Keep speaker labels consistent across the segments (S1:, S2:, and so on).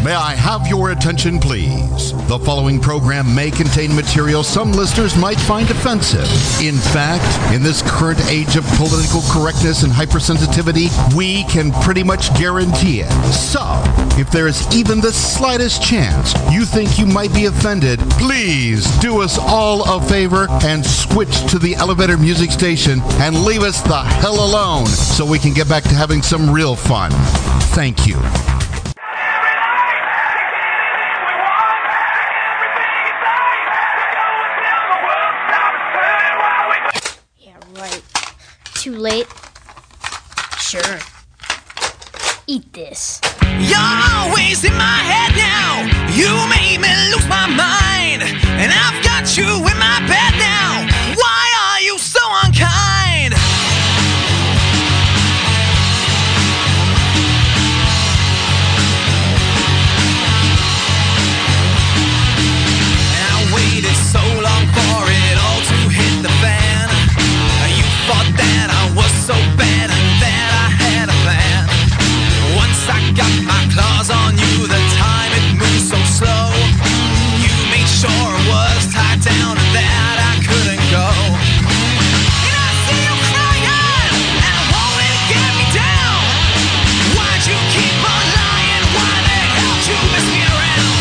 S1: May I have your attention, please? The following program may contain material some listeners might find offensive. In fact, in this current age of political correctness and hypersensitivity, we can pretty much guarantee it. So, if there is even the slightest chance you think you might be offended, please do us all a favor and switch to the elevator music station and leave us the hell alone so we can get back to having some real fun. Thank you.
S2: Yeah, right. Too late? Sure. Eat this.
S3: You're always in my head now. You made me lose my mind. And I've got you in my bed now. Why are you so unkind? And I waited so long for it all to hit the fan. You thought that I was so bad and that I had a plan. Once I got my claws on you, the time it moved so slow. You made sure it was tied down and that I couldn't go. And I see you crying, and I won't let it get me down. Why'd you keep on lying? Why the hell you mess me around?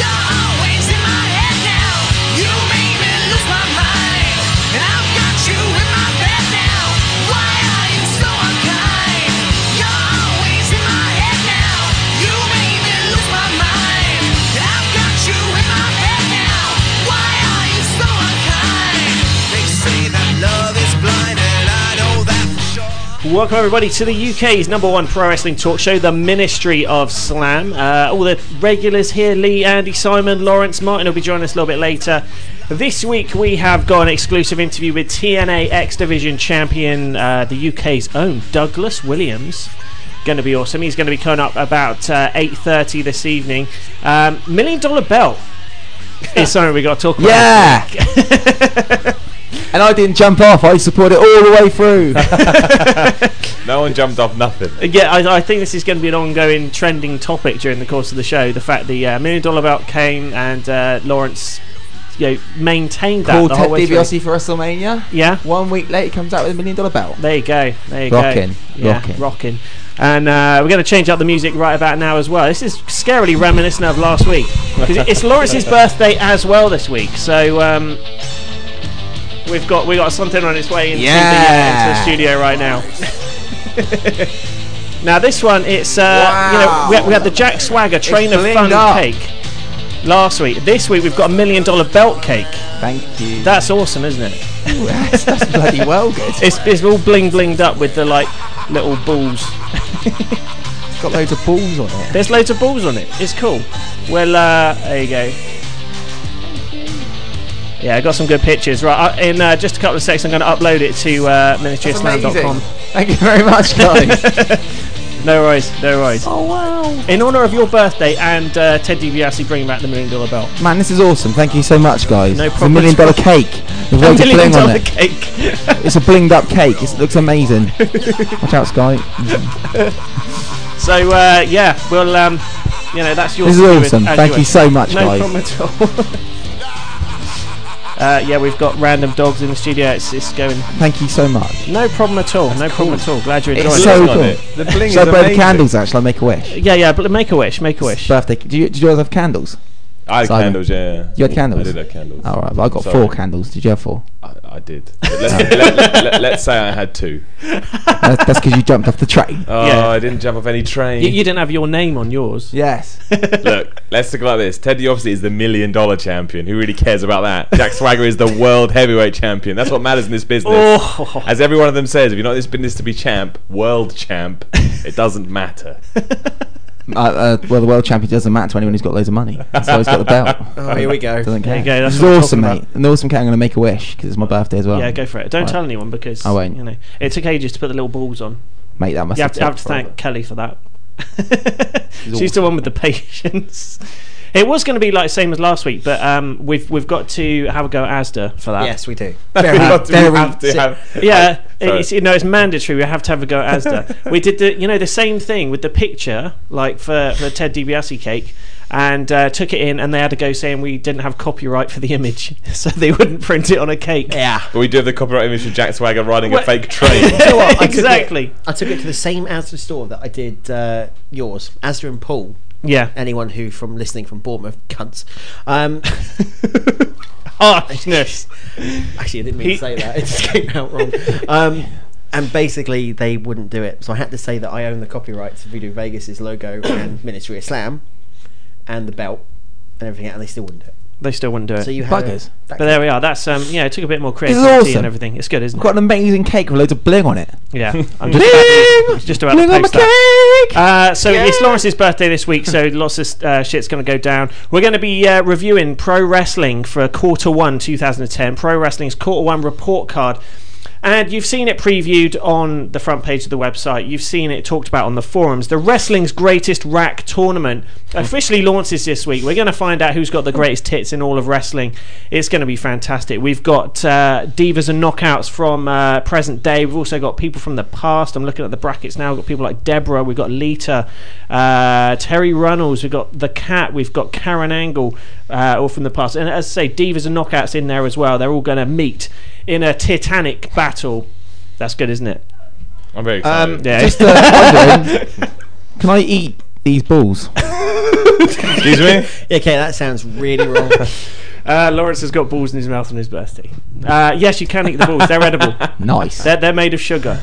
S3: You're always in my head now. You made me lose my mind, and I've got you in my bed now. Why are you so unkind? You're always in my head now. You made me lose my mind, and I've got you in my bed now. Why are you so unkind? They say that love is blind, and I know that for sure.
S4: Welcome everybody to the UK's number one pro wrestling talk show, the Ministry of Slam. Uh, all the regulars here: Lee, Andy, Simon, Lawrence, Martin will be joining us a little bit later. This week we have got an exclusive interview with TNA X Division champion, uh, the UK's own Douglas Williams. Going to be awesome. He's going to be coming up about uh, eight thirty this evening. Um, Million Dollar Belt is something we got to talk about.
S5: Yeah. and I didn't jump off. I supported it all the way through.
S6: No one jumped off nothing.
S4: Yeah, I, I think this is going to be an ongoing trending topic during the course of the show. The fact the uh, million dollar belt came and uh, Lawrence, you know, maintained that
S5: Called
S4: the
S5: Ted
S4: whole way through.
S5: DiBiase for WrestleMania.
S4: Yeah,
S5: One week later, he comes out with a million dollar belt.
S4: there you go, there you
S5: Rockin',
S4: go, yeah,
S5: rockin'.
S4: rocking. And uh, we're going to change up the music right about now as well. This is scarily reminiscent of last week 'Cause it- it's Lawrence's birthday as well this week, so. Um, We've got we got something on its way into, the, uh, into
S5: Yeah.
S4: the studio right now. now this one, it's uh,
S5: Wow.
S4: you know we, we had the Jack Swagger Train of
S5: cleaned
S4: Fun
S5: up.
S4: cake last week. This week we've got a million dollar belt cake.
S5: Thank you.
S4: That's awesome, isn't it?
S5: That's, that's bloody well good.
S4: It's, it's all bling blinged up with the like little balls.
S5: It's got loads of balls on it.
S4: There's loads of balls on it. It's cool. Well, uh, there you go. Yeah, I got some good pictures. Right, uh, in uh, just a couple of seconds, I'm going to upload it to uh, ministryofslam.com.
S5: Thank you very much, guys.
S4: No worries, no worries.
S5: oh wow.
S4: In honour of your birthday and uh, Ted DiBiase bringing back the million dollar belt.
S5: Man, this is awesome. Thank you so much, guys.
S4: No
S5: It's
S4: problem
S5: A million
S4: at all.
S5: dollar cake. There's loads of
S4: million
S5: bling on
S4: dollar
S5: it.
S4: cake.
S5: It's a blinged up cake. It looks amazing. Watch out, Sky.
S4: so uh, yeah, well, um, you know that's your.
S5: This is
S4: to do with
S5: awesome.
S4: as
S5: Thank you
S4: wish.
S5: so much,
S4: No
S5: guys.
S4: problem at all. Uh, yeah, we've got random dogs in the studio. It's, it's going
S5: Thank you so much.
S4: no problem at all. no problem at all. Glad you enjoyed
S5: It's
S4: it.
S5: so
S6: Bling
S5: cool.
S6: on it. The bling
S5: Should I
S6: is
S5: blow the
S6: amazing.
S5: candles out? Shall I make a wish?
S4: yeah, yeah. But make a wish. Make a wish.
S5: Birthday. Do you, do you guys have candles?
S6: I had
S5: Simon.
S6: candles, yeah.
S5: You had candles?
S6: I did have candles.
S5: All right. Well, I got
S6: Sorry.
S5: four candles. Did you have four?
S6: I, I did. But Let's, let, us say I had two.
S5: That's because you jumped off the train.
S6: Oh,
S4: Yeah.
S6: I didn't jump off any train.
S4: You, you didn't have your name on yours.
S5: Yes.
S6: Look, let's talk about this. Teddy obviously is the million dollar champion. Who really cares about that? Jack Swagger is the world heavyweight champion. That's what matters in this business.
S4: Oh.
S6: As every one of them says, if you're not in this business to be champ, world champ, it doesn't matter.
S5: uh, uh, well, the world champion doesn't matter to anyone who's got loads of money. That's why he's got the belt.
S7: Oh, here we go.
S5: Doesn't care.
S4: you go, that's
S5: this
S4: what I'm
S5: is awesome,
S4: talking
S5: mate. And the awesome cat, I'm going to make a wish because it's my birthday as well.
S4: Yeah, go for it. Don't
S5: Right.
S4: tell anyone because
S5: I won't.
S4: you know it took ages to put the little balls on.
S5: Mate, that must
S4: You have to,
S5: took
S4: have to
S5: forever.
S4: thank Kelly for that. She's the one with the patience. It was going to be like same as last week, but um, we've we've got to have a go at Asda for that.
S7: Yes, we do.
S6: Very,
S5: very
S6: have to
S5: si-
S6: have.
S4: Yeah, It's, you know, it's mandatory. We have to have a go at Asda. we did the, you know, the same thing with the picture, like for, for Ted DiBiase cake, and uh, took it in, and they had to go saying we didn't have copyright for the image, so they wouldn't print it on a cake. Yeah,
S6: But we do have the copyright image of Jack Swagger riding a
S4: What-
S6: fake train.
S7: You know what? I took it-
S4: exactly.
S7: I took it to the same Asda store that I did uh, yours, Asda and Paul.
S4: Yeah,
S7: Anyone who from listening from Bournemouth, cunts. Um,
S4: harshness.
S7: actually, I didn't mean
S4: He-
S7: to say that. It just came out wrong. Um, and basically, they wouldn't do it, so I had to say that I own the copyrights to Voodoo Vegas's logo and Ministry of Slam, and the belt and everything, and they still wouldn't do it.
S4: They still wouldn't do it.
S7: So you had
S5: Buggers.
S7: that-
S4: but there we are. That's um, yeah. It took a bit more creativity
S5: awesome.
S4: and everything. It's good, isn't
S5: I've got an amazing cake with loads of bling on it.
S4: it? Yeah. I'm
S5: Bling!
S4: just about to, just about to
S5: Bling on my
S4: post that.
S5: cake!
S4: Uh, so it's Lawrence's birthday this week, so lots of uh, shit's going to go down. We're going to be uh, reviewing pro wrestling for quarter one 2010, pro wrestling's quarter one report card. And you've seen it previewed on the front page of the website. You've seen it talked about on the forums. The wrestling's greatest rack tournament officially launches this week. We're going to find out who's got the greatest tits in all of wrestling. It's going to be fantastic. We've got uh, divas and knockouts from uh, present day. We've also got people from the past. I'm looking at the brackets now. We've got people like Deborah. We've got Lita, uh, Terry Runnels. We've got the Cat. We've got Karen Angle, uh, all from the past. And as I say, divas and knockouts in there as well. They're all going to meet in a titanic battle. That's good, isn't it?
S6: I'm very excited.
S4: Yeah.
S5: Um, Just uh, wondering, can I eat these balls?
S6: Excuse me?
S7: Yeah, okay, that sounds really wrong.
S4: Uh, Lawrence has got balls in his mouth on his birthday. Uh, yes, you can eat the balls. They're edible.
S5: Nice.
S4: They're, they're made of sugar.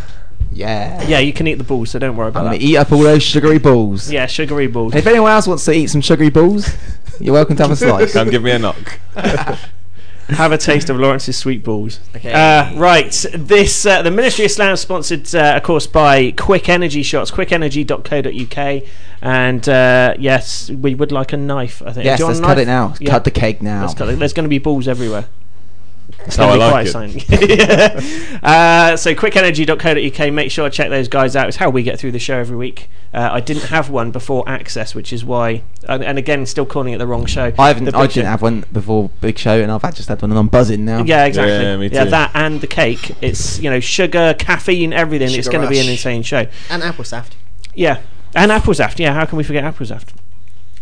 S5: yeah.
S4: Yeah, you can eat the balls, so don't worry
S5: I'm
S4: about
S5: gonna
S4: that.
S5: eat up all those sugary balls.
S4: Yeah, sugary balls.
S5: If anyone else wants to eat some sugary balls, you're welcome to have a slice.
S6: Come give me a knock.
S4: Have a taste of Lawrence's sweet balls. Uh, right, this uh, the Ministry of Slam sponsored, uh, of course, by Quick Energy Shots, quickenergy.co.uk, and uh, yes, we would like a knife. I think.
S5: yes,
S4: Do you want
S5: let's
S4: a
S5: cut
S4: knife?
S5: it now.
S4: Yeah,
S5: Cut the cake now.
S4: let's cut it. There's going to be balls everywhere.
S6: That's how I like it.
S4: Quite exciting. uh, so quickenergy.co.uk. Make sure to check those guys out. It's how we get through the show every week. Uh, I didn't have one before Access, which is why, and, and again, still calling it the wrong show.
S5: I haven't.
S4: The
S5: I
S4: big
S5: didn't
S4: show-
S5: have one before Big Show, and I've had just had one, and I'm buzzing now.
S4: Yeah, exactly.
S6: Yeah, me too.
S4: that and the cake. It's you know sugar, caffeine, everything. it's
S7: Sugar
S4: going to be an
S7: rush.
S4: insane show.
S7: and apple saft.
S4: Yeah, and apple Zaft. Yeah, how can we forget apple Zaft?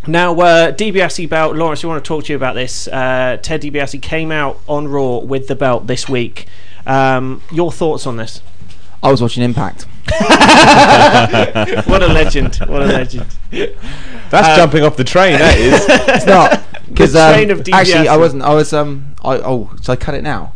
S4: Now, uh, DiBiase belt, Lawrence. We want to talk to you about this. Uh, Ted DiBiase came out on Raw with the belt this week. Um, your thoughts on this?
S5: I was watching Impact.
S4: What a legend! What a legend! Uh,
S6: That's jumping off the train, that is.
S5: It's not because
S4: The
S5: um,
S4: train of
S5: actually I
S4: DiBiase.
S5: wasn't. I was um. I oh, should I cut it now?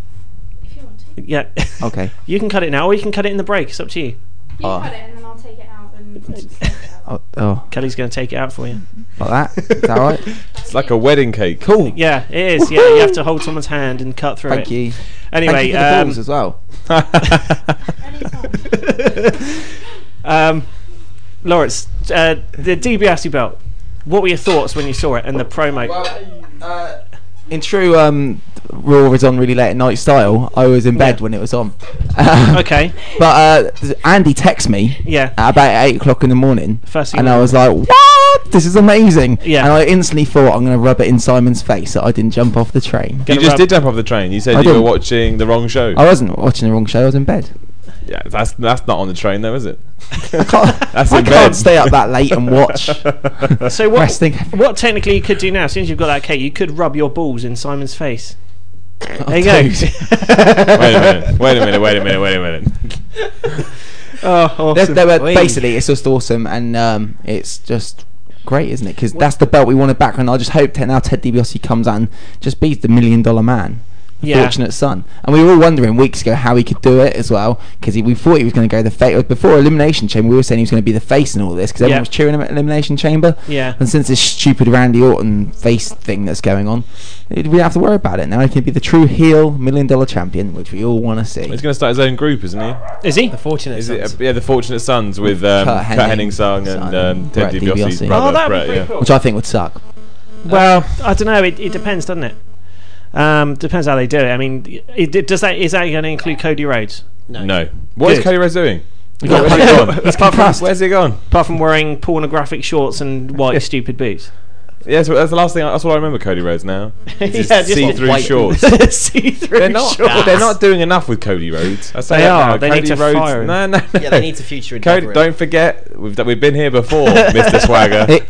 S8: If you want to. You
S4: Yeah,
S5: Okay.
S4: you can cut it now, or you can cut it in the break. It's up to you.
S5: Oh.
S8: cut it and then I'll take it out and.
S5: Oh, oh
S4: Kelly's going to take it out for you.
S5: like that. Is that all right?
S6: It's like a wedding cake.
S5: Cool.
S4: Yeah, it is. Yeah, you have to hold someone's hand and cut through
S5: Thank
S4: it.
S5: you.
S4: Anyway,
S5: Thank you for the
S4: um,
S5: balls as well.
S4: Um, Lawrence, uh, the DiBiase belt. What were your thoughts when you saw it and the promo?
S5: in true um, Raw is on really late at night style. I was in bed
S4: Yeah.
S5: when it was on.
S4: okay,
S5: But uh, Andy texted me
S4: yeah,
S5: at about eight o'clock in the morning,
S4: First thing
S5: and
S4: you
S5: I was like, "What? This is amazing!"
S4: Yeah.
S5: And I instantly thought, "I'm going to rub it in Simon's face that I didn't jump off the train."
S6: You
S4: Gonna
S6: just
S4: rub-
S6: did jump off the train. You said
S5: I
S6: you were
S5: didn't.
S6: watching the wrong show.
S5: I wasn't watching the wrong show. I was in bed.
S6: Yeah, that's that's not on the train though, is it?
S5: I can't,
S6: That's
S5: I
S6: in
S5: can't
S6: bed.
S5: stay up that late and watch.
S4: so what?
S5: Resting.
S4: What technically you could do now, since you've got that cake, you could rub your balls in Simon's face. There you go.
S6: Wait a minute. Wait a minute. Wait a minute. Wait a minute.
S4: oh,
S5: There's-
S4: awesome.
S5: There were
S7: Wait.
S5: basically, it's just awesome, and um, it's just great, isn't it? Because that's the belt we wanted back, and I just hope that now Ted DiBiase comes out and just beats the million dollar man. the
S4: Yeah.
S5: Fortunate son, and we were all wondering weeks ago how he could do it as well because we thought he was going to go the face before elimination chamber. We were saying he was going to be the face in all this because everyone
S4: Yeah.
S5: was cheering him at elimination chamber.
S4: Yeah.
S5: and since this stupid Randy Orton face thing that's going on, it- we don't have to worry about it now. He can be the true heel million dollar champion, which we all want to see.
S6: He's going to start his own group, isn't he?
S4: Is he?
S7: The fortunate
S6: Is it?
S7: Sons.
S6: yeah, the Fortunate Sons with um, Kurt,
S5: Kurt
S6: Henning,
S5: Henning
S6: Sung and um, Ted
S5: Brett
S6: DiBiase's
S5: DiBiase.
S6: brother.
S4: Oh, that'd be
S6: Brett,
S4: pretty
S6: yeah.
S4: cool.
S5: Which I think would suck.
S4: Well, I don't know. It, it depends, doesn't it? Um, depends how they do it. I mean, it, it- does that is that going to include Cody Rhodes?
S6: No. What is
S4: Good.
S6: Cody Rhodes doing?
S5: got
S6: Where's he
S5: punched.
S6: gone?
S5: He's compressed.
S6: Where's he gone?
S4: Apart from wearing pornographic shorts and white stupid boots.
S6: Yeah, so that's the last thing. I, that's what I remember. Cody Rhodes now. It's
S4: Yeah,
S6: his
S4: just-
S6: see-through
S7: White.
S6: shorts.
S4: see-through
S6: They're not.
S4: shorts.
S6: They're not doing enough with Cody Rhodes. I say
S4: They
S6: that
S4: are.
S6: now,
S4: They
S6: Cody
S4: need to
S6: Rhodes.
S4: fire him.
S6: No, no, no.
S7: Yeah, they need to future and
S6: Cody,
S7: cover it.
S6: don't forget, we've done, we've been here before, Mister Swagger.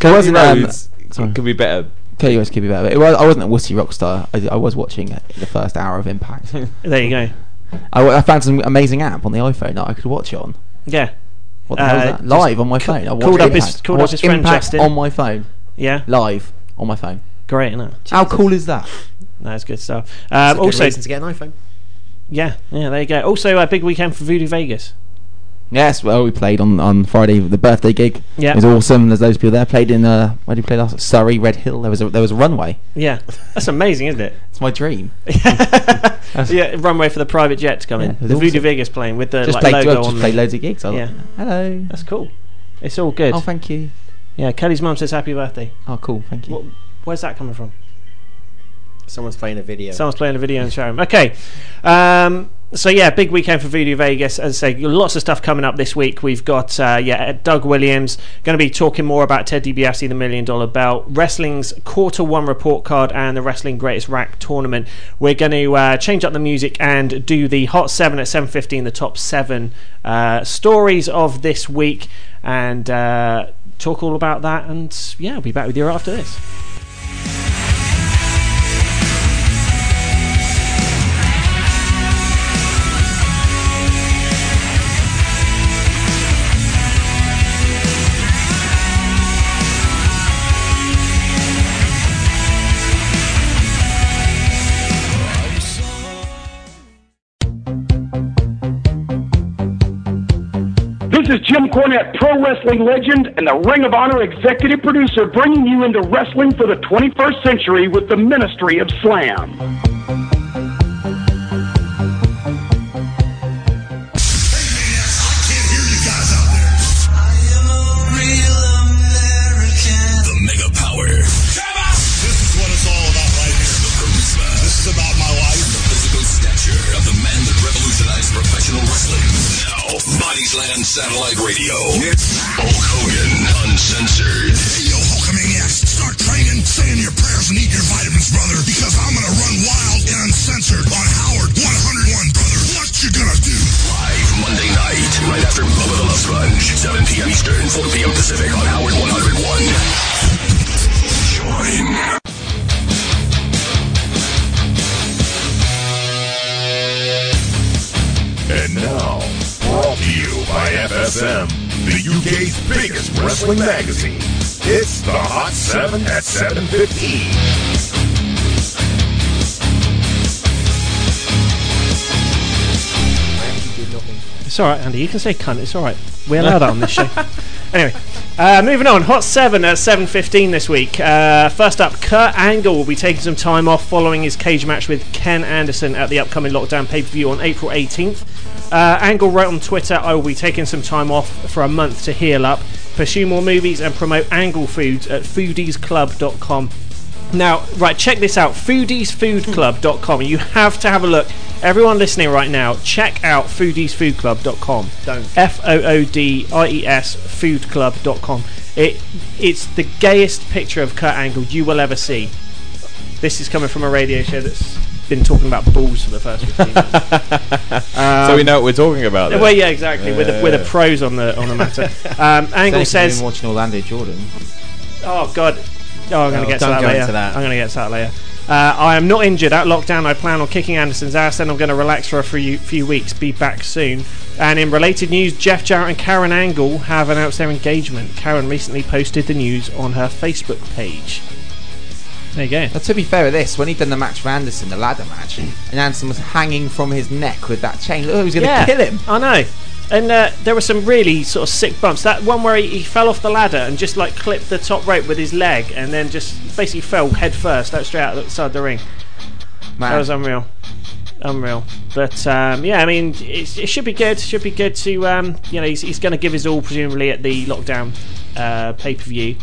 S6: Cody
S5: wasn't, um,
S6: Rhodes
S5: sorry.
S6: could be better.
S5: Kelly Rose could be better. But it was, I wasn't a wussy rock star. I, I was watching it the first hour of Impact.
S4: There you go.
S5: I, wa- I found some amazing app on the iPhone that I could watch it on.
S4: Yeah,
S5: What the hell
S4: Uh,
S5: is that? Live on my phone. I watched
S4: called up his-
S5: Impact. I
S4: called up
S5: watched
S4: his friend
S5: Impact
S4: Justin.
S5: on my phone.
S4: yeah.
S5: Live on my phone.
S4: Great, isn't it?
S5: How cool is that?
S4: That's good stuff. Um,
S7: also,
S4: also,
S7: reason to get an iPhone.
S4: yeah, yeah. There you go. Also, a big weekend for Voodoo Vegas.
S5: Yes, well, we played on, on Friday the birthday gig.
S4: Yeah.
S5: it was awesome. There's loads of people there. Played in uh, where did we play last? Surrey, Red Hill. There was a, there was a runway.
S4: Yeah, that's amazing, isn't it?
S5: It's my dream.
S4: yeah, runway for the private jet to come in.
S5: Yeah, it was
S4: the Voodoo
S5: awesome.
S4: Vegas plane with the
S5: Just
S4: like,
S5: played,
S4: logo
S5: well, just
S4: on.
S5: played
S4: the,
S5: loads of gigs. I was
S4: Yeah.
S5: like, hello.
S4: that's cool. It's all good.
S5: Oh, thank you.
S4: yeah, Kelly's mum says happy birthday.
S5: Oh, cool. Thank you.
S4: What, where's that coming from?
S7: Someone's playing a video.
S4: Someone's playing a video in the show room. Okay. Um, so yeah, big weekend for Voodoo Vegas. As I say, lots of stuff coming up this week. We've got uh, yeah, Doug Williams going to be talking more about Ted DiBiase, the Million Dollar Belt, wrestling's quarter one report card, and the Wrestling Greatest Rack tournament. We're going to uh, change up the music and do the Hot Seven at seven fifteen, the top seven uh, stories of this week, and uh, talk all about that. And yeah, I'll be back with you after this.
S9: This is Jim Cornette, pro wrestling legend and the Ring of Honor executive producer, bringing you into wrestling for the 21st century with the Ministry of Slam.
S10: The mega power. This is what it's all about right here. The charisma. This is about my life. The physical stature of the man that revolutionized professional wrestling. Now, Bodyland Satellite Radio. It's Hulk Hogan Uncensored. Hey, yo, Hulkamaniacs. Start training, saying your prayers, and eat your vitamins, brother. Because I'm going to run wild and uncensored on Howard 101, brother. What you gonna do? Live Monday night, right after Bubba the Love Sponge. 7 p.m. Eastern, 4 p.m. Pacific on Howard 101. Join. And now, brought to you by FSM, the UK's biggest wrestling magazine. It's the Hot 7 at 7.15.
S4: It's all right, Andy. You can say cunt. It's all right. We allow that on this show. anyway, uh, moving on. Hot seven at seven fifteen this week. Uh, first up, Kurt Angle will be taking some time off following his cage match with Ken Anderson at the upcoming lockdown pay per view on April eighteenth. Uh, Angle wrote on Twitter, "I will be taking some time off for a month to heal up, pursue more movies, and promote Angle Foods at foodiesclub.com." Now, right, check this out foodiesfoodclub.com. You have to have a look. Everyone listening right now, check out foodiesfoodclub.com.
S7: Don't.
S4: F O O D I E S foodclub.com. It, it's the gayest picture of Kurt Angle you will ever see. This is coming from a radio show that's been talking about balls for the first 15 minutes. Um,
S6: so we know what we're talking about. then.
S4: well, yeah, exactly, with, the, with the pros on the, on the matter. Um, Angle says.
S5: watching Orlando Jordan.
S4: Oh God! Oh, I'm gonna
S7: Oh,
S4: get to
S7: don't
S4: that
S7: go
S4: later.
S7: into that.
S4: I'm gonna get to that later. Uh, I am not injured. At lockdown, I plan on kicking Anderson's ass. Then I'm going to relax for a few, few weeks. Be back soon. And in related news, Jeff Jarrett and Karen Angle have announced their engagement. Karen recently posted the news on her Facebook page. There you go.
S5: Now, to be fair with this, when he done the match for Anderson, the ladder match, and Anderson was hanging from his neck with that chain. Look, he was going to Oh, kill him.
S4: I know. And uh, there were some really sort of sick bumps. That one where he, he fell off the ladder and just like clipped the top rope with his leg, and then just basically fell head first, out straight out the side of the ring. That
S5: Man,
S4: was unreal. Unreal. But um, yeah, I mean, it's, it should be good. Should be good to um, you know he's, he's going to give his all presumably at the lockdown uh, pay per view.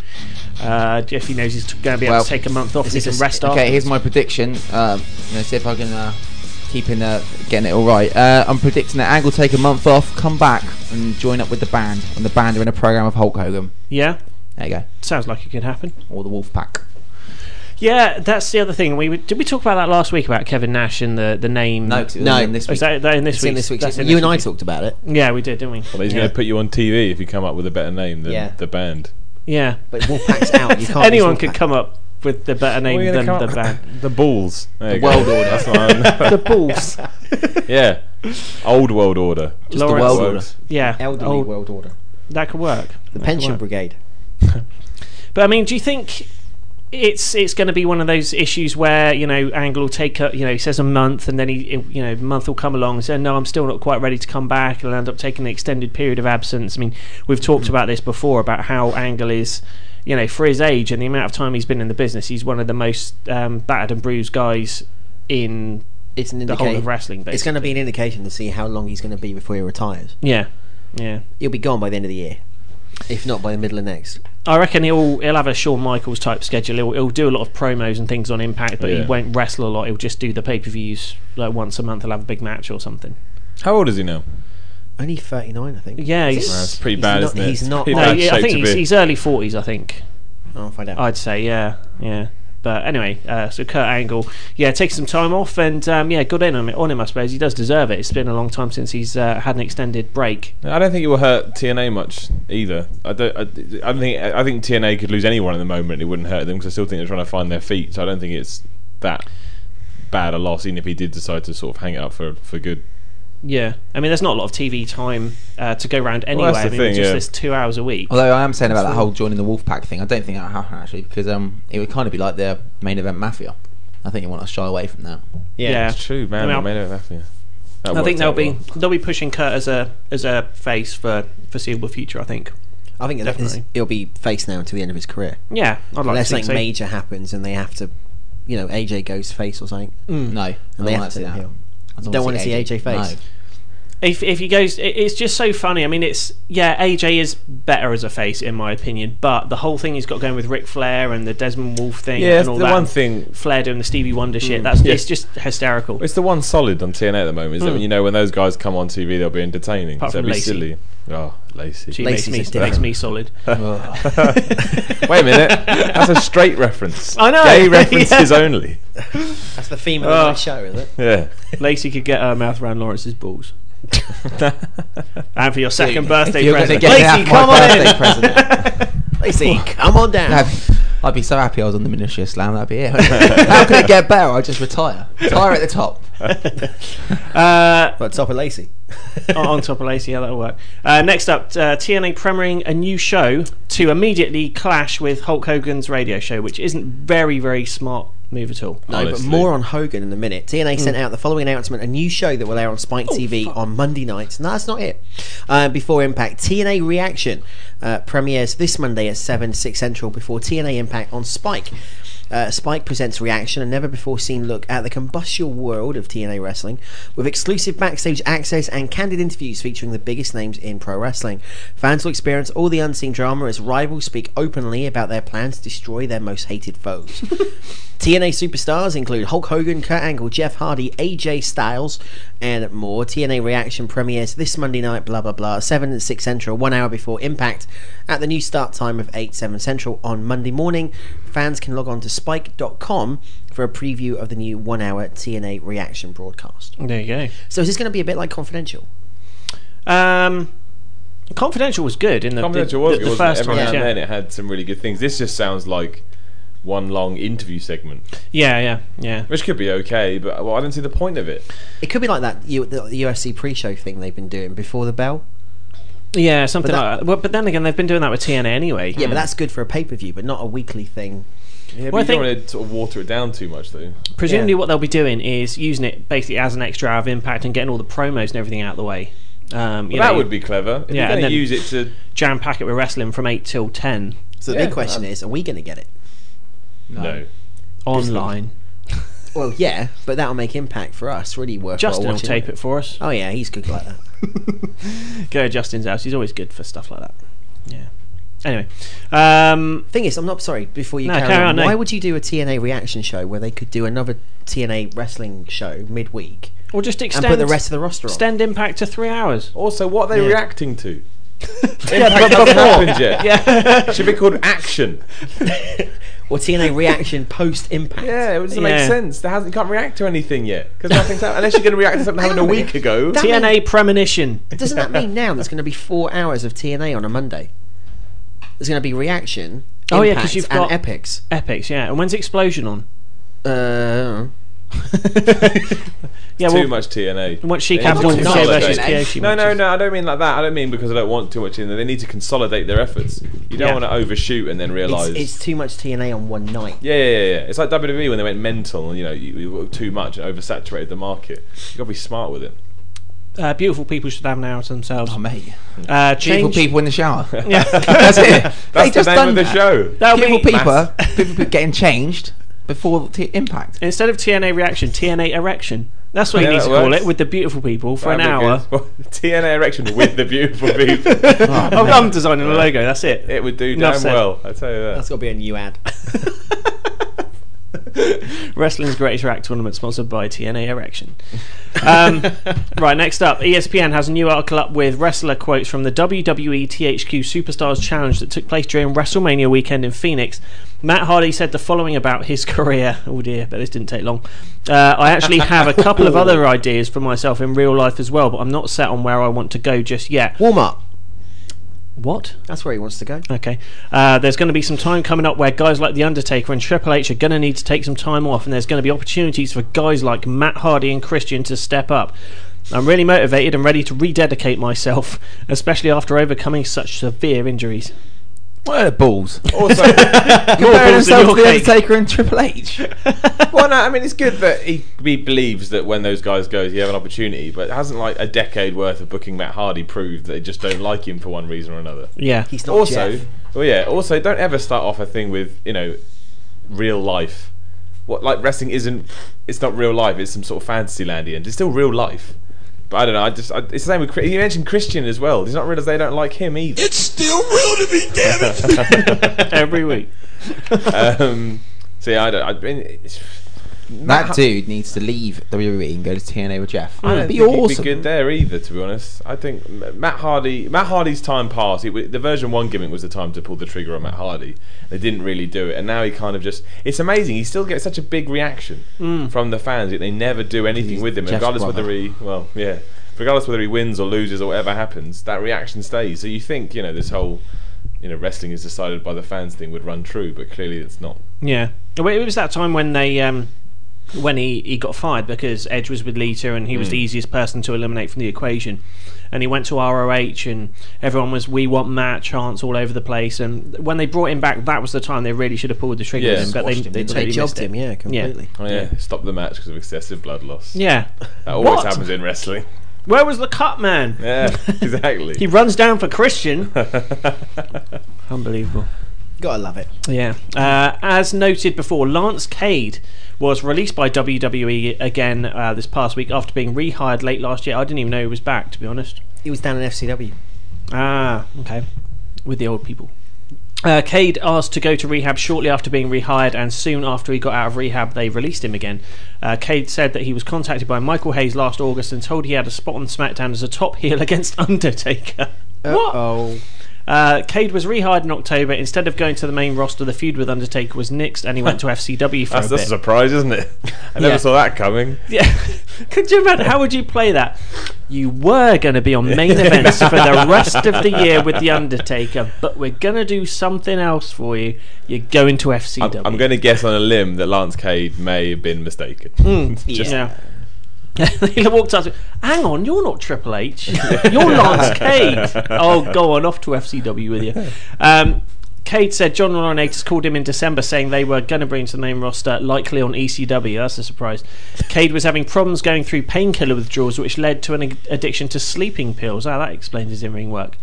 S4: Uh, if he knows he's going to be able
S5: Well,
S4: to take a month off, and he
S7: is
S4: can
S7: a-
S4: rest off.
S5: okay, here's my prediction. Um, you know, see if I can uh, keep in uh, getting it all right. Uh, I'm predicting that Angle take a month off, come back, and join up with the band, and the band are in a program of Hulk Hogan.
S4: Yeah.
S5: There you go.
S4: Sounds like it could happen.
S5: Or the Wolf Pack.
S4: Yeah, that's the other thing. We were- did we talk about that last week about Kevin Nash and the the name?
S5: No, 'cause it was No. in this
S4: Is that, that in this
S7: It's in
S4: week's-
S7: this week's-
S4: that's in
S7: you
S4: this
S7: and I
S4: week's-
S7: talked about it.
S4: Yeah, we did, didn't we?
S6: Well, he's
S4: yeah.
S6: going to put you on TV if you come up with a better name than
S4: Yeah.
S6: the band.
S4: Yeah,
S7: but Wolfpack's out. You can't
S4: Anyone
S7: use
S4: could come up with the better name
S6: What are you
S4: than
S6: gonna come
S4: the
S6: up-
S4: band.
S6: The Bulls. There
S4: The
S6: you go.
S4: World Order.
S6: That's what I-
S4: The Bulls.
S6: yeah. Old World Order.
S4: Lawrence-
S6: Works.
S4: Yeah,
S7: Elderly
S4: old-
S7: world order.
S4: That could work.
S7: The
S4: That could
S7: pension
S4: work.
S7: brigade.
S4: But I mean, do you think it's it's going to be one of those issues where you know Angle will take up, you know he says a month and then he you know a month will come along and say no I'm still not quite ready to come back and end up taking an extended period of absence. I mean we've talked about this before about how Angle is. You know, for his age and the amount of time he's been in the business, he's one of the most um, battered and bruised guys in
S7: It's an
S4: the whole
S7: indica-
S4: of wrestling. Basically,
S7: It's going to be an indication to see how long he's going to be before he retires.
S4: yeah, yeah.
S7: He'll be gone by the end of the year, if not by the middle of next.
S4: I reckon he'll he'll have a Shawn Michaels type schedule. He'll, he'll do a lot of promos and things on Impact, but he
S6: Yeah.
S4: won't wrestle a lot. He'll just do the pay per views like once a month. He'll have a big match or something.
S6: How old is he now?
S7: Only thirty nine, I think.
S4: Yeah, he's,
S6: Well, that's pretty bad,
S7: not-
S6: isn't it?
S7: he's
S6: It's
S7: not-
S6: pretty
S4: no,
S6: bad
S4: yeah, I
S6: shape
S4: think
S6: to
S4: he's,
S6: be.
S4: he's early forties. I think
S7: I'll find out.
S4: I'd say yeah, yeah. But anyway, uh, so Kurt Angle, yeah, takes some time off and um, yeah, good in on him, on him, I suppose. He does deserve it. It's been a long time since he's uh, had an extended break.
S6: I don't think it will hurt TNA much either. I don't. I, I don't think. I think TNA could lose anyone at the moment. It wouldn't hurt them because I still think they're trying to find their feet. So I don't think it's that bad a loss. Even if he did decide to sort of hang it up for for good.
S4: Yeah, I mean, there's not a lot of TV time uh, to go around anyway.
S6: Well, that's
S4: I
S6: the
S4: mean,
S6: thing,
S4: just
S6: yeah.
S4: this two hours a week.
S5: Although I am saying about that whole joining the Wolfpack thing, I don't think that'll happen actually because um, it would kind of be like the main event mafia. I think you want to shy away from that.
S4: Yeah.
S6: it's true, man.
S4: I
S6: I
S4: mean,
S6: made it after you. That
S4: I think
S6: worked
S4: they'll
S6: out
S4: be
S6: well.
S4: they'll be pushing Kurt as a as a face for foreseeable future. I think.
S7: I think
S4: Definitely.
S7: definitely he'll be face now until the end of his career.
S4: Yeah, I'd like
S7: unless
S4: to think
S7: something
S4: so.
S7: major happens and they have to, you know, AJ goes face or something.
S4: Mm.
S5: No, I
S7: And
S5: don't
S7: they
S5: want
S7: have
S5: to see
S7: to
S5: that.
S7: appeal.
S5: I
S7: Don't wanna see AJ face.
S4: If if he goes, it- it's just so funny. I mean, it's yeah, AJ is better as a face in my opinion, but the whole thing he's got going with Ric Flair and the Desmond Wolf thing
S6: Yeah,
S4: and
S6: it's
S4: all
S6: the
S4: that,
S6: one thing. Mm.
S4: Flair doing the Stevie Wonder shit. That's
S6: Yeah.
S4: it's just hysterical.
S6: It's the one solid on TNA at the moment. Is that
S4: Mm.
S6: when you know when those guys come on TV, they'll be entertaining.
S4: Apart
S6: so
S4: from
S6: it'd be
S4: Lacey.
S6: silly. Oh, Lacey.
S4: She makes me
S7: Lacey's a
S4: makes me solid.
S6: Wait a minute. That's a straight reference.
S4: I know.
S6: Gay references
S4: Yeah.
S6: only.
S7: That's the theme of
S4: Oh.
S7: the night show, is it?
S6: Yeah.
S4: Lacey could get her mouth around Lawrence's balls. and for your second
S5: Dude,
S4: birthday
S5: you're gonna
S4: present,
S5: get me
S4: Lacey,
S5: half my
S4: come on in.
S5: birthday present.
S7: Lacey, come on down.
S5: I'd, I'd be so happy I was on the Ministry of Slam. That'd be it. How could it get better? I'd just retire. Retire at the top.
S4: Uh, Oh,
S7: But top of Lacey.
S4: on on top of Lacey, yeah, that'll work. Uh, next up, uh, TNA premiering a new show to immediately clash with Hulk Hogan's radio show, which isn't very, very smart move at all.
S7: No, but
S6: Honestly.
S7: more on Hogan in a minute. TNA sent out the following announcement: a new show that will air on Spike TV on Monday nights. No, that's not it. Uh, before Impact, TNA Reaction uh, premieres this Monday at seven six central. Before TNA Impact on Spike. Uh, Spike presents Reaction, a never before seen look at the combustional world of TNA wrestling, with exclusive backstage access and candid interviews featuring the biggest names in pro wrestling. Fans will experience all the unseen drama as rivals speak openly about their plans to destroy their most hated foes. TNA superstars include Hulk Hogan, Kurt Angle, Jeff Hardy, AJ Styles, and more. TNA Reaction premieres this Monday night, blah blah blah, 7 and 6 Central, one hour before Impact, at the new start time of 8 7 Central on Monday morning. Fans can log on to spike.com for a preview of the new one hour TNA Reaction broadcast.
S4: There you
S7: So, is this going to be a bit like confidential?
S4: go. Um, Confidential was good in the,
S6: Confidential
S4: the,
S6: was good,
S4: the, the
S6: wasn't it?
S4: first
S6: Every
S4: time.
S6: now and
S4: Yeah.
S6: then it had some really good things. This just sounds like one long interview segment,
S4: yeah, yeah, yeah.
S6: which could be okay, but well, I don't see the point of it.
S7: It could be like that U- the UFC pre show thing they've been doing before the bell.
S4: Yeah, something
S7: But that-
S4: like that. Well, but then again, they've been doing that with TNA anyway.
S6: Mm.
S7: Yeah, but that's good for a pay per view, but not a weekly thing.
S6: Yeah,
S4: Well,
S6: but you don't
S4: I think-
S6: want to sort of water it down too much, though.
S4: Presumably,
S7: yeah.
S4: what they'll be doing is using it basically as an extra hour of impact and getting all the promos and everything out of the way. Um, you
S6: Well, that
S4: know,
S6: would be clever. If
S4: Yeah,
S6: yeah, you're going
S4: and then-
S6: to use it to.
S4: jam pack it with wrestling from eight till ten
S7: So, the
S6: Yeah,
S7: big question
S6: that-
S7: is are we going to get it?
S6: No.
S4: online.
S7: Well, yeah, but that'll make impact for us. Really worth.
S4: Justin will tape it for us.
S7: Oh yeah, he's good like that.
S4: go to Justin's house. He's always good for stuff like that. Yeah. Anyway, um,
S7: Thing is, I'm not sorry. Before you
S4: No,
S7: carry,
S4: carry
S7: on,
S4: on, no.
S7: why would you do a TNA reaction show where they could do another TNA wrestling show midweek
S4: or just
S7: and
S4: extend
S7: put the rest of the roster on?
S4: extend impact to three hours.
S6: Also, what are they reacting to? Impact
S7: but
S6: hasn't
S7: before.
S6: happened yet. Should be called Action.
S7: Or TNA reaction post impact.
S6: Yeah, it doesn't
S4: Yeah.
S6: make sense. There hasn't, you can't react to anything yet because nothing's happened. Unless you're going to react to something that
S7: Hang
S6: happened a
S7: on a minute.
S6: week ago.
S7: That-
S4: TNA premonition.
S7: Doesn't that mean now there's going to be four hours of TNA on a Monday? There's going to be reaction.
S4: Oh, yeah, 'cause
S7: Impact,
S4: you've
S7: and
S4: got-
S7: epics.
S4: Epics, yeah. And when's Explosion on?
S7: Uh,
S4: Yeah,
S6: too
S4: well,
S6: much TNA.
S4: What she
S6: They
S4: can
S6: need
S4: do
S6: to
S4: with
S7: Shea versus
S6: consolidate.
S4: Kiyoshi
S6: No, no,
S4: matches.
S6: no. I don't mean like that. I don't mean because I don't want too much in there. They need to consolidate their efforts. You don't
S4: Yeah.
S6: want to overshoot and then
S7: it's,
S6: realise.
S7: it's too much TNA on one night.
S6: yeah, yeah, yeah, yeah. It's like WWE when they went mental and you know you, you were too much and oversaturated the market. You got to be smart with it.
S4: uh, beautiful people should have an hour to themselves.
S5: Oh, mate.
S4: Uh,
S5: Beautiful
S4: change.
S5: people in the shower.
S4: Yeah.
S5: That's it.
S6: That's
S5: they just
S6: the name
S5: done
S6: of the
S5: that.
S6: show.
S4: That'll
S5: Beautiful
S4: be-
S5: people, people getting changed before t- impact.
S4: Instead of TNA reaction, TNA erection. That's what
S6: Yeah,
S4: you need
S6: that
S4: to call
S6: works.
S4: it with the beautiful people for an
S6: That'd be
S4: hour.
S6: good. Well, TNA erection with the beautiful people.
S4: I'm, Oh, I'm designing a logo. That's it.
S6: it would do
S4: Enough
S6: damn
S4: said.
S6: well. I tell you that.
S7: That's got to be a new ad.
S4: Wrestling's Greatest Rack Tournament sponsored by TNA Erection. Um, right, next up, E ESPN has a new article up with wrestler quotes from the E WWE THQ Superstars Challenge that took place during WrestleMania weekend in Phoenix. Matt Hardy said the following about his career. Oh dear, but this didn't take long. Uh, I actually have a couple of other ideas for myself in real life as well, but I'm not set on where I want to go just yet.
S7: Warm up.
S4: What?
S7: That's where he wants to go.
S4: Okay. Uh, there's going to be some time coming up where guys like The Undertaker and Triple H are going to need to take some time off, and there's going to be opportunities for guys like Matt Hardy and Christian to step up. I'm really motivated and ready to rededicate myself, especially after overcoming such severe injuries.
S5: What are the balls?
S6: Also,
S5: Comparing
S4: balls than
S5: themselves to
S4: your
S5: the
S4: cake.
S5: Undertaker and Triple H.
S6: well, no, I mean it's good that he, he believes that when those guys go, you have an opportunity. But hasn't like a decade worth of booking Matt Hardy proved that they just don't like him for one reason or another?
S4: Yeah.
S7: He's not
S6: Also,
S7: Jeff.
S6: well, yeah. Also, don't ever start off a thing with you know real life. What like wrestling isn't? It's not real life. It's some sort of fantasy landy, and it's still real life. But I don't know. I just I, it's the same with Chri- you mentioned Christian as well. He's not realised they don't like him either.
S10: It's still real to me, damn it!
S4: Every week.
S6: um, so yeah, I don't. I mean, it's,
S5: that dude needs to leave WWE and go to TNA with Jeff.
S6: I
S5: That'd
S6: don't
S5: be
S6: think
S5: awesome.
S6: he'd be good there either, to be honest. I think M- Matt Hardy, Matt Hardy's time passed. It, w- the version one gimmick was the time to pull the trigger on Matt Hardy. They didn't really do it, and now he kind of just—it's amazing. He still gets such a big reaction
S5: Mm.
S6: from the fans. Yet they never do anything with him,
S5: Jeff's
S6: regardless whether
S5: brother.
S6: he, well, yeah, regardless whether he wins or loses or whatever happens, that reaction stays. So you think, you know, this whole, you know, wrestling is decided by the fans thing would run true, but clearly it's not.
S4: Yeah. Well, It was that time when they. Um, when he, he got fired because Edge was with Lita and he was the
S6: Hmm.
S4: easiest person to eliminate from the equation. And he went to ROH and everyone was, we want Matt chance all over the place. And when they brought him back, that was the time they really should have pulled the trigger
S6: Yeah.
S4: on him, but they,
S6: Squashed
S4: they
S7: They
S4: totally missed
S7: jobbed
S4: it.
S7: him, yeah, completely.
S6: Oh yeah, stop the match because of excessive blood loss.
S4: Yeah.
S6: that always
S4: What?
S6: happens in wrestling.
S4: Where was the cut man?
S6: Yeah, exactly.
S4: He runs down for Christian. Unbelievable.
S7: Gotta love it.
S4: Yeah. Uh, as noted before, Lance Cade was released by WWE again uh, this past week after being rehired late last year. I didn't even know he was back, to be honest.
S7: He was down in FCW.
S4: Ah, okay. With the old people. Uh, Cade asked to go to rehab shortly after being rehired, and soon after he got out of rehab, they released him again. Uh, Cade said that he was contacted by Michael Hayes last August and told he had a spot on SmackDown as a top heel against Undertaker. What?
S7: Oh,
S4: Uh, Cade was rehired in October. Instead of going to the main roster, the feud with Undertaker was nixed, and he went to FCW for
S6: That's, that's
S4: a bit.
S6: a surprise, isn't it? I never
S4: Yeah.
S6: saw that coming.
S4: yeah. Could you imagine? How would you play that? You were going to be on main events for the rest of the year with The Undertaker, but we're going to do something else for you. You're going to FCW.
S6: I'm, I'm going to guess on a limb that Lance Cade may have been mistaken. Just-
S4: Hmm. Yeah. he walked up to Hang on, you're not Triple H. You're Lance Cade. Oh, go on, off to FCW with you. Um, Cade said John Laurinaitis called him in December saying they were going to bring him to the main roster, likely on ECW. That's a surprise. Cade was having problems going through painkiller withdrawals, which led to an addiction to sleeping pills. Ah, that explains his in ring work.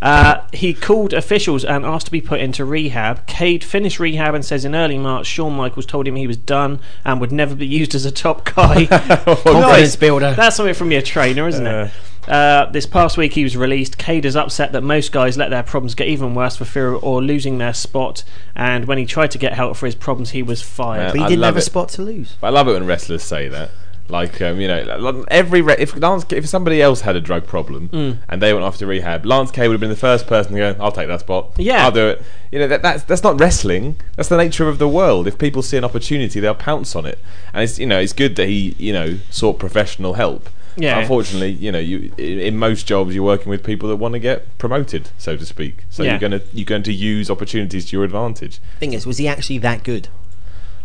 S4: Uh, he called officials and asked to be put into rehab. Cade finished rehab and says in early March, Shawn Michaels told him he was done and would never be used as a top guy.
S7: confidence builder.
S4: That's something from your trainer, isn't it? Uh, this past week he was released. Cade is upset that most guys let their problems get even worse for fear or losing their spot. And when he tried to get help for his problems, he was fired.
S7: but he
S6: I
S7: didn't
S6: love
S7: have a
S6: it.
S7: spot to lose.
S6: I love it when wrestlers say that. Like um, you know, like every re- if Lance, if somebody else had a drug problem
S4: Mm.
S6: and they went off to rehab, Lance K would have been the first person to go, "I'll take that spot.
S4: Yeah.
S6: I'll do it." You know, that, that's that's not wrestling. That's the nature of the world. If people see an opportunity, they'll pounce on it. And it's you know, it's good that he you know sought professional help.
S4: Yeah.
S6: Unfortunately, you know, you i- in most jobs you're working with people that want to get promoted, so to speak. So
S4: Yeah.
S6: you're gonna you're going to use opportunities to your advantage.
S7: Thing is, was he actually that good?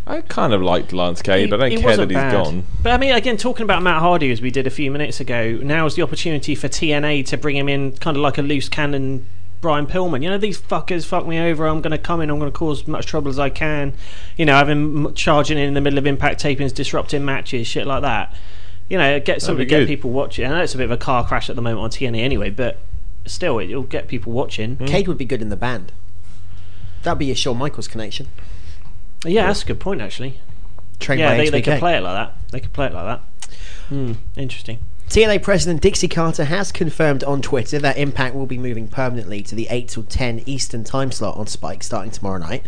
S6: I kind of liked Lance K, but I
S4: He-
S6: don't
S4: he
S6: care that
S4: wasn't
S6: he's
S4: bad.
S6: gone.
S4: But I mean, again, talking about Matt Hardy as we did a few minutes ago, now's the opportunity for TNA to bring him in kind of like a loose cannon Brian Pillman. You know, these fuckers fuck me over. I'm going to come in, I'm going to cause as much trouble as I can. You know, having m- charging in the middle of impact tapings, disrupting matches, shit like that. You know, get something
S6: be
S4: to get
S6: good.
S4: people watching. I know it's a bit of a car crash at the moment on TNA anyway, but still, it'll get people watching.
S7: Cade would be good in the band. That'd be a Shawn Michaels connection.
S4: Yeah, that's a good point, actually.
S7: Trained
S4: yeah,
S7: by
S4: they, they
S7: HBK.
S4: could play it like that. They could play it like that. Hmm, interesting.
S7: TNA President Dixie Carter has confirmed on Twitter that Impact will be moving permanently to the 8 till 10 Eastern time slot on Spike starting tomorrow night.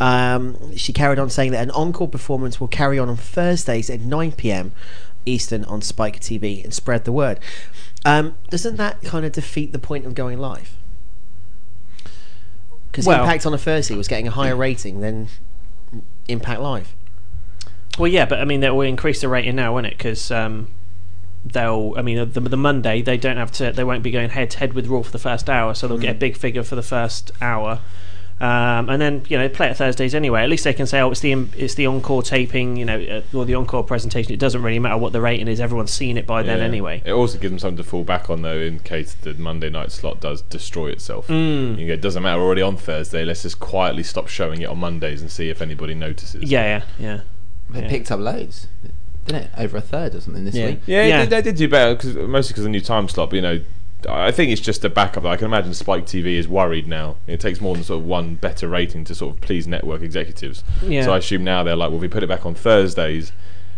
S7: Um, she carried on saying that an encore performance will carry on on Thursdays at 9 pm Eastern on Spike TV and spread the word. Um, doesn't that kind of defeat the point of going live? Because
S4: Well-
S7: Impact on a Thursday was getting a higher rating than Impact Live.
S4: Well, yeah, but I mean, they'll increase the rating now, won't it? Because um, they'll, I mean, the, the Monday they don't have to, they won't be going head to head with Raw for the first hour, so they'll
S7: Hmm.
S4: get a big figure for the first hour, um, and then you know play it Thursdays anyway. At least they can say, oh, it's the it's the encore taping, you know, uh, or the encore presentation. It doesn't really matter what the rating is; everyone's seen it by then
S6: Yeah.
S4: anyway.
S6: It also gives them something to fall back on though, in case the Monday night slot does destroy itself.
S4: Mm.
S6: You go, it doesn't matter. We're already on Thursday. Let's just quietly stop showing it on Mondays and see if anybody notices.
S4: Yeah, yeah,
S5: They
S4: yeah.
S5: picked up loads, didn't it? Over a third or something this
S7: Yeah.
S5: week.
S6: yeah,
S4: Yeah.
S6: They, they did do better cause, mostly because the new time slot. But, you know, I think it's just a backup. I can imagine Spike TV is worried now. It takes more than sort of one better rating to sort of please network executives.
S4: Yeah.
S6: So I assume now they're like, well, if we put it back on Thursdays.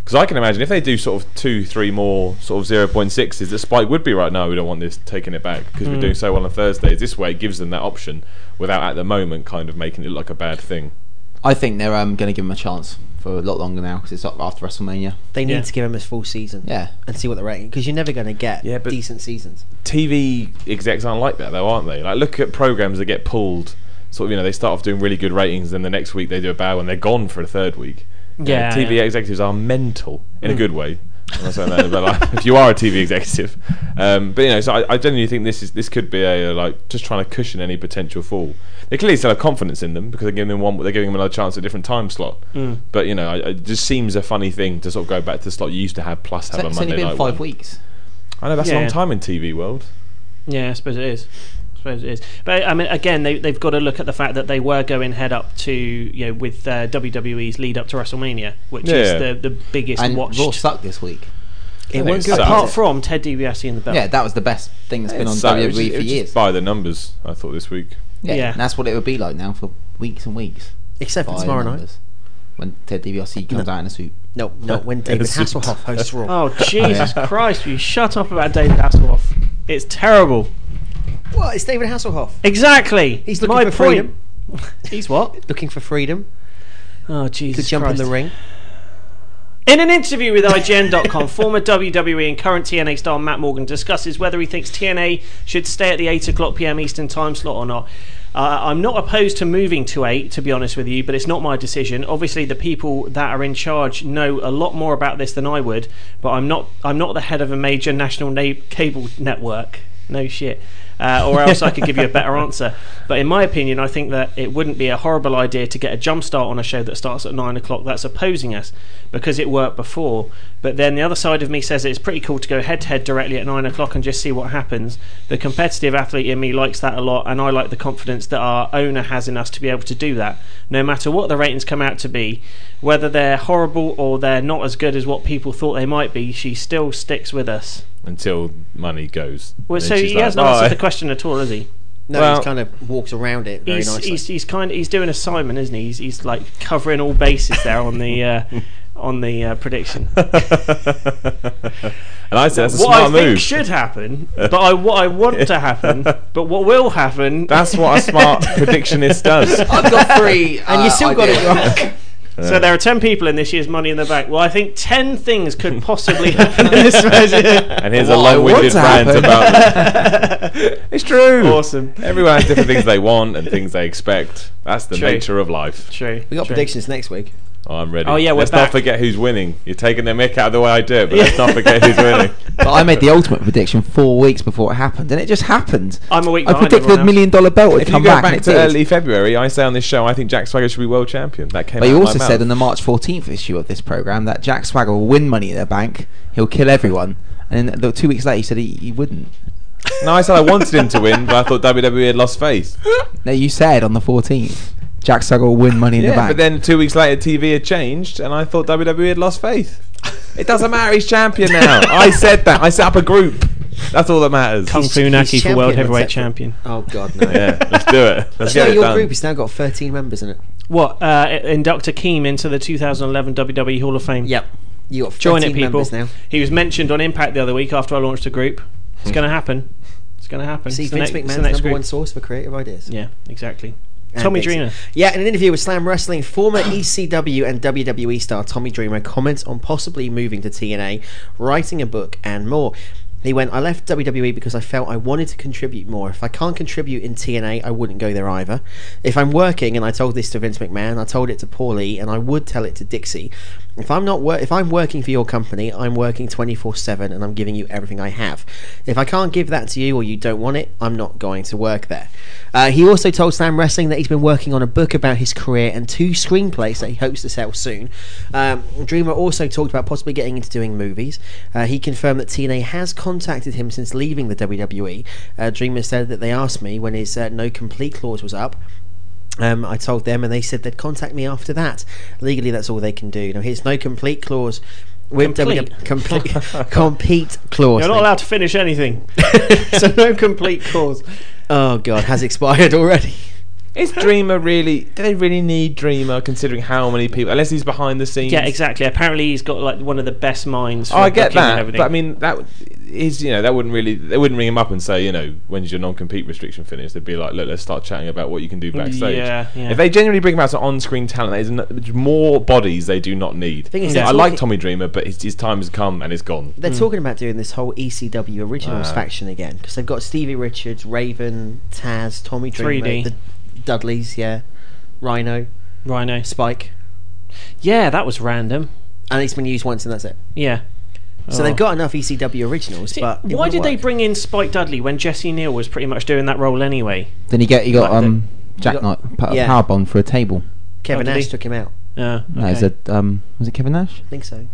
S6: Because I can imagine if they do sort of two, three more sort of zero point sixes, that Spike would be right now. We don't want this taking it back because
S4: Mm.
S6: we're doing so well on Thursdays. This way, it gives them that option without at the moment kind of making it look like a bad thing.
S5: I think they're um, going to give him a chance for a lot longer now because it's up after WrestleMania.
S7: They need
S4: Yeah.
S7: to give him a full season
S5: Yeah.
S7: and see what the rating because you're never going to get
S6: Yeah, but-
S7: decent seasons.
S6: TV execs aren't like that though, aren't they? Like look at programs that get pulled. Sort of, you know, they start off doing really good ratings, then the next week they do a bow and they're gone for a third week. You know,
S4: Yeah,
S6: TV
S4: yeah. Mm.
S6: executives are mental in a good way. I'm not saying that, but like, if you are a TV executive, um, but you know, so I, I genuinely think this is this could be a uh, like just trying to cushion any potential fall. They clearly still have confidence in them because they're giving them one, they're giving them another chance at a different time slot.
S4: Mm.
S6: But you know, I, it just seems a funny thing to sort of go back to the slot you used to have plus have
S5: So
S6: a
S5: it's
S6: Monday
S5: only been
S6: night.
S5: five
S6: one.
S5: weeks.
S6: I know that's a
S4: Yeah.
S6: long time in TV world.
S4: Yeah, I suppose it is. I suppose it is. But I mean, again, they, they've got to look at the fact that they were going head up to you know with uh, WWE's lead up to WrestleMania, which
S6: Yeah.
S4: is the, the biggest
S5: And
S4: watched.
S5: Raw sucked this week.
S7: It
S6: think
S7: won't
S6: it's
S7: go
S6: sad.
S7: past
S4: apart
S7: it.
S4: from Ted DiBiase and the belt.
S5: Yeah, that was the best thing that's been on
S6: So, it
S5: WWE
S6: was just-
S5: for
S6: it was just
S5: years.
S6: By the numbers, I thought this week.
S5: Yeah,
S4: Yeah.
S5: and that's what it would be like now for weeks and weeks.
S7: Except for
S5: By
S7: tomorrow night.
S5: numbers. when Ted DiBiase comes out in a suit.
S7: No, no, when David
S6: Yes, it
S7: Hasselhoff hosts Raw.
S4: Oh Jesus Christ! You shut up about David Hasselhoff. It's terrible.
S7: What? It's David Hasselhoff.
S4: Exactly.
S7: He's looking
S4: My
S7: for
S4: point.
S7: freedom.
S4: He's what?
S7: Looking for freedom
S4: Oh
S7: to
S4: Jesus!
S7: jump
S4: Christ.
S7: in the ring.
S4: In an interview with IGN.com, former WWE and current TNA star Matt Morgan discusses whether he thinks TNA should stay at the 8 o'clock p.m. Eastern time slot or not. Uh, I'm not opposed to moving to 8, to be honest with you, but it's not my decision. Obviously, the people that are in charge know a lot more about this than I would, but I'm not, I'm not the head of a major national na- cable network. No shit. Uh, or else I could give you a better answer. But in my opinion, I think that it wouldn't be a horrible idea to get a jump start on a show that starts at nine o'clock that's opposing us because it worked before. But then the other side of me says it's pretty cool to go head to head directly at nine o'clock and just see what happens. The competitive athlete in me likes that a lot, and I like the confidence that our owner has in us to be able to do that. No matter what the ratings come out to be, whether they're horrible or they're not as good as what people thought they might be, she still sticks with us.
S6: Until money goes.
S4: Well,
S6: And
S4: so
S6: then
S4: he
S6: she's like,
S4: hasn't answered
S6: "Bye."
S4: the question at all, has he?
S7: No,
S6: Well-
S7: he kind of walks around it very
S4: he's,
S7: nicely.
S4: he's he's kind he's doing a Simon, isn't he? He's, he's like covering all bases there on the uh, on the uh, prediction.
S6: and I said, that's a
S4: what I
S6: smart
S4: think
S6: move.
S4: should happen, but I what I want to happen, but what will happen?
S6: That's what a smart predictionist does.
S7: uh,
S5: I've got three.
S7: and you still got it wrong.
S4: So there are 10 people in this year's Money in the Bank. Well, I think 10 things could possibly happen in this version.
S6: And here's a long-winded rant about
S5: It's trtrue.
S4: Awesome.
S6: Everyone has different things they want and things they expect. That's the
S4: True.
S6: nature of life.
S4: True.
S7: We got
S4: true.
S7: predictions next week.
S6: Oh, I'm ready.
S4: Oh, yeah, we're
S6: let's
S4: back.
S6: not forget who's winning. You're taking the mick out of the way I do it, but let's not forget who's winning.
S5: But I made the ultimate prediction four weeks before it happened, and it just happened.
S4: I'm a week
S5: I
S4: behind
S5: predicted
S4: everyone
S5: the
S4: else.
S5: million dollar belt would
S6: If you
S5: come
S6: go
S5: back,
S6: back,
S5: and it
S6: to
S5: did.
S6: early February, I say on this show, I think Jack Swagger should be world champion. That came.
S5: But
S6: out
S5: you
S6: of
S5: also
S6: my
S5: said on
S6: mouth.
S5: the March 14th issue of this program that Jack Swagger will win Money in the Bank. He'll kill everyone. And then the, two weeks later, he said he, he wouldn't.
S6: No, I said I wanted him to win, but I thought WWE had lost faith.
S5: No, you said on the 14th, Jack Swagger will win Money in the
S6: Yeah,
S5: Bank.
S6: but then two weeks later, TV had changed, and I thought WWE had lost faith. It doesn't matter. He's champion now. I said that. I set up a group. That's all that matters.
S4: Kung Fu
S7: He's
S4: Naki for
S7: champion,
S4: World
S7: that's
S4: Heavyweit
S7: it.
S4: Champion.
S7: Oh God, no.
S6: Yeah, let's do it. Let's
S7: You know,
S6: get it
S7: your
S6: done.
S7: group has now got 13 members in it.
S4: What? Uh, induct Akeem into the 2011 WWE E Hall of Fame.
S7: Yep. You got 13
S4: Join it, people.
S7: members now.
S4: He was mentioned on Impact the other week after I launched a group. It's going to happen. It's going to happen.
S7: See,
S4: It's the
S7: Vince
S4: ne- it's
S7: McMahon's
S4: the
S7: number
S4: next group.
S7: one source for creative ideas.
S4: Yeah, exactly.
S7: And
S4: Tommy
S7: Dixie.
S4: Dreamer.
S7: Yeah, in an interview with Slam Wrestling, former ECW and WWE star Tommy Dreamer comments on possibly moving to TNA, writing a book, and more. He went, I left WWE because I felt I wanted to contribute more. If I can't contribute in TNA, I wouldn't go there either. If I'm working, and I told this to Vince McMahon, I told it to Paulie, and I would tell it to Dixie. If I'm not wor- if I'm working for your company, I'm working 24/7 and I'm giving you everything I have. If I can't give that to you or you don't want it, I'm not going to work there. Uh, he also told Slam Wrestling that he's been working on a book about his career and two screenplays that he hopes to sell soon. Um, Dreamer also talked about possibly getting into doing movies. Uh, he confirmed that TNA has contacted him since leaving the WWE. Uh, Dreamer said that they asked me when his uh, no complete clause was up. Um, I told them, and they said they'd contact me after that. Legally, that's all they can do. Now, here's no complete clause. With
S4: Complete.
S7: WW complete, compete clause.
S4: You're not
S7: Thank-
S4: allowed to finish anything. so no complete cause.
S7: oh God, has expired already.
S6: Is Dreamer really? Do they really need Dreamer, considering how many people? Unless he's behind the scenes.
S4: Yeah, exactly. Apparently, he's got like one of the best minds. For
S6: Oh, I get
S4: booking and
S6: that,
S4: everything.
S6: but I mean that is you know that wouldn't really they wouldn't ring him up and say you know when's your non-compete restriction finished? They'd be like, look, let's start chatting about what you can do backstage.
S4: Mm, Yeah, yeah.
S6: If they genuinely bring him out to on-screen talent, there's no, more bodies they do not need.
S7: Thing is,
S6: I
S7: they're
S6: like
S7: talking-
S6: Tommy Dreamer, but his, his time has come and it's gone.
S4: Mm.
S7: They're
S4: Hmm.
S7: talking about doing this whole E ECW
S4: Uh.
S7: originals faction again because they've got Stevie Richards, Raven, Taz, Tommy Dreamer,
S4: 3D.
S7: the Dudleys, yeah, Rhino,
S4: Rhino.
S7: Spike,
S4: Yeah, that was random.
S7: and it's been used once and that's it.
S4: Yeah.
S7: So
S4: Oh.
S7: they've got enough ECW originals,
S4: See,
S7: but it
S4: why
S7: wouldn't
S4: did they
S7: work.
S4: bring in Spike Dudley when Jesse Neal was pretty much doing that role anyway?
S5: Then he, get, he got
S4: Like the-
S5: um, Jack
S7: got-
S5: Knight put
S7: yeah.
S5: a power bomb for a table.
S7: Kevin
S4: Oh, did
S7: Nash
S4: he?
S7: took him out?
S4: Uh,
S5: No,
S4: okay.
S5: it's a, um, was it Kevin Nash?
S7: I think so.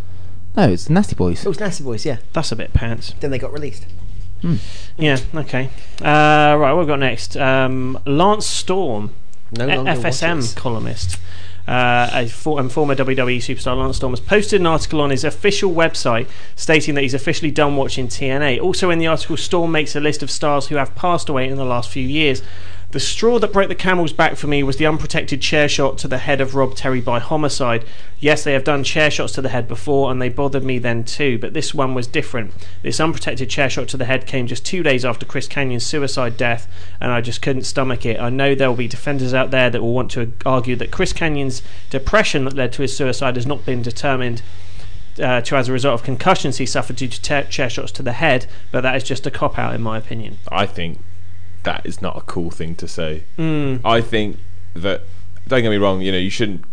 S5: No, it's the Nasty Boys.
S7: It was Nasty Boys, yeah.
S4: That's a bit pants.
S7: Then they got released.
S4: Yeah, okay. Uh, right, what have we got next? Um, Lance Storm,
S7: No
S4: F-
S7: longer
S4: FSM
S7: watches.
S4: columnist. Uh, a for- and former WWE superstar Lance Storm has posted an article on his official website stating that he's officially done watching TNA. Also, in the article, Storm makes a list of stars who have passed away in the last few years. The straw that broke the camel's back for me was the unprotected chair shot to the head of Rob Terry by homicide. Yes, they have done chair shots to the head before, and they bothered me then too, but this one was different. This unprotected chair shot to the head came just two days after Chris Canyon's suicide death, and I just couldn't stomach it. I know there will be defenders out there that will want to argue that Chris Canyon's depression that led to his suicide has not been determined uh, to as a result of concussions he suffered due to ta- chair shots to the head, but that is just a cop out, in my opinion.
S6: I think that is not a cool thing to say.
S4: Hmm.
S6: I think that don't get me wrong, you know, you shouldn't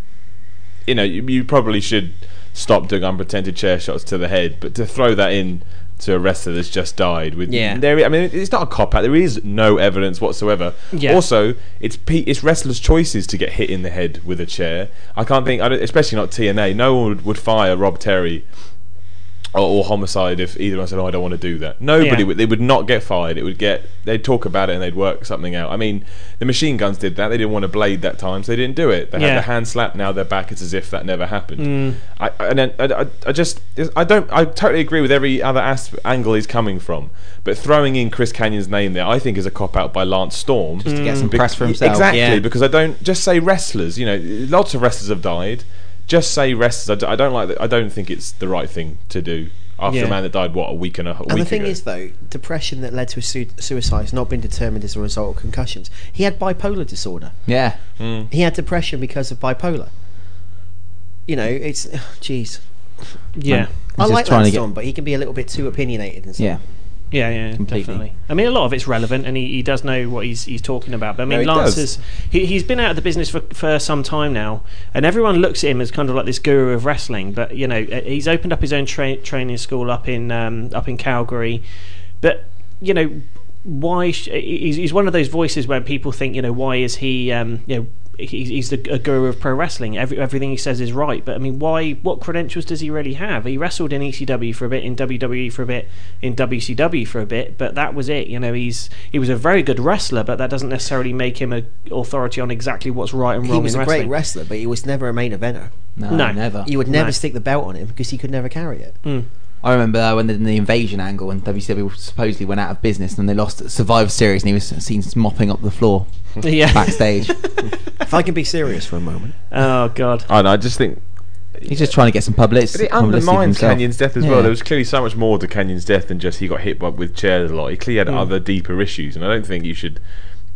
S6: you know, you, you probably should stop doing unprotected chair shots to the head, but to throw that in to a wrestler that's just died with
S7: Yeah.
S6: there I mean it's not a cop out. There is no evidence whatsoever.
S4: Yeah.
S6: Also, it's pe- it's wrestlers' choices to get hit in the head with a chair. I can't think I don't, especially not TNA. No one would, would fire Rob Terry or, or homicide if either one said, "Oh, I don't want to do that." Nobody
S4: Yeah.
S6: would. They would not get fired. It would get. They'd talk about it and they'd work something out. I mean, the machine guns did that. They didn't want to blade that time, so they didn't do it. They
S4: Yeah. Mm.
S6: had the hand slap. Now they're back. It's as if that never happened. I, I- and then I, I, I just I don't. I totally agree with every other asp- angle he's coming from. But throwing in Chris Canyon's name there, I think, is a cop out by Lance Storm
S5: to get some
S6: Bec-
S5: press for himself.
S6: Exactly,
S7: Yeah.
S6: because I don't just say wrestlers. You know, lots of wrestlers have died. Just say wrestlers. I d- I don't like. that I don't think it's the right thing to do after
S4: Yeah.
S6: a man that died what a week and a, a
S7: And
S6: week
S7: the thing
S6: ago.
S7: is, though, depression that led to a su- suicide has not been determined as a result of concussions. He had bipolar disorder.
S4: Hmm.
S5: Yeah.
S7: He had depression because of bipolar. you know, it's jeez. I
S4: Yeah.
S5: He's just
S7: like
S5: trying to get-
S7: Lansdowne, but he can be a little bit too opinionated and stuff.
S5: Yeah.
S4: Yeah, yeah,
S5: Completely.
S4: definitely. I mean, a lot of it's relevant, and he, he does know what he's he's talking about. But I mean,
S6: he
S4: Lance
S6: does.
S4: has he, he's been out of the business for, for some time now, and everyone looks at him as kind of like this guru of wrestling. But you know, uh, he's opened up his own tra- training school up in um, up in Calgary. But you know, why sh- he's, he's one of those voices where people think, you know, why is he? Um, you know, he's, he's the a guru of pro wrestling. Every, everything he says is right. But I mean, why? What credentials does he really have? He wrestled in ECW for a bit, in WWE for a bit, in WCW for a bit, but that was it. You know, he's he was a very good wrestler, but that doesn't necessarily make him a authority on exactly what's right and
S7: He
S4: wrong
S7: was
S4: in
S7: a
S4: wrestling.
S7: great wrestler, but he was never a main eventer.
S5: No,
S4: No.
S5: never.
S7: You would never
S4: No.
S7: stick the belt on him because he could never carry it.
S5: I remember uh, when they did the invasion angle when WCW supposedly went out of business and they lost at Survivor Series and he was seen mopping up the floor
S4: yeah.
S5: backstage.
S7: If I can be serious for a moment,
S4: Oh God.
S6: I know, I just think
S5: He's just trying to get some publicity.
S6: it undermines
S5: publicity for himself.
S6: Canyon's death as
S5: Yeah.
S6: well. There was clearly so much more to Canyon's death than just he got hit by, with chairs a lot. He clearly had other deeper issues, and I don't think you should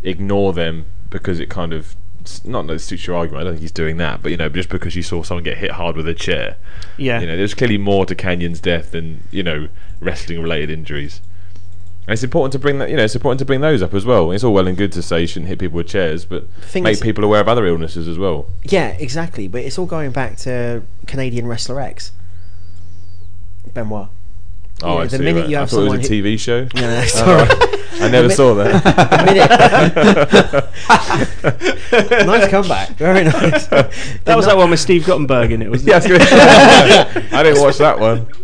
S6: ignore them because it kind of s- not that it suits your argument. I don't think he's doing that, but you know, just because you saw someone get hit hard with a chair,
S4: Yeah.
S6: you know, there's clearly more to Canyon's death than you know wrestling related injuries. And it's important to bring that, you know, it's important to bring those up as well. It's all well and good to say you shouldn't hit people with chairs, but
S7: Thing
S6: make
S7: is-
S6: people aware of other illnesses as well.
S7: yeah, exactly. But it's all going back to Canadian wrestler X, Benoit.
S6: Oh,
S7: Yeah,
S6: I see,
S7: the minute
S6: right.
S7: you
S6: I
S7: have
S6: thought it was a
S7: someone who-
S6: TV show.
S7: No, no, sorry.
S6: I never saw that.
S7: The minute- nice comeback. Very nice.
S4: That was that one with Steve Guttenberg in it, wasn't
S6: Yeah, I, was gonna- I didn't watch that one.
S4: it?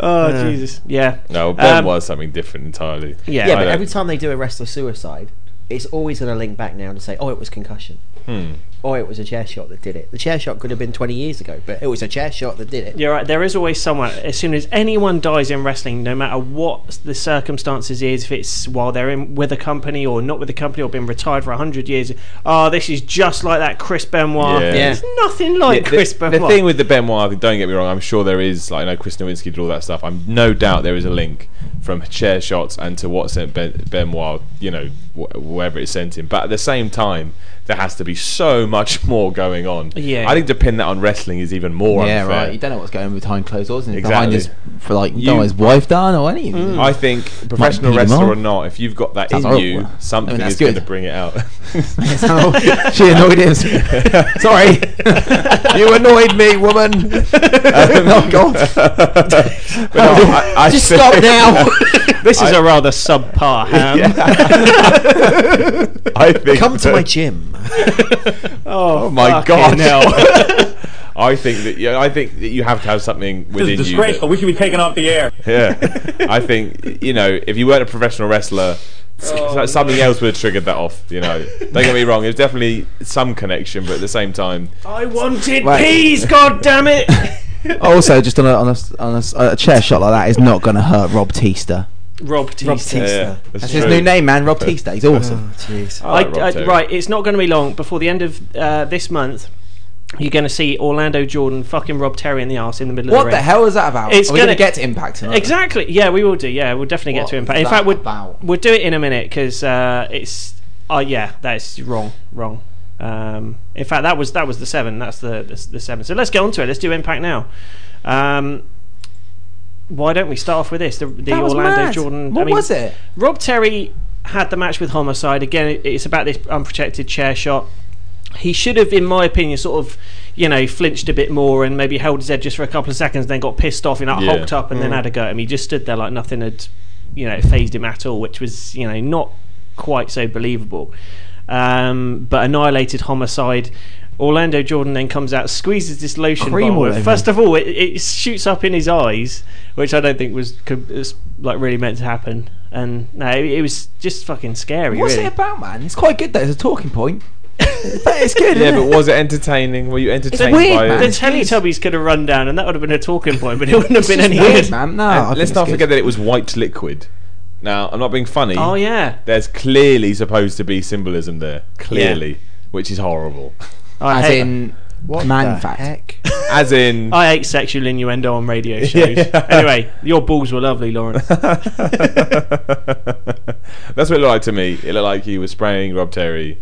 S4: Oh Jesus. Yeah.
S6: No, Ben
S4: Um,
S6: was something different entirely.
S4: Yeah.
S7: Yeah,
S6: I
S7: but
S6: don't-
S7: every time they do a wrestler suicide, it's always going to link back now to say, oh, it was concussion.
S6: Hmm.
S7: Or it was a chair shot that did it. The chair shot could have been 20 years ago, but it was a chair shot that did it.
S4: You're right. There is always someone. As soon as anyone dies in wrestling, no matter what the circumstances is, if it's while they're in with a company or not with a company or been retired for hundred years, oh, this is just like that Chris Benoit.
S6: Yeah. Yeah.
S4: It's nothing like
S6: the,
S4: Chris
S6: the
S4: Benoit.
S6: thing with the Benoit, thing, don't get me wrong, I'm sure there is, like, I know Chris Nowinski did all that stuff. I'm no doubt there is a link from chair shots and to what sent ben, Benoit, you know, wh- wherever it sent him. But at the same time, there has to be so much more going on.
S4: Yeah.
S6: I think to pin that on wrestling is even more
S5: Yeah,
S6: unfair.
S5: right. You don't know what's going on behind closed doors and
S6: Exactly.
S5: behind his for like you,
S6: You-
S5: don't know what his wife done or anything.
S6: I think professional
S5: beat 'em
S6: wrestler
S5: up.
S6: or not, if you've got that
S5: Sounds
S6: in
S5: horrible. I
S6: you,
S5: mean,
S6: something
S5: that's
S6: is going to
S5: good.
S6: bring it out.
S5: So Oh, she annoyed him. Sorry, you annoyed me, woman. oh God!
S6: But no, I, I
S5: Just
S6: think-
S5: stop now.
S4: this is
S6: I-
S4: a rather subpar ham.
S6: I think
S7: Come to
S6: that-
S7: my gym.
S6: Oh my god!
S4: fucking hell.
S6: I think that yeah, I think that you have to have something within you. that-
S10: We should be taken off the air.
S6: yeah, I think you know if you weren't a professional wrestler, s-
S10: Oh,
S6: something else would have triggered that off. You know, don't get me wrong. There's definitely some connection, but at the same time,
S4: I wanted
S5: Right.
S4: peas. God damn it.
S6: Oh,
S5: also, just on a, on, a, s- on a s- a chair shot like that is not going to hurt Rob Teaster.
S4: Rob
S7: Rob
S4: Teaster.
S6: yeah,
S7: Teaster.
S5: That's his new name, man. Rob Teaster. He's awesome.
S7: Oh, jeez.
S6: Ah,
S4: I, I, uh, right, it's not going to be long before the end of uh, this month. You're going to see Orlando Jordan fucking Rob Terry in the arse in the middle of
S5: What
S4: the
S5: the
S4: ring.
S5: hell is that about?
S4: It's
S5: Are we going
S4: gonna-
S5: to get to Impact tonight?
S4: Exactly. Yeah, we will do. Yeah, we'll definitely get
S5: What
S4: to impact.
S5: was
S4: In fact,
S5: that
S4: we'll
S5: about?
S4: we'll do it in a minute because uh, it's. Oh yeah, that's wrong. Wrong. Um, in fact, that was that was the seven. That's the the, the seven. So let's get on to it. Let's do impact now. Um, why don't we start off with this? The, the
S5: That was
S4: Orlando
S5: mad.
S4: Jordan.
S5: What
S4: I mean,
S5: was it?
S4: Rob Terry had the match with Homicide again. it- It's about this unprotected chair shot. He should have, in my opinion, sort of, you know, flinched a bit more and maybe held his head just for a couple of seconds, then got pissed off and like,
S6: Yeah.
S4: hulked up and
S5: Mm.
S4: then had a go at him. He just stood there like nothing had, you know, phased him at all, which was, you know, not quite so believable. Um, but annihilated Homicide. Orlando Jordan then comes out, squeezes this lotion
S5: Cream all
S4: bottle.
S5: over him.
S4: First of all, it, it shoots up in his eyes, which I don't think was could, was like really meant to happen. And no, it, it was just fucking scary.
S5: What's
S4: really.
S5: it about, man? It's quite good though. It's a talking point. but it's good.
S6: yeah,
S5: isn't
S6: but
S5: it?
S6: was it entertaining? Were you entertained
S5: weird,
S6: by um,
S5: man.
S4: The
S6: it?
S5: It's
S4: Teletubbies could have run down, and that would have been a talking point, but it wouldn't have been any
S5: weird,
S4: good.
S5: man. No,
S6: And
S5: I think
S6: let's
S5: it's
S6: not
S5: good.
S6: forget that it was white liquid. Now, I'm not being funny.
S4: Oh yeah,
S6: There's clearly supposed to be symbolism there, clearly, which is horrible.
S4: Oh, I
S5: As
S4: hate,
S5: in,
S7: What
S5: man
S7: the
S5: fact.
S7: heck?
S6: As in,
S4: I hate sexual innuendo on radio shows. Anyway, your balls were lovely, Lawrence.
S6: That's what it looked like to me. It looked like he was spraying Rob Terry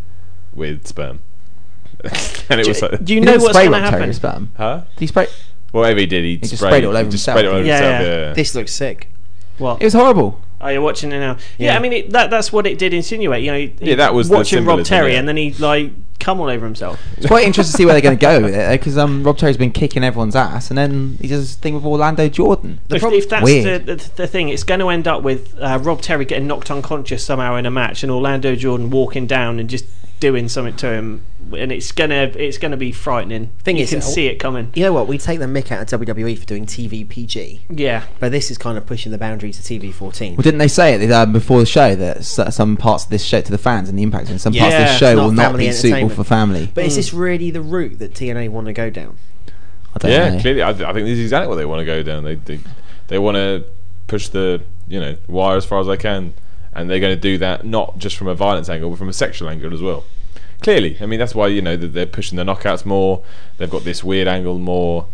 S6: with sperm. and it was like,
S4: do you know what's going to happen?
S6: Huh?
S5: He spray.
S6: Whatever he did, he,
S5: just
S6: sprayed,
S5: sprayed it all over
S6: just
S5: himself,
S6: Sprayed it all over
S4: didn't he?
S6: himself.
S4: Yeah,
S6: Yeah,
S4: yeah.
S6: yeah.
S7: This looks sick.
S4: What?
S5: It was horrible.
S4: Are you Oh, watching it now? Yeah,
S7: Yeah.
S4: I mean it, that that's what it did insinuate. You know, he-
S6: Yeah, that was the
S4: watching Rob
S6: symbolism,
S4: Terry,
S6: yeah.
S4: and then he like come all over himself.
S5: It's quite interesting to see where they're going to go with it because um, Rob Terry's been kicking everyone's ass, and then he does this thing with Orlando Jordan.
S4: If,
S7: problem-
S4: if that's
S5: Weird.
S4: the, the the thing, it's going to end up with uh, Rob Terry getting knocked unconscious somehow in a match, and Orlando Jordan walking down and just doing something to him, and it's gonna it's gonna be frightening.
S7: Thing
S4: you
S7: is,
S4: can
S7: uh,
S4: see it coming.
S7: You know what? We take the mick out of WWE for doing TV PG,
S4: Yeah,
S7: but this is kind of pushing the boundaries to TV 14.
S5: Well, didn't they say it um, before the show that s- some parts of this show to the fans and the impact on some parts of
S4: Yeah, Hmm.
S5: this show
S7: not
S5: will not
S7: family
S5: be suitable
S7: entertainment.
S5: for family?
S7: But is this really the route that TNA want to go down?
S5: I don't
S6: yeah,
S5: know.
S6: clearly, I, th- I think this is exactly what they want to go down. They they, they want to push the you know wire as far as they can, and they're going to do that not just from a violence angle, but from a sexual angle as well. Clearly, I mean that's why you know that they're pushing the knockouts more. They've got this weird angle more.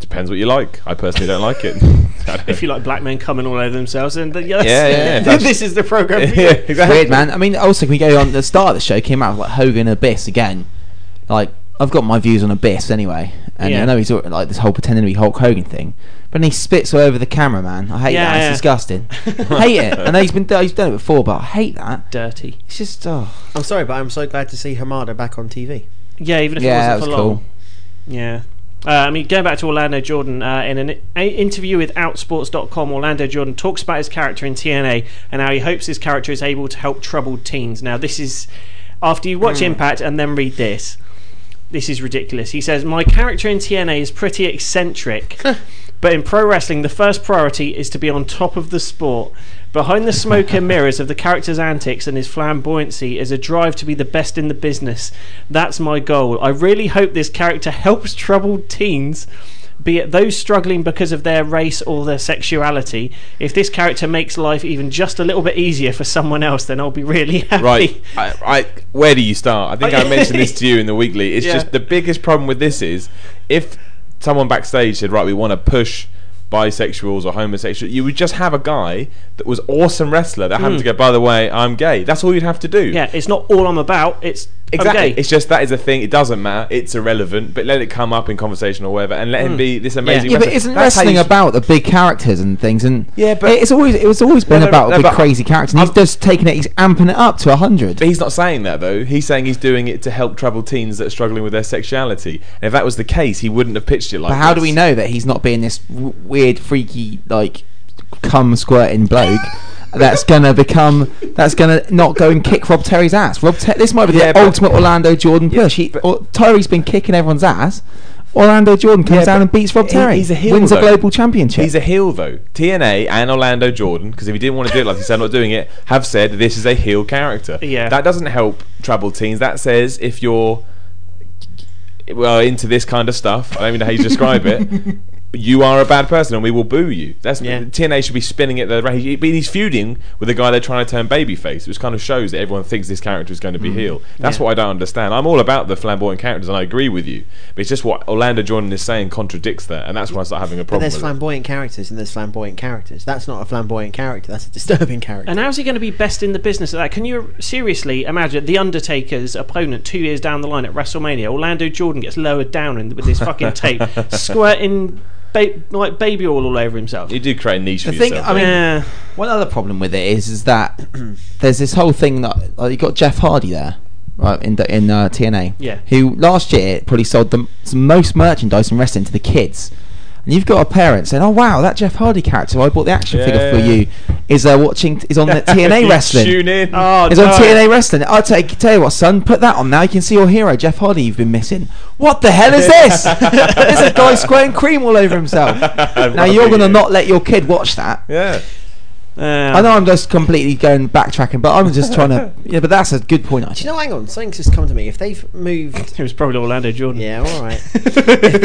S6: Depends what you like. I personally don't like it. I don't-
S4: if you like black men coming all over themselves, and yeah,
S6: Yeah, yeah, yeah.
S4: that's-
S6: That's-
S4: this is the program. for you.
S6: yeah, exactly.
S5: Weird man. I mean, also can we go on the start of the show came out with, like Hogan Abyss again. Like I've got my views on Abyss anyway, and
S4: Yeah.
S5: I know he's all- like this whole pretending to be Hulk Hogan thing, but then he spits all over the camera, man. I hate
S4: Yeah,
S5: that.
S4: yeah.
S5: It's disgusting. hate it. I know he's been he's done it before, but I hate that.
S4: Dirty.
S5: It's just oh
S7: I'm sorry, but I'm so glad to see Hamada back on TV.
S4: Yeah, even if
S5: yeah,
S4: it
S5: that was
S4: wasn't for long.
S5: cool.
S4: Yeah. Uh, I mean, going back to Orlando Jordan, uh, in an a- interview with Outsports.com, Orlando Jordan talks about his character in TNA and how he hopes his character is able to help troubled teens. Now, this is after you watch Impact and then read this. This is ridiculous. He says, My character in TNA is pretty eccentric, but in pro wrestling, the first priority is to be on top of the sport. Behind the smoke and mirrors of the character's antics and his flamboyancy is a drive to be the best in the business. That's my goal. I really hope this character helps troubled teens, be it those struggling because of their race or their sexuality. If this character makes life even just a little bit easier for someone else, then I'll be really happy.
S6: Right. I, I, where do you start? I think I mentioned this to you in the weekly. It's
S4: Yeah.
S6: just the biggest problem with this is if someone backstage said, right, we want to push bisexuals or homosexuals, you would just have a guy that was awesome wrestler that happened to go, by the way, I'm gay. That's all you'd have to do.
S4: Hmm. Yeah, it's not all I'm about. It's
S6: Exactly.
S4: okay.
S6: It's just that is a thing. It doesn't matter. It's irrelevant. But let it come up in conversation or whatever, and
S4: Hmm.
S6: let him be this amazing.
S5: Yeah, but
S6: wrestler.
S5: isn't
S6: That's how
S5: wrestling
S6: you-
S5: about the big characters and things? And
S6: Yeah, but-
S5: it's always it's always been
S6: No, no,
S5: about
S6: no,
S5: a big
S6: but-
S5: crazy character. And he's
S6: I'm-
S5: just taking it, he's amping it up to hundred.
S6: But he's not saying that though. He's saying he's doing it to help troubled teens that are struggling with their sexuality. And if that was the case, he wouldn't have pitched it like.
S5: But how do
S6: this.
S5: we know that he's not being this w- weird, freaky, like cum squirting bloke? That's gonna become. That's gonna not go and kick Rob Terry's ass. Rob, Ter- this might be
S6: Yeah,
S5: the
S6: but-
S5: ultimate Orlando Jordan push. He, or, Tyree's been kicking everyone's ass. Orlando Jordan comes
S6: Yeah,
S5: down
S6: but
S5: and beats Rob
S6: he-
S5: Terry.
S6: he's a heel,
S5: wins a
S6: though.
S5: global championship.
S6: He's a heel though. TNA and Orlando Jordan, because if he didn't want to do it like he said, I'm not doing it, have said this is a heel character.
S4: Yeah.
S6: That doesn't help troubled teens. That says if you're well into this kind of stuff, I don't even know how you describe it. You are a bad person, and we will boo you. That's
S7: Yeah.
S6: TNA should be spinning it. The ra- he- but he's feuding with a guy they're trying to turn babyface, which kind of shows that everyone thinks this character is going to be
S7: Mm.
S6: heel. That's
S4: Yeah.
S6: what I don't understand. I'm all about the flamboyant characters, and I agree with you. But it's just what Orlando Jordan is saying contradicts that, and that's why I start having a
S7: But
S6: problem.
S7: there's
S6: with it.
S7: flamboyant characters and there's flamboyant characters. That's not a flamboyant character. That's a disturbing character.
S4: And how's he going to be best in the business at that? Can you seriously imagine the Undertaker's opponent two years down the line at WrestleMania? Orlando Jordan gets lowered down in, with this fucking tape, squirting ba- like baby oil all over himself.
S6: You do create a niche for
S5: The thing-
S6: yourself.
S5: I mean-
S4: yeah,
S5: One other problem with it is, is that there's this whole thing that like, you got Jeff Hardy there, right in the, in uh, TNA,
S4: Yeah.
S5: who last year probably sold the m- most merchandise in wrestling to the kids. And you've got a parent saying, "Oh wow, that Jeff Hardy character I bought the action figure for
S6: Yeah.
S5: you is uh, watching is on the
S6: You
S5: TNA wrestling."
S6: Tune in.
S4: oh,
S5: Is
S4: no.
S5: on TNA wrestling. I'll take, tell you what, son. Put that on now. You can see your hero, Jeff Hardy. You've been missing. What the hell is this? There's a guy squirting cream all over himself. Now you're gonna not let your kid watch that.
S6: Yeah.
S4: Uh,
S5: I know I'm just completely going backtracking, but I'm just trying to. Yeah, but that's a good point.
S7: Do
S5: Actually.
S7: you know, hang on, something's just come to me. If they've moved.
S4: It was probably Orlando Jordan.
S7: Yeah, alright.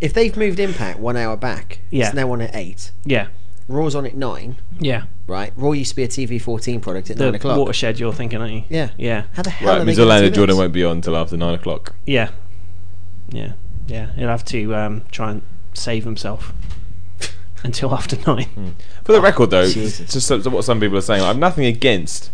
S7: if they've moved Impact one hour back,
S4: Yeah.
S7: it's now on at 8.
S4: yeah,
S7: Raw's on at 9,
S4: yeah.
S7: right? Raw used to be a TV 14 product at
S4: The
S7: 9 o'clock.
S4: watershed you're thinking, aren't you?
S7: Yeah.
S4: yeah,
S7: How the hell
S6: Right,
S7: are
S6: it
S7: they
S6: means
S7: gonna
S6: Orlando
S7: do
S6: Jordan
S7: this?
S6: won't be on until after nine o'clock.
S4: yeah, yeah, yeah. He'll have to um, try and save himself until after nine.
S6: For the record, though,
S7: Jesus.
S6: just so, so what some people are saying, I have nothing against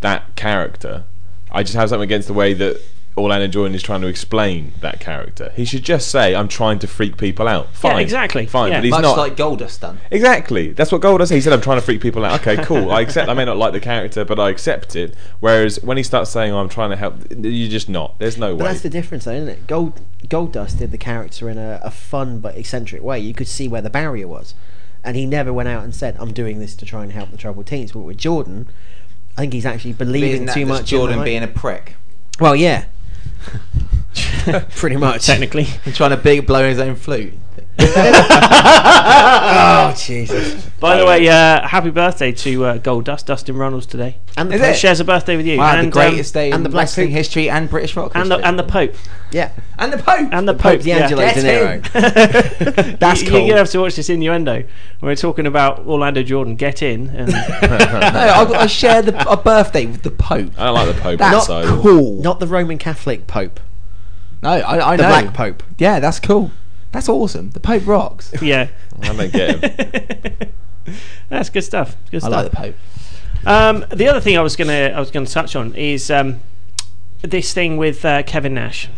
S6: that character. I just have something against the way that all Anna Jordan is trying to explain that character. He should just say, "I'm trying to freak people out." Fine,
S4: exactly.
S6: Fine,
S4: Yeah.
S6: but he's
S5: Much
S6: not.
S5: like Goldust done.
S6: Exactly. That's what Gold does. He said, "I'm trying to freak people out." Okay, cool. I accept. I may not like the character, but I accept it. Whereas when he starts saying, "Oh, "I'm trying to help," you're just not. There's no
S7: But
S6: way.
S7: that's the difference, though, isn't it? Gold Goldust did the character in a, a fun but eccentric way. You could see where the barrier was, and he never went out and said, "I'm doing this to try and help the troubled teens." But with Jordan, I think he's actually believing
S5: Being that
S7: too
S5: there's
S7: much. in
S5: Jordan
S7: the-
S5: being a prick.
S7: well, yeah, pretty much.
S4: Technically,
S5: And trying to big blow his own flute.
S7: Oh Jesus!
S4: by the way, uh, happy birthday to uh, Gold Dust Dustin Ronalds today.
S7: And the
S5: Is it?
S4: Shares a birthday with you.
S5: Wow,
S4: and,
S5: the greatest
S4: um,
S5: day
S7: and
S5: in
S7: the
S5: the
S7: Black
S5: wrestling
S7: Pope.
S5: history and British rock
S4: and the
S5: history.
S4: and the Pope
S7: Yeah,
S5: and the Pope.
S4: and the,
S7: Pope D'Angelo
S4: yeah.
S7: De Niro. That's
S4: you,
S7: cool.
S4: You're gonna have to watch this innuendo. We're talking about Orlando Jordan. Get in. And
S5: no, I, I share the, a birthday with the Pope.
S6: I don't like the Pope.
S5: That's
S6: so
S5: cool.
S7: Not the Roman Catholic Pope,
S5: no, I, I
S7: the
S5: know.
S7: Black Pope.
S5: Yeah, that's cool. That's awesome. The Pope rocks.
S4: yeah,
S6: I don't get him.
S4: that's good stuff. Good
S5: I
S4: stuff.
S5: like the Pope.
S4: Um, the other thing I was gonna I was gonna touch on is um, this thing with uh, Kevin Nash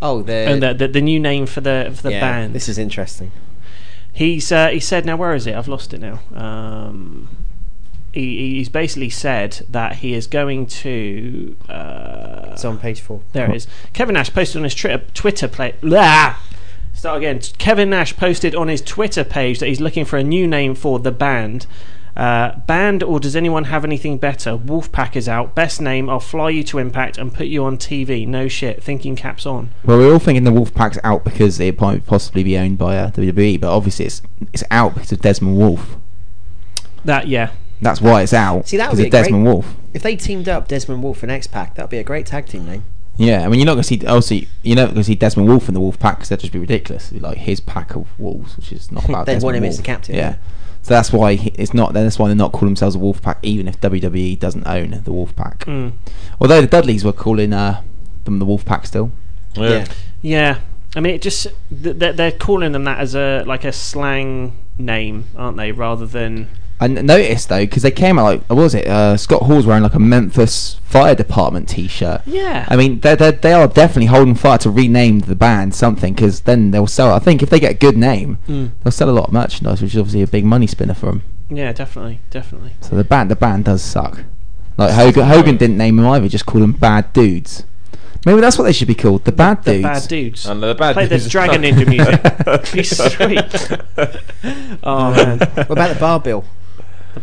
S5: Oh, the
S4: and the, the the new name for the for the band.
S7: This is interesting.
S4: He's uh, he said now where is it? I've lost it now. Um, he, he's basically said that he is going to. Uh,
S7: It's on page four.
S4: There it is. Kevin Nash posted on his Twitter Twitter play. Blah! Start again. Kevin Nash posted on his Twitter page that he's looking for a new name for the band. Uh, band or does anyone have anything better? Wolfpack is out. Best name. I'll fly you to Impact and put you on TV. No shit. Thinking caps on.
S5: Well, we're all thinking the Wolfpack's out because it might possibly be owned by uh, WWE, but obviously it's it's out because of Desmond Wolf.
S4: That yeah.
S5: That's why it's out.
S7: See, that would
S5: because
S7: be
S5: of Oh,
S7: a great-
S5: Desmond Wolf.
S7: If they teamed up Desmond Wolf and X Pac, that'd be a great tag team name.
S5: Yeah, I mean, you're not going to see. Obviously, you're not going to see Desmond Wolf in the Wolf Pack because that'd just be ridiculous. It'd be like his pack of wolves, which is not about.
S7: They'd
S5: Desmond
S7: want him
S5: Wolf.
S7: as the captain.
S5: Yeah, so that's why he, it's not. That's why they're not calling themselves a Wolf Pack, even if WWE doesn't own the Wolf Pack.
S7: Hmm.
S4: Mm.
S5: Although the Dudleys were calling uh, them the Wolf Pack still.
S6: Yeah.
S4: Yeah. I mean, it just th- they're they're calling them that as a like a slang name, aren't they? Rather than
S5: I n- noticed though because they came out like what was it? Uh, Scott Hall's wearing like a Memphis Fire Department T-shirt.
S4: yeah.
S5: I mean, they they they are definitely holding fire to rename the band something because then they'll sell. I think if they get a good name,
S4: Hmm.
S5: they'll sell a lot of merchandise, which is obviously a big money spinner for them.
S4: yeah, definitely, definitely.
S5: So the band the band does suck. Like Hogan, Hogan didn't name them either; just called them Bad Dudes. Maybe that's what they should be called, the Bad
S4: The
S5: Dudes.
S4: bad dudes.
S6: And the bad
S4: Play the
S6: news is-
S4: Dragon Ninja music. He's sweet. Oh man, the
S7: What about the bar bill?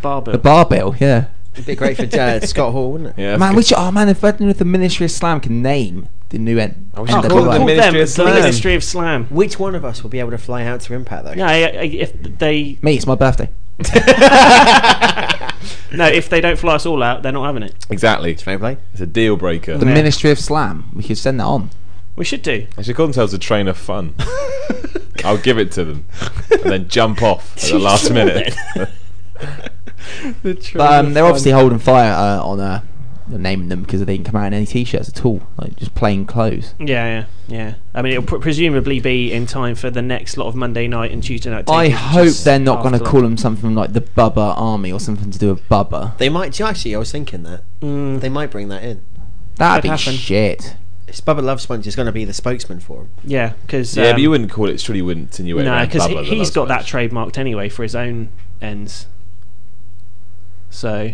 S4: barber.
S5: the Bar Bill, yeah.
S7: It'd be great for uh, Scott Hall, wouldn't it?
S6: Yeah, that's
S5: man,
S6: good.
S5: we should, oh man, if Edwin with the Ministry of Slam can name the new end.
S4: Oh,
S6: I wish
S5: end
S6: they
S5: of
S6: called
S5: the
S6: it the
S5: line.
S6: Ministry
S4: Call them
S6: of Slam.
S4: The Ministry of Slam.
S7: Which one of us will be able to fly out to Impact though?
S4: No, I, I, if they
S5: Me, it's my birthday.
S4: no, if they don't fly us all out, they're not having it.
S6: exactly.
S7: Fair play.
S6: It's a deal breaker.
S5: The Ministry of Slam. We could send that on.
S4: We should do.
S6: They should call themselves a train of fun. I'll give it to them, and then jump off at the last minute.
S5: But um, they're obviously holding fire uh, on uh, naming them because they didn't come out in any t-shirts at all, like just plain clothes.
S4: Yeah, yeah, yeah. I mean, it'll pr- presumably be in time for the next lot of Monday night and Tuesday night.
S5: I
S4: tapings,
S5: hope
S4: just
S5: they're not going to
S4: after
S5: call them something like the Bubba Army or something to do with Bubba.
S7: They might actually. I was thinking that
S4: that. Mm,
S7: they might bring that in.
S5: That'd be
S4: happen.
S5: shit.
S7: It's Bubba Love Sponge is going to be the spokesman for him.
S4: yeah, um, because
S6: yeah, but you wouldn't call it. Surely you wouldn't insinuate.
S4: no,
S6: around
S4: because
S6: Bubba
S4: he, has
S6: that's
S4: got that
S6: much.
S4: trademarked anyway for his own ends. So,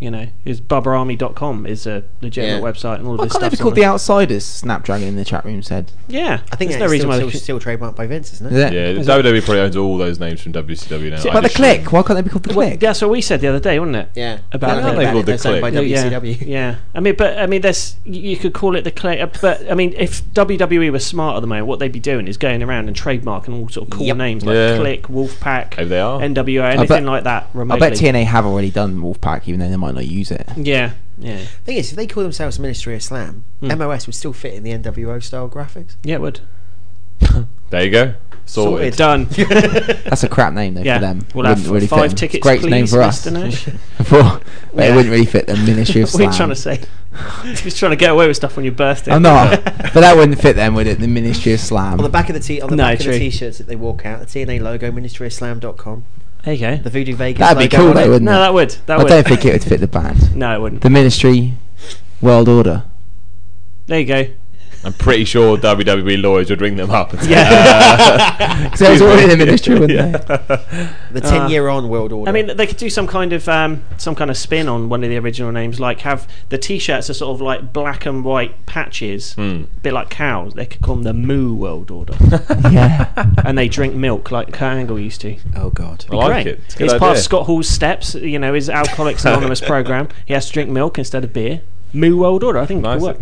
S4: you know, his bubberarmy.com is a legitimate
S7: Yeah.
S4: website and all
S5: Why
S4: of this
S5: can't they
S4: stuff.
S5: be called the Outsiders? Snapdragon in the chat room said.
S4: yeah,
S7: I think that's
S4: there's no reason
S7: still,
S4: why
S7: still,
S4: they should.
S7: still trademarked by Vince, isn't it?
S5: Yeah.
S6: Yeah, WWE probably owns all those names from WCW now. I
S5: But the
S6: just-
S5: click. Why can't they be called the
S4: Well,
S5: click?
S4: that's what we said the other day, wasn't it?
S7: Yeah. Now
S4: About
S7: I
S4: that.
S7: think
S6: They
S7: about
S6: called
S7: it, it's
S6: the
S7: owned by
S4: Yeah,
S7: WCW.
S4: Yeah, I mean, but I mean, there's y- you could call it the clay, but I mean, if WWE was smart at the moment, what they'd be doing is going around and trademarking all sort of cool
S7: Yep.
S4: names like
S6: Yeah.
S4: Click, Wolfpack,
S6: Oh, they are.
S4: NWO,
S5: I
S4: anything
S5: bet-
S4: like that.
S5: I
S4: Remotely.
S5: bet TNA have already done Wolfpack, even though they might not use it.
S4: Yeah, yeah,
S7: Thing is, if they call themselves Ministry of Slam,
S4: Hmm.
S7: MOS would still fit in the NWO style graphics.
S4: yeah, it would.
S6: There you go. Sorted.
S4: Done.
S5: That's a crap name though
S4: Yeah.
S5: for them.
S4: We'll
S5: Um, Wouldn't
S4: have
S5: really fit
S4: five
S5: them. It's a
S4: tickets,
S5: Great name
S4: please,
S5: for us.
S4: Mr. Nash.
S5: For- but
S4: Yeah.
S5: it wouldn't really fit the Ministry of
S4: what are
S5: Slam.
S4: you trying to say? He's trying to get away with stuff on your birthday.
S5: I'm not. but that wouldn't fit them, would it? The Ministry of Slam.
S7: On the back of the t on the
S4: No,
S7: back of
S4: true.
S7: the t-shirts that they walk out, the TNA logo, Ministry of Slam.com,
S4: There you go.
S7: the Voodoo Vegas.
S5: That'd be
S7: logo
S5: cool,
S7: on
S5: though,
S7: it.
S5: wouldn't
S4: No,
S5: it?
S4: that would. That
S5: I
S4: would.
S5: don't think it would fit the band.
S4: No, it wouldn't.
S5: The Ministry World Order.
S4: There you go.
S6: I'm pretty sure WWE lawyers would ring them up. And say,
S4: Yeah.
S6: uh,
S5: So it was
S6: excuse
S5: already in
S6: me.
S5: the ministry, wouldn't
S6: Yeah.
S5: they?
S7: The
S4: Uh,
S7: ten year on world order.
S4: I mean, they could do some kind of um, some kind of spin on one of the original names, like have the T-shirts are sort of like black and white patches,
S6: Hmm.
S4: a bit like cows. They could call them the Moo World Order,
S5: Yeah.
S4: and they drink milk like Kurt Angle used to.
S7: oh god.
S6: I like
S4: Great.
S6: it. It's, a
S4: It's,
S6: good
S4: part of
S6: idea.
S4: Scott Hall's steps. You know, his Alcoholics Anonymous program. He has to drink milk instead of beer. Moo World Order. I think it
S6: Nice.
S4: could work.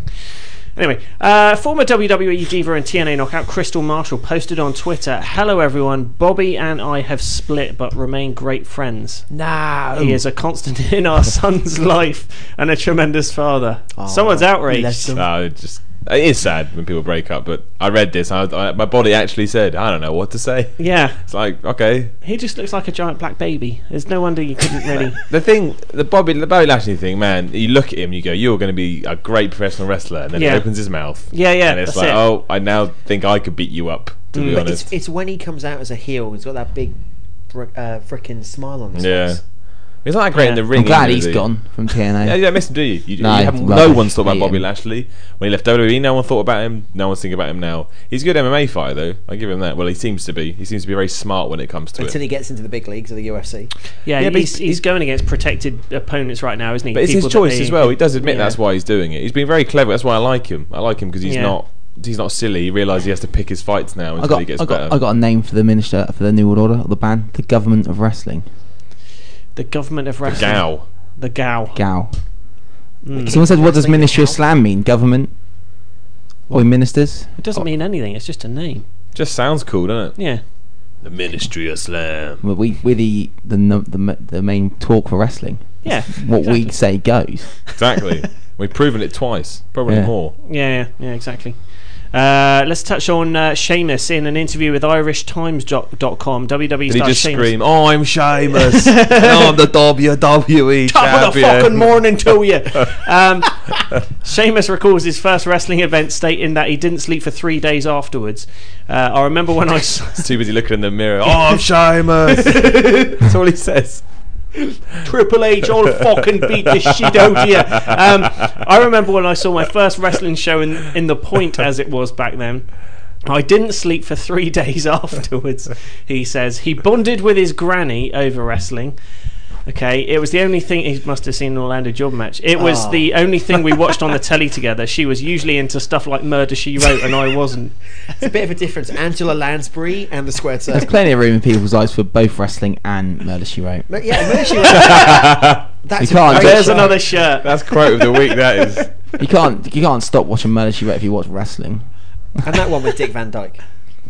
S4: Anyway, uh, former WWE diva and TNA knockout Crystal Marshall posted on Twitter, "Hello everyone. Bobby and I have split, but remain great friends.
S7: No.
S4: He is a constant in our son's life and a tremendous father. Someone's
S7: bless
S4: outraged.
S7: him.
S6: No, Uh, it just it is sad when people break up. But I read this. And I, I, my body actually said, I don't know what to say.
S4: Yeah,
S6: It's like okay.
S4: he just looks like a giant black baby. There's no wonder you couldn't really.
S6: The thing, the Bobby, the Bobby Lashley thing, man. You look at him, you go, "You're going to be a great professional wrestler," and then
S4: Yeah.
S6: he opens his mouth.
S4: Yeah, yeah,
S6: And it's
S4: that's
S6: like,
S4: it. Mm.
S6: oh, I now think I could beat you up. To be
S7: Mm. But it's,
S6: honest,
S7: it's when he comes out as a heel, he's got that big fr- uh, frickin' smile on his
S6: yeah.
S7: face.
S6: He's not that great in
S4: Yeah.
S6: the ring.
S5: I'm glad
S6: either,
S5: he's
S6: is he?
S5: gone from
S6: Yeah, you
S5: TNA.
S6: don't miss him, do you? You,
S5: No,
S6: you haven't,
S5: rubbish.
S6: no one's thought about
S5: Hate
S6: Bobby
S5: him.
S6: Lashley. When he left WWE, no one thought about him. No one's thinking about him now. He's a good MMA fighter, though. I give him that. Well, he seems to be. He seems to be very smart when it comes to
S7: Until
S6: it.
S7: he gets into the big leagues of the UFC.
S4: Yeah,
S6: Yeah, but
S4: he's,
S6: he's-
S4: he's going against protected opponents right now, isn't he?
S6: But it's his
S4: People that
S6: choice
S4: they-
S6: as well. He does admit
S4: Yeah.
S6: that's why he's doing it. He's been very clever. That's why I like him. I like him because he's
S4: Yeah.
S6: not. He's not silly. He realises he has to pick his fights now
S5: I
S6: Oh, until
S5: got,
S6: he gets
S5: I got,
S6: better.
S5: I got a name for the minister for the new world order, the band, the government of wrestling,
S4: The government of
S6: The
S4: wrestling.
S6: Gow.
S4: The Mm. Gao.
S5: Gao.
S4: Hmm.
S5: Someone said, "What does ministry of slam mean? Government or ministers?"
S4: It doesn't mean anything. It's
S5: Oh.
S4: just a name.
S6: Just sounds cool, doesn't it?
S4: Yeah.
S10: The Ministry of Slam.
S5: Well, we we're the the no- the, ma- the main talk for wrestling.
S4: Yeah.
S5: What we say goes.
S6: Exactly. We've proven it twice, probably
S5: Yeah.
S6: more.
S4: Yeah, yeah, yeah exactly. Uh, let's touch on uh, Seamus in an interview with IrishTimes.com. WWE
S6: Did he
S4: star
S6: just
S4: E Seamus.
S6: scream, "Oh, I'm Sheamus. I'm the WWE
S4: Top of the
S6: champion."
S4: fucking morning to you. Um, Seamus recalls his first wrestling event, stating that he didn't sleep for three days afterwards. Uh, I remember when I s-
S6: too busy looking in the mirror. Oh, I'm Sheamus. That's all he says.
S4: Triple H all fucking beat the shit out of you. Um, I remember when I saw my first wrestling show in, in the Point, as it was back then. I didn't sleep for three days afterwards, he says. He bonded with his granny over wrestling. Okay, it was the only thing he must have seen an Orlando job match. It was
S6: Ah.
S7: Oh.
S4: the only thing we watched on the telly together. She was usually into stuff like Murder She Wrote, and I wasn't.
S7: It's a bit of a difference. Angela Lansbury and the Squared
S5: There's
S7: Circle.
S5: plenty of room in people's eyes for both wrestling and murder. She wrote.
S7: But yeah, Mercy-
S5: You
S7: that's a
S5: can't.
S7: great
S4: There's
S7: show.
S4: another shirt.
S6: That's quote of the week. That is.
S5: You can't. You can't stop watching murder. She wrote if you watch wrestling.
S7: And that one with Dick Van Dyke.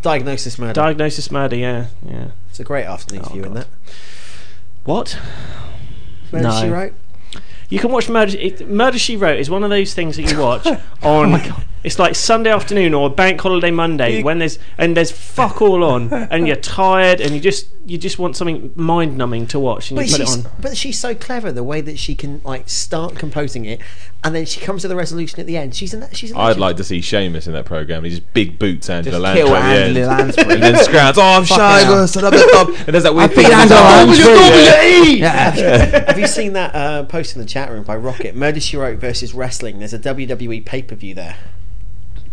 S7: Diagnosis Murder.
S4: Diagnosis Murder, yeah, yeah. Oh,
S7: it's a great afternoon view in that.
S4: What?
S7: Murder
S5: No.
S7: She Wrote.
S4: You can watch Murder. It, Murder She Wrote is one of those things that you watch
S7: Oh
S4: on. It's like Sunday afternoon or bank holiday Monday when there's and there's fuck all on and you're tired and you just you just want something mind numbing to watch and
S7: But
S4: you put it
S7: she's,
S4: on.
S7: but she's so clever the way that she can like start composing it, and then she comes to the resolution at the end. She's an, she's. An
S6: I'd like to see Sheamus in that program. He just big boots Angela Lansbury.
S5: Just kill
S6: at the
S5: Angela
S6: end.
S5: Lansbury.
S6: and then scrams, "Oh, I'm
S5: Fucking
S6: Sheamus. I love the top." And there's that weird
S5: I
S6: thing
S5: beat
S6: with his
S5: Angela
S6: arms.
S5: Lansbury.
S6: Yeah.
S7: Have you seen that uh, post in the chat room by Rocket? Murder She Wrote versus wrestling. There's a WWE pay per view there.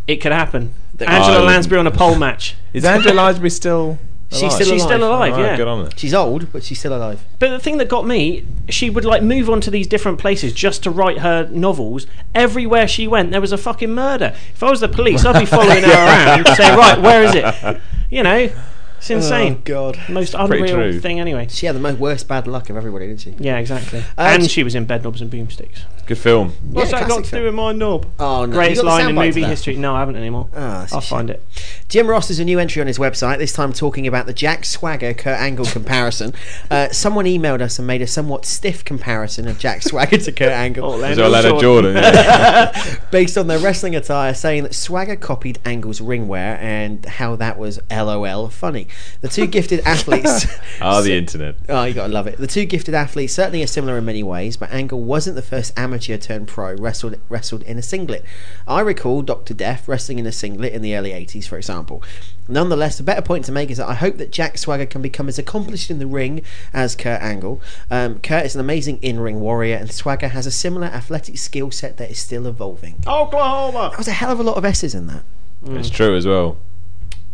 S4: It could happen. Angela
S6: I wouldn't.
S4: Lansbury on a pole match.
S6: Oh. Is Angela Lansbury still?
S7: She's
S6: alive?
S7: still
S4: She's
S7: alive.
S4: still alive,
S6: Alright,
S4: yeah.
S6: Good on her.
S7: She's old, but she's still alive.
S4: But the thing that got me, she would like move on to these different places just to write her novels. Everywhere she went, there was a fucking murder. If I was the police, I'd be following her around, saying, "Right, where is it?" You know, it's insane.
S7: Oh, God.
S4: Most
S6: Pretty
S4: unreal
S6: true.
S4: thing, anyway.
S7: She had the most, worst bad luck of everybody, didn't she?
S4: Yeah, exactly.
S7: Uh,
S4: and
S7: j-
S4: she was in Bedknobs and Boomsticks.
S6: Good film.
S4: What's that got
S7: classic
S4: to
S7: film.
S4: do with my knob?
S7: Oh, no. You got
S4: Greatest
S7: the
S4: line in
S7: soundbite for
S4: movie
S7: that?
S4: history. No, I haven't anymore.
S7: Ah, that's a
S4: I'll
S7: shame.
S4: find it.
S7: Jim Ross is a new entry on his website, this time talking about the Jack Swagger Kurt Angle comparison. Uh, someone emailed us and made a somewhat stiff comparison of Jack Swagger to Kurt
S4: Oh,
S7: Angle
S6: Is Orlando Jordan? yeah.
S7: based on their wrestling attire, saying that Swagger copied Angle's ring wear and how that was LOL funny. The two gifted athletes.
S6: Ah, the internet.
S7: Oh, you gotta love it. The two gifted athletes certainly are similar in many ways, but Angle wasn't the first amateur amateur turned pro, wrestled wrestled in a singlet. I recall Dr. Death wrestling in a singlet in the early 80s, for example. Nonetheless, the better point to make is that I hope that Jack Swagger can become as accomplished in the ring as Kurt Angle. Um, Kurt is an amazing in ring warrior, and Swagger has a similar athletic skill set that is still evolving.
S4: Oklahoma.
S7: That was a hell of a lot of S's in that.
S4: Mm.
S6: It's true as well.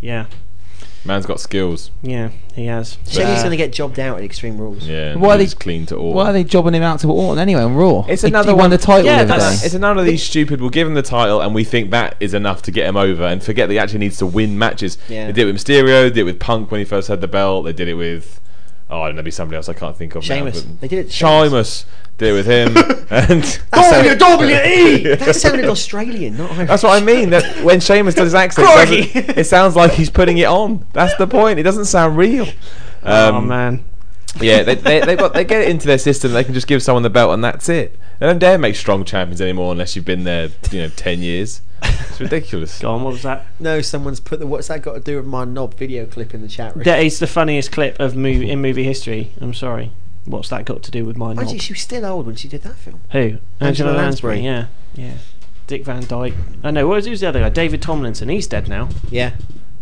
S4: Yeah,
S6: Man's got skills.
S4: yeah, he has.
S7: Shame he's
S4: Uh,
S7: going to get jobbed out in Extreme Rules.
S6: Yeah,
S5: Why
S6: why
S5: they-
S6: he's clean to all.
S5: Why are they jobbing him out to Orton anyway on Raw?
S6: It's
S5: He-
S6: another
S5: he
S6: one-
S5: won the title
S4: Yeah,
S5: the other
S4: that's-
S5: day.
S6: It's none of these stupid. We'll give him the title, and we think that is enough to get him over, and forget that he actually needs to win matches.
S7: Yeah.
S6: They did it with Mysterio. They did it with Punk when he first had the belt. They did it with oh, I don't know, be somebody else I can't think of.
S7: Sheamus.
S6: Now, but-
S7: They did it to
S6: Sheamus. Did it with him, and
S7: WWE! that sounded Australian, not Irish.
S6: that's what I mean. That when Sheamus does his accent,
S7: Crikey!
S6: it doesn't- it sounds like he's putting it on. That's the point. It doesn't sound real. Um,
S4: oh man.
S6: Yeah, they, they, they've got, they get it into their system. They can just give someone the belt and that's it. They don't dare make strong champions anymore unless you've been there, you know, 10 years. It's ridiculous.
S4: Go on. What was that?
S7: No, someone's put the what's that got to do with my knob video clip in the chat room?
S4: That is the funniest clip of movie in movie history. I'm sorry. What's that got to do with my knob?
S7: Imagine she was still old when she did that film.
S4: Who? Angela,
S7: Angela
S4: Lansbury.
S7: Lansbury.
S4: Yeah, yeah. Dick Van Dyke. I know. What was, who's the other guy? David Tomlinson. He's dead now.
S7: Yeah.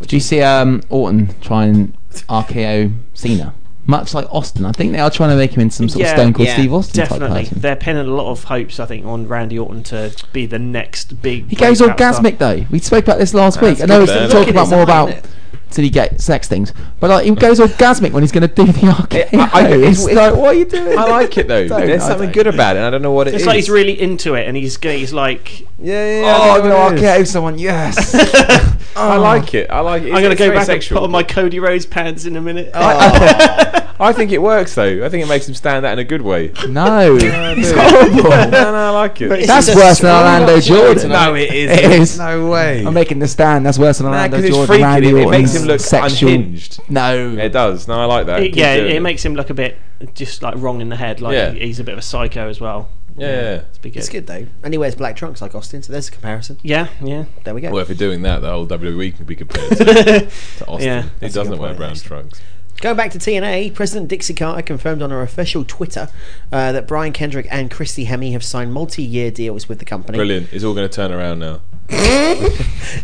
S5: Do you see um, Orton trying RKO Cena? Much like Austin, I think they are trying to make him into some sort
S4: Yeah,
S5: of Stone Cold
S7: yeah,
S5: Steve Austin
S4: Definitely.
S5: type person.
S4: They're pinning a lot of hopes, I think, on Randy Orton to be the next big.
S5: He goes
S4: breakout
S5: orgasmic
S4: star.
S5: though. We spoke about this last week. I
S6: good,
S5: know we
S6: man.
S5: talk
S6: Look
S7: in
S5: about
S7: his
S5: more
S7: eye,
S5: about
S7: innit?
S5: till he gets sex things, but like he goes orgasmic when he's going to do the RKO.
S6: I- I- it's-
S5: it's like, what are you doing?
S6: I like it though.
S5: Don't,
S6: There's
S5: I
S6: something
S5: don't.
S6: good about it. and I don't know what it
S4: It's
S6: is.
S4: like he's really into it, and he's g- he's like,
S6: Yeah, yeah, yeah.
S5: Oh,
S6: I
S5: I'm
S6: don't know what
S5: going
S6: it
S5: to
S6: is.
S5: RKO someone. Yes. Oh.
S6: I like it. I like it. It's-
S4: I'm gonna
S6: it's
S4: go
S6: very
S4: back
S6: sexual. Oh.
S4: and put on my Cody Rhodes pants in a minute. Oh.
S6: I think it works though. I think it makes him stand out in a good way.
S5: no, it's
S6: no,
S5: horrible.
S6: no, I like it.
S5: That's
S7: It's a
S5: worse than
S7: screw-up
S5: Orlando Jordan.
S6: No, it is.
S5: It is.
S6: No way.
S5: I'm making the stand. That's worse than Orlando
S6: because it's
S5: Jordan.
S6: freaky.
S5: Randy
S6: It, it makes
S5: Orton's
S6: him look
S5: sexual.
S6: unhinged.
S5: No.
S6: It does. No, I like that.
S4: It-
S6: Keep
S4: yeah,
S6: Uh, doing
S4: it makes him look a bit just like wrong in the head. Like
S6: Yeah.
S4: he's a bit of a psycho as well.
S6: Yeah.
S4: It's be good.
S7: It's good though. And he wears black trunks like Austin, so there's a comparison.
S4: Yeah, yeah.
S7: There we go.
S6: Well, if you're doing that, the whole WWE can be compared to, to Austin.
S4: Yeah.
S6: he
S7: a good
S6: doesn't wear
S7: point,
S6: brown
S7: actually.
S6: trunks.
S7: Going back to TNA, President Dixie Carter confirmed on her official Twitter uh, that Brian Kendrick and Christy Hemme have signed multi-year deals with the company.
S6: Brilliant. It's all going to turn around now.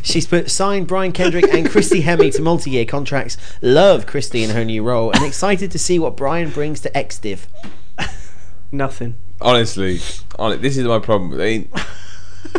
S7: She's put signed Brian Kendrick and Christy Hemme to multi-year contracts. Love Christy in her new role, and excited to see what Brian brings to XDiv.
S4: Nothing.
S6: Honestly, hon- this is my problem. I mean,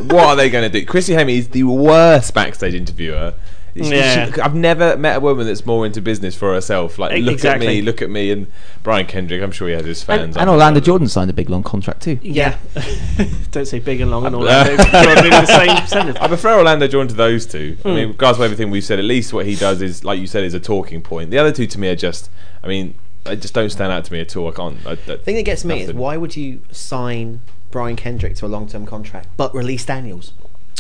S6: what are they going to do? Chrissy Hemme is the worst backstage interviewer. She- she-
S4: Yeah.
S6: I've never met a woman that's more into business for herself. Like,
S4: E-
S6: look
S4: exactly.
S6: at me, look at me, and Brian Kendrick. I'm sure he has his fans.
S5: And Orlando Jordan signed a big long contract too.
S4: Yeah. Don't say big and long and all that. They're in the same sentence. Hmm.
S6: I prefer Orlando Jordan to those two. I mean, regardless of everything we've said, at least what he does is, like you said, is a talking point. The other two to me are just, I mean, they just don't stand out to me at all. I can't. I, I,
S7: thing that gets me is
S6: Nothing.
S7: why would you sign Brian Kendrick to a long-term contract but release Daniels?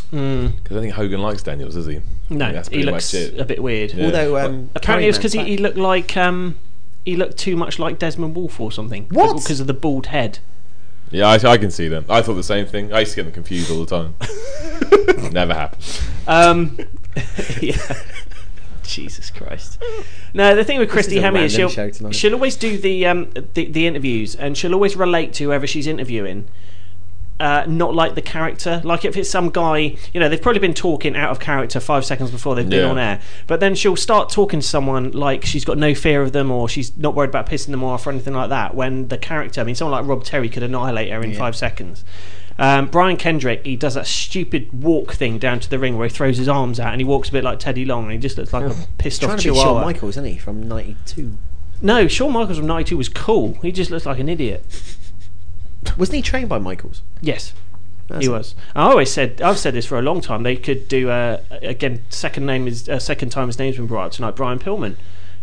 S6: Because I think Hogan likes Daniels, does he?
S4: Hmm. No,
S6: that's
S4: he
S6: pretty
S4: looks
S6: much it.
S4: a bit weird.
S6: Yeah.
S7: Although um,
S4: Apparently, it's
S7: Carryman's
S4: because he,
S7: back.
S4: he looked like um, he looked too much like Desmond Wolfe or something.
S7: What?
S4: Because of the bald head.
S6: Yeah, I, I can see them. I thought the same thing. I used to get them confused all the time. Never happened.
S4: Um, yeah. Jesus Christ. No, the thing with Christy
S7: is a
S4: Hemme is
S7: random
S4: she'll
S7: show tonight.
S4: she'll always do the um the, the interviews and she'll always relate to whoever she's interviewing. Uh, not like the character. Like if it's some guy, you know, they've probably been talking out of character five seconds before they've been
S6: Yeah.
S4: on air. But then she'll start talking to someone like she's got no fear of them or she's not worried about pissing them off or anything like that. When the character, I mean, someone like Rob Terry could annihilate her in five seconds. Um, Brian Kendrick, he does that stupid walk thing down to the ring where he throws his arms out and he walks a bit like Teddy Long and he just looks like a pissed
S7: trying
S4: off
S7: to be Shawn
S4: chihuahua.
S7: Michaels, isn't he? From '92,
S4: no, Shawn Michaels from '92 was cool. He just looks like an idiot.
S7: wasn't he trained by Michaels?
S4: Yes.
S7: That's
S4: He
S7: it.
S4: was. I always said I've said this for a long time. They could do uh, again. Second name is uh, second time his name's been brought up tonight. Brian Pillman.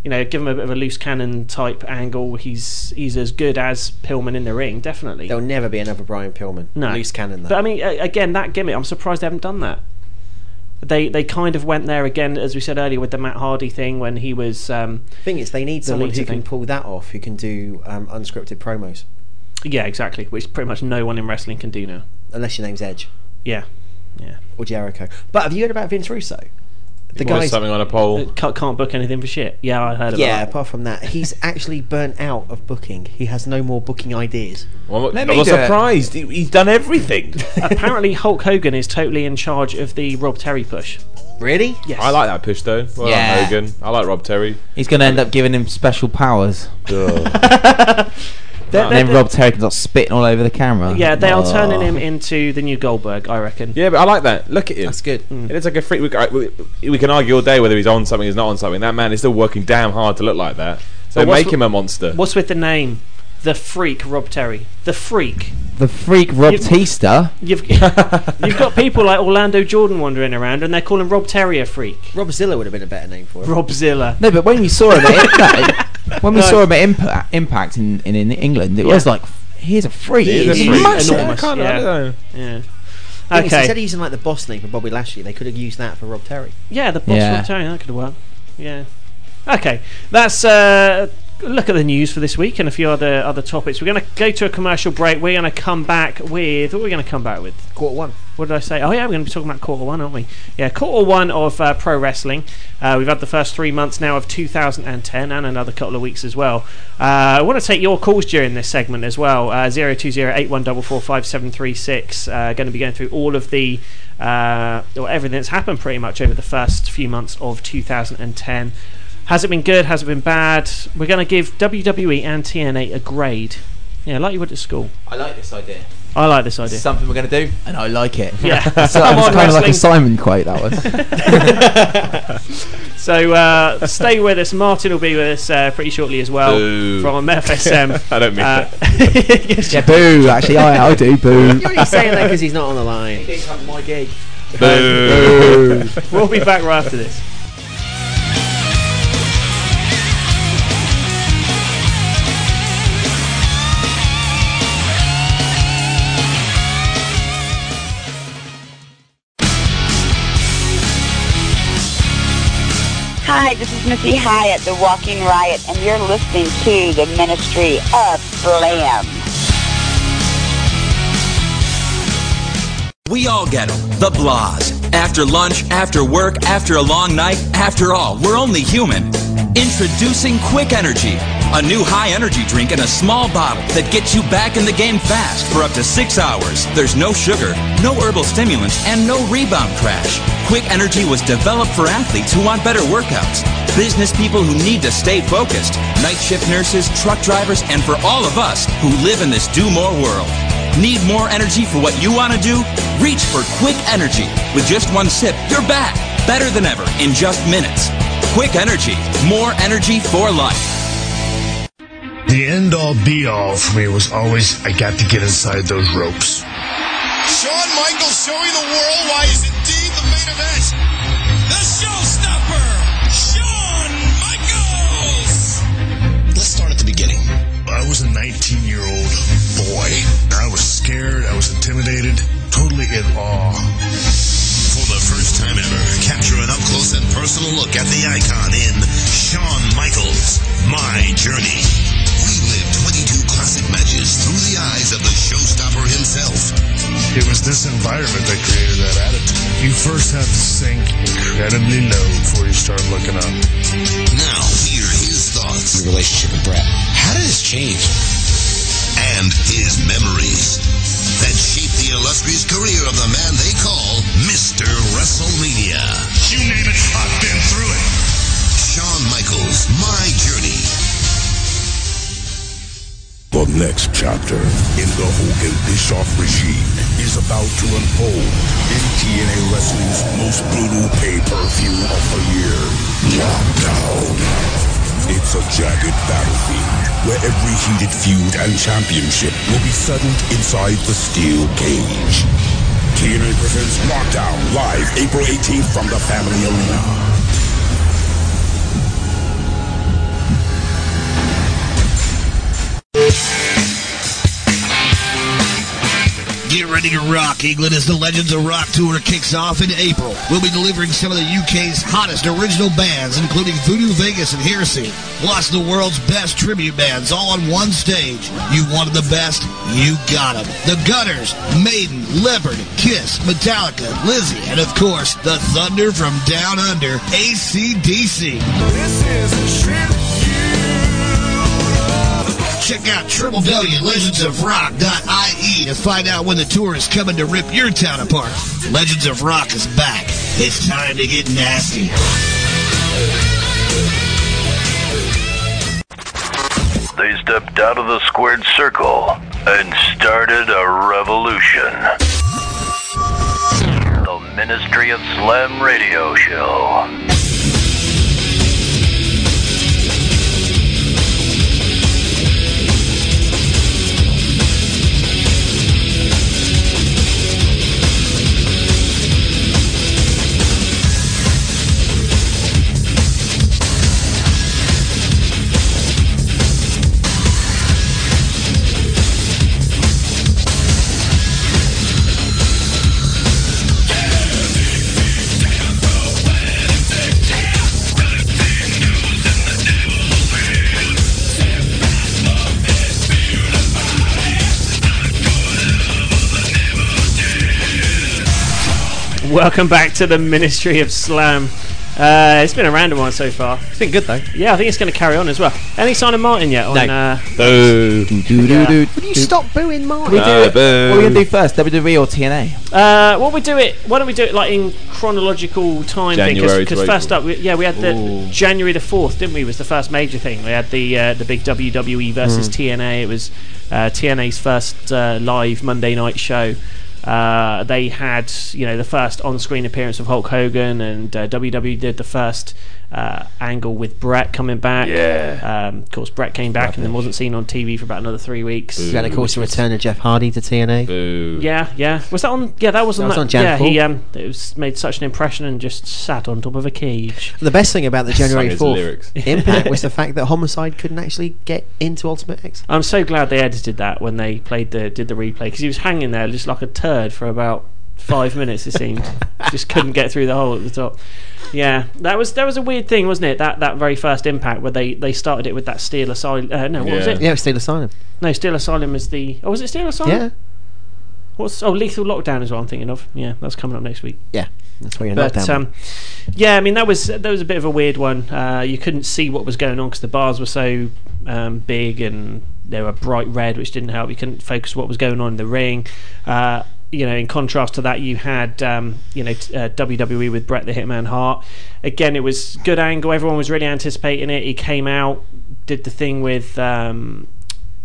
S4: You know, give him a bit of a loose cannon type angle. He's he's as good as Pillman in the ring, definitely.
S7: There'll never be another Brian Pillman.
S4: No.
S7: Loose cannon. Though.
S4: But I mean, a- again, that gimmick. I'm surprised they haven't done that. They they kind of went there again, as we said earlier, with the Matt Hardy thing when he was. Um,
S7: The thing is, they need someone
S4: Lita
S7: who can
S4: thing.
S7: pull that off, who can do um, unscripted promos,
S4: yeah, exactly. Which pretty much no one in wrestling can do now.
S7: unless your name's Edge
S4: Yeah.
S7: or Jericho. But have you heard about Vince Russo? The
S6: Or
S7: guy's
S6: something on a pole.
S4: Can't, can't book anything for shit. Yeah, I heard of
S7: yeah.
S4: that.
S7: Apart from that, he's actually burnt out of booking. He has no more booking ideas.
S6: Well,
S5: Let
S6: I'm
S5: me
S6: not
S5: do it.
S6: surprised. He- He's done everything.
S4: Apparently, Hulk Hogan is totally in charge of the Rob Terry push.
S7: Really?
S4: Yes.
S6: I like that push though. Well
S5: Yeah.
S6: done, Hogan. I like Rob Terry.
S5: He's going to end up giving him special powers.
S4: They're-
S5: And
S4: they're-
S5: then Rob Terry can start spitting all over the camera.
S4: Yeah, they are
S6: Ah.
S5: Oh.
S4: turning him into the new Goldberg, I reckon.
S6: Yeah, but I like that. Look at him.
S7: That's good.
S6: It looks like a freak. We, I- we, we can argue all day whether he's on something, he's not on something. That man is still working damn hard to look like that. So
S4: But what's
S6: make
S4: w-
S6: him a monster.
S4: What's with the name? The Freak Rob Terry. The Freak.
S5: The freak Rob
S4: You-
S5: Tista.
S4: You've you've got people like Orlando Jordan wandering around, and they're calling Rob Terry a freak.
S7: Robzilla would have been a better name for him.
S4: Robzilla.
S5: No, but when we saw him at Impact, when we saw him at Impa- Impact in, in, in England, it was like, he's a freak.
S6: He is a
S5: He's
S6: freak.
S5: massive.
S6: I
S4: Enormous.
S6: can't, I
S4: Yeah.
S6: don't know.
S4: Yeah.
S7: Thing is, Instead
S4: Okay.
S7: of using like the boss name for Bobby Lashley, they could have used that for Rob Terry.
S4: Yeah, the boss
S5: Yeah.
S4: Rob Terry. That could work. Yeah. Okay. That's uh, a look at the news for this week and a few other other topics. We're going to go to a commercial break. We're going to come back with what we're going to come back with.
S7: Quarter one.
S4: what did I say? Oh yeah, we're going to be talking about quarter one, aren't we? Yeah, quarter one of uh, pro wrestling. Uh, we've had the first three months now of 2010, and another couple of weeks as well. Uh, I want to take your calls during this segment as well. Uh, Zero two zero eight one double four five seven three six. Going to be going through all of the uh, or everything that's happened pretty much over the first few months of 2010. Has it been good? Has it been bad? We're going to give WWE and TNA a grade. Yeah, like you would at school.
S5: I like this idea.
S4: I like this idea.
S5: something we're going to do, and I like it.
S4: Yeah.
S5: So that
S4: Come
S5: was
S4: on,
S5: kind of like a
S4: wrestling.
S5: Simon quote, that was.
S4: So uh, stay with us. Martin will be with us uh, pretty shortly as well
S6: Boo.
S4: from FSM.
S6: I don't mean
S4: Uh,
S5: yeah, boo. Actually, I, I do, boo.
S7: You're only saying that because he's not on the line.
S5: my gig.
S6: Boo.
S4: we'll be back right after this.
S3: Hi, this is Missy Hyatt, The Walking Riot, and you're listening to the Ministry of Slam.
S2: We all get them. The blahs. After lunch, after work, after a long night, after all, we're only human. Introducing Quick Energy, a new high energy drink in a small bottle that gets you back in the game fast for up to six hours. There's no sugar, no herbal stimulants, and no rebound crash. Quick Energy was developed for athletes who want better workouts, business people who need to stay focused, night shift nurses, truck drivers, and for all of us who live in this do more world. Need more energy for what you want to do? Reach for Quick Energy. With just one sip, you're back, better than ever, in just minutes. Quick Energy, more energy for life.
S10: The end all be all for me was always I got to get inside those ropes.
S2: Shawn Michaels showing the world why he's indeed the main event. The showstopper, Shawn Michaels.
S10: Let's start at the beginning. I was a 19 year old boy. I was scared, I was intimidated, totally in awe.
S2: For the first time ever, capture an up close and personal look at the icon in Shawn Michaels, My Journey. Relive 22 classic matches through the eyes of the showstopper himself.
S10: It was this environment that created that attitude. You first have to sink incredibly low before you start looking up.
S2: Now, hear his thoughts. Your relationship with Brett. How did this change? And his memories that shape the illustrious career of the man they call Mr. WrestleMania.
S10: You name it, I've been through it.
S2: Shawn Michaels, My Journey.
S10: The next chapter in the Hogan Bischoff regime is about to unfold in TNA Wrestling's most brutal pay-per-view of the year. Lockdown. It's a jagged battlefield where every heated feud and championship will be settled inside the steel cage. TNA presents Lockdown live April 18th from the Family Arena.
S2: Get
S10: ready to rock, England, as the Legends of Rock tour kicks off in April. We'll be delivering some of the UK's hottest original bands, including Voodoo Vegas and Heresy, plus the world's best tribute bands, all on one stage. You wanted the best, you got 'em. The Gutters, Maiden, Leopard, Kiss, Metallica, Lizzie, and of course, the Thunder from Down Under, ACDC. This is a trip Check out www.legendsofrock.ie E to find out when the tour is coming to rip your town apart. Legends of Rock is back. It's time to get nasty.
S11: They stepped out of the squared circle and started a revolution. The Ministry of Slam Radio Show.
S4: Welcome back to the Ministry of Slam. Uh, it's been a random one so far. It's been good though. Yeah, I think it's going to carry on as well. Any sign of Martin yet? On, uh, Yeah.
S7: Will you stop booing Martin?
S5: We do it.
S4: boo.
S5: What are we gonna do first? WWE or TNA?
S4: Uh, what we do it? Why don't we do it like in chronological time?
S5: January to
S4: Because first
S5: April.
S4: up, we, yeah, we had the January the fourth, didn't we? Was the first major thing. We had the uh, the big WWE versus
S5: Mm.
S4: TNA. It was uh, TNA's first uh, live Monday night show. Uh, they had you know the first on-screen appearance of Hulk Hogan, and uh, WWE did the first uh, angle with Brett coming back. Yeah. Um, of course, Brett came back and then wasn't seen on TV for about another three weeks.
S7: Then, of course, the return of Jeff Hardy to TNA. Boo.
S4: Yeah, yeah. Was that on? Yeah, that was
S7: That
S4: on.
S7: was
S4: That
S7: on Jan
S4: yeah, he
S7: Paul.
S4: um, it was made such an impression and just sat on top of a cage.
S7: The best thing about the January
S4: Sung his lyrics.
S7: 4th impact was the fact that Homicide couldn't actually get into Ultimate X.
S4: I'm so glad they edited that when they played the did the replay because he was hanging there just like a turd for about five minutes. It seemed just couldn't get through the hole at the top. Yeah, that was that was a weird thing, wasn't it? That that very first impact where they they started it with that Steel Asylum. Uh, no, what was it?
S7: Yeah, it was Steel Asylum.
S4: No, Steel Asylum is the. Oh, was it Steel Asylum?
S7: Yeah.
S4: What's oh Lethal Lockdown is what I'm thinking of. Yeah, that's coming up next week.
S7: Yeah, that's where you're
S4: but
S7: knocked down.
S4: um, yeah, I mean that was that was a bit of a weird one. Uh, you couldn't see what was going on because the bars were so um, big and they were bright red, which didn't help. You couldn't focus what was going on in the ring. Uh, you know, in contrast to that, you had um, you know t- uh, WWE with Bret the Hitman Hart. Again, it was good angle. Everyone was really anticipating it. He came out, did the thing with. Um,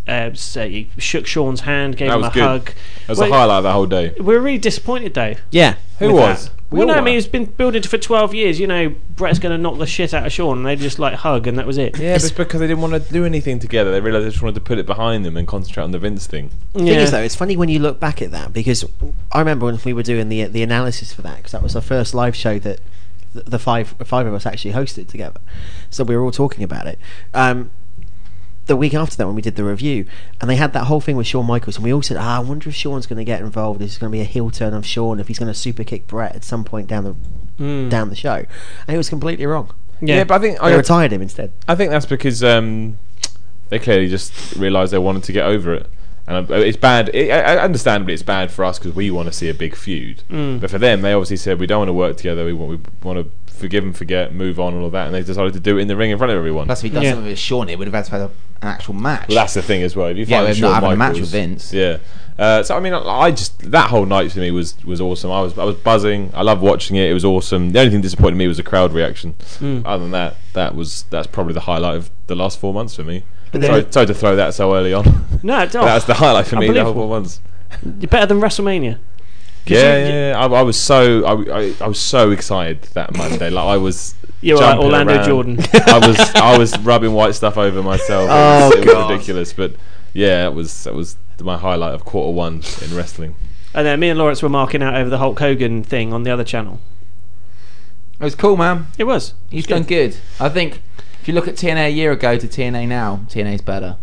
S4: uh, so he shook Sean's hand, gave
S6: That
S4: him
S6: was
S4: a
S6: good.
S4: hug.
S6: That was
S4: Well,
S6: the highlight of that whole day.
S4: we were really disappointed though.
S6: Yeah. Who
S4: with
S6: was?
S4: that.
S6: We
S4: Well,
S6: all
S4: no,
S6: were.
S4: I mean, it's been building for 12 years. You know, Brett's going to knock the shit out of Sean, and they just like hug, and that was it.
S6: Yeah, but it's because they didn't want to do anything together. They realised they just wanted to put it behind them and concentrate on the Vince thing.
S7: The thing is, though, it's funny when you look back at that because I remember when we were doing the the analysis for that because that was our first live show that th- the five five of us actually hosted together, so we were all talking about it. Um, the week after that, when we did the review, and they had that whole thing with Shawn Michaels, and we all said, "Ah, I wonder if Shawn's going to get involved. Is going to be a heel turn of Shawn? If he's going to super kick Brett at some point down the
S6: Mm.
S7: down the show?" And it was completely wrong.
S6: Yeah. Yeah, but I think
S7: they
S6: I-
S7: retired him instead.
S6: I think that's because um, they clearly just realised they wanted to get over it. And uh, it's bad. It, I, I understandably, it's bad for us because we want to see a big feud.
S4: Mm.
S6: But for them, they obviously said we don't want to work together. We want we want to forgive and forget, move on, and all that. And they decided to do it in the ring in front of everyone.
S5: Plus, if he'd done something with Sean, it would have had to have an actual match.
S6: Well, that's the thing as well. If you
S5: Yeah,
S6: find
S5: we're
S6: Shawn
S5: not having a match
S6: Michaels-
S5: with Vince.
S6: Yeah. Uh, so I mean, I, I just that whole night for me was was awesome. I was I was buzzing. I loved watching it. It was awesome. The only thing disappointed me was the crowd reaction.
S4: Mm.
S6: Other than that, that was that's probably the highlight of the last four months for me.
S4: But then-
S6: Sorry, sorry to throw that so early on.
S4: No,
S6: But
S4: it's- oh,
S6: that's the highlight for me. The whole
S4: unbelievable.
S6: four months.
S4: You're better than WrestleMania. 'Cause
S6: Yeah,
S4: you-
S6: yeah, yeah. I, I was so I, I, I was so excited that Monday. Like I was.
S4: You were like
S6: jumping
S4: Orlando
S6: around.
S4: Jordan.
S6: I was I was rubbing white stuff over myself.
S4: Oh,
S6: it was, it was
S4: God.
S6: ridiculous. But yeah, it was that was my highlight of quarter one in wrestling.
S4: And then me and Lawrence were marking out over the Hulk Hogan thing on the other channel.
S5: It was cool, man.
S4: It was.
S5: He's done good. I think if you look at TNA a year ago to TNA now, TNA's better.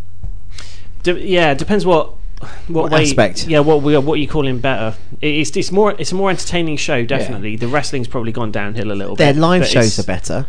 S4: De- yeah, it depends what what,
S5: What
S4: way,
S5: aspect?
S4: Yeah, what we what are you calling better? It- It's it's more it's a more entertaining show. Definitely, the wrestling's probably gone downhill a little
S7: Their
S4: bit.
S7: live
S4: but
S7: shows
S4: it's-
S7: are better.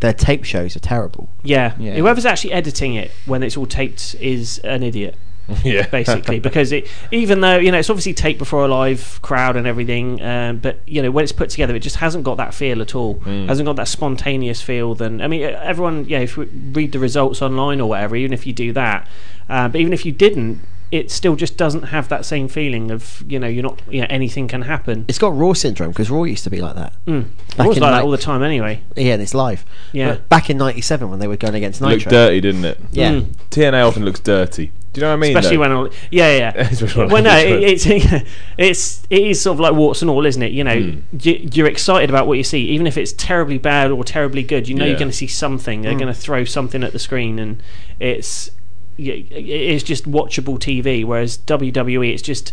S7: Their tape shows are terrible.
S4: Yeah. whoever's actually editing it when it's all taped is an idiot.
S6: Yeah.
S4: basically, because it, even though you know it's obviously taped before a live crowd and everything, um, but you know when it's put together, it just hasn't got that feel at all.
S6: Mm.
S4: Hasn't got that spontaneous feel. Then I mean, e, everyone, yeah, if you read the results online or whatever, even if you do that, uh, but even if you didn't, it still just doesn't have that same feeling of you know you're not you know anything can happen.
S7: It's got Raw syndrome because Raw used to be like that.
S4: Mm.
S7: Back
S4: It was
S7: in
S4: like
S7: like-
S4: that all the time anyway.
S7: Yeah, and it's live.
S4: Yeah.
S7: But back in '97 when they were going against Nitro,
S6: Looked dirty, didn't it?
S7: Yeah.
S4: Mm.
S6: TNA often looks dirty. Do you know what I mean?
S4: Especially
S6: though?
S4: when, all, yeah, yeah.
S6: Especially when
S4: well, no,
S6: all-
S4: it, it's it's it is sort of like warts and all, isn't it? You know,
S6: Hmm.
S4: you, you're excited about what you see, even if it's terribly bad or terribly good. You know,
S6: Yeah.
S4: you're going to see something. They're
S6: Mm.
S4: going to throw something at the screen, and it's y- it's just watchable TV. Whereas WWE, it's just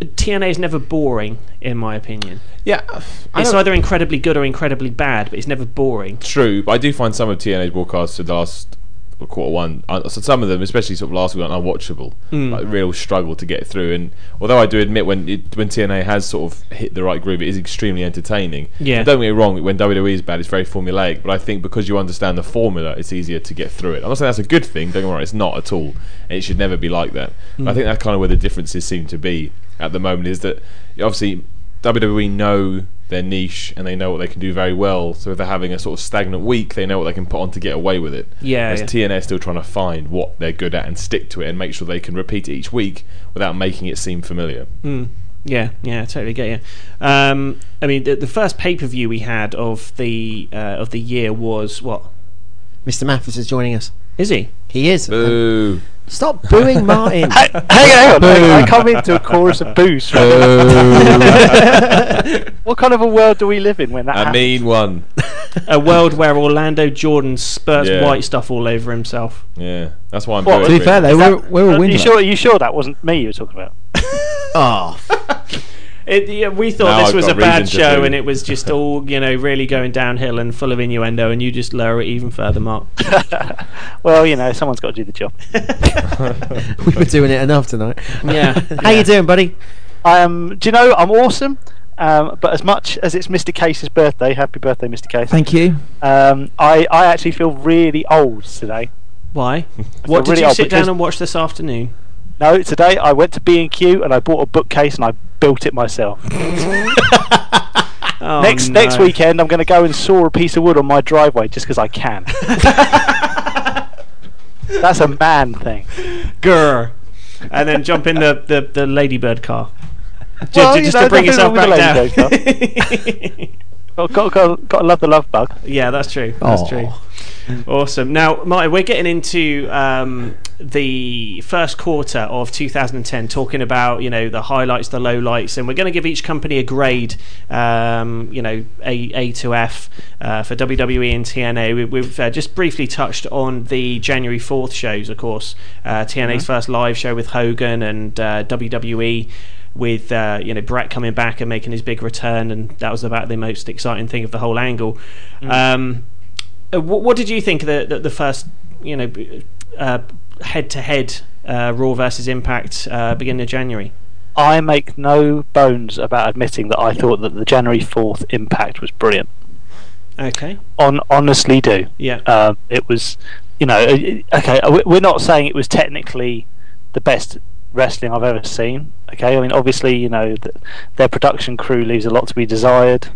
S4: TNA is never boring, in my opinion.
S6: Yeah, I
S4: it's
S6: don't-
S4: either incredibly good or incredibly bad, but it's never boring.
S6: True, but I do find some of TNA's broadcasts for the last quarter one, uh, so some of them, especially sort of last week, unwatchable.
S4: Mm.
S6: Like real struggle to get through. And although I do admit when it, when TNA has sort of hit the right groove, it is extremely entertaining.
S4: Yeah.
S6: And don't get me wrong, when WWE is bad, it's very formulaic. But I think because you understand the formula, it's easier to get through it. I'm not saying that's a good thing. Don't get me wrong, it's not at all, and it should never be like that. But I
S4: Mm.
S6: think that's kind of where the differences seem to be at the moment. Is that obviously WWE know their niche and they know what they can do very well. So if they're having a sort of stagnant week, they know what they can put on to get away with it.
S4: Yeah,
S6: Whereas
S4: yeah.
S6: TNA is still trying to find what they're good at and stick to it and make sure they can repeat it each week without making it seem familiar.
S4: Mm. Yeah, yeah, I totally get you. Um, I mean, the, the first pay per view we had of the uh, of the year was what?
S7: Mr. Mathis is joining us.
S4: Is he?
S7: He is.
S6: Boo.
S7: Stop booing Martin.
S12: Hey, hang on, hang on. I come into a chorus of boos.
S6: Oh,
S12: what kind of a world do we live in when that
S6: A
S12: happens?
S6: mean one.
S4: A world where Orlando Jordan spurts
S6: Yeah.
S4: white stuff all over himself.
S6: Yeah, that's why I'm.
S12: What,
S6: booing
S12: was
S6: it.
S12: it? Is that- uh, You sure? You sure that wasn't me you were talking about?
S7: Oh.
S4: It, yeah, we
S6: Now
S4: thought this
S6: I've
S4: was
S6: got
S4: a bad
S6: reason to
S4: show
S6: boo.
S4: and it was just all, you know, really going downhill and full of innuendo, and you just lower it even further, Mark.
S12: Well, you know, someone's got to do the job.
S7: we were doing it enough tonight.
S12: Yeah.
S7: How
S12: Yeah.
S7: you doing, buddy?
S12: I am. Um, Do you know I'm awesome? Um, but as much as it's Mr. Case's birthday, happy birthday, Mr. Case.
S5: Thank you.
S12: Um, I I actually feel really old today.
S4: Why?
S12: I
S4: What
S12: feel
S4: did
S12: really
S4: you
S12: old
S4: sit
S12: because-
S4: down and watch this afternoon?
S12: No, today I went to B and Q and I bought a bookcase and I built it myself.
S4: Oh,
S12: next
S4: no.
S12: next weekend I'm going to go and saw a piece of wood on my driveway just because I can. That's a man thing.
S4: Grr. And then jump in the, the, the ladybird car. Ju-
S12: Well,
S4: ju-
S12: you
S4: just
S12: know,
S4: to bring
S12: nothing
S4: yourself
S12: wrong
S4: back
S12: with
S4: down.
S12: the ladybird got, got, got, got to love the love bug.
S4: Yeah, that's true. That's
S12: Aw.
S4: true. Awesome. Now, Martin, we're getting into um, the first quarter of 2010, talking about you know the highlights, the lowlights, and we're going to give each company a grade. Um, you know, A, a to F uh, for WWE and TNA. We, we've uh, just briefly touched on the January 4th shows, of course. Uh, TNA's
S12: Mhm.
S4: first live show with Hogan and uh, WWE with uh, you know Brett coming back and making his big return, and that was about the most exciting thing of the whole angle. Um, uh, what, what did you think of the the, the first you know head to head uh, Raw versus Impact uh, beginning of January?
S12: I make no bones about admitting that I thought that the January 4th impact was brilliant.
S4: Okay.
S12: On honestly, do
S4: Yeah.
S12: Um, it was, you know, uh, okay. uh, we- We're not saying it was technically the best wrestling I've ever seen. Okay, I mean, obviously, you know, th their production crew leaves a lot to be desired.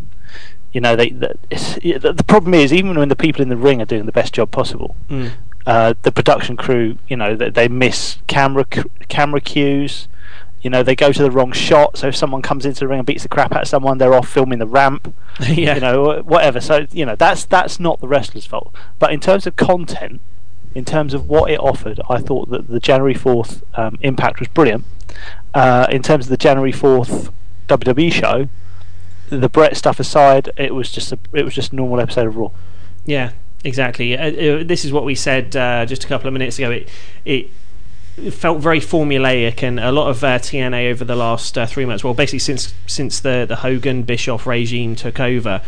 S12: You know, they, the, it's, yeah, the the problem is even when the people in the ring are doing the best job possible,
S4: Mm.
S12: uh, the production crew, you know, they, they miss camera c- camera cues. You know, they go to the wrong shot. So if someone comes into the ring and beats the crap out of someone, they're off filming the ramp.
S4: Yeah.
S12: You know, wh- whatever. So you know, that's that's not the wrestler's fault. But in terms of content, in terms of what it offered, I thought that the January fourth um, Impact was brilliant. Uh, in terms of the January fourth WWE show, the Brett stuff aside, it was just a, it was just a normal episode of Raw.
S4: Yeah, exactly. Uh, uh, this is what we said uh, just a couple of minutes ago. It it it felt very formulaic, and a lot of uh, TNA over the last uh, three months, well, basically since since the the Hogan Bischoff regime took over,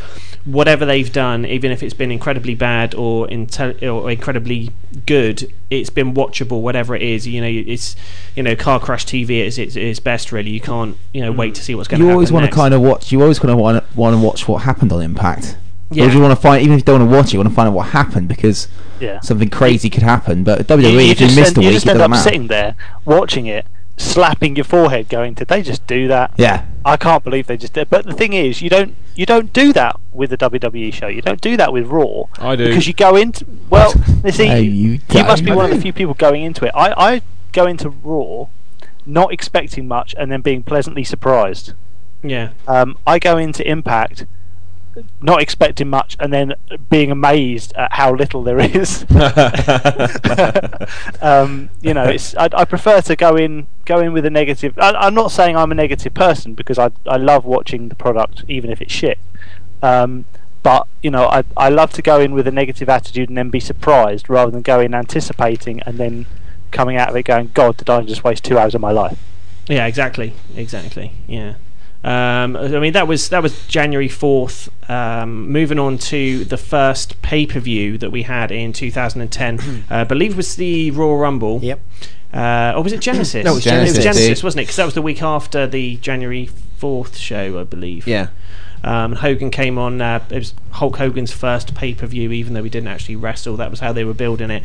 S4: whatever they've done, even if it's been incredibly bad or intel- or incredibly good, it's been watchable. Whatever it is, you know, it's you know, car crash TV is its, its best. Really, you can't you know wait to see what's going.
S5: Mm. You always
S4: want
S5: to kind of watch. You always kind of want to want to watch what happened on Impact.
S4: Yeah.
S5: Or if you want to find, even if you don't want to watch it, you want to find out what happened because
S12: Yeah.
S5: something crazy could happen. But
S12: You,
S5: WWE,
S12: you
S5: if E, you
S12: just
S5: missed
S12: end,
S5: a
S12: you
S5: week,
S12: just
S5: it
S12: end
S5: doesn't
S12: up
S5: matter.
S12: sitting there watching it, slapping your forehead, going, "Did they just do that?"
S5: Yeah.
S12: I can't believe they just did. But the thing is, you don't you don't do that with the WWE E show. You don't do that with Raw.
S6: I do.
S12: because you go into well. You see,
S5: No, you
S12: you,
S5: don't.
S12: must be
S5: I
S12: one of the
S5: do.
S12: few people going into it. I, I go into Raw not expecting much and then being pleasantly surprised.
S4: Yeah.
S12: Um, I go into Impact not expecting much and then being amazed at how little there is. um, you know, it's I, I prefer to go in go in with a negative. I, I'm not saying I'm a negative person because I I love watching the product even if it's shit. Um, but you know, I I love to go in with a negative attitude and then be surprised rather than go in anticipating and then coming out of it going, God, did I just waste two hours of my life?
S4: Yeah, exactly, exactly. Yeah, um, I mean that was that was January fourth. Um, moving on to the first pay per view that we had in
S7: Hmm.
S4: 2010, uh, I believe was the Raw Rumble. Yep. Uh, or was it Genesis?
S7: No, it was
S4: It was
S7: Genesis.
S4: Genesis, wasn't it? Because that was the week after the January fourth show, I believe.
S7: Yeah.
S4: Um, Hogan came on. Uh, it was Hulk Hogan's first pay per view, even though he didn't actually wrestle. That was how they were building it.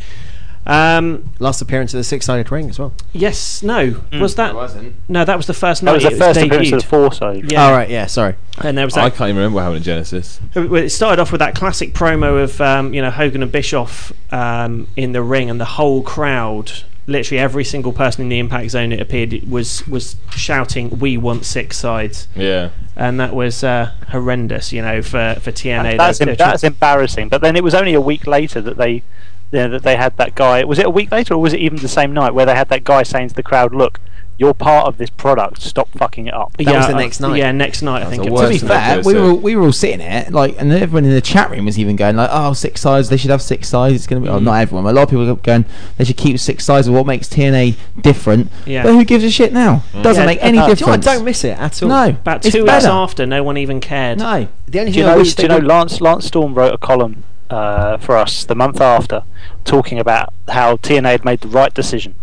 S4: Um,
S7: Last appearance of the six sided ring as well.
S4: Yes. No. Was that? No, that was the first night.
S7: That was the
S4: it
S7: first appearance of
S4: debuted.
S7: the four-sided.
S4: Yeah.
S7: All right, yeah, sorry.
S4: And there was
S6: I
S4: that.
S6: can't even remember what happened in Genesis.
S4: Uh, Well, It started off with that classic promo of um, you know Hogan and Bischoff um, in the ring, and the whole crowd, literally every single person in the impact zone, it appeared was was shouting, "We want six sides."
S6: Yeah.
S4: And that was uh, horrendous, you know, for for TNA.
S12: that's, em-
S4: literally-
S12: that's embarrassing. But then it was only a week later that they you know, that they had that guy. Was it a week later, or was it even the same night where they had that guy saying to the crowd, "Look, you're part of this product. Stop fucking it up."
S4: yeah, uh, Yeah, next night. I think.
S5: to
S4: it
S5: be
S4: was.
S5: fair, we were we were all sitting there, like, and everyone in the chat room was even going like, "Oh, six sides. They should have six sides. It's gonna be." Oh, not everyone. but A lot of people were going, "They should keep six sides of what makes TNA different."
S4: Yeah.
S5: But who gives a shit now? Doesn't
S4: Yeah,
S5: make any
S4: uh, do you know what,
S5: difference.
S4: don't
S7: miss it at
S5: all. No,
S4: About
S5: it's
S4: two hours
S5: better.
S4: after, no one even cared.
S5: No.
S7: The only
S12: do you know, do you know Lance Lance Storm wrote a column uh, for us the month after, talking about how TNA had made the right decision,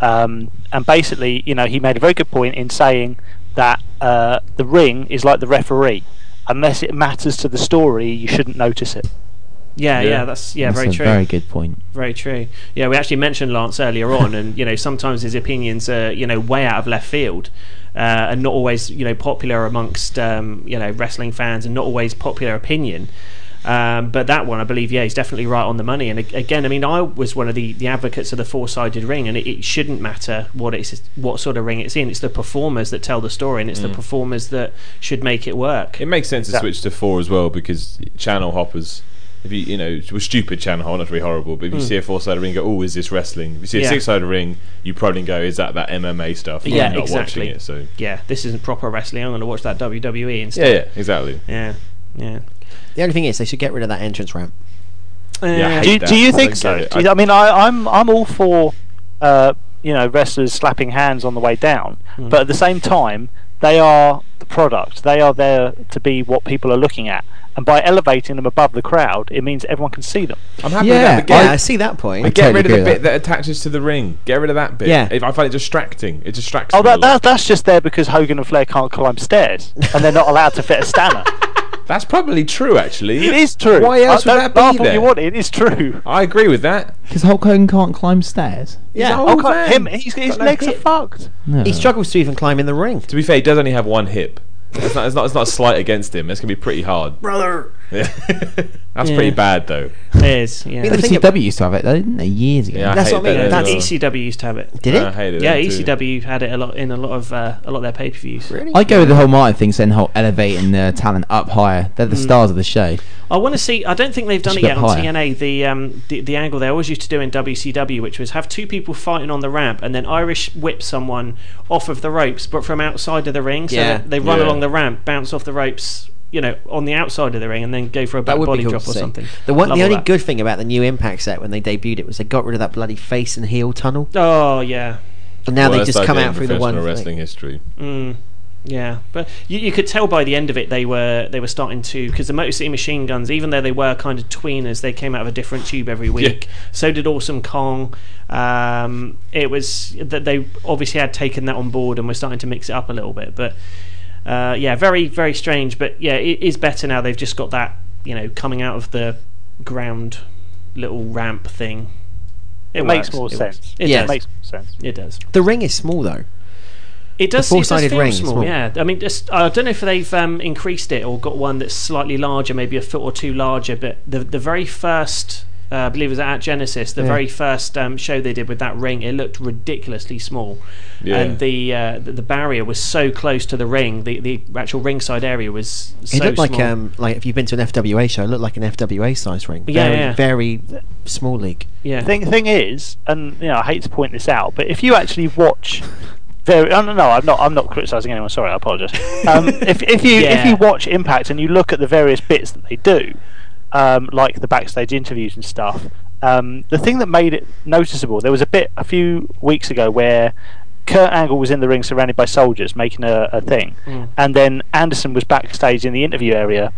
S12: um, and basically, you know, he made a very good point in saying that uh, the ring is like the referee. Unless it matters to the story, you shouldn't notice it.
S4: Yeah, yeah,
S12: Yeah.
S4: that's yeah,
S5: That's
S4: very
S5: a
S4: true.
S5: very good point.
S4: Very true. Yeah, we actually mentioned Lance earlier on, and you know sometimes his opinions are you know way out of left field, uh, and not always you know popular amongst um, you know wrestling fans, and not always popular opinion. Um, but that one, I believe, yeah, he's definitely right on the money. And a- again, I mean, I was one of the, the advocates of the four-sided ring, and it, it shouldn't matter what it's what sort of ring it's in. It's the performers that tell the story, and it's the
S6: Mm.
S4: performers that should make it work.
S6: It makes sense to
S4: Yeah.
S6: switch to four as well because channel hoppers. If you you know it was stupid channel hopper, not to be horrible, but if you
S4: Mm.
S6: see a four sided ring, you go oh is this wrestling? If you see a
S4: Yeah.
S6: six sided ring, you probably go is that that MMA stuff? and
S4: Yeah,
S6: you're not
S4: exactly.
S6: Watching it, so
S4: Yeah, this isn't proper wrestling. I'm going to watch that WWE
S6: yeah,
S4: instead.
S6: yeah, exactly.
S4: Yeah, yeah.
S7: The only thing is, they should get rid of that entrance ramp.
S4: Yeah, I hate
S12: do, do you think so? Do you- I, mean, I, I'm I'm all for uh, you know wrestlers slapping hands on the way down,
S4: Mm.
S12: but at the same time, they are the product. They are there to be what people are looking at, and by elevating them above the crowd, it means everyone can see them.
S6: I'm happy yeah, with that. but get-
S12: I
S6: But get
S12: totally
S6: rid of the
S12: agree with
S6: bit that attaches to the ring. Get rid of that bit.
S12: Yeah.
S6: If I find it distracting, it distracts. me
S12: Oh,
S6: a
S12: that,
S6: lot.
S12: that that's just there because Hogan and Flair can't climb stairs, and they're not allowed to fit a stanner.
S6: That's probably true, actually.
S12: It is true.
S6: Why
S12: Uh,
S6: else would
S12: don't
S6: that be
S12: laugh all
S6: there?
S12: you want, It is true.
S6: I agree with that.
S5: Because Hulk Hogan can't climb stairs.
S12: Yeah,
S8: oh,
S6: old
S12: okay,
S6: man.
S12: him, he's, his
S6: Got no
S12: legs are
S6: hip.
S12: fucked.
S6: He
S7: struggles to even climb in the ring.
S6: To be fair, he does only have one hip. It's not. It's not. It's not a slight against him. It's gonna be pretty hard.
S7: Brother.
S6: Yeah. That's
S4: Yeah.
S6: pretty bad, though.
S4: It is. Yeah.
S5: ECW E used to have it, though, didn't they? Years ago.
S6: Yeah, I That's hate what I mean, that as that's- well.
S4: ECW E used to have it.
S5: Did it? I hated
S4: yeah, E
S5: that too.
S4: ECW had it a lot in a lot of uh, a lot of their pay per views. Really?
S5: I go with the whole Martin thing, saying whole elevating the talent up higher. They're the
S4: Mm.
S5: stars of the show.
S4: I want to see. I don't think they've done
S5: It's
S4: it
S5: a
S4: yet
S5: bit
S4: on
S5: higher.
S4: TNA. The, um, the the angle they always used to do in WCW, which was have two people fighting on the ramp and then Irish whip someone off of the ropes, but from outside of the ring. So
S7: Yeah.
S4: that they run
S7: Yeah.
S4: along the ramp, bounce off the ropes you know, on the outside of the ring and then go for a back
S7: would be
S4: body
S7: cool
S4: drop
S7: to
S4: or
S7: see.
S4: something.
S7: The one,
S4: Love
S7: the
S4: all
S7: only
S4: that.
S7: good thing about the new Impact set when they debuted it was they got rid of that bloody face and heel tunnel.
S4: Oh yeah.
S7: And now they
S6: Worst
S7: just come
S6: idea
S7: out
S6: in
S7: through the one.
S6: professional wrestling
S7: thing.
S6: history.
S4: Mm, yeah, but you, you could tell by the end of it they were they were starting to because the Motor City Machine Guns, even though they were kind of tweeners, they came out of a different tube every week. So did Awesome Kong. Um, it was that they obviously had taken that on board and were starting to mix it up a little bit. But uh, yeah, very very strange. But yeah, it is better now. They've just got that you know coming out of the ground little ramp thing.
S12: It makes
S4: works,
S12: more
S4: it
S12: sense.
S4: works. It
S12: It
S4: does.
S12: makes more sense.
S4: It does.
S7: The ring is small though.
S4: It does.
S7: The
S4: it does
S7: four-sided
S4: feel
S7: ring is
S4: small,
S7: small.
S4: Yeah, I mean, just, I don't know if they've um, increased it or got one that's slightly larger, maybe a foot or two larger. But the the very first, uh, I believe, it was at Genesis, the
S12: Yeah.
S4: very first um, show they did with that ring, it looked ridiculously small,
S12: Yeah.
S4: and the, uh, the the barrier was so close to the ring, the the actual ringside area was so
S7: It looked
S4: small.
S7: like um like if you've been to an FWA show, it looked like an FWA size ring.
S4: Yeah,
S7: very,
S4: yeah.
S7: very small league.
S4: Yeah.
S12: Thing thing is, and you know, I hate to point this out, but if you actually watch, very no, no, no, I'm not, I'm not criticizing anyone. Sorry, I apologize. Um, if if you if
S4: Yeah.
S12: you watch Impact and you look at the various bits that they do, um, like the backstage interviews and stuff, um, the thing that made it noticeable, there was a bit a few weeks ago where. Kurt Angle was in the ring surrounded by soldiers making a, a thing,
S4: Mm.
S12: and then Anderson was backstage in the interview area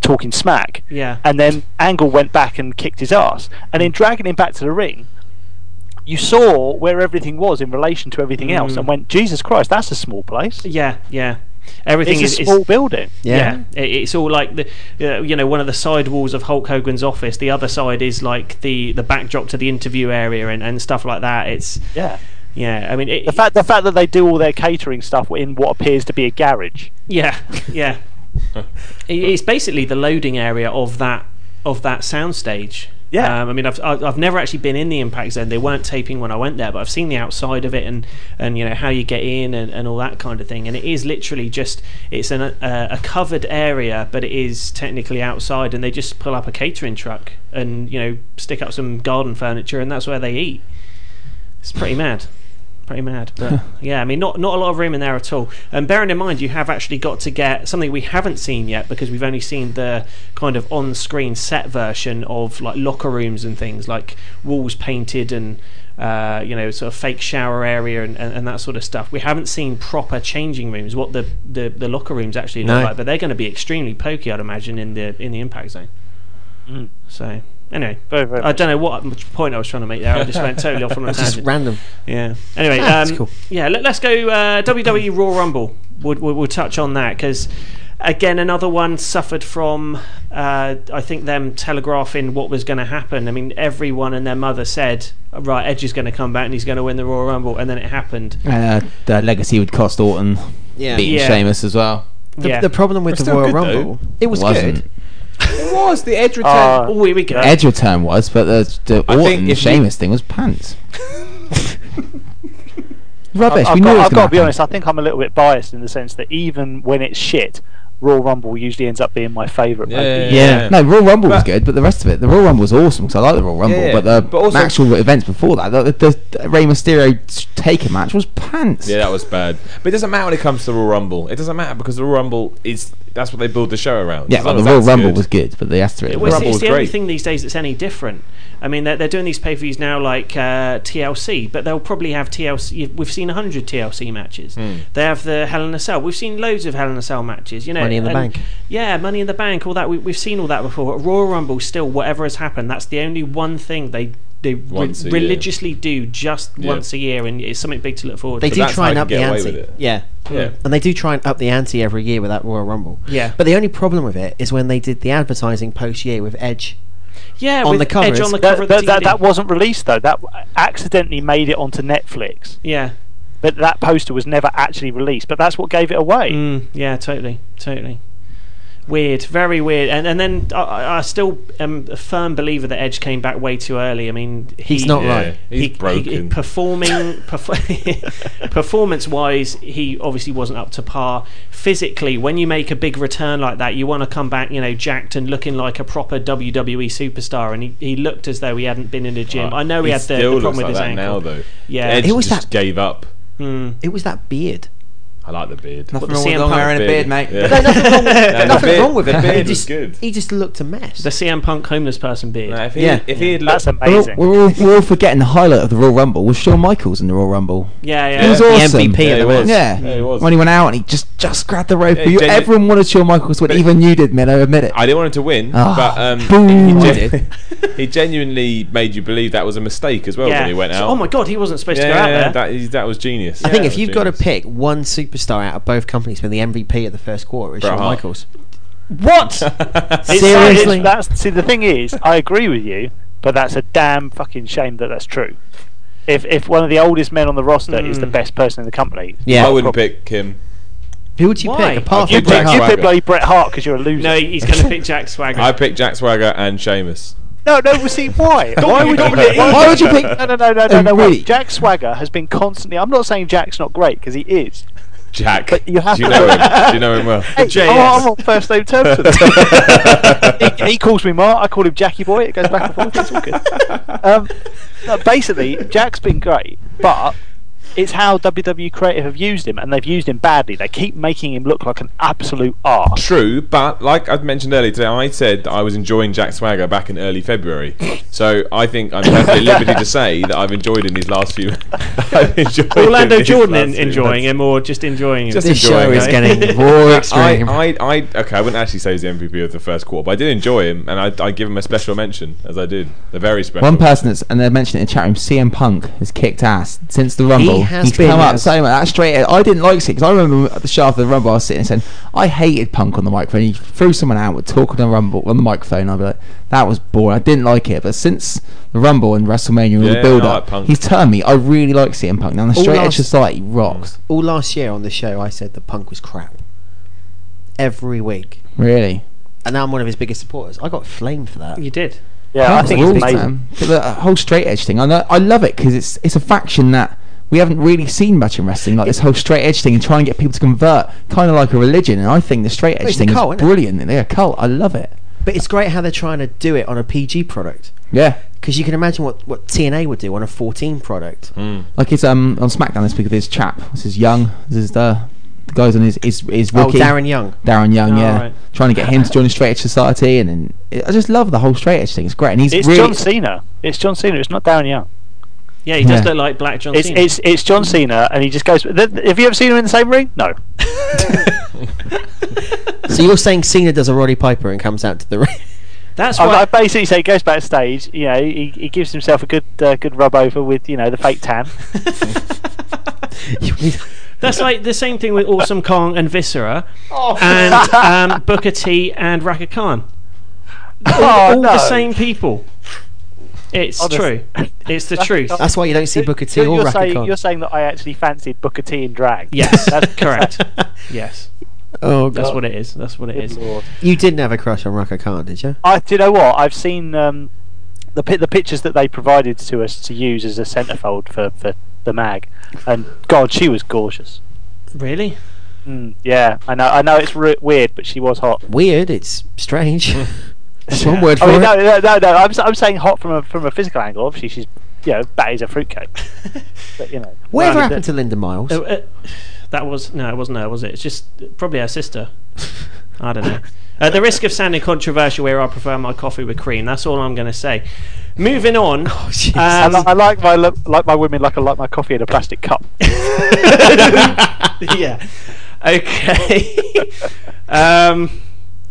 S12: talking smack.
S4: Yeah.
S12: And then Angle went back and kicked his ass. And in dragging him back to the ring, you saw where everything was in relation to everything else
S4: Mm.
S12: and went, Jesus Christ, that's a small place.
S4: Yeah, yeah. Everything
S12: It's
S4: is
S12: a
S4: is-
S12: small building.
S4: Yeah, It- it's all like the uh, you know one of the side walls of Hulk Hogan's office. The other side is like the the backdrop to the interview area and, and stuff like that. It's
S12: Yeah.
S4: yeah. I mean, it,
S12: The fact the fact that they do all their catering stuff in what appears to be a garage.
S4: yeah, yeah. It- it's basically the loading area of that of that soundstage. Yeah, um, I mean, I've I've I've never actually been in the impact zone. They weren't taping when I went there, but I've seen the outside of it and and you know how you get in and, and all that kind of thing. And it is literally just it's an uh, a covered area, but it is technically outside. And they just pull up a catering truck and you know stick up some garden furniture, and that's where they eat. It's pretty mad. Pretty mad, but yeah, I mean, not not a lot of room in there at all. And bearing in mind, you have actually got to get something we haven't seen yet because we've only seen the kind of on-screen set version of like locker rooms and things, like walls painted and uh, you know sort of fake shower area and, and, and that sort of stuff. We haven't seen proper changing rooms, what the the, the locker rooms actually look
S7: No.
S4: like, but they're going to be extremely pokey, I'd imagine, in the in the impact zone. So anyway,
S12: Very, very
S4: I don't know what point I was trying to make there. I just went totally off on a
S7: It's just
S4: tangent.
S7: random.
S4: Yeah. Anyway,
S7: Ah,
S4: um,
S7: that's cool.
S4: yeah, let, us go uh, WWE Raw Rumble. We'll, we'll, we'll touch on that because, again, another one suffered from, uh, I think, them telegraphing what was going to happen. I mean, everyone and their mother said, right, Edge is going to come back and he's going to win the Raw Rumble. And then it happened.
S5: Uh, the legacy would cost Orton
S4: Yeah.
S5: beating
S4: Yeah.
S5: Sheamus as well.
S7: The, the problem with
S4: It's
S7: the
S4: still
S7: Royal
S4: good, though.
S7: Rumble, it was
S5: Wasn't.
S7: good.
S13: It was the Edge return.
S4: oh, here we go.
S5: Edge return was, but the, the
S13: I think
S5: Orton
S13: if you-
S5: Sheamus thing was pants. Rubbish.
S12: I've, I've
S5: we knew
S12: got,
S5: it was gonna
S12: I've got to be
S5: happen.
S12: honest, I think I'm a little bit biased in the sense that even when it's shit, Raw Rumble usually ends up being my favourite.
S5: Yeah. No, Royal Rumble was good, but the rest of it, the Royal Rumble was awesome because I like the Royal Rumble,
S12: Yeah, yeah.
S5: but the
S12: But also-
S5: actual events before that, the, the, the Rey Mysterio Taker match was pants.
S6: Yeah, that was bad. But it doesn't matter when it comes to Royal Rumble. It doesn't matter because the Royal Rumble is that's what they build the show around.
S5: Yeah,
S6: As long
S5: but the
S6: as
S5: Royal
S6: that's
S5: Rumble
S6: good.
S5: was good, but the rest of it,
S6: It was-
S5: was
S4: It's,
S6: Rumble's
S4: it's the only
S6: great.
S4: thing these days that's any different. I mean, they're, they're doing these pay per views now like uh, TLC, but they'll probably have TLC. We've seen 100 TLC matches.
S6: Hmm.
S5: Hmm.
S4: They have the Hell in a Cell. We've seen loads of Hell in a Cell matches. You know,
S7: Money in the
S4: and-
S7: Bank.
S4: Yeah, Money in the Bank. All that we, we've seen all that before. At Royal Rumble, still, whatever has happened, that's the only one thing they they re-
S6: Once a year.
S4: religiously do just
S7: Yeah.
S4: once a year, and it's something big to look forward
S7: They
S4: to.
S7: do try and up the ante. Yeah.
S4: Yeah.
S7: And they do try and up the ante every year with that Royal Rumble.
S4: Yeah.
S7: But the only problem with it is when they did the advertising post year with Edge.
S4: Yeah,
S7: on
S4: with
S7: the cover.
S4: Edge on the
S7: it's-
S4: cover of the
S12: that, that,
S4: DVD.
S12: that wasn't released though. That accidentally made it onto Netflix.
S4: Yeah.
S12: But that poster was never actually released. But that's what gave it away.
S4: Mm, yeah, totally, totally. Weird, very weird. And and then I- I, I still am a firm believer that Edge came back way too early. I mean, he-
S7: He's not Yeah, right.
S6: he's
S4: he- he-
S6: broken.
S4: performing, perf- performance-wise, he obviously wasn't up to par. Physically, when you make a big return like that, you want to come back, you know, jacked and looking like a proper WWE superstar. And he, he looked as though he hadn't been in the gym. I know he, had the, the
S6: Uh, still
S4: problem
S6: looks
S4: with
S6: like
S4: his
S6: that
S4: ankle.
S6: now though.
S4: Yeah,
S6: Edge just gave up.
S7: It was that beard.
S6: I like the beard.
S5: Nothing But the wrong with CM long Punk hair and a beard, mate.
S6: Yeah.
S5: There's nothing wrong with-
S6: No, the
S5: nothing
S6: beard-
S5: wrong with
S6: the
S5: it.
S6: beard
S5: He
S6: was
S5: just-
S6: good.
S7: He just looked a mess.
S4: The CM Punk homeless person beard.
S6: if he- Yeah. if he had
S12: That's
S6: looked-
S5: We're all,
S12: amazing.
S5: we're all, we're all forgetting the highlight of the Royal Rumble was Shawn Michaels in the Royal Rumble.
S4: Yeah, yeah.
S5: He was
S4: The
S5: awesome.
S4: MVP of the
S5: yeah,
S4: match.
S5: yeah.
S4: Yeah, he was.
S5: When he went out and he just just grabbed the rope.
S6: Yeah,
S5: You-
S6: genu-
S5: everyone wanted Shawn Michaels, but even you did, Minnow. Admit it.
S6: I didn't want him to win,
S5: Ah,
S6: but um,
S5: boo.
S6: he, gen- he genuinely made you believe that was a mistake as well
S4: Yeah.
S6: when he went
S4: So,
S6: out.
S4: oh my God, he wasn't supposed to
S6: yeah,
S4: go out there.
S6: That, is- that was genius.
S7: I think
S6: Yeah,
S7: if
S6: that
S7: you've
S6: was
S7: got to
S6: genius.
S7: pick one superstar out of both companies for the MVP of the first quarter, it's
S6: Bret
S7: Shawn
S6: Hart.
S7: Michaels.
S12: What?
S7: Seriously?
S12: that's, see, the thing is, I agree with you, but that's a damn fucking shame that that's true. If if one of the oldest men on the roster is
S4: Mm.
S12: the best person in the company,
S6: I wouldn't pick him.
S7: Who would you
S4: Why?
S7: pick apart
S6: I'd
S7: from
S6: pick Jack
S7: Bret
S12: you
S7: Hart?
S6: Swagger.
S12: pick bloody Bret Hart because you're a loser.
S4: No, he's going to pick Jack Swagger.
S6: I pick Jack Swagger and Sheamus.
S12: No, no, well, see, why? why would you
S6: don't pick
S12: pick?
S6: either.
S12: No, no, no, no, no,
S6: Um,
S12: no. wait.
S6: wait.
S12: Jack Swagger has been constantly. I'm not saying Jack's not great because he is.
S6: Jack,
S12: But you have
S6: do you
S12: to-
S6: know him? Do you know him well?
S12: Hey, I'm, I'm on first name terms with him. he, he calls me Mark. I call him Jackie Boy. It goes back and forth. It's all good. Um, no, basically, Jack's been great, but it's how WWE creative have used him, and they've used him badly. They keep making him look like an absolute arse.
S6: True, but like I'd mentioned earlier today, I said that I was enjoying Jack Swagger back in early February. So I think I'm perfectly at liberty to say that I've enjoyed him these last few. I've enjoyed
S4: Orlando
S6: him these
S4: Jordan
S6: last
S4: en-
S6: few
S4: enjoying
S6: months.
S4: him or just enjoying him?
S6: Just enjoying him. I- I, I, okay, I wouldn't actually say he's the MVP of the first quarter, but I did enjoy him, and I, I give him a special mention as I did, a very special.
S5: One person that's and they mentioned it in chat room. CM Punk has kicked ass since the Rumble.
S7: has
S5: He's
S7: been
S5: come up
S7: ass.
S5: so much. That straight. I didn't like it because I remember at the show after the Rumble, I was sitting and saying I hated Punk on the microphone. He threw someone out with talk on the Rumble on the microphone. I'd be like, that was boring. I didn't like it. But since the Rumble and WrestleMania and all
S6: Yeah,
S5: the build
S6: I like
S5: up,
S6: Punk.
S5: he's turned me. I really like CM Punk. Now on the
S7: All
S5: straight
S7: last-
S5: edge society
S12: Mm.
S5: rocks.
S7: All last year on the show, I said the punk was crap. Every week.
S6: Mm.
S5: Really.
S7: And now I'm one of his biggest supporters. I got flamed for that.
S4: You did.
S12: Yeah, I
S5: Punk
S12: think
S5: rules,
S12: it's amazing.
S5: man. But the whole straight edge thing, I, know, I love it because it's it's a faction that we haven't really seen much in wrestling, like this whole straight edge thing and trying to get people to convert, kind of like a religion. And I think the straight edge
S7: It's a
S5: thing
S7: cult,
S5: is
S7: isn't it?
S5: brilliant. They're a cult. I love it.
S7: But it's great how they're trying to do it on a PG product.
S5: Yeah,
S7: Because you can imagine what, what TNA would do on a 14 product.
S12: Mm.
S5: like it's um on SmackDown this week with his chap. This is Young. This is the the guys on his his, his
S7: Oh,
S5: rookie.
S7: Darren Young.
S5: Darren Young,
S7: Oh,
S5: yeah,
S7: right.
S5: trying to get him to join the straight edge society, and, and I just love the whole straight edge thing. It's great, and he's
S12: It's
S5: really
S12: John Cena. It's John Cena. It's not Darren Young.
S4: Yeah, he does
S5: Yeah.
S4: look like Black John
S12: It's,
S4: Cena. Mm-hmm.
S12: it's it's John Cena, and he just goes. Th- th- Have you ever seen him in the same ring? No.
S7: So you're saying Cena does a Roddy Piper and comes out to the ring?
S4: That's
S12: I,
S4: why.
S12: I basically say he goes backstage. You know, he, he gives himself a good uh, good rub over with you know the fake tan.
S4: That's like the same thing with Awesome Kong and Viscera
S6: Oh.
S4: and um, Booker T and Raka Khan.
S6: Oh,
S4: All, all the same people. It's
S12: Honest-
S4: true. It's the
S12: That's
S4: truth.
S12: not-
S7: That's why you don't see Booker T
S12: You're,
S7: or
S12: you're
S7: Raka
S12: saying,
S7: Khan.
S12: you're saying that I actually fancied Booker T in drag.
S4: Yes,
S12: That's-
S4: correct. Yes,
S7: Oh,
S4: that's
S7: God.
S4: what it is. That's what it
S12: Good
S4: is.
S12: lord.
S7: You didn't have a crush on Raka Khan, did you?
S12: I, do you know what? I've seen um, the pi- the pictures that they provided to us to use as a centerfold for, for the mag, and God, she was gorgeous.
S4: Really?
S12: Mm, yeah, I know. I know it's re- weird, but she was hot.
S7: Weird, it's strange. That's one
S4: Oh,
S7: word for
S12: I mean,
S7: it.
S12: no, no, no, no. I'm, s- I'm saying hot from a from a physical angle. Obviously, she's you know batty as a fruitcake. but you know,
S7: Whatever
S12: no,
S7: happened to Linda Miles?
S4: Uh, uh, that was no, it wasn't her, was it? It's just probably her sister. I don't know. At the risk of sounding controversial, here I prefer my coffee with cream. That's all I'm going to say. Moving on.
S12: I,
S4: um,
S12: li- Oh, I like my lo- like my women like I like my coffee in a plastic cup.
S4: yeah. Okay. um,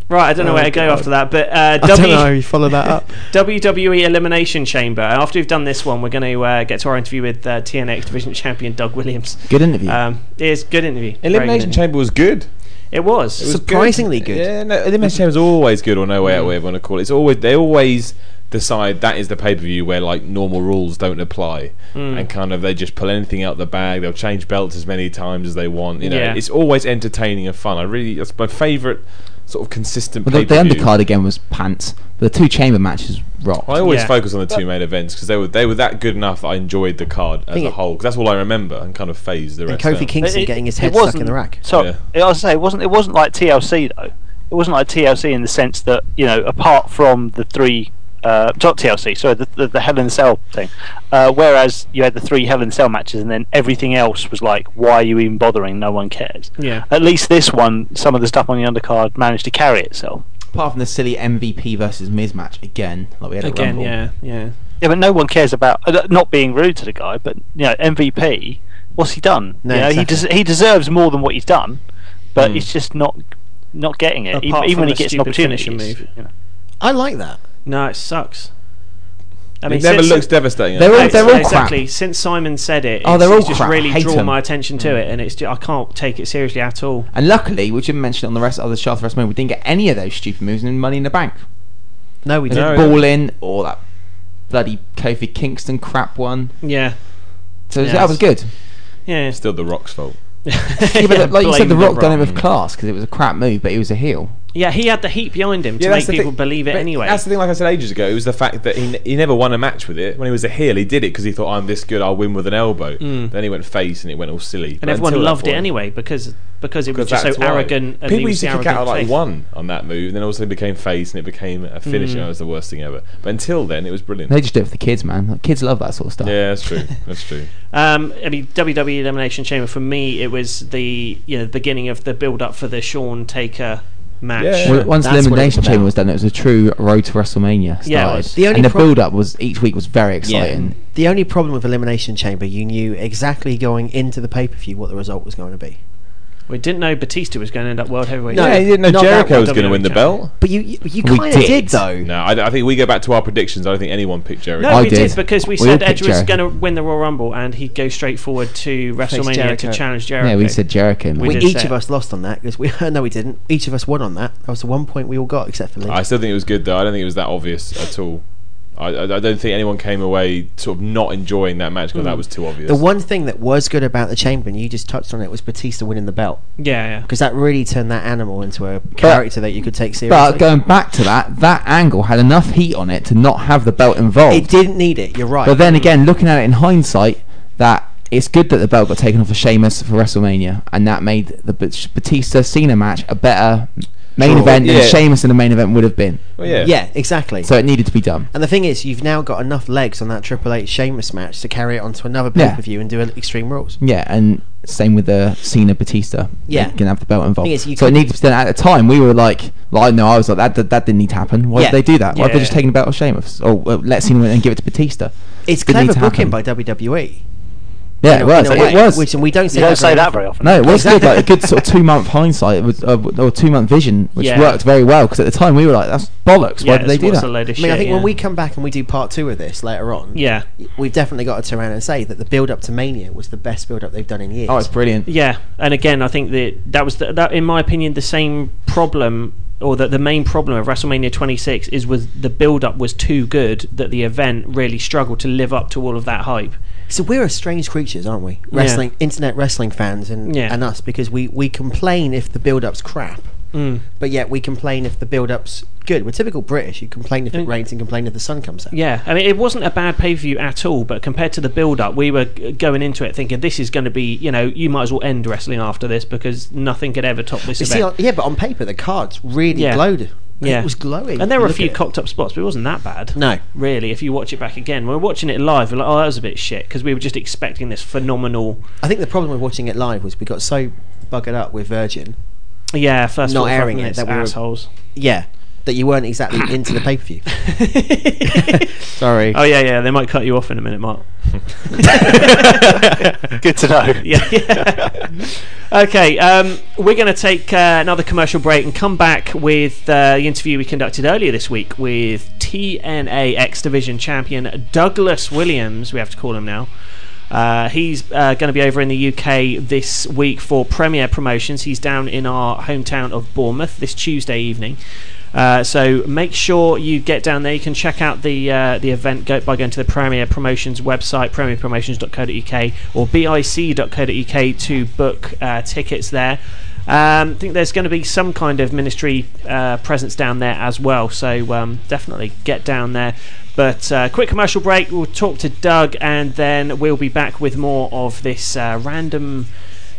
S4: right, I don't know where to go
S12: Oh,
S4: after that, but uh,
S7: I don't know how
S4: w-
S7: you follow that up.
S4: WWE Elimination Chamber. After we've done this one, we're going to uh, get to our interview with uh, TNX Division Champion Doug Williams.
S5: good interview.
S4: Um, it is good interview. Very
S6: Elimination
S4: good interview.
S6: Chamber was good.
S4: It was.
S6: It was
S7: Surprisingly good.
S6: Yeah, no, Elimination Chamber is always good or no way
S5: Mm.
S6: out, whatever you want to call it. It's always they always decide that is the pay per view where like normal rules don't apply,
S4: Mm.
S6: and kind of they just pull anything out the bag. They'll change belts as many times as they want. You know,
S4: Yeah.
S6: it's always entertaining and fun. I really that's my favourite sort of consistent.
S5: But the, the
S6: pay-per-view.
S5: undercard again was pants. The two chamber matches rock.
S6: I always
S4: Yeah.
S6: focus on the two main events because they were they were that good enough that I enjoyed the card as
S7: think
S6: a
S7: it-
S6: whole. 'cause that's all I remember and kind of phased the
S7: and
S6: rest.
S7: Kofi
S6: out.
S7: Kingston
S12: It-
S7: getting his
S12: it
S7: head stuck in
S12: wasn't-
S7: the rack.
S12: So
S6: Yeah.
S12: I was say it wasn't it wasn't like TLC though. It wasn't like TLC in the sense that you know apart from the three uh, not TLC, sorry, the, the, the Hell in a Cell thing. Uh, whereas you had the three Hell in a Cell matches, and then everything else was like, why are you even bothering? No one cares.
S4: Yeah.
S12: At least this one, some of the stuff on the undercard managed to carry itself.
S5: Apart from the silly MVP versus Miz match again, like we had at
S12: Again,
S5: Rumble.
S12: yeah,
S4: yeah.
S12: Yeah, but no one cares about uh, not being rude to the guy. But you know, MVP, what's he done?
S7: No,
S12: you know, he
S7: exactly.
S12: des- he deserves more than what he's done, but it's just not not getting it.
S4: Apart
S12: even even
S4: from
S12: when he
S4: the
S12: gets an
S4: stupid
S12: opportunity,
S4: finishing
S12: it's-
S4: move.
S12: you know.
S7: I like that.
S4: No, it sucks.
S6: It never
S4: since-
S6: looks devastating.
S5: They're all- they're all crap.
S4: exactly. Since Simon said it, it's,
S5: Oh, they're all
S4: it's just
S5: crap.
S4: really
S5: Hate
S4: drawn
S5: 'em.
S4: my attention to it, and it's ju- I can't take it seriously at all.
S5: And luckily, which didn't mention on the rest of the Shaft Rest moment, we didn't get any of those stupid moves in Money in the Bank.
S7: No, we
S5: There's
S7: didn't.
S5: a Ball in or that bloody Kofi Kingston crap one.
S4: Yeah.
S5: So
S4: Yeah,
S5: that was good.
S4: Yeah.
S6: Still the Rock's fault. Mm.
S5: Yeah, but like you
S4: blame
S5: said, The
S4: The
S5: Rock done it
S4: Rock.
S5: with class because it was a crap move, but he was a heel.
S4: Yeah, he had the heat behind him to make people believe it
S6: But
S4: anyway.
S6: That's the thing. Like I said ages ago, it was the fact that he, n- he never won a match with it. When he was a heel, he did it because he thought, "I'm this good, I'll win with an elbow."
S4: Mm.
S6: Then he went face, and it went all silly.
S4: and everyone loved it anyway because because it was just so arrogant. And he
S6: People
S4: was
S6: used to
S4: the
S6: kick
S4: arrogant
S6: out like
S4: face.
S6: one on that move, and then all of a sudden it became face, and it became a finish,
S4: Mm.
S6: and it was the worst thing ever. But until then, it was brilliant.
S5: They just do it for the kids, man. Like, kids love that sort of stuff.
S6: yeah, that's true. That's true.
S4: Um, I mean, WWE Elimination Chamber for me, it was the you know beginning of the build up for the Shawn Taker match.
S5: Well, once the elimination chamber was done, it was a true road to WrestleMania. Started.
S4: Yeah, it was. The
S5: The
S7: only
S5: and the
S7: prob-
S5: build-up was each week was very exciting.
S7: The only problem with Elimination Chamber, you knew exactly going into the pay per view what the result was going to be.
S4: We didn't know Batista was going to end up world heavyweight.
S6: No, Yeah, you didn't know not that Jericho one. was gonna
S4: WWE
S6: win the
S4: champion.
S6: belt.
S7: But you, you, you kind of did. though.
S6: No, I, I think we go back to our predictions. I don't think anyone picked Jerry.
S4: No, we did. because we,
S5: We all
S4: said
S5: picked
S4: Edge was
S5: Jericho.
S4: going to win the Royal Rumble and he'd go straight forward to WrestleMania to
S7: Jericho.
S4: challenge Jericho.
S5: Yeah, we said Jericho. Man.
S4: We
S7: We,
S4: did
S7: each
S4: say
S7: of
S4: it.
S7: us lost on that because we no, we didn't. Each of us won on that. That was the one point we all got except for Lee.
S6: I still think it was good though. I don't think it was that obvious at all. I, I, I don't think anyone came away sort of not enjoying that match because that was too obvious.
S7: Hmm. the one thing that was good about the chamber, and you just touched on it, was Batista winning the belt
S4: Yeah, yeah.
S7: because that really turned that animal into a character that you could take seriously.
S5: But going back to that, that angle had enough heat on it to not have the belt involved.
S7: it didn't need it. You're right.
S5: But then again, looking at it in hindsight, that it's good that the belt got taken off of Sheamus for WrestleMania, and that made the Batista Cena match a better main
S7: Sure.
S5: event than
S7: Yeah.
S5: Sheamus in the main event would have been.
S7: yeah, exactly.
S5: So it needed to be done.
S7: And the thing is, you've now got enough legs on that Triple H Sheamus match to carry it onto another
S5: Yeah.
S7: pay per view and do Extreme Rules.
S5: Yeah, and same with the Cena Batista.
S7: Yeah.
S5: you can have the belt involved.
S7: Thing is, you
S5: so it
S7: could-
S5: needed to be done at the time. We were like, well, I know I was like that. That, that didn't need to happen. Why
S7: Yeah.
S5: did they do that? Why have they
S7: Yeah.
S5: just taken the belt off Sheamus? Or well, let Cena win and give it to Batista?
S7: It's
S5: Didn't need
S7: clever
S5: to
S7: booking
S5: happen.
S7: by WWE.
S5: Yeah,
S7: in a-
S5: it was.
S7: in a
S5: It
S7: way,
S5: was.
S7: Which, and we don't say, that, very
S5: No, it was
S7: Exactly.
S5: good. Like a good sort of two month hindsight it was, uh, or two month vision, which
S7: Yeah.
S5: worked very well because at the time we were like, that's bollocks. Why did they do that?
S7: I mean, I think when we come back and we do part two of this later on,
S4: Yeah.
S7: we've definitely got to turn around and say that the build up to Mania was the best build up they've done in years.
S5: Oh, it's brilliant.
S4: Yeah, and again, I think that that was the, that, in my opinion, the same problem, or that the main problem of WrestleMania 26 is was the build-up was too good that the event really struggled to live up to all of that hype.
S7: So we're a strange creatures, aren't we?
S4: Yeah.
S7: Wrestling, internet wrestling fans, and
S4: Yeah.
S7: and us because we we complain if the build up's crap,
S4: Mm.
S7: but yet we complain if the build up's good. We're typical British. You complain if it rains and complain if the sun comes out.
S4: Yeah, I mean, it wasn't a bad pay per view at all, but compared to the build up, we were g- going into it thinking this is going to be, you know, you might as well end wrestling after this because nothing could ever top this
S7: You see,
S4: event.
S7: on, yeah, but on paper the cards really
S4: Yeah.
S7: glowed.
S4: Yeah.
S7: It was glowing.
S4: and there were a
S7: Look
S4: few
S7: at it.
S4: cocked up spots, but it wasn't that bad.
S7: No.
S4: Really, if you watch it back again, when we're watching it live, we're like, oh, that was a bit shit because we were just expecting this phenomenal.
S7: I think the problem with watching it live was we got so buggered up with Virgin.
S4: Yeah, first
S7: not
S4: 45
S7: airing it
S4: minutes,
S7: that we
S4: assholes.
S7: Were, yeah, that you weren't exactly into the pay per view. Sorry.
S4: Oh yeah, yeah. They might cut you off in a minute, Mark.
S12: Good to know.
S4: Yeah. yeah. okay, um, we're going to take uh, another commercial break and come back with uh, the interview we conducted earlier this week with TNA X Division champion Douglas Williams. We have to call him now. Uh, he's uh, going to be over in the UK this week for Premier Promotions. He's down in our hometown of Bournemouth this Tuesday evening. Uh, so make sure you get down there. You can check out the uh, the event go, by going to the Premier Promotions website, premierpromotions.co.uk or bic.co.uk to book uh, tickets there. Um, I think there's going to be some kind of ministry uh, presence down there as well, so um, definitely get down there. But uh, quick commercial break. We'll talk to Doug, and then we'll be back with more of this uh, random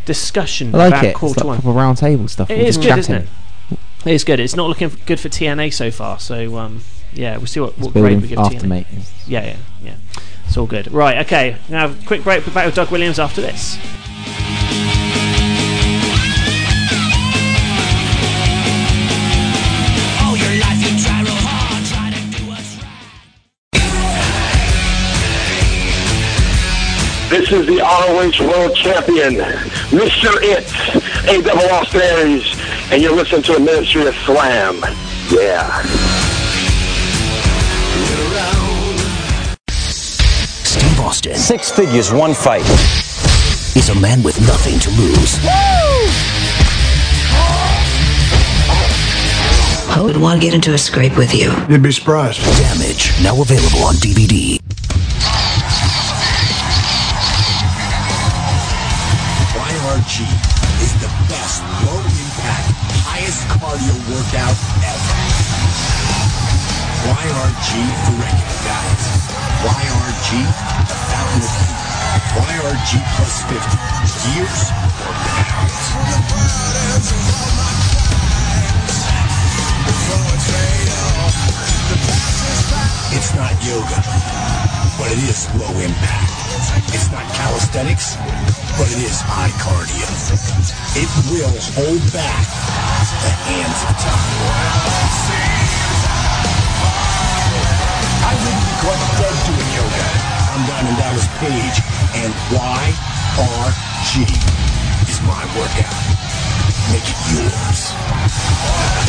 S4: discussion
S5: I like
S4: about
S5: it.
S4: call
S5: It's
S4: to
S5: like
S4: one.
S5: proper round table stuff.
S4: It
S5: We're
S4: is
S5: just
S4: good, isn't
S5: chatting.
S4: it? It's good. It's not looking f- good for TNA so far. So um, yeah, we'll see what, what grade
S5: building
S4: we give
S5: after
S4: TNA.
S5: me.
S4: Yeah, yeah, yeah. It's all good. Right, okay. Now, quick break. We're back with Doug Williams after this.
S2: Oh,
S10: All your life you try real hard, try to do what's right.
S9: This is the ROH World Champion, Mr. It, A Double Austin Aries, and you're listening to a Ministry of Slam. Yeah.
S10: Steve Austin. Six figures, one fight. Is a man with nothing to lose.
S14: I would want to get into a scrape with you.
S10: You'd be surprised. Damage, now available on DVD. YRG is the best low impact, highest cardio workout ever. YRG for regular guys. YRG, the fountain of youth. YRG plus 50. Years or pounds. It's not yoga, but it is low impact. It's not calisthenics, but it is high cardio. It will hold back the hands of time. I wouldn't be quite dead doing yoga. I'm Diamond Dallas Page, and YRG is my workout. Make it yours.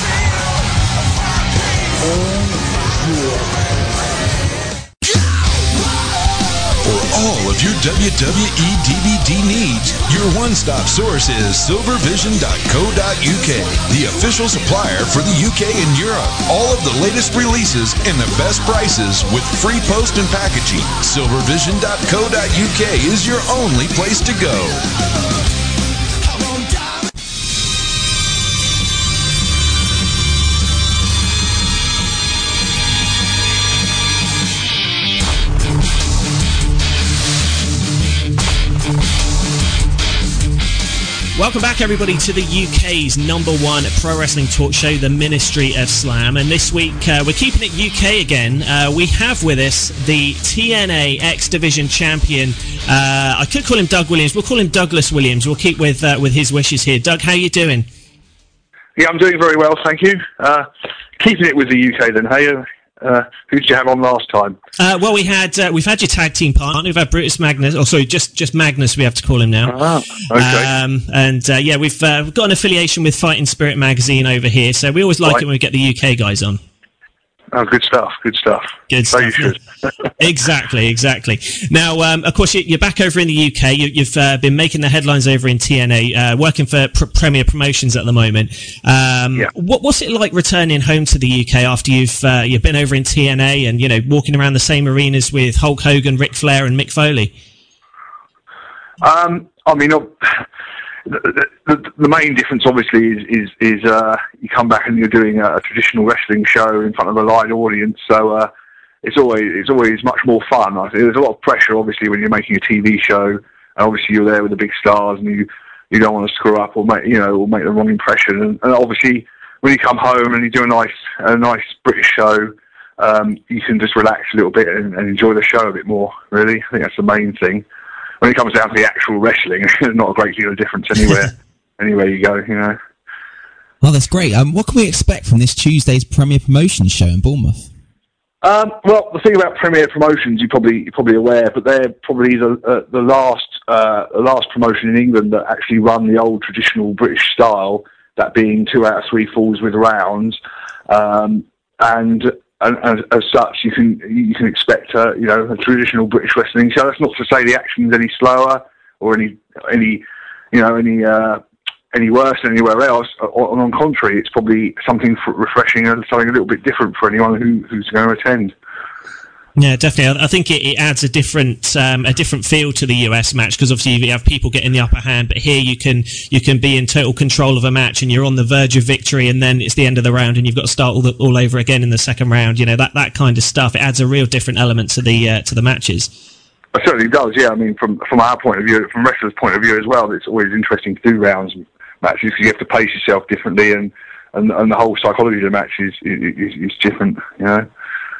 S15: For all of your E WWE DVD needs, your one-stop source is silvervision.co.uk, the official supplier for the UK and Europe. All of the latest releases and the best prices with free post and packaging. silvervision.co.uk is your only place to go.
S4: Welcome back, everybody, to the UK's number one pro wrestling talk show, The Ministry of Slam. And this week, uh, we're keeping it UK again. Uh, we have with us the TNA X Division champion. Uh, I could call him Doug Williams. We'll call him Douglas Williams. We'll keep with uh, with his wishes here. Doug, how you doing?
S16: Yeah, I'm doing very well, thank you. Uh, keeping it with the UK then, hey? Uh, who did you have on last time?
S4: Uh, well, we had uh, we've had your tag team partner. We've had Brutus Magnus, or sorry, just just Magnus. We have to call him now.
S16: Ah, okay.
S4: Um, and uh, yeah, we've uh, we've got an affiliation with Fighting Spirit magazine over here, so we always like
S16: Right.
S4: it when we get the UK guys on.
S16: Oh, good stuff, good stuff.
S4: Good
S16: so You should.
S4: exactly, exactly. Now, um, of course, you- you're back over in the UK. You, you've uh, been making the headlines over in TNA, uh, working for pr- Premier Promotions at the moment. Um, what, what's it like returning home to the UK after you've uh, you've been over in TNA and you know walking around the same arenas with Hulk Hogan, Ric Flair, and Mick Foley?
S16: Um, I mean, uh, the, the, the main difference, obviously, is is, is uh, you come back and you're doing a, traditional wrestling show in front of a live audience, so uh, it's always it's always much more fun. I think there's a lot of pressure, obviously, when you're making a TV show, and obviously you're there with the big stars, and you you don't want to screw up or make you know or make the wrong impression, and, and obviously when you come home and you do a nice a nice British show. Um, you can just relax a little bit and, and enjoy the show a bit more. Really, I think that's the main thing when it comes down to the actual wrestling, there's not a great deal of difference anywhere. anywhere you go, you know.
S17: Well, that's great. Um, what can we expect from this Tuesday's Premier Promotions show in Bournemouth?
S16: Um, well, the thing about Premier Promotions, you probably you're probably aware, but they're probably the uh, the last uh, the last promotion in England that actually run the old traditional British style, that being two out of three falls with rounds, um, and. And, and as such, you can you can expect uh, you know a traditional British wrestling show. That's not to say the action's any slower or any any you know any uh, any worse than anywhere else. uh, O- On, on contrary, it's probably something f- refreshing and something a little bit different for anyone who, who's going to attend.
S4: Yeah, definitely. I I think it, it adds a different um, a different feel to the US match because obviously you have people getting the upper hand, but here you can you can be in total control of a match and you're on the verge of victory, and then it's the end of the round and you've got to start all, the, all over again in the second round. You know that that kind of stuff. It adds a real different element to the uh, to the matches.
S16: It certainly does, yeah. I mean, from from our point of view, from wrestlers' point of view as well, it's always interesting to do rounds and matches 'cause you have to pace yourself differently, and, and and the whole psychology of the match is is, is different, you know.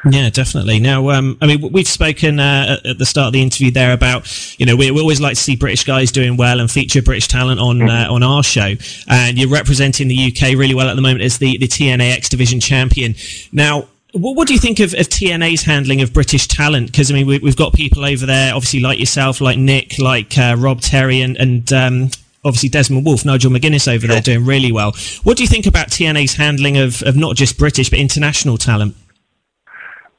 S4: Yeah, definitely. Now, um, I mean, w- we've spoken uh, at- at the start of the interview there about, you know, we, we always like to see British guys doing well and feature British talent on uh, on our show. And you're representing the UK really well at the moment as the, the TNA X Division champion. Now, what, what do you think of, of TNA's handling of British talent? Because, I mean, we, we've got people over there, obviously, like yourself, like Nick, like uh, Rob Terry, and, and um, obviously Desmond Wolf, Nigel McGuinness over there doing really well. What do you think about TNA's handling of, of not just British, but international talent?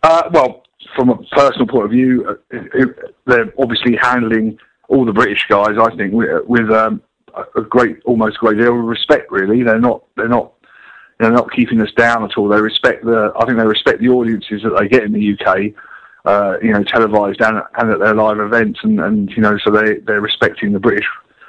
S16: Uh, well, from a personal point of view, uh, it, it, they're obviously handling all the British guys. I think with, with um, a a great, almost great deal of respect. Really, they're not. They're not. They're not keeping us down at all. They respect the. I think they respect the audiences that they get in the UK. Uh, you know, televised and, and at their live events, and, and you know, so they they're respecting the British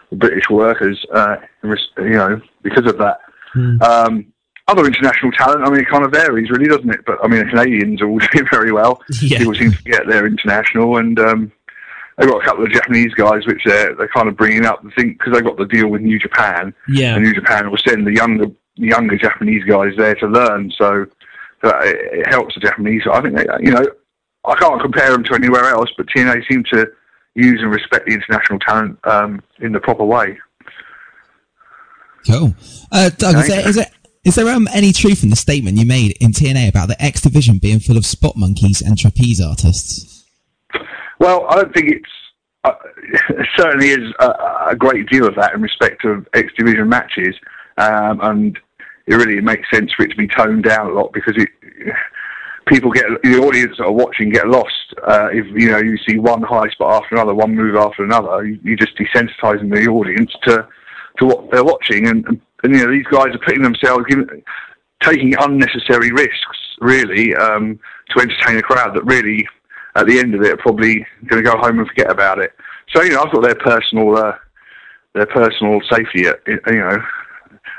S16: the British workers. Uh, res- you know, because of that.
S4: Mm.
S16: Um, other international talent, I mean, it kind of varies, really, doesn't it? But I mean, the Canadians all do very well.
S4: Yeah.
S16: People seem to get they're international, and um, they've got a couple of Japanese guys which they're, they're kind of bringing up. The thing because they got the deal with New Japan,
S4: Yeah.
S16: and New Japan will send the younger younger Japanese guys there to learn, so that it, it helps the Japanese. I think they, you know, I can't compare them to anywhere else, but TNA seem to use and respect the international talent um, in the proper way.
S5: Cool. Uh, Doug, is
S16: Thanks.
S5: there, is there, is there um, any truth in the statement you made in TNA about the X Division being full of spot monkeys and trapeze artists?
S16: Well, I don't think it's. Uh, it certainly is a, a great deal of that in respect of X Division matches, um, and it really makes sense for it to be toned down a lot because it people get the audience that are watching get lost uh, if you know you see one high spot after another, one move after another. You, you're just desensitising the audience to to what they're watching, and, and, you know these guys are putting themselves giving, taking unnecessary risks really um, to entertain a crowd that really at the end of it are probably going to go home and forget about it. So you know I've got their personal uh, their personal safety uh, you know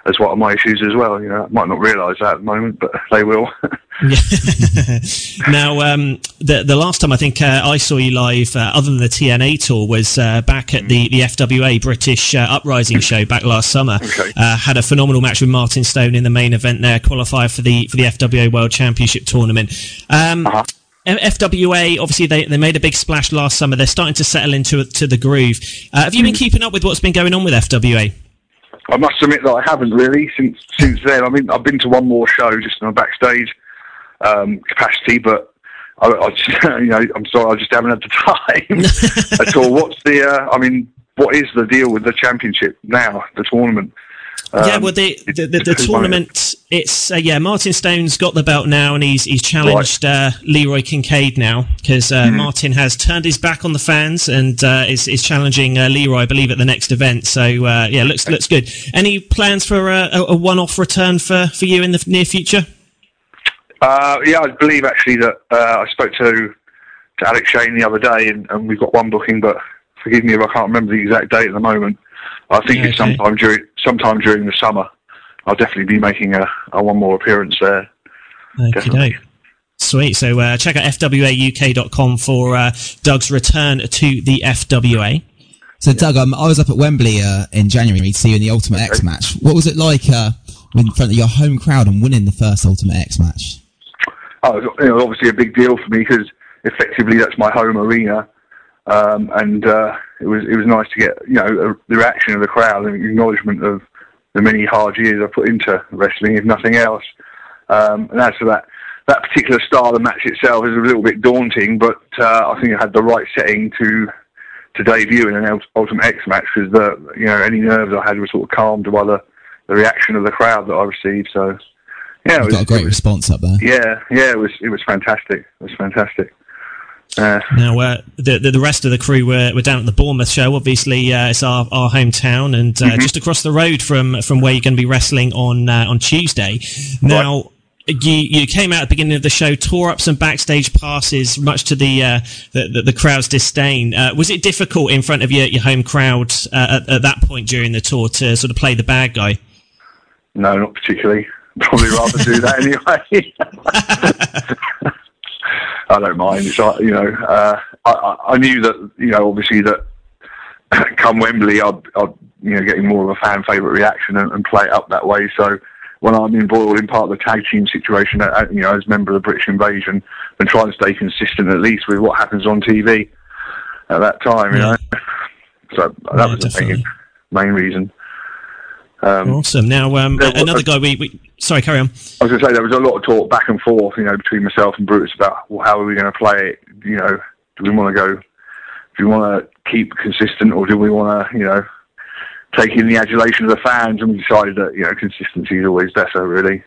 S16: as one of my issues as well. You know I might not realise that at the moment, but they will.
S4: now, um, the the last time I think uh, I saw you live, uh, other than the TNA tour, was uh, back at the, the FWA British uh, Uprising show back last summer. Uh, had a phenomenal match with Martin Stone in the main event there, qualified for the for the FWA World Championship tournament. Um, F- FWA, obviously, they, they made a big splash last summer. They're starting to settle into to the groove. Uh, have you been keeping up with what's been going on with FWA?
S16: I must admit that I haven't really since since then. I mean, I've been to one more show just in a backstage um, capacity, but I, I just, you know, I'm sorry, I just haven't had the time at all. What's the? Uh, I mean, what is the deal with the championship now? The tournament?
S4: yeah,
S16: Um,
S4: well, the the, the, the
S16: it's who won it?
S4: tournament. It's uh, yeah. Martin Stone's got the belt now, and he's he's challenged uh, Leroy Kincaid now because
S16: Mm-hmm.
S4: uh, Martin has turned his back on the fans and uh, is is challenging uh, Leroy, I believe, at the next event. So uh, yeah, looks looks good. Any plans for uh, a, a one-off return for for you in the near future?
S16: Uh, yeah, I believe actually that uh, I spoke to to Alex Shane the other day, and, and we've got one booking, but forgive me if I can't remember the exact date at the moment. I think it's
S4: Okay.
S16: sometime during sometime during the summer. I'll definitely be making a, a one more appearance there.
S4: Okey-doke. Sweet. So uh, check out fwauk.com for uh, Doug's return to the FWA.
S5: So, Doug, um, I was up at Wembley uh, in January to see you in the Ultimate X match. What was it like uh, in front of your home crowd and winning the first Ultimate X match?
S16: Oh, it was, you know, obviously a big deal for me because effectively that's my home arena, um, and uh, it was it was nice to get you know the reaction of the crowd and acknowledgement of the many hard years I put into wrestling, if nothing else. Um, and as for that that particular style of match itself is a little bit daunting, but uh, I think I had the right setting to to debut in an Ult- Ultimate X match because the you know any nerves I had were sort of calmed by the the reaction of the crowd that I received. So yeah, it
S5: You've
S16: was,
S5: got a great response up there.
S16: yeah, yeah, it was it was fantastic. It was fantastic. Uh,
S4: Now, uh, the, the the rest of the crew were, were down at the Bournemouth show. Obviously, uh, it's our, our hometown and uh,
S16: Mhm.
S4: just across the road from from where you're going to be wrestling on uh, on Tuesday. Now, you you came out at the beginning of the show, tore up some backstage passes, much to the uh, the, the, the crowd's disdain. Uh, was it difficult in front of your your home crowd uh, at, at that point during the tour to sort of play the bad guy?
S16: Mm-hmm. no, not particularly. Probably rather do that anyway. I don't mind. It's like, you know, uh, I- I, I knew that you know obviously that come Wembley, I'd, I'd you know getting more of a fan favourite reaction and, and play it up that way. So when I'm embroiled in part of the tag team situation, uh, you know, as member of the British Invasion, and try and stay consistent at least with what happens on TV at that time, you know. So that was the main, main reason. Um,
S4: Awesome. Now, um,
S16: There
S4: a- another
S16: was-
S4: guy we, we. Sorry, carry on.
S16: I was going to say there was a lot of talk back and forth, you know, between myself and Brutus about well, how are we going to play it. You know, do we want to go? Do we want to keep consistent, or do we want to, you know, take in the adulation of the fans? And we decided that you know consistency is always better, really.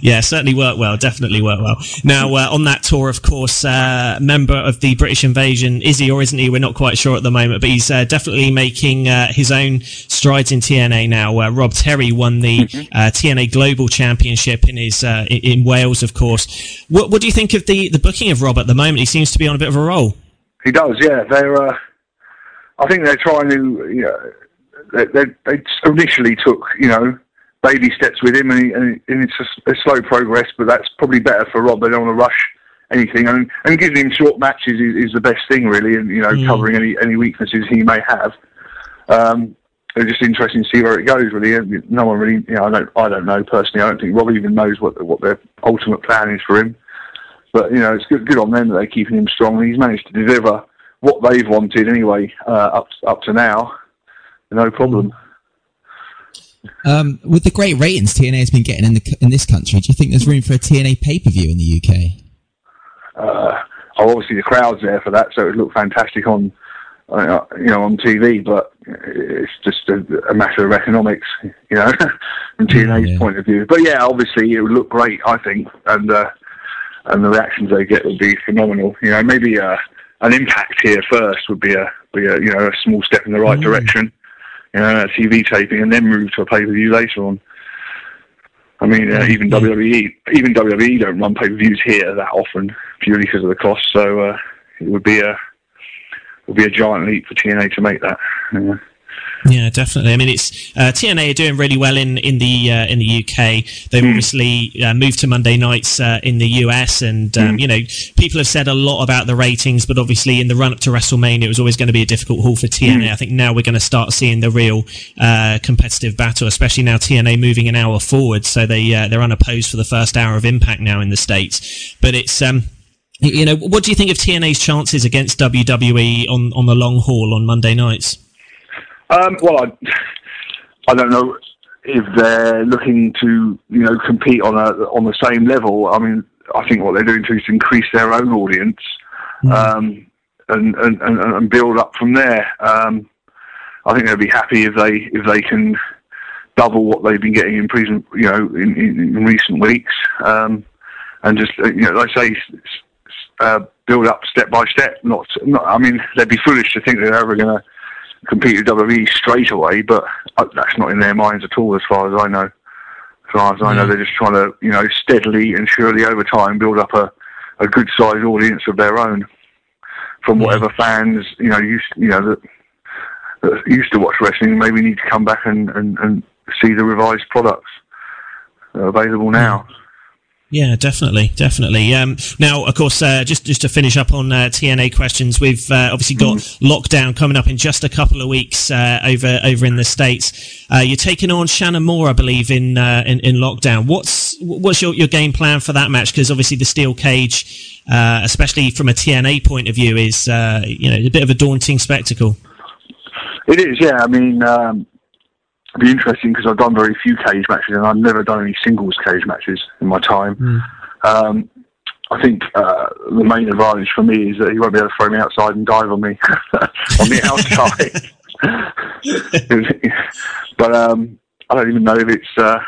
S4: Yeah, certainly worked well. Definitely worked well. Now, uh, on that tour, of course, uh, member of the British Invasion, is he or isn't he? We're not quite sure at the moment, but he's uh, definitely making uh, his own strides in TNA now. Uh, Rob Terry won the uh, TNA Global Championship in his uh, i- in Wales, of course. What, what do you think of the, the booking of Rob at the moment? He seems to be on a bit of a roll.
S16: He does, yeah. They're, uh, I think they're trying to, you know, they, they, they initially took, you know, baby steps with him, and, he, and, and it's a, s- a slow progress, but that's probably better for Rob. They don't want to rush anything, and, and giving him short matches is, is the best thing, really, and you know, covering any any weaknesses he may have. Um, it's just interesting to see where it goes, really. And No one really, you know, I don't, I don't know personally. I don't think Rob even knows what what their ultimate plan is for him. But you know, it's good, good on them that they're keeping him strong, and he's managed to deliver what they've wanted anyway uh, up up to now. No problem.
S5: Um, with the great ratings TNA has been getting in the c- in this country, do you think there's room for a TNA pay per view in the UK?
S16: Uh, oh, obviously, the crowd's there for that, so it would look fantastic on uh, you know on TV. But it's just a, a matter of economics, you know, from TNA's point of view. But yeah, obviously, it would look great, I think, and uh, and the reactions they get would be phenomenal. You know, maybe uh, an impact here first would be a be a you know a small step in the right direction. You know, a TV taping and then move to a pay per view later on. I mean, uh, even WWE, even WWE don't run pay per views here that often purely because of the cost. So uh, it would be a would be a giant leap for TNA to make that. Yeah.
S4: Yeah, definitely. I mean, it's uh, TNA are doing really well in in the uh, in the UK. They've obviously uh, moved to Monday nights uh, in the US, and um,
S12: Mm.
S4: you know, people have said a lot about the ratings, but obviously in the run up to WrestleMania, it was always going to be a difficult haul for TNA.
S12: Mm.
S4: I think now we're going to start seeing the real uh, competitive battle, especially now TNA moving an hour forward, so they uh, they're unopposed for the first hour of Impact now in the states. But it's um. y- You know, what do you think of TNA's chances against WWE on, on the long haul on Monday nights?
S16: Um, well, I, I don't know if they're looking to you know compete on a on the same level. I mean, I think what they're doing too is increase their own audience um, and, and, and and build up from there. Um, I think they'll be happy if they if they can double what they've been getting in prison, you know, in, in, in recent weeks, um, and just uh, you know, like I say, s- s- uh, build up step by step. Not, not, I mean, they'd be foolish to think they're ever going to compete with WWE straight away, but uh, that's not in their minds at all, as far as I know. As far as I know, they're just trying to, you know, steadily and surely over time build up a, a good sized audience of their own from whatever fans, you know, used, you know, that, that used to watch wrestling maybe need to come back and, and, and see the revised products that are available now.
S4: Yeah, definitely, definitely. Um, now, of course, uh, just just to finish up on uh, TNA questions, we've uh, obviously got lockdown coming up in just a couple of weeks uh, over over in the states. Uh, you're taking on Shannon Moore, I believe, in uh, in, in lockdown. What's what's your, your game plan for that match? Because obviously the steel cage, uh, especially from a TNA point of view, is uh, you know a bit of a daunting spectacle.
S16: It is, yeah. I mean, um, it'd be interesting because I've done very few cage matches and I've never done any singles cage matches in my time. Um, I think uh, the main advantage for me is that he won't be able to throw me outside and dive on me on the outside. but um, I don't even know if it's. Uh,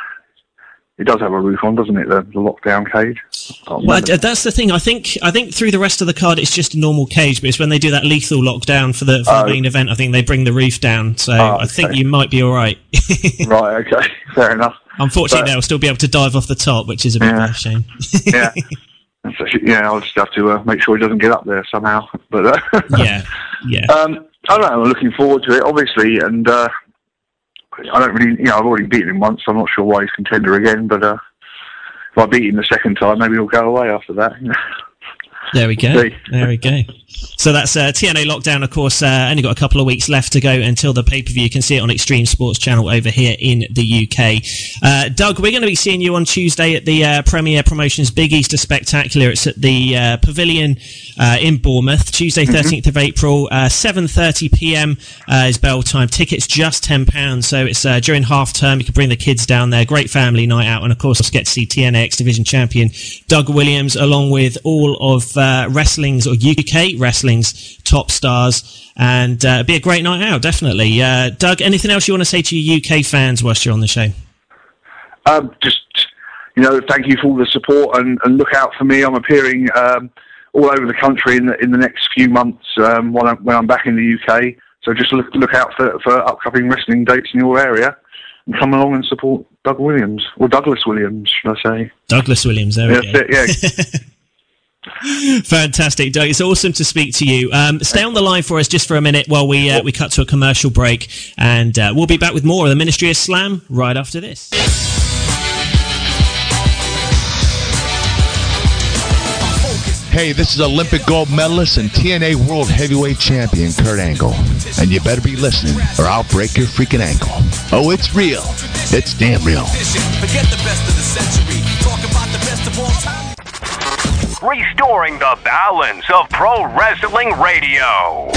S16: it does have a roof on, doesn't it? The, the lockdown cage. I can't
S4: Well,
S16: remember.
S4: I- that's the thing. I think I think through the rest of the card, it's just a normal cage, but it's when they do that lethal lockdown for the, for
S16: Oh.
S4: the main event. I think they bring the roof down, so I think you might be all right.
S16: right. Okay. Fair enough.
S4: Unfortunately,
S16: But-
S4: they'll still be able to dive off the top, which is a bit of a shame.
S16: yeah. So, yeah, I'll just have to uh, make sure he doesn't get up there somehow. But uh,
S4: yeah, yeah.
S16: Um, I don't know. I'm looking forward to it, obviously, and uh, I don't really, you know, I've already beaten him once. So I'm not sure why he's contender again, but uh, if I beat him the second time, maybe he'll go away after that.
S18: There we go.
S16: See.
S18: There we go. So that's uh, TNA Lockdown, of course. Uh, only got a couple of weeks left to go until the pay per view. You can see it on Extreme Sports Channel over here in the UK. Uh, Doug, we're going to be seeing you on Tuesday at the uh, Premier Promotions Big Easter Spectacular. It's at the uh, Pavilion uh, in Bournemouth, Tuesday, 13th of April, uh, 7.30 p.m. Uh, is bell time. Tickets just £10, so it's uh, during half term. You can bring the kids down there. Great family night out. And of course, get to see TNX Division Champion Doug Williams, along with all of uh, wrestling's or UK wrestling's top stars. And uh, it'd be a great night out, definitely. Uh, Doug, anything else you want to say to your UK fans whilst you're on the show?
S16: Um, just you know, thank you for all the support and, and look out for me. I'm appearing um, all over the country in the, in the next few months um, when, I'm, when I'm back in the UK. So just look look out for, for upcoming wrestling dates in your area and come along and support Doug Williams or Douglas Williams, should I say?
S18: Douglas Williams, there
S16: yeah,
S18: we go.
S16: that's it, yeah.
S18: Fantastic, Doug. It's awesome to speak to you. Um, stay on the line for us just for a minute while we uh, we cut to a commercial break, and uh, we'll be back with more of the Ministry of Slam right after this.
S19: Hey, this is Olympic gold medalist and TNA World Heavyweight Champion Kurt Angle. And you better be listening or I'll break your freaking ankle. Oh, it's real. It's damn real.
S10: Forget the best of the century. Talk about the best of all time.
S11: Restoring the balance of pro wrestling radio.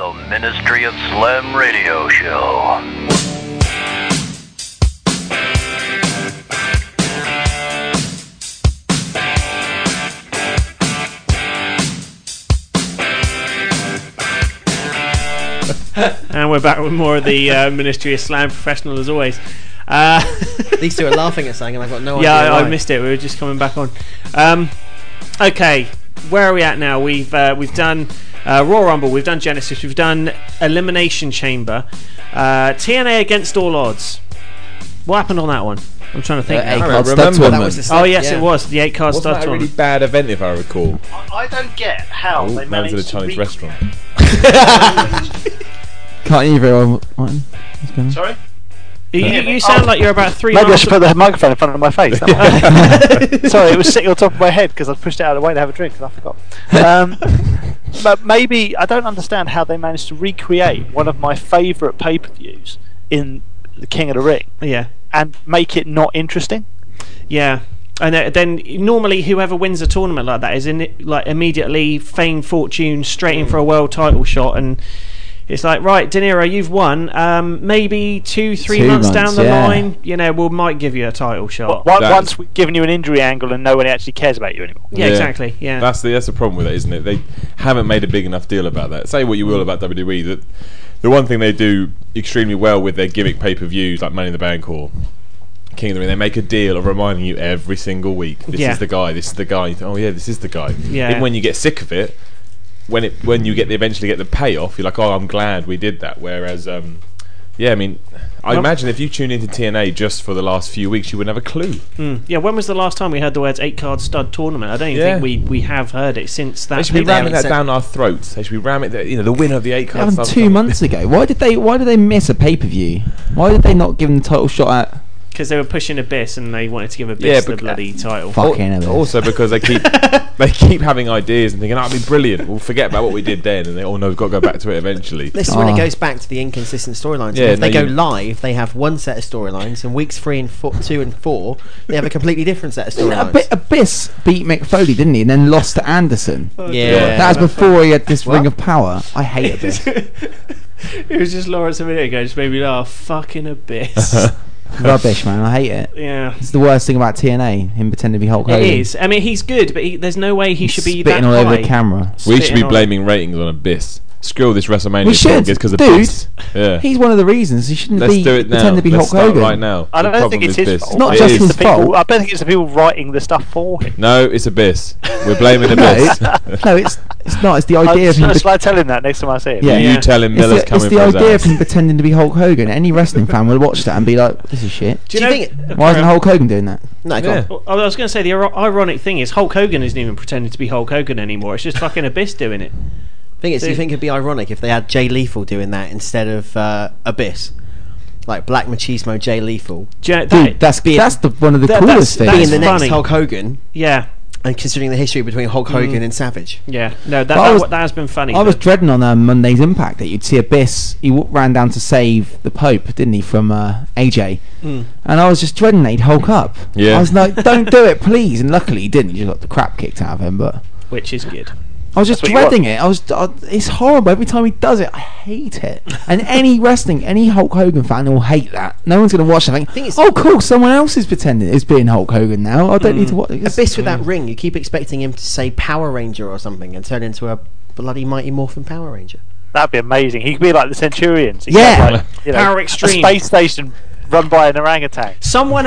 S11: The Ministry of Slam radio show.
S4: and we're back with more of the uh, Ministry of Slam professional as always. Uh,
S7: These two are laughing at something, and I've got no
S4: yeah,
S7: idea.
S4: I, I
S7: why.
S4: missed it. We were just coming back on. Um, okay, where are we at now? We've uh, we've done uh, Raw Rumble, we've done Genesis, we've done Elimination Chamber, uh, TNA Against All Odds. What happened on that one? I'm trying to think.
S6: Uh,
S4: now.
S6: eight I card remember stud that tournament. was the stud,
S4: oh yes,
S6: yeah.
S4: it was the eight card
S6: Wasn't
S4: stud
S6: that a
S4: tournament.
S6: really bad event, if I recall?
S20: I don't get how
S6: Oh,
S20: they
S6: man was
S20: managed
S6: at a
S20: to
S6: Chinese
S20: re-
S6: restaurant.
S5: Can't hear everyone. Martin, what's going on?
S20: Sorry?
S4: You,
S12: Yeah.
S4: you sound like you're about three.
S12: Maybe I
S4: miles
S12: should
S4: from-
S12: put the microphone in front of my face. Sorry, it was sitting on top of my head because I pushed it out of the way to have a drink and I forgot. Um, but maybe I don't understand how they managed to recreate one of my favourite pay per views in the King of the Ring.
S4: Yeah.
S12: And make it not interesting.
S4: Yeah. And uh, then normally, whoever wins a tournament like that is in it, like immediately fame fortune straight in for
S6: Mm.
S4: a world title shot, and it's like right, De Niro, you've won. Um, maybe two, three
S12: Two
S4: months, down
S12: months,
S4: the
S12: yeah.
S4: line, you know, we will might give you a title shot.
S12: Once- Once we've given you an injury angle and nobody actually cares about you anymore.
S4: Yeah, exactly, yeah.
S6: that's the that's the problem with it, isn't it? They haven't made a big enough deal about that. Say what you will about WWE, that the one thing they do extremely well with their gimmick pay per views, like Money in the Bank or King of the Ring, they make a deal of reminding you every single week. This
S4: Yeah.
S6: is the guy. This is the guy. You think, Oh yeah, this is the guy.
S4: Yeah.
S6: Even when you get sick of it, when it when you get the, eventually get the payoff, you're like, oh, I'm glad we did that. Whereas, um, yeah, I mean, I
S4: Well-
S6: imagine if you tuned into TNA just for the last few weeks, you wouldn't have a clue.
S4: Mm. Yeah, when was the last time we heard the words eight card stud tournament? I don't even
S6: Yeah.
S4: think we, we have heard it since that.
S6: They should be
S4: pay-per-view.
S6: ramming that down our throats. They should be ramming that. You know, the winner of the eight
S5: That
S6: card.
S5: happened two months ago. Why did they? Why did they miss a pay per view? Why did they not give them the title shot at?
S4: because they were pushing Abyss and they wanted to give Abyss
S6: Yeah,
S4: the
S6: but-
S4: bloody title.
S5: Fucking hell.
S6: Also, because they keep they keep having ideas and thinking, "That'll be brilliant." We'll forget about what we did then, and they all know we've got to go back to it eventually.
S7: This is
S5: Ah.
S7: when it goes back to the inconsistent storylines.
S6: Ah. Yeah,
S7: if they
S6: no,
S7: go
S6: you-
S7: live, they have one set of storylines, and weeks three and four, two and four, they have a completely different set of storylines.
S5: Abyss beat Mick Foley, didn't he? And then lost to Anderson.
S4: Oh,
S7: Yeah.
S5: That was before he had this ring of power. I hate Abyss.
S4: it was just Lawrence a minute ago, just made me laugh. Fucking Abyss.
S5: Rubbish, man. I hate it.
S4: Yeah.
S5: It's the worst thing about TNA. Him pretending to be Hulk Hogan.
S4: It is. I mean, he's good, but he, there's no way he should be
S5: spitting
S4: that
S5: all over
S4: high.
S5: the camera.
S6: We should be
S4: Spitting on-
S6: blaming ratings on Abyss. Screw this WrestleMania.
S5: We should,
S6: because
S5: dude.
S6: Abyss. Yeah.
S5: He's one of the reasons he shouldn't
S6: Let's
S5: be
S6: do it now.
S5: pretend to be
S6: Let's
S5: Hulk
S6: start
S5: Hogan
S6: right now.
S12: I don't
S6: The
S12: think
S6: problem
S12: it's
S6: is
S12: his
S6: this.
S12: fault.
S6: It's not It just is. his
S12: the people,
S6: fault.
S12: I don't think it's the people writing the stuff for him.
S6: no, it's Abyss. We're blaming
S5: No,
S6: Abyss.
S5: it's, no, it's it's not. It's the idea of him.
S12: I,
S5: be-
S12: should I tell him that next time I see him?
S5: Yeah.
S6: You tell him
S5: It's
S6: Miller's
S5: the,
S6: coming
S5: it's the
S6: for his
S5: idea
S6: ass.
S5: of him pretending to be Hulk Hogan. Any wrestling fan would watch that and be like, "This is shit."
S4: Do you Do you know- think-
S5: why isn't Hulk Hogan doing that?
S4: Yeah. I was going to say the ir- ironic thing is Hulk Hogan isn't even pretending to be Hulk Hogan anymore. It's just fucking Abyss doing it.
S7: thing is, do you think it'd be ironic if they had Jay Lethal doing that instead of uh, Abyss? Like Black Machismo Jay Lethal.
S4: Do you know- that-
S5: Dude, that's that's the one of the
S7: That-
S5: coolest
S7: that's-
S5: things.
S7: being the next Hulk Hogan.
S4: Yeah. Mm-hmm.
S7: and considering the history between Hulk Hogan and Savage.
S4: Yeah, no, that,
S5: But I
S4: that,
S5: was-
S4: wa- that has been funny.
S5: I was
S4: but-
S5: dreading on um, Monday's Impact that you'd see Abyss. He w- ran down to save the Pope, didn't he, from uh, AJ?
S4: Mm.
S5: And I was just dreading that he'd hulk up.
S4: Yeah.
S5: I was like, don't do it, please. And luckily he didn't. He just got the crap kicked out of him. But
S4: which is good.
S5: I was just
S4: That's what you
S5: dreading it. I was. I, it's horrible every time he does it. I hate it. And any wrestling, any Hulk Hogan fan will hate that. No one's going to watch that. Think, oh, cool. Someone else is pretending is being Hulk Hogan now. I don't
S4: Mm.
S7: Mm.
S5: need to watch. it's-
S7: Abyss with that ring, you keep expecting him to say Power Ranger or something and turn into a bloody Mighty Morphin Power Ranger.
S12: That'd be amazing. He could be like the Centurions. He
S7: Yeah.
S12: could have, like, you know,
S4: Power Extreme.
S12: A space station run by an orangutan.
S4: Someone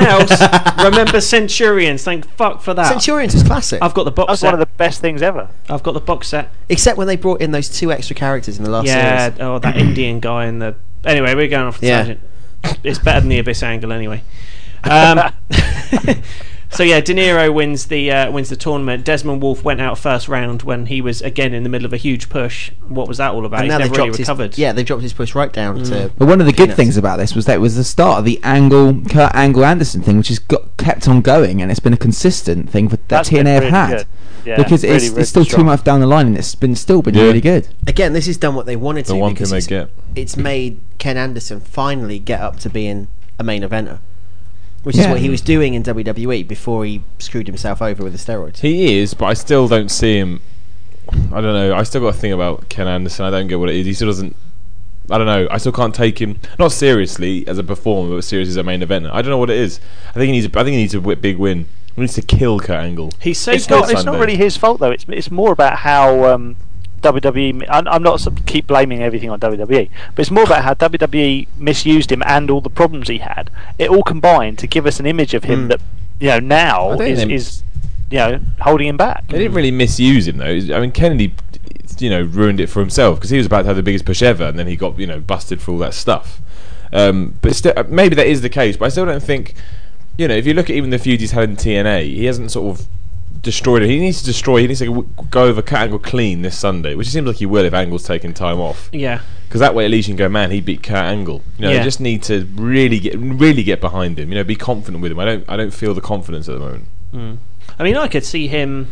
S4: else remember Centurions. Thank fuck for that.
S7: Centurions is classic.
S4: I've got the box
S12: That's
S4: set.
S12: one of the best things ever.
S4: I've got the box set.
S7: Except when they brought in those two extra characters in the last
S4: yeah,
S7: series.
S4: oh, that Indian guy in the. Anyway, we're going off the
S7: Yeah.
S4: tangent. It's better than the abyss angle anyway. Um, so yeah, De Niro wins the uh, wins the tournament. Desmond Wolf went out first round when he was again in the middle of a huge push. What was that all about?
S7: And
S4: He's
S7: now they've
S4: never really
S7: dropped
S4: recovered.
S7: his, yeah, they've dropped his push right down
S4: Mm.
S7: to.
S5: But one of the good
S7: peanuts.
S5: things about this was that it was the start of the Angle Kurt Angle Anderson thing, which has got kept on going, and it's been a consistent thing for, that
S7: That's been
S5: TNA have
S7: really
S5: had.
S7: good. Yeah,
S5: because
S7: really,
S5: it's,
S7: really
S5: it's still two
S7: strong.
S5: months down the line, and it's been still been
S6: Yeah.
S5: really good.
S7: Again, this has done what they wanted
S6: The
S7: to.
S6: one
S7: because
S6: thing
S7: it's,
S6: they
S7: it's made Ken Anderson finally get up to being a main eventer, which is
S6: Yeah.
S7: what he was doing in WWE before he screwed himself over with the steroids.
S6: He is, but I still don't see him. I don't know. I still got a thing about Ken Anderson. I don't get what it is. He still doesn't. I don't know. I still can't take him not seriously as a performer, but seriously as a main eventer. I don't know what it is. I think he needs. A, I think he needs a wi- big win. He needs to kill Kurt Angle.
S4: He's so
S12: it's not, it's not really his fault though. It's it's more about how um, WWE. mi- I'm, I'm not s- keep blaming everything on WWE, but it's more about how WWE misused him and all the problems he had. It all combined to give us an image of him that you know now
S6: I don't
S12: is,
S6: think-
S12: is you know holding him back.
S6: They didn't really misuse him though. I mean, Kennedy, you know, ruined it for himself because he was about to have the biggest push ever, and then he got you know busted for all that stuff. Um, but still, maybe that is the case. But I still don't think, you know, if you look at even the feud he's had in TNA, he hasn't sort of destroyed it. He needs to destroy. He needs to w- go over Cut Angle clean this Sunday, which it seems like he will if Angle's taking time off.
S4: Yeah.
S6: Because that way, at least you can go, man, he beat Kurt Angle. You know,
S4: Yeah.
S6: they just need to really get really get behind him. You know, be confident with him. I don't I don't feel the confidence at the moment.
S4: Mm. I mean, I could see him.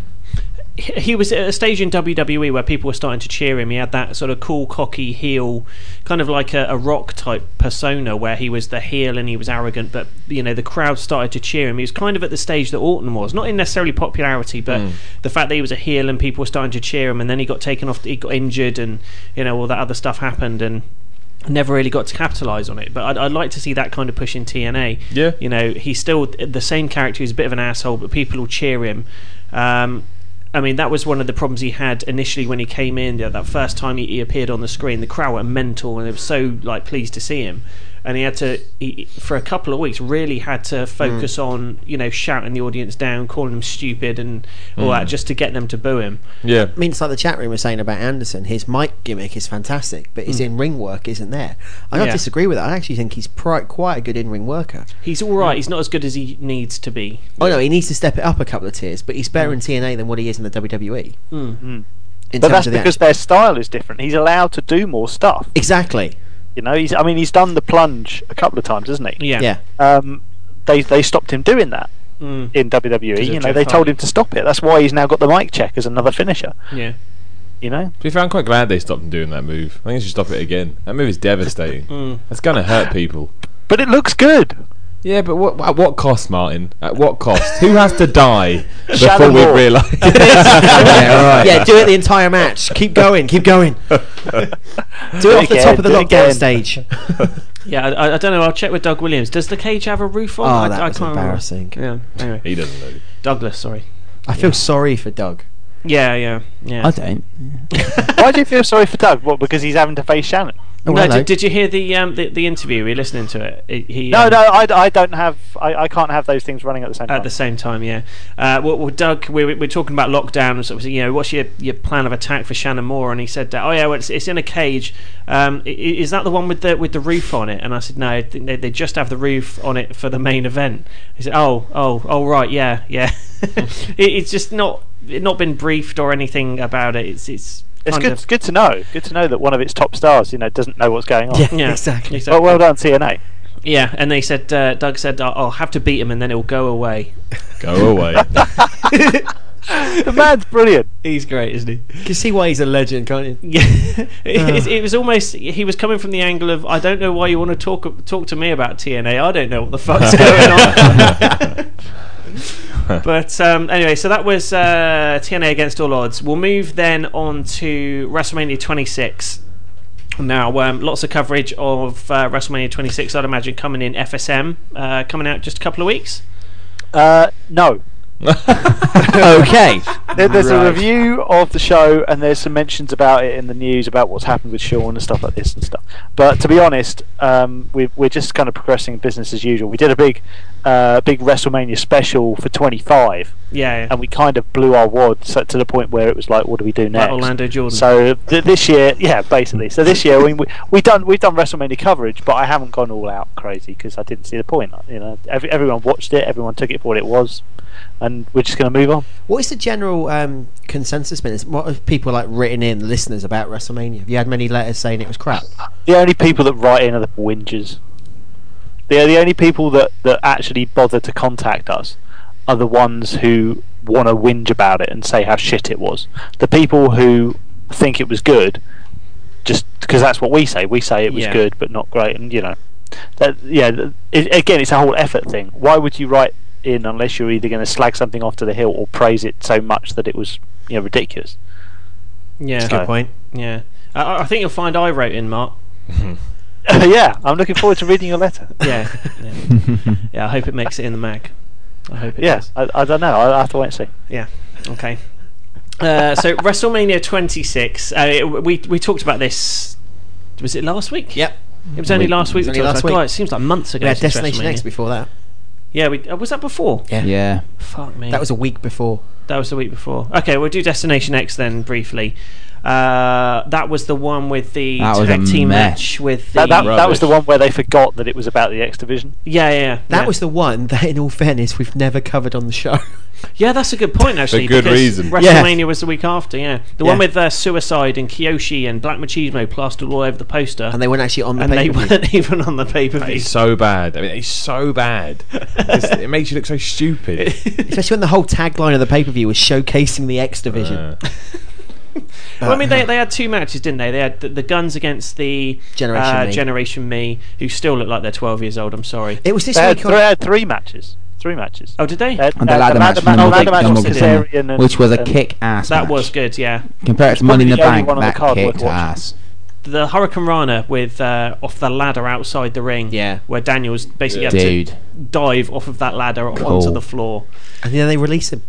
S4: he- He was at a stage in WWE where people were starting to cheer him. He had that sort of cool, cocky heel, kind of like a, a rock type persona where he was the heel and he was arrogant, but you know the crowd started to cheer him. He was kind of at the stage that Orton was, not in necessarily popularity, but the fact that he was a heel and people were starting to cheer him. And then he got taken off, he got injured, and you know all that other stuff happened, and never really got to capitalize on it. But I'd, I'd like to see that kind of push in TNA.
S6: Yeah.
S4: You know, he's still the same character. He's a bit of an asshole, but people will cheer him. Um, I mean, that was one of the problems he had initially when he came in. you know, That first time he, he appeared on the screen, the crowd were mental and they were so like pleased to see him. And he had to, he, for a couple of weeks, really had to focus on you know shouting the audience down, calling them stupid and
S7: Mm.
S4: all
S6: Hmm.
S4: that, just to get them to boo him.
S6: Yeah.
S7: I mean, it's like the chat room was saying about Anderson. His mic gimmick is fantastic, but his
S4: Mm.
S7: in ring work isn't there. I don't
S4: Yeah.
S7: disagree with that. I actually think he's pri- quite a good in ring worker.
S4: He's all
S6: Hmm.
S4: right. He's not as good as he needs to be.
S7: Oh no, he needs to step it up a couple of tiers, but he's better in TNA than what he is in the WWE.
S6: Hmm.
S4: Mm.
S7: In
S12: but
S7: terms
S12: that's
S7: of the
S12: because their style is different. He's allowed to do more stuff.
S7: Exactly.
S12: You know, he's. I mean, he's done the plunge a couple of times, hasn't he?
S4: Yeah. Yeah.
S12: Um, they they stopped him doing that
S4: Mm.
S12: in
S6: Because
S12: WWE.
S6: of
S12: You know,
S6: Jeff
S12: they told
S6: Hardy.
S12: him to stop it. That's why he's now got the mic check as another finisher.
S4: Yeah.
S12: You know.
S6: To be fair, I'm quite glad they stopped him doing that move. I think they should stop it again. That move is devastating.
S4: Mm.
S6: That's gonna hurt people.
S12: But it looks good.
S6: Yeah, but what at what cost, Martin? At what cost? Who has to die before
S7: Shannon
S6: we
S7: Moore.
S6: realise?
S7: Yeah, do it the entire match. Keep going, keep going. Do it off the top of the lockdown stage.
S4: Yeah, I- I, I don't know. I'll check with Doug Williams. Does the cage have a roof on?
S7: Oh,
S4: I,
S7: that
S4: I
S7: was
S4: can't
S7: embarrassing.
S4: Remember. Yeah. Anyway,
S6: he doesn't know.
S4: Douglas, sorry.
S7: I feel sorry for Doug.
S4: Yeah, yeah, yeah.
S5: I don't.
S12: why do you feel sorry for Doug? What? Because he's having to face Shannon.
S4: no, did, did you hear the um the, the interview? Were you listening to it? He- he,
S12: No,
S4: um,
S12: no, I, I don't have. I, I can't have those things running at the same time.
S4: At the same time, yeah. Uh, well, well, Doug, we we're, we're talking about lockdowns. Obviously, you know, what's your, your plan of attack for Shannon Moore? And he said, that, "Oh yeah, well, it's, it's in a cage. Um, i- i- is that the one with the with the roof on it?" And I said, "No, I think they, they just have the roof on it for the main event." He said, "Oh, oh, oh, right, yeah, yeah." it, it's just not it not been briefed or anything about it. It's it's
S12: It's
S4: kind
S12: good.
S4: of-
S12: It's good to know. Good to know that one of its top stars, you know, doesn't know what's going on.
S4: Yeah, Yeah, exactly. exactly.
S12: Well, well done, TNA.
S4: Yeah, and they said uh, Doug said, "I'll I'll have to beat him, and then it'll go away."
S6: Go away.
S12: the man's brilliant.
S4: He's great, isn't he?
S7: You can see why he's a legend, can't you?
S4: Yeah.
S7: Uh.
S4: it, it was almost he was coming from the angle of I don't know why you want to talk talk to me about TNA. I don't know what the fuck's going on. but um, anyway, so that was uh, TNA against all odds. We'll move then on to WrestleMania 26. Now, um, lots of coverage of uh, WrestleMania 26. I'd imagine coming in FSM uh, coming out just a couple of weeks.
S12: Uh, no.
S4: okay.
S12: There- there's
S4: Right.
S12: a review of the show, and there's some mentions about it in the news about what's happened with Sean and stuff like this and stuff. But to be honest, um, we we're just kind of progressing business as usual. We did a big, uh, big WrestleMania special for 25,
S4: Yeah.
S12: and we kind of blew our wad so, to the point where it was like, what do we do next?
S4: Orlando Jordan.
S12: So th- this year, yeah, basically. So this year, I mean, we we done we've done WrestleMania coverage, but I haven't gone all out crazy because I didn't see the point. You know, every, everyone watched it, everyone took it for what it was, and we're just going to move on.
S7: What is the general um, consensus been? Is- What have people like written in listeners about WrestleMania? Have you had many letters saying it was crap?
S4: Ah,
S12: The only people that write in are the whingers. They are the only people that, that actually bother to contact us are the ones who want to whinge about it and say how shit it was. The people who think it was good, just because that's what we say. We say it was
S1: Yeah.
S12: good but not great, and you know, that yeah. th- It, again, it's a whole effort thing. Why would you write in unless you're either going to slag something off to the hill or praise it so much that it was you know ridiculous?
S4: Yeah,
S12: That's a good point.
S4: Yeah, I- I, I think you'll find I wrote in Mark.
S12: yeah, I'm looking forward to reading your letter.
S4: Yeah, yeah. Yeah, I hope it makes it in the mag. I hope it
S12: Yes,
S4: does.
S12: I, I don't know. I, I have to wait and see.
S4: Yeah. Okay. Uh, so WrestleMania 26. Uh, it- we we talked about this. Was it last week? Yep. It was only
S7: We-
S4: last week.
S7: it was only
S4: we talked
S7: last
S4: about-
S7: week.
S4: God, it seems like months ago.
S7: We had
S4: since
S7: Destination X
S4: WrestleMania.
S7: before that.
S4: Yeah. We, uh, was that before?
S7: Yeah.
S5: Yeah.
S4: Fuck me.
S7: That was a week before.
S4: That was the week before. Okay, we'll do Destination X then briefly. Uh, that was the one with the
S12: That was a
S4: tag team
S12: mess.
S4: match with the
S12: That, that, that was the one where they forgot that it was about the X Division.
S4: Yeah, yeah, yeah.
S7: That
S4: yeah.
S7: was the one that, in all fairness, we've never covered on the show.
S4: Yeah, that's a good point actually.
S7: A good
S4: because
S7: reason.
S4: WrestleMania was the week after. Yeah, the one
S7: Yeah.
S4: with uh, Suicide and Kyoshi and Black Machismo plastered all over the poster, and
S7: they weren't actually on
S6: the
S4: and they
S6: pay-per-view. Uh,
S4: weren't even on the pay per view.
S6: It's so bad. I mean, it's so bad. It's- it makes you look so stupid.
S7: Especially when the whole tagline of the pay per view was showcasing the X Division. Uh,
S4: Well, I mean, they, they had two matches, didn't they? They had the, the Guns against the
S7: Generation
S4: uh,
S7: Me.
S4: Generation Me, who still look like they're twelve years old. I'm sorry.
S7: It was this
S12: they, had
S4: week
S12: three,
S4: on-
S12: had three matches. Three matches.
S4: Oh, did they?
S5: And the ladder match from the Morgan- Morgan- which was a kick-ass
S4: That
S5: match.
S4: was good, yeah.
S5: Compared
S4: It's
S5: to Money in the
S4: probably only
S5: Bank,
S4: one on
S5: that
S4: card worth
S5: kicked
S4: watching.
S5: ass.
S4: The Hurricane Rana with uh, off the ladder outside the ring, yeah, where Daniels basically had
S5: Dude.
S4: to dive off of that ladder
S5: Cool.
S4: onto the floor.
S7: And then they release him.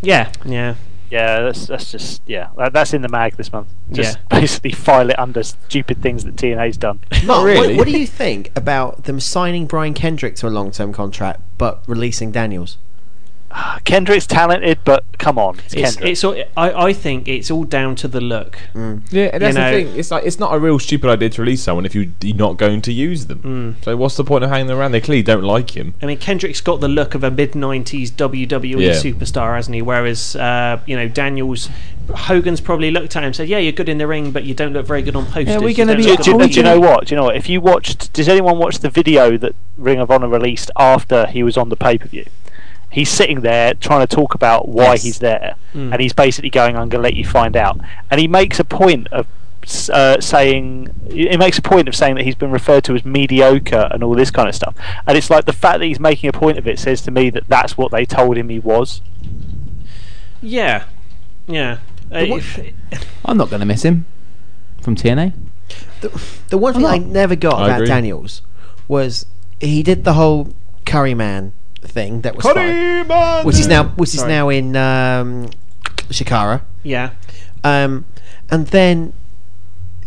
S4: Yeah, yeah.
S12: Yeah, that's that's just yeah. That, that's in the mag this month. Just
S4: Yeah.
S12: basically file it under stupid things that TNA's done.
S7: Mark, what, what do you think about them signing Brian Kendrick to a long term contract but releasing Daniels?
S12: Ah, Kendrick's talented, but come on, it's,
S4: It's, it's all, I, I think it's all down to the look.
S6: Yeah, and that's
S4: You know-
S6: the thing. It's like it's not a real stupid idea to release someone if you, you're not going to use them. So what's the point of hanging them around? They clearly don't like him.
S4: I mean, Kendrick's got the look of a mid '90s WWE
S6: Yeah.
S4: E superstar, hasn't he? Whereas, uh, you know, Daniels, Hogan's probably looked at him and said, "Yeah, you're good in the ring, but you don't look very good on posters." you don't
S12: Do,
S4: look
S12: do,
S4: good on
S12: do you know
S4: TV."
S12: what? Do you know what? If you watched, does anyone watch the video that Ring of Honor released after he was on the pay per view? He's sitting there trying to talk about why
S1: Yes.
S12: he's there,
S1: Mm.
S12: and he's basically going, "I'm going to let you find out." And he makes a point of s- uh, saying, he makes a point of saying that he's been referred to as mediocre and all this kind of stuff. And it's like the fact that he's making a point of it says to me that that's what they told him he was.
S4: Yeah, yeah. Uh,
S7: what-
S4: if-
S5: I'm not going to miss him from TNA.
S7: The one thing I never got
S5: I
S7: about
S5: agree.
S7: Daniels was he did the whole curry man thing that was
S6: Curry
S7: fine,
S6: Man!
S7: which is now which is
S6: Sorry.
S7: now in um, Shikara.
S4: Yeah.
S7: Um, and then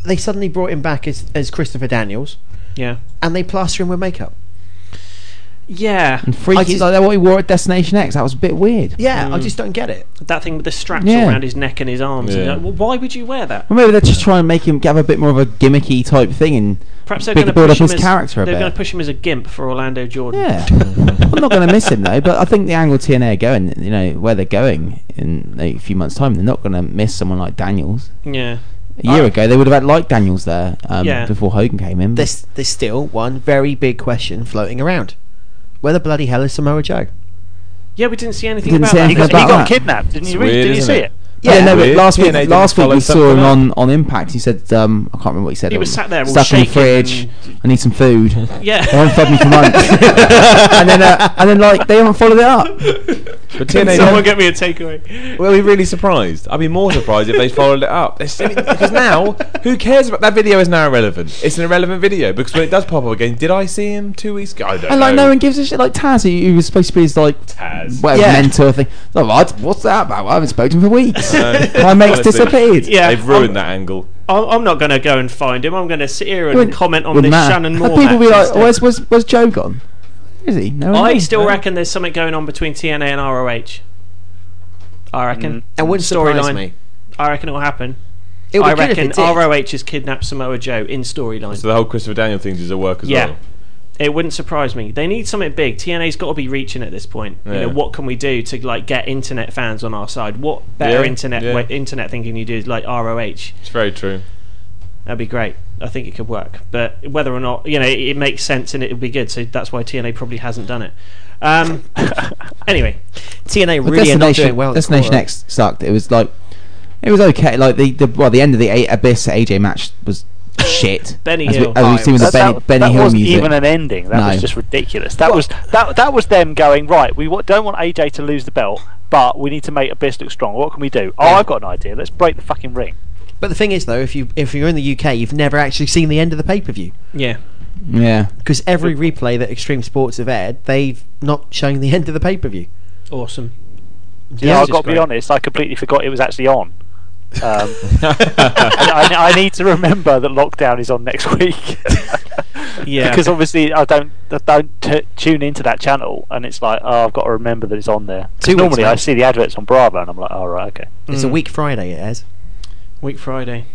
S7: they suddenly brought him back as as Christopher Daniels,
S4: yeah,
S7: and they plaster him with makeup.
S4: yeah,
S5: And freaky,
S4: I just-
S5: like what he wore at Destination X. That was a bit weird.
S7: Yeah, I
S4: Mm.
S7: just don't get it.
S4: That thing with the straps
S5: Yeah.
S4: all around his neck and his arms. And
S5: Yeah.
S4: you're like, well, why would you wear that?
S5: Or maybe they're just trying to make him have a bit more of a gimmicky type thing and
S4: Perhaps they're
S5: big-
S4: going to
S5: build
S4: push
S5: up
S4: him
S5: his
S4: as,
S5: character a
S4: They're
S5: bit.
S4: going to push him as a gimp for Orlando Jordan.
S5: Yeah. I'm not going to miss him though, but I think the angle TNA are going, you know, where they're going in a few months' time, they're not going to miss someone like Daniels.
S4: Yeah.
S5: A year ago, they would have had like Daniels there um,
S7: Yeah.
S5: before Hogan came in. but-
S7: There's there's still one very big question floating around: where the bloody hell is Samoa Joe?
S4: Yeah, we didn't see anything
S5: Didn't
S4: about
S5: see
S4: that.
S5: anything He got- he about got that.
S12: kidnapped, didn't
S4: It's
S12: you read-
S4: weird,
S12: didn't you
S4: isn't
S12: see
S4: it?
S12: it?
S5: Yeah, no, but last
S6: Yeah,
S5: week,
S6: they didn't
S5: last week
S6: follow
S5: we saw
S6: something
S5: him on, on Impact. He said, um, I can't remember what he said.
S4: He was
S5: Um,
S4: sat there all
S5: stuck in the
S4: shaking
S5: fridge. I need some food.
S4: Yeah.
S5: they haven't fed me for months. and then, uh, and then like they haven't followed it up.
S6: But
S5: Can
S6: TNA
S5: someone
S4: get me a takeaway?
S6: Were we really surprised? I'd be more surprised if they followed it up. They said it- because now, who cares about that video? Is now irrelevant. It's an irrelevant video because when it does pop up again, did I see him two weeks ago? I don't
S5: And like
S6: know.
S5: no one gives a shit. Like Taz, who who was supposed to be his like
S6: Taz.
S5: whatever
S6: Yeah.
S5: mentor thing. No, what- what's that about? I haven't spoken to him for weeks.
S4: No.
S5: My mate's
S4: Honestly.
S5: disappeared.
S4: Yeah,
S6: They've ruined
S4: I'm-
S6: that angle.
S4: I'm, I'm not going to go and find him. I'm going to sit here and
S5: Wouldn't-
S4: comment on
S5: wouldn't
S4: this
S5: matter.
S4: Shannon
S5: Have
S4: Moore.
S5: People be
S4: match
S5: like,
S4: instead.
S5: where's, where's, where's Joe gone? Where is he? No, one
S4: I
S5: knows.
S4: still reckon there's something going on between TNA and ROH. I
S6: Mm.
S4: reckon.
S7: That wouldn't surprise me.
S4: I reckon it'll happen.
S7: It would
S4: I
S7: kill if
S4: reckon
S7: it did.
S4: ROH has kidnapped Samoa Joe in storyline.
S6: So the whole Christopher Daniel thing is a work as
S4: yeah.
S6: well.
S4: It wouldn't surprise me. They need something big. TNA's got to be reaching at this point. You
S6: Yeah.
S4: know, what can we do to like get internet fans on our side? What better
S6: Yeah,
S4: internet
S6: yeah.
S4: way, internet thing can you do? Like ROH,
S6: It's very true.
S4: that'd be great. I think it could work. But whether or not you know it, it makes sense and it would be good, so that's why TNA probably hasn't done it. Um, anyway,
S7: TNA
S5: But
S7: really are not
S5: Destination,
S7: doing well. at the
S5: Destination
S7: Quora.
S5: X sucked. It was like it was okay. Like the, the well, the end of the A- Abyss AJ match was shit.
S12: Benny
S5: as
S12: Hill.
S5: We, as we've seen with the
S12: that,
S5: Benny,
S12: that-
S5: Benny
S12: that
S5: Hill
S12: wasn't
S5: music.
S12: even an ending. That was
S5: No.
S12: just ridiculous. That was that that was them going right. We wa- don't want AJ to lose the belt, but we need to make Abyss look strong. What can we do? Oh, I've got an idea. Let's break the fucking ring.
S7: But the thing is, though, if you if you're in the UK, you've never actually seen the end of the pay per view
S4: yeah.
S5: Yeah.
S7: because every replay that Extreme Sports have aired, they've not shown the end of the pay per view.
S4: Awesome.
S12: Yeah, I've got to be honest. I completely forgot it was actually on. Um, I, I- I need to remember that lockdown is on next week.
S4: Yeah.
S12: because obviously I don't I don't t- tune into that channel, and it's like oh, I've got to remember that it's on there. 'Cause
S7: Two weeks Mm.
S12: normally
S7: now.
S12: I see the adverts on Bravo, and I'm like, all right, okay.
S7: It's a week Friday, it airs.
S4: Week Friday.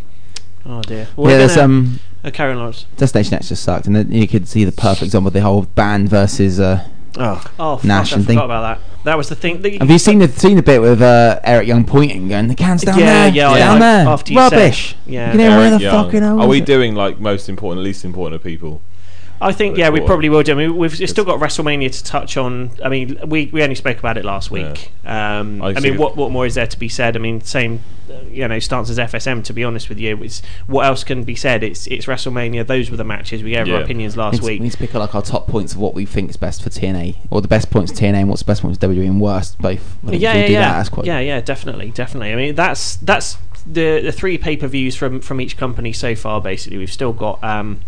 S4: Oh dear.
S5: yeah,
S4: we're
S5: there's
S4: gonna-
S5: um.
S4: Uh, Karen Lawrence.
S5: Destination X just sucked, and then you could see the perfect example of the whole band versus uh,
S4: Oh, fuck,
S5: Nash
S4: I
S5: and
S4: forgot
S5: thing.
S4: about that. That was the thing. that
S5: Have you seen the seen the bit with uh, Eric Young pointing, going the can's down
S4: Yeah,
S5: there,
S4: yeah, I
S5: down
S4: know.
S5: there,
S4: After you said it.
S5: rubbish.
S4: Yeah.
S5: you know where the
S6: Eric Young.
S5: fucking hell
S6: Are
S5: is
S6: we
S5: it?
S6: doing like most important, and least important of people?
S4: I think yeah, we
S6: Cool.
S4: probably will do. I mean, we've still got WrestleMania to touch on. I mean, we, we only spoke about it last week. Um,
S6: I
S4: I,
S6: see.
S4: mean, what what more is there to be said? I mean, same uh, you know stance as FSM. To be honest with you, it's what else can be said? It's it's WrestleMania. Those were the matches we gave our opinions last
S5: It's-
S4: week.
S5: We need to pick up like our top points of what we think is best for TNA, or the best points for TNA and what's the best points for WWE E and worst. Both. I think
S4: yeah,
S5: we'll
S4: yeah,
S5: do
S4: yeah.
S5: That. That's quite.
S4: yeah, yeah, definitely, definitely. I mean, that's that's the the three pay per views from from each company so far. Basically, we've still got. Um,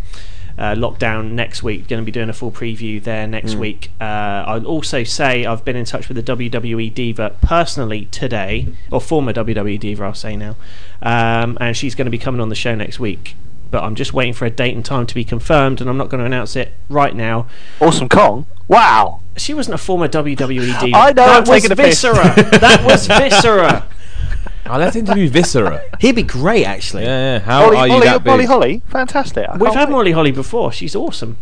S4: uh, lockdown next week. Going to be doing a full preview there next
S7: Mm.
S4: week. Uh, I'll also say I've been in touch with the WWE diva personally today, or former WWE diva, I'll say now, um, and she's going to be coming on the show next week. But I'm just waiting for a date and time to be confirmed, and I'm not going to announce it right now.
S12: Awesome Kong. Wow.
S4: She wasn't a former E WWE diva.
S12: I know,
S4: That
S12: I'm taking
S4: was
S12: a piss.
S4: Viscera. that was Viscera.
S6: I Oh, let's interview Viscera.
S7: He'd be great, actually.
S6: Yeah, yeah. How
S12: Molly,
S6: are you
S12: Molly,
S6: that big?
S12: Molly Holly, fantastic. I
S4: We've
S12: can't
S4: had
S12: wait.
S4: Molly Holly before. She's awesome.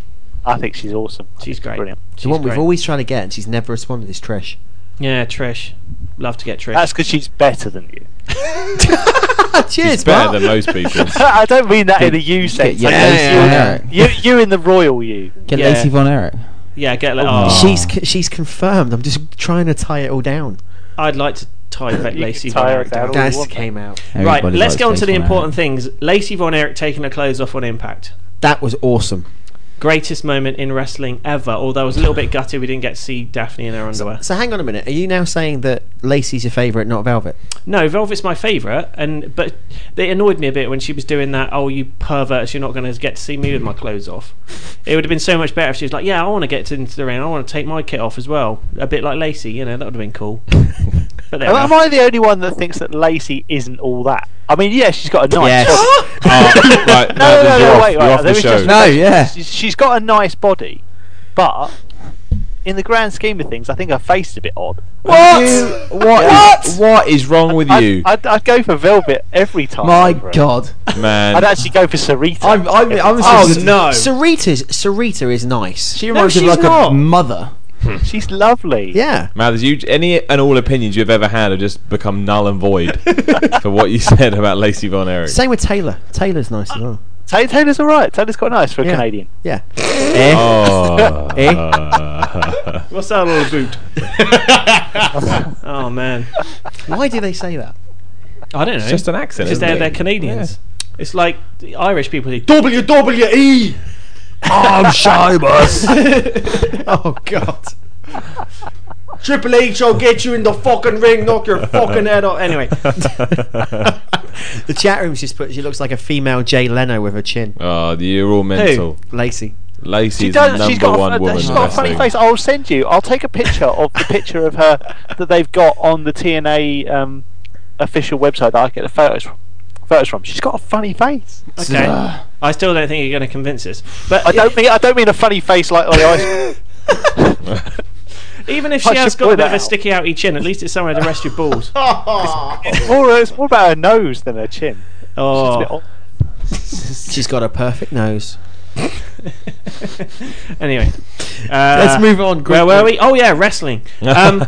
S12: I think she's awesome. I
S4: She's
S12: think
S4: great.
S12: Brilliant.
S7: the one
S4: great.
S7: we've always tried to get, and she's never responded, is Trish.
S4: Yeah, Trish. Love to get Trish.
S12: That's because she's better than you.
S7: Cheers,
S6: She's better than most people.
S12: I don't mean that in a you sense.
S5: yeah,
S12: I mean,
S5: yeah,
S12: you,
S5: yeah.
S12: You, you in the royal you.
S5: Get
S4: Yeah.
S5: Lacey Von Eric.
S4: Yeah, get like,
S12: Oh.
S7: She's c- she's confirmed. I'm just trying to tie it all down.
S4: I'd like to tie back Lacey
S12: tie
S4: Von
S12: her
S4: Erich
S12: down
S4: down.
S12: all you
S7: That's
S12: want.
S7: came out.
S4: Right,
S5: Everybody
S4: let's
S5: likes
S4: get on to the
S5: Lacey Von
S4: important things. Lacey Von Erich taking her clothes off on impact.
S7: That was awesome.
S4: Greatest moment in wrestling ever. Although I was a little bit gutted we didn't get to see Daphne in her underwear.
S7: So hang on a minute. Are you now saying that Lacey's your favourite, not Velvet?
S4: No, Velvet's my favourite, and but it annoyed me a bit when she was doing that. Oh, you perverts! You're not going to get to see me with my clothes off. It would have been so much better if she was like, "Yeah, I want to get into the ring. I want to take my kit off as well." A bit like Lacey, you know, that would have been cool. but there
S12: Am,
S4: we
S12: am
S4: are.
S12: I the only one that thinks that Lacey isn't all that? I mean, yeah, she's got a nice.
S5: Yes.
S6: Oh, right,
S12: no, no,
S6: no,
S12: no,
S6: you're off-
S12: wait,
S6: you're
S12: wait.
S6: off
S12: there
S6: the
S12: was
S6: show.
S12: just-
S5: No, yeah.
S12: she's- she's got a nice body, but in the grand scheme of things, I think her face is a bit odd.
S6: What? what? Is, what is wrong with
S12: I'd-
S6: you,
S12: I'd, I'd go for Velvet every time.
S5: My
S12: over her.
S5: God.
S6: man?
S12: I'd actually go for Sarita.
S5: I'm, I'm, I'm
S7: Oh,
S4: no.
S7: Sarita's Sarita is nice.
S5: She reminds me
S4: she's
S5: of like
S4: not. Hmm.
S5: a mother.
S12: She's lovely.
S7: yeah.
S6: Mathers, you any and all opinions you've ever had have just become null and void for what you said about Lacey Von Eric.
S7: Same with Taylor. Taylor's nice as well.
S12: Tay- Taylor's all right. Taylor's quite nice for a Canadian.
S7: Yeah. Uh,
S12: Eh?
S6: Oh.
S12: Eh?
S4: What's that little boot? oh man,
S7: Why do they say that?
S4: I don't know.
S6: It's just an accent,
S4: Because
S6: isn't
S4: they're
S6: it?
S4: they're Canadians. It's like the Irish people. Who,
S7: WWE.
S4: E. I'm
S7: Shybus. oh God. Triple H, I'll get you in the fucking ring, knock your fucking head off. Anyway, the chat room's just put. She looks like a female Jay Leno with her chin.
S6: Oh, you're all mental.
S7: Lacey.
S6: Lacey's
S12: does-
S6: number
S12: she's got
S6: one
S12: a,
S6: woman.
S12: She's
S6: in
S12: got a funny
S6: wrestling.
S12: face. I'll send you. I'll take a picture of the picture of her that they've got on the TNA um, official website that I get the photos from. Photos from. She's got a funny face.
S4: Okay. I still don't think you're going to convince us. But
S12: I don't mean I don't mean a funny face like Ollie Ice.
S4: Even if
S12: I
S4: she has
S12: should
S4: got a
S12: point
S4: bit of a
S12: out.
S4: sticky outy chin, at least it's somewhere to rest your balls.
S12: It's more, it's more about her nose than her chin. She's a bit odd.
S7: She's got a perfect nose.
S4: anyway, uh,
S7: Let's move on,
S4: Where
S7: group
S4: were
S7: one.
S4: we? Oh yeah, wrestling. Um,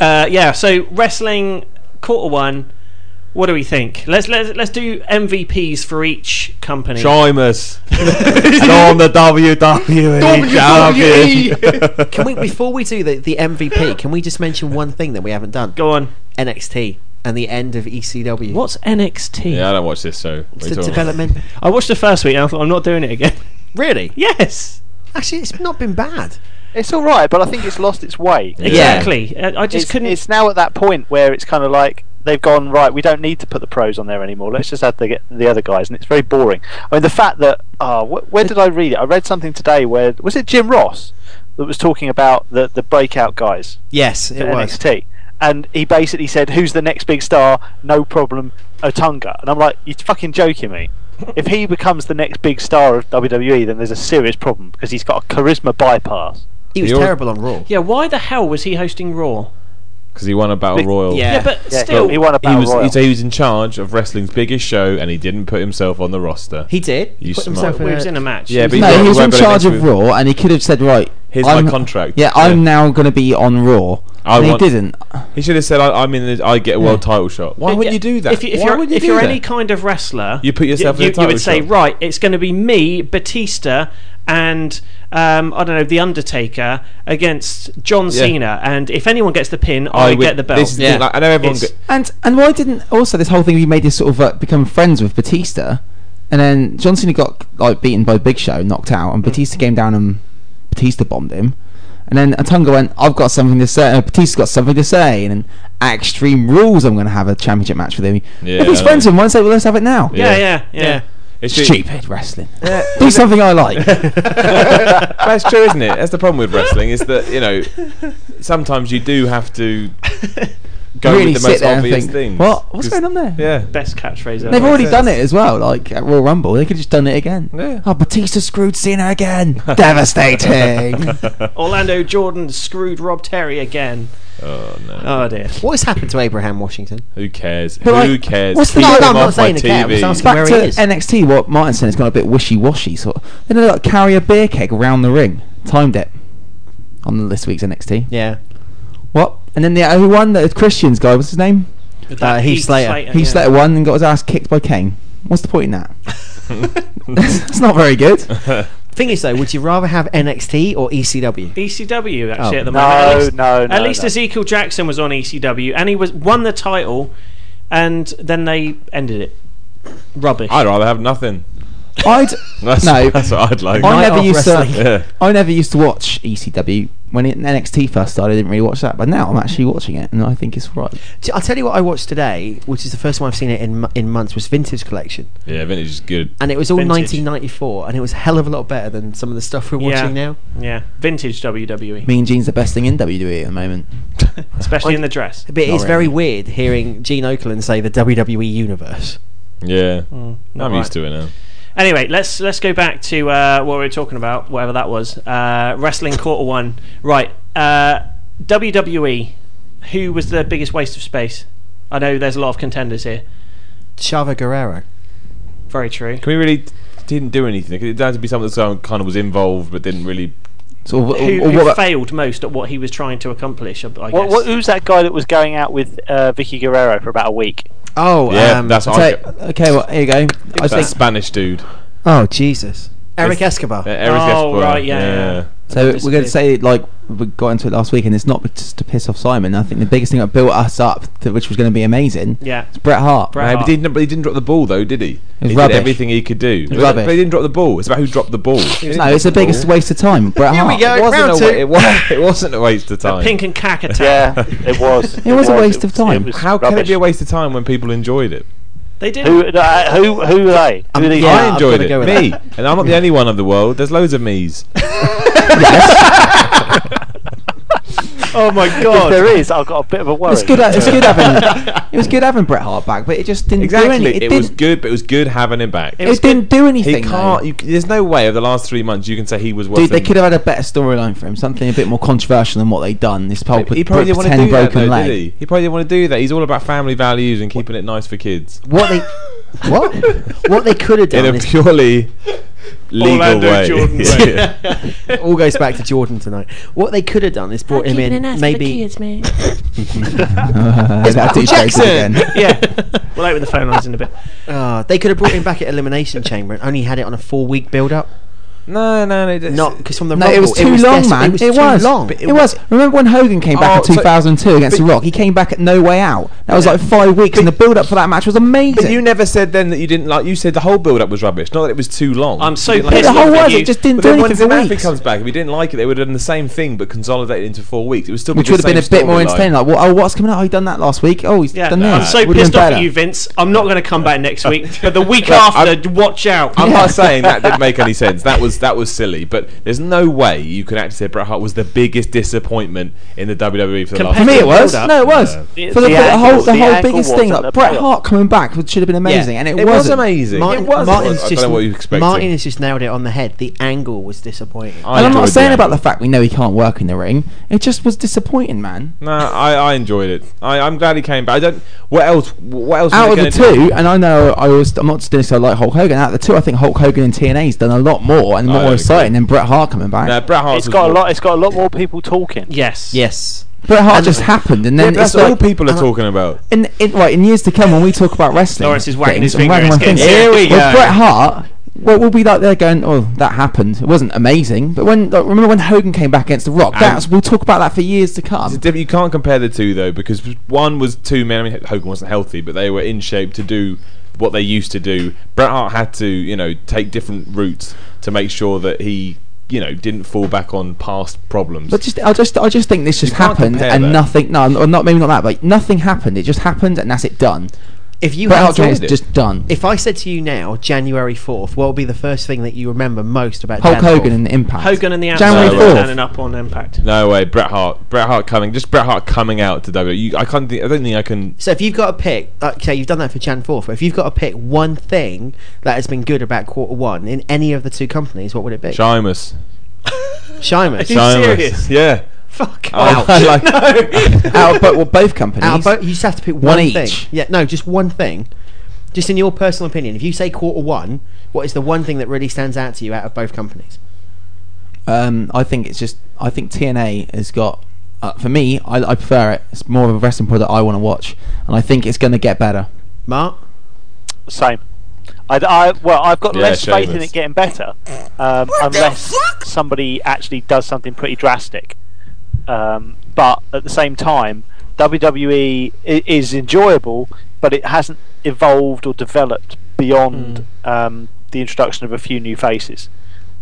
S4: uh, yeah, so wrestling quarter one. What do we think? Let's let's let's do MVPs for each company.
S6: Chimus. Storm the WWE.
S4: E.
S6: champion.
S7: can we before we do the, the MVP? Can we just mention one thing that we haven't done?
S4: Go on.
S7: NXT and the end of E ECW.
S4: What's NXT?
S6: Yeah, I don't watch this, so.
S7: It's a development.
S4: I watched the first week and I thought I'm not doing it again.
S7: Really?
S4: Yes.
S7: Actually, it's not been bad.
S12: It's all right, but I think it's lost its way.
S4: Exactly. I I just
S12: it's,
S4: couldn't.
S12: It's now at that point where it's kind of like they've gone right. We don't need to put the pros on there anymore. Let's just add the the other guys, and it's very boring. I mean, the fact that uh, wh- where did I read it? I read something today where was it Jim Ross that was talking about the the breakout guys
S7: Yes,
S12: for
S7: it was.
S12: NXT. And he basically said, "Who's the next big star? No problem, Otunga." And I'm like, "You're fucking joking me." If he becomes the next big star of WWE, then there's a serious problem because he's got a charisma bypass.
S7: He was terrible on Raw.
S4: Yeah, why the hell was he hosting Raw?
S6: Because he won a battle royal.
S4: Yeah. Yeah, but Yeah, still- he won a
S6: he
S4: battle
S6: was,
S4: royal.
S6: so he was in charge of wrestling's biggest show, and he didn't put himself on the roster.
S7: He did.
S6: You
S4: Put
S6: smart.
S4: himself in He was a- in a match.
S6: Yeah, but
S5: no,
S6: got-
S5: he was in
S6: won't be
S5: charge
S6: able to
S5: of
S6: do it.
S5: Raw, and he could have said, "Right,
S6: Here's my
S5: I'm,
S6: contract."
S5: Yeah, I'm now going to be on Raw.
S6: I
S5: and
S6: want-
S5: he didn't.
S6: He should have said, I, "I'm in. The, I get a world title shot." Why
S4: But
S6: would
S4: yeah,
S6: you do that?
S4: If, you, if
S6: Why
S4: you're,
S6: would you
S4: if
S6: do
S4: you're
S6: that?
S4: any kind of wrestler,
S6: You put yourself in
S4: you,
S6: a
S4: you
S6: title
S4: would say,
S6: shot.
S4: right, it's going to be me, Batista, and um, I don't know, the Undertaker against John
S6: Yeah.
S4: Cena, and if anyone gets the pin, I,
S6: would-
S4: get the belt.
S6: This is the thing, like, I know everyone.
S4: It's-
S6: Get,
S5: And and why didn't also this whole thing we made this sort of uh, become friends with Batista, and then John Cena got like beaten by Big Show, knocked out,
S4: Mm.
S5: and Batista came down and Batista bombed him, and then Atunga went, "I've got something to say." Uh, Batista's got something to say, and then at Extreme Rules, I'm going to have a championship match with him.
S6: Yeah,
S5: if
S6: I
S5: he's
S6: know.
S5: friends with him, why not say, "Well, let's have it now"?
S4: yeah, yeah, yeah.
S6: It's
S5: Stupid wrestling. Do something I like.
S6: That's true, isn't it? That's the problem with wrestling is that you know sometimes you do have to go
S5: really
S6: with the
S5: sit
S6: most
S5: there and
S6: obvious
S5: think,
S6: things.
S5: "What? What's
S6: 'Cause-
S5: going on there?"
S6: Yeah,
S4: best catchphrase
S5: They've already done it as well, like at Royal Rumble. They could have just done it again.
S6: Yeah.
S5: Oh, Batista screwed Cena again. Devastating.
S4: Orlando Jordan screwed Rob Terry again.
S6: Oh no!
S4: Oh dear.
S7: What has happened to Abraham Washington?
S6: Who cares?
S5: But,
S6: Who
S5: like,
S6: cares?
S5: what's the-
S6: Keep
S5: No,
S6: him
S5: no,
S7: I'm not
S6: off my
S7: saying it cares. I was
S6: TV.
S7: asking-
S5: Back
S7: Where
S5: to
S7: he is.
S5: NXT, what Martin said, it's got a bit wishy-washy. Sort of. Then they like carry a beer keg around the ring. Timed it on this week's NXT.
S7: Yeah.
S5: What? And then the uh, who won? The Christian's guy. What's his name?
S7: Uh, Heath Slater.
S5: He Slater won and got his ass kicked by Kane. What's the point in that? It's not very good.
S7: Thing is, though, would you rather have NXT or E ECW?
S4: ECW E actually
S7: Oh.
S4: at the
S7: No,
S4: moment. At least,
S7: no,
S4: At
S7: no,
S4: least
S7: no.
S4: Ezekiel Jackson was on ECW, and he was won the title, and then they ended it. Rubbish.
S6: I'd rather have nothing.
S5: I'd
S6: That's,
S5: no.
S6: that's what I'd like.
S5: I never used to.
S6: Yeah.
S5: I never used to watch ECW when it, NXT first started. I didn't really watch that, but now I'm actually watching it, and I think it's right.
S7: T- I'll tell you what I watched today, which is the first time I've seen it in mo- in months, was Vintage Collection,
S6: Yeah, vintage is good.
S7: and it was all
S4: Vintage.
S7: 1994, and it was a hell of a lot better than some of the stuff we're watching
S4: yeah.
S7: now.
S4: Yeah. Vintage
S6: E.
S4: WWE,
S5: Mean Gene's the best thing in WWE at the moment.
S4: especially in the dress.
S7: But it's
S5: Not
S7: very
S5: really.
S7: weird hearing Gene Oakland say the WWE universe.
S6: Yeah,
S4: Mm, not
S6: I'm used
S4: right.
S6: to it now.
S4: E. Anyway, let's let's go back to uh, what we were talking about, whatever that was. Uh, wrestling quarter one, right? Uh, WWE. Who was the biggest waste of space? I know there's a lot of contenders here.
S7: Chava Guerrero.
S4: Very true.
S6: Can we really didn't do anything? It had to be something that kind of was involved, but didn't really.
S5: So,
S4: Who, who failed most at what he was trying to accomplish? I, I guess.
S12: uh, What, what, who's that guy that was going out with uh, Vicky Guerrero for about a week?
S7: Oh,
S6: Yeah,
S7: um,
S6: that's
S7: I'll
S6: what I
S7: take-
S6: get.
S5: okay, well, here you go. I
S6: that
S5: think-
S6: Spanish dude.
S5: Oh Jesus.
S7: Eric Escobar.
S6: Yeah, Eric
S5: Oh,
S6: Escobar, yeah.
S5: So we're going to say like we got into it last week, and it's not just to piss off Simon. I think the biggest thing that built us up, to, which was going to be amazing,
S4: Yeah.
S5: it's Bret Hart.
S6: Right, but he didn't, but he didn't drop the ball though, did he?
S5: was
S6: he
S5: rubbish.
S6: did everything he could do.
S5: was
S6: But-
S5: rubbish.
S6: But he didn't drop the ball. It's about who dropped the ball.
S5: No, it's the biggest waste of time. Bret
S6: Here
S5: Hart.
S6: we go. It wasn't, a,
S4: round
S6: wa-
S4: two.
S6: it, was, it wasn't a waste of time.
S4: Pink and cack attack.
S12: it was.
S5: It was a waste of time.
S6: How can it be a waste of time when people enjoyed it?
S4: They did.
S12: Who, uh, who, who are they? Who are these?
S6: I enjoyed it.
S12: Go with
S6: Me,
S12: that.
S6: and I'm not the only one of the world. There's loads of me's.
S4: oh my
S12: If there is, I've got a bit of a worry.
S5: It's good. ha- It's good having. It was good having Bret Hart back, but it just didn't do
S6: Exactly.
S5: anything.
S6: It,
S5: It,
S6: was
S5: didn't-
S6: good, but it was good having him back.
S5: It, didn't do anything.
S6: He
S5: though.
S6: can't. You, there's no way over the last three months you can say he was worse.
S5: Dude, they
S6: than-
S5: could have had a better storyline for him. Something a bit more controversial than what they've done. This whole
S6: He probably
S5: pretend
S6: didn't want to do that,
S5: broken
S6: though,
S5: leg.
S6: did he? He probably didn't want to do that. He's all about family values and keeping it nice for kids.
S7: What they, what, what they could have done
S6: In a
S7: is-
S6: purely legal
S7: Orlando
S6: way.
S7: Jordan
S6: Yeah.
S7: It all goes back to Jordan tonight. What they could have done is brought him in, maybe.
S4: mate.
S5: It's Michael Jackson.
S4: yeah. We'll open the phone lines in a bit.
S7: Ah, they could have brought him back at Elimination Chamber and only had it on a four-week build-up.
S6: No, no, no.
S7: Not because from the
S5: No,
S7: Rumble,
S5: it was too long,
S7: desperate.
S5: man.
S7: It was, too long.
S5: It, was. Remember when Hogan came back
S7: Oh,
S5: in
S7: so-
S5: 2002 against The Rock? He came back at No Way Out. That was like five weeks, and the build up for that match was amazing.
S6: But you never said then that you didn't like. You said the whole build-up was rubbish. Not that it was too long.
S4: I'm so
S6: You didn't like
S4: pissed
S5: the whole
S4: off at
S5: was
S4: you.
S5: it just didn't
S6: But
S5: do
S6: then
S5: anything
S6: once
S5: for
S6: Murphy
S5: weeks,
S6: comes back, if we didn't like it, they would have done the same thing but consolidated into four weeks. It would still be
S5: which
S6: the
S5: would have been a
S6: same
S5: bit more
S6: storyline.
S5: entertaining. Like, well, oh, what's coming out? Oh, he done that last week. Oh, he's
S4: Yeah,
S5: done
S4: I'm
S5: that.
S4: so
S5: Would've
S4: pissed
S5: been
S4: off
S5: better.
S4: at you, Vince. I'm not going to come back next week, but the week
S6: Look,
S4: after, watch out.
S6: I'm not saying that didn't make any sense. That was that was silly. But there's no way you can actually say Bret Hart was the biggest disappointment in the WWE for the last.
S5: For me, it was.
S6: build-up.
S5: No, it was.
S6: Yeah.
S5: For the,
S6: The
S5: the
S6: angle-
S5: whole, the,
S6: the
S5: whole
S6: angle
S5: biggest
S6: wasn't
S5: thing, like
S6: the
S5: Bret
S6: build-up.
S5: Hart coming back would- should have been amazing, and it,
S6: It was
S5: wasn't.
S6: amazing.
S7: Martin,
S6: It was.
S7: Martin's
S6: I don't
S7: just,
S6: know what you expected.
S7: Martin has just nailed it on the head. The angle was disappointing.
S5: and I'm not saying about the fact we know he can't work in the ring. It just was disappointing, man.
S6: No, I, I enjoyed it. I, I'm glad he came back. I don't. What else? What else?
S5: out
S6: was
S5: of
S6: he
S5: the
S6: gonna
S5: two,
S6: do?
S5: and I know I was, I'm not just doing so I like Hulk Hogan. Out of the two, I think Hulk Hogan and TNA's done a lot more and
S6: I
S5: more
S6: agree.
S5: exciting than Bret Hart coming back.
S6: No, Bret Hart
S12: It's got a lot. It's got a lot more people talking.
S4: Yes.
S7: Yes.
S5: Bret Hart just happened, and then
S6: that's
S5: it's like,
S6: all people are talking about.
S5: In, in, right, in years to come, when we talk about wrestling,
S4: Lawrence is wagging
S5: things
S4: his
S5: and
S4: finger,
S5: wagging
S4: it's
S5: my finger.
S4: getting serious. Here we
S5: With
S4: go.
S5: Bret Hart, well, we'll be like there going, "Oh, that happened. It wasn't amazing." But when like, remember when Hogan came back against The Rock,
S6: And-
S5: that's we'll talk about that for years to
S6: It's
S5: come.
S6: diff- you can't compare the two though because one was two men. I mean, Hogan wasn't healthy, but they were in shape to do what they used to do. Bret Hart had to, you know, take different routes to make sure that he, you know, didn't fall back on past problems.
S5: But just, I just, I just think this just
S6: can't
S5: happened
S6: compare
S5: and
S6: that.
S5: nothing. No, n- not maybe not that, but nothing happened. It just happened and that's it done.
S7: If you
S5: Bret
S7: had
S5: Hart
S7: to-
S5: is just done.
S7: If I said to you now, January fourth, what will be the first thing that you remember most about
S5: Hulk
S7: Jan
S5: Hogan
S7: 4th?
S5: and Impact.
S4: Hogan and the
S5: January
S4: Outsiders
S5: fourth.
S4: turning up on Impact.
S6: no way, Bret Hart, Bret Hart coming, just Bret Hart coming out to WWE. You- I can't. Think, I don't think I can.
S7: So if you've got to pick, okay, you've done that for Jan 4th, but if you've got to pick one thing that has been good about quarter one in any of the two companies, what would it be?
S6: Shimus.
S7: Shimus.
S6: Shimus. Yeah.
S7: Fuck.
S6: Oh,
S7: Ouch.
S6: like-
S5: out of both, well, both companies.
S7: Out of both- you just have to pick
S5: One
S7: one,
S5: each.
S7: thing. Yeah, no, just one thing. Just in your personal opinion, if you say quarter one, what is the one thing that really stands out to you out of both companies?
S5: Um, I think it's just I think TNA has got uh, for me I, I prefer it. It's more of a wrestling product I want to watch, and I think it's going to get better.
S7: Mark,
S12: Same. I, I- well, I've got
S5: Yeah,
S12: less faith in
S5: shameless.
S12: it getting better, um, unless somebody actually does something pretty drastic. Um, but at the same time, WWE i- is enjoyable, but it hasn't evolved or developed beyond
S5: Hmm.
S12: um, the introduction of a few new faces.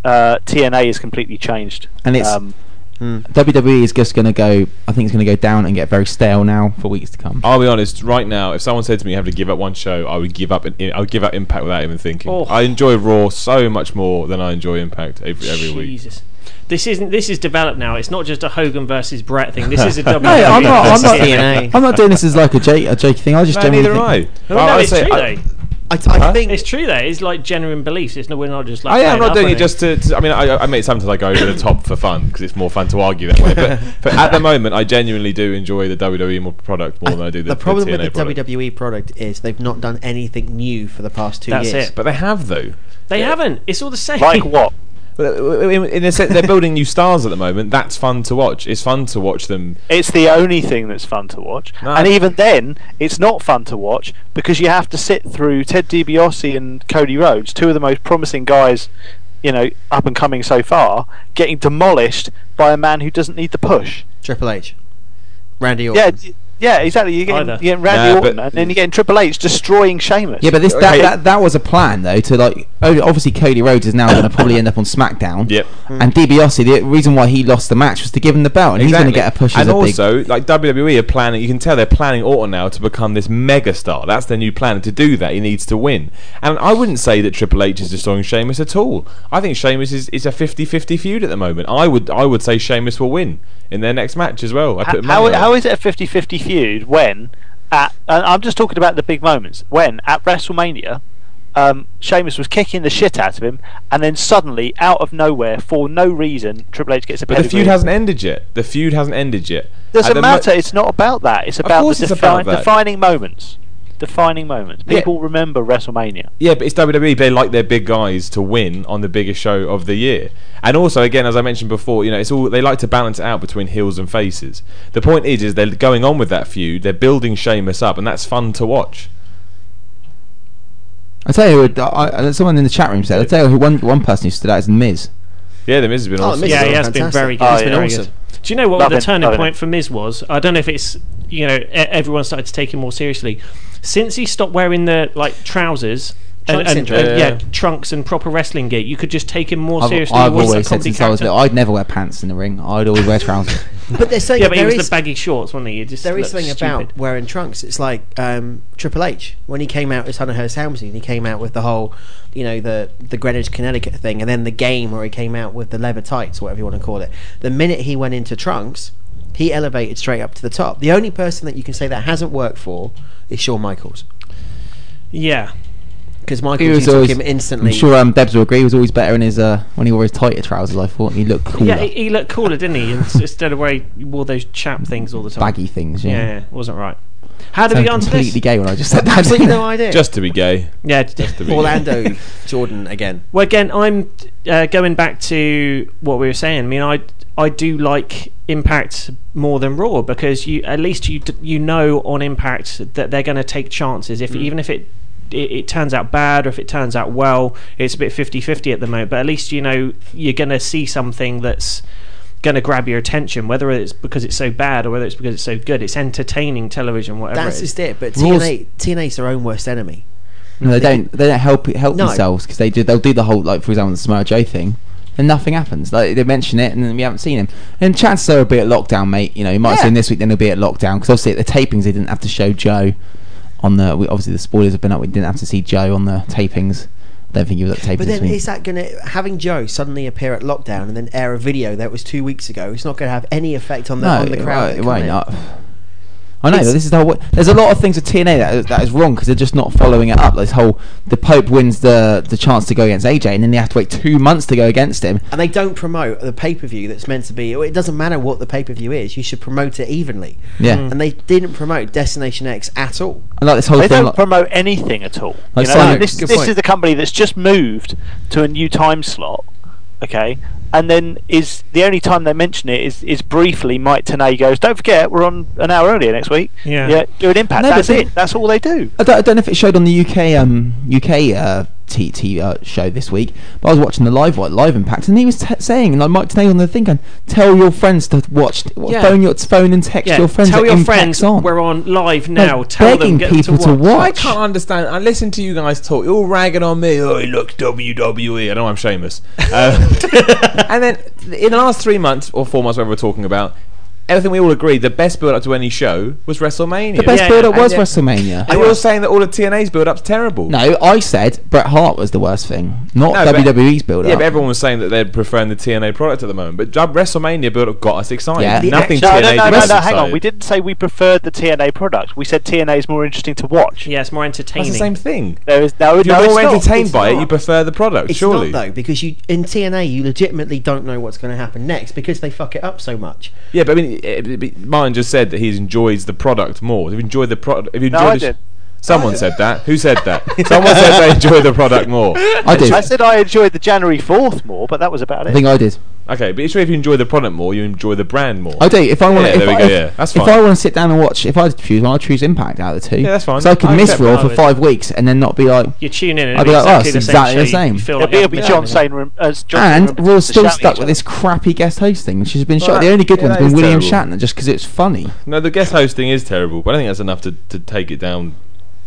S12: Uh, TNA is completely changed, Um,
S5: And it's- WWE is just going to go. I think it's going to go down and get very stale now for weeks to come.
S6: I'll be honest. Right now, if someone said to me, "You have to give up one show," I would give up. An, I would give up Impact without even thinking.
S4: Oh.
S6: I enjoy Raw so much more than I enjoy Impact every, every week.
S4: Jesus. This isn't. This is developed now. It's not just a Hogan versus Brett thing. This is a E
S5: No,
S4: WWE.
S5: I'm not. I'm
S4: versus
S5: not, I'm not doing this as like a joke, a joke thing. I just
S4: No,
S5: generally
S4: neither
S5: think,
S4: No, no, it's true though.
S7: I,
S6: Huh?
S7: think
S4: it's true though. It's like genuine beliefs. It's not. We're not just like.
S6: I am
S4: playing
S6: not
S4: up
S6: doing
S4: on
S6: it just to, to. I mean, I, I make sometimes I go over the top for fun because it's more fun to argue that way. But, but at the moment, I genuinely do enjoy the WWE more product more than I do the,
S7: the problem
S6: the
S7: with
S6: TNA
S7: the
S6: product.
S7: WWE product is they've not done anything new for the past two
S4: That's
S7: years.
S4: it.
S6: But they have though.
S4: They haven't. It's all the same.
S6: Like what? But uh, in, in the sense they're building new stars at the moment. That's fun to watch. It's fun to watch them.
S12: It's the only thing that's fun to watch. And even then, it's not fun to watch because you have to sit through Ted DiBiase and Cody Rhodes, two of the most promising guys, you know, up and coming so far, getting demolished by a man who doesn't need the push.
S7: Triple H, Randy
S12: Yeah, d- yeah, exactly. You're getting,
S7: Either.
S12: you're getting Randy
S5: Nah,
S12: Orton,
S5: but-
S12: and then you're getting Triple H destroying Sheamus.
S5: Yeah, but this that, that that was a plan though to like oh, obviously Cody Rhodes is now going to probably end up on SmackDown. Yep. And DiBiase, the reason why he lost the match was to give him the belt, and he's going to get a push
S6: and
S5: as a big.
S6: also, like WWE are planning. You can tell they're planning Orton now to become this megastar. That's their new plan. And to do that, he needs to win. And I wouldn't say that Triple H is destroying Sheamus at all. I think Sheamus is, is a 50-50 feud at the moment. I would I would say Sheamus will win in their next match as well. I
S12: H-
S6: put money
S12: how,
S6: on it.
S12: how is it a 50-50 feud when at and I'm just talking about the big moments when at WrestleMania um, Sheamus was kicking the shit out of him and then suddenly out of nowhere for no reason Triple H gets a
S6: But the
S12: pedigree.
S6: feud hasn't ended yet. The feud hasn't ended yet. At
S12: doesn't
S6: the mo-
S12: matter it's not about that it's
S6: Of
S12: about the
S6: course it's about
S12: defi-
S6: that.
S12: defining moments defining moments
S6: Yeah.
S12: people remember WrestleMania
S6: Yeah, but it's WWE. They like their big guys to win on the biggest show of the year. And also, again, as I mentioned before, you know, it's all they like to balance it out between heels and faces. The point is, is they're going on with that feud. They're building Sheamus up, and that's fun to watch.
S5: I tell you, who- I, I, someone in the chat room said. I tell you, who one one person who stood out is Miz.
S6: Yeah, the Miz has been
S4: Oh,
S6: awesome.
S4: Miz Yeah, has he been has been fantastic. very good. Oh, He's been yeah. awesome. Do you know what the turning point for Miz was? I don't know if it's you know e- everyone started to take him more seriously since he stopped wearing the like trousers. And,
S5: Trunks
S4: and,
S5: syndrome.
S4: and,
S5: Yeah.
S4: yeah, trunks and proper wrestling gear. You could just take him more
S5: I've,
S4: seriously.
S5: I've
S4: He wasn't a
S5: always said
S4: comedy
S5: since I was
S4: character.
S5: little, I'd never wear pants in the ring. I'd always wear trousers.
S7: But they're saying
S4: yeah,
S7: that
S4: but he
S7: there
S4: was
S7: is-
S4: the baggy shorts, wasn't he? It just
S7: There is
S4: looked
S7: something
S4: stupid.
S7: about wearing trunks. It's like um, Triple H when he came out as Hunter Hearst Helmsley, and he came out with the whole, you know, the the Greenwich, Connecticut thing, and then the game where he came out with the leather tights, whatever you want to call it. The minute he went into trunks, he elevated straight up to the top. The only person that you can say that hasn't worked for is Shawn Michaels,
S4: Yeah,
S7: because
S5: He
S7: Michaels
S5: was
S7: you took
S5: always,
S7: him instantly.
S5: I'm sure um, Debs will agree. He was always better in his uh, when he wore his tighter trousers. I thought and he looked cooler.
S4: Yeah, he, he looked cooler, didn't he? Ins- Instead of where he wore those chap things all the time,
S5: Baggy things, yeah.
S4: yeah, it wasn't right. How did
S5: Sound
S4: we get onto
S5: completely
S4: this?
S5: gay when I just said that.
S7: Absolutely no idea.
S6: Just to be gay.
S4: Yeah,
S6: just to be.
S7: Orlando Jordan again.
S4: Well, again, I'm uh, going back to what we were saying. I mean, I I do like Impact more than Raw because you at least you d- you know on Impact that they're going to take chances
S7: Mm.
S4: if even if it, it it turns out bad or if it turns out well, it's a bit 50-50 at the moment. But at least you know you're going to see something that's going to grab your attention, whether it's because it's so bad or whether it's because it's so good. It's entertaining television, whatever.
S7: That's
S4: it is.
S7: just it. But
S4: Raw's-
S7: TNA TNA's their own worst enemy.
S5: No, they don't. They don't help help
S7: No.
S5: themselves because they do. They'll do the whole like, for example, the Samoa Joe thing, and nothing happens. Like they mention it, and then we haven't seen him. And chances are he'll be at lockdown, mate. You know, you might have seen him this week, then he'll be at lockdown because obviously at the tapings they didn't have to show Joe on the. We, obviously the spoilers have been up. We didn't have to see Joe on the tapings. I don't think he was at the tapings
S7: But
S5: this
S7: then
S5: week.
S7: is that going to having Joe suddenly appear at lockdown and then air a video that was two weeks ago? It's not going to have any effect on the on the
S5: it won't- It
S7: crowd. that come
S5: won't.
S7: in.
S5: Not. I know,
S7: It's-
S5: but this is the whole. There's a lot of things with TNA that that is wrong because they're just not following it up. This whole the Pope wins the the chance to go against AJ, and then they have to wait two months to go against him.
S7: And they don't promote the pay per view that's meant to be. It doesn't matter what the pay per view is. You should promote it evenly.
S5: Yeah. Mm.
S7: And they didn't promote Destination X at all.
S5: And like this whole
S12: they
S5: thing,
S12: don't
S5: like-
S12: promote anything at all.
S5: Like
S12: you know,
S5: Sonic-
S12: like this
S5: Good
S12: this
S5: point.
S12: is the company that's just moved to a new time slot, okay? And then is the only time they mention it is, is briefly Mike Tanay goes, Don't forget, we're on an hour earlier next week.
S5: Yeah.
S12: Yeah, do an impact.
S5: No, but
S12: that's
S5: they-
S12: it. That's all they do.
S5: I don't, I don't know if it showed on the UK um UK uh, T T uh, show this week, but I was watching the live one- live impact, and he was t- saying like Mike today on the thing, and tell your friends to watch,
S4: Yeah.
S5: phone your phone and text
S4: Yeah,
S5: your friends.
S4: tell
S5: that
S4: your
S5: Impact's
S4: friends
S5: on.
S4: we're on live
S5: No,
S4: now. tell them
S5: begging
S4: get
S5: people
S4: to
S5: to
S4: watch.
S6: I
S5: watch.
S6: can't understand. I listen to you guys talk. You're all ragging on me. Oh, he looks WWE. E. I know I'm Sheamus. Uh, and then in the last three months or four months, whatever we're talking about, everything we all agreed the best build up to any show was WrestleMania.
S5: The best build-up
S6: And
S5: was
S6: yet-
S5: WrestleMania.
S6: And you're saying that all of TNA's build up's terrible.
S5: No, I said Bret Hart was the worst thing, not
S6: No, but-
S5: WWE's build
S6: Yeah,
S5: up.
S6: but everyone was saying that they're preferring the TNA product at the moment. But uh, WrestleMania build up got us excited.
S5: Yeah. The
S6: Nothing
S12: No,
S6: TNA
S12: no, no,
S6: got
S12: no,
S6: us
S12: no, hang on.
S6: excited.
S12: We didn't say we preferred the TNA product. We said TNA is more interesting to watch.
S4: Yeah, it's more entertaining.
S6: That's the same thing.
S12: There is no,
S6: If you're
S12: no, it's
S6: more
S12: not.
S6: entertained
S12: It's
S6: by it,
S12: not.
S6: you prefer the product,
S7: It's
S6: surely.
S7: not though because you in TNA you legitimately don't know what's going to happen next because they fuck it up so much.
S6: Yeah, but I mean, eh, but Martin just said that he enjoys the product more. If you enjoy the product, if you
S7: No,
S6: enjoy
S7: I
S6: the sh-
S7: did.
S6: Someone said that. Who said that? Someone said they enjoy the product more.
S12: I said I enjoyed the January 4th more, but that was about it.
S5: did.
S6: Okay, but it's true if you enjoy the product more, you enjoy the brand more.
S5: I do. If I want,
S6: yeah,
S5: if
S6: there we
S5: I,
S6: go.
S5: if,
S6: yeah, that's
S5: if
S6: fine.
S5: I want to sit down and watch, if I had to choose, I'd choose Impact out of the two.
S6: Yeah, that's fine.
S5: So I could
S6: I
S5: miss
S6: accept
S5: Raw
S6: that.
S5: for five weeks and then not be like,
S4: You tune in and
S5: I'd be
S4: it'll
S5: like,
S4: be
S5: oh,
S4: exactly
S5: it's
S4: the
S5: exactly the
S4: same show.
S5: same.
S4: You feel
S12: It'll be, it'll be John Sayner as John
S5: And
S12: Sayner
S5: we're still
S12: shouting at
S5: stuck
S12: each
S5: with
S12: other.
S5: this crappy guest host thing, which has been
S6: Well,
S5: shot. The only good
S6: yeah,
S5: one's
S6: that
S5: been
S6: is
S5: William
S6: terrible.
S5: Shatner, just because it's funny.
S6: No, the guest host thing is terrible, but I think that's enough to, to take it down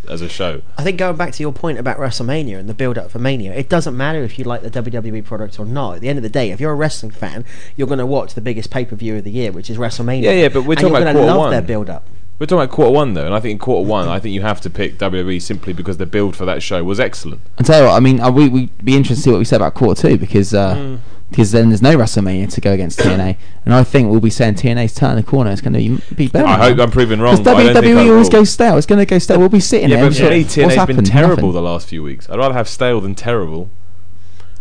S6: as a show.
S7: I think going back to your point about WrestleMania and the build up for Mania, it doesn't matter if you like the WWE product or not. At the end of the day, if you're a wrestling fan, you're going to watch the biggest pay per view of the year, which is WrestleMania.
S6: Yeah, yeah, but we're
S7: And
S6: talking
S7: you're
S6: about
S7: gonna
S6: quarter
S7: love
S6: one.
S7: their build up.
S6: We're talking about quarter one though, and I think in quarter one, I think you have to pick WWE simply because the build for that show was excellent.
S5: I tell you what, I mean, uh, we we be interested to see what we say about quarter two because uh,
S6: Mm.
S5: because then there's no WrestleMania to go against TNA, and I think we'll be saying TNA's turning the corner. It's going to be better.
S6: I hope I'm proven wrong.
S5: Because
S6: but I don't think I
S5: WWE always
S6: will.
S5: goes stale. It's going to go stale. We'll be sitting
S6: Yeah,
S5: there.
S6: but
S5: and
S6: for me,
S5: shit, what's
S6: TNA's been
S5: happened?
S6: terrible
S5: Nothing.
S6: the last few weeks. I'd rather have stale than terrible.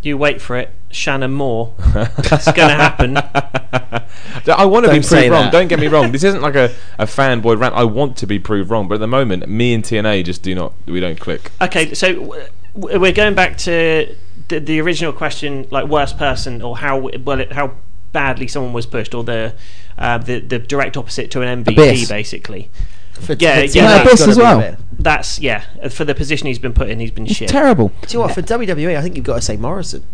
S4: You wait for it, Shannon Moore. That's going to happen.
S6: I want to be
S4: Don't say
S6: proved wrong.
S4: that.
S6: Don't get me wrong. This isn't like a, a fanboy rant. I want to be proved wrong, but at the moment, me and TNA just do not. We don't click.
S4: Okay, so w- w- we're going back to the, the original question, like worst person or how well it, how badly someone was pushed, or the uh, the the direct opposite to an MVP,
S5: Abyss.
S4: basically.
S7: For-
S4: yeah,
S7: for
S4: yeah,
S5: No,
S4: that's
S5: Abyss
S4: gotta
S5: as
S4: be
S5: well.
S4: it. That's yeah. For the position he's been put in, he's been shit.
S5: Terrible.
S7: Do you know what? For WWE, I think you've got to say Morrison.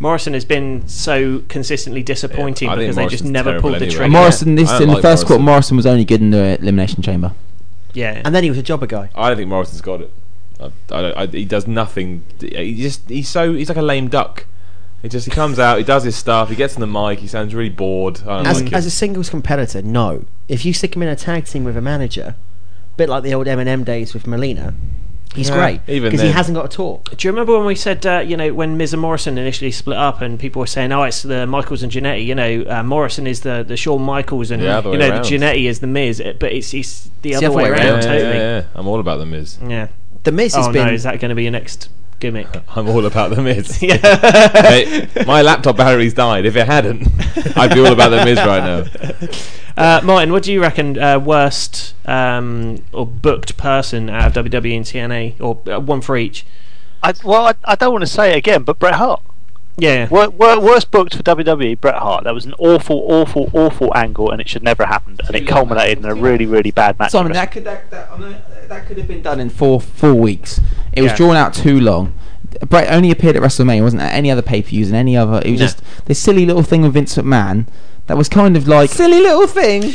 S4: Morrison has been so consistently disappointing
S6: Yeah, I think
S4: because they just
S6: Morrison's
S4: never
S6: terrible
S4: pulled the
S6: anyway.
S4: trigger.
S5: And Morrison, this
S6: I don't
S5: in the
S6: like
S5: first quarter, Morrison was only good in the elimination chamber.
S4: Yeah.
S7: And then he was a jobber guy.
S6: I don't think Morrison's got it. I, I don't, I, he does nothing. He just he's so he's like a lame duck. He just he comes out, he does his stuff, he gets on the mic, he sounds really bored. I don't
S7: As,
S6: like
S7: as
S6: it.
S7: a singles competitor, no. If you stick him in a tag team with a manager, bit like the old Eminem days with Molina, he's
S4: Yeah,
S7: great.
S4: even
S7: Because he
S4: then.
S7: hasn't got a talk.
S4: Do you remember when we said, uh, you know, when Miz and Morrison initially split up and people were saying, oh, it's the Michaels and Janetti, you know, uh, Morrison is the, the Shawn Michaels and,
S6: The other
S4: you
S6: way
S4: know,
S6: around.
S4: the Janetti is the Miz, uh, but it's, it's the
S7: It's
S4: other way, around,
S6: yeah, yeah,
S4: totally.
S6: yeah, yeah. I'm all about the Miz.
S4: Yeah.
S7: The Miz has
S4: oh,
S7: been-
S4: no, is that going to be your next gimmick?
S6: I'm all about the Miz.
S4: Yeah.
S6: Hey, my laptop battery's died. If it hadn't, I'd be all about the Miz right now.
S4: Uh, Martin, what do you reckon uh, worst um, or booked person out of WWE and TNA, or uh, one for each?
S12: I, well, I, I don't want to say it again, but Bret Hart.
S4: Yeah.
S12: Wor- wor- worst booked for WWE, Bret Hart. That was an awful, awful, awful angle, and it should never have happened. And it culminated in a really, really bad match.
S5: Simon, that could that, that, I mean, that could have been done in four four weeks. It was
S12: Yeah.
S5: drawn out too long. Brett only appeared at WrestleMania, wasn't at any other pay per views and any other. It was
S7: No.
S5: just this silly little thing with Vince McMahon that was kind of like
S7: Silly little thing. No,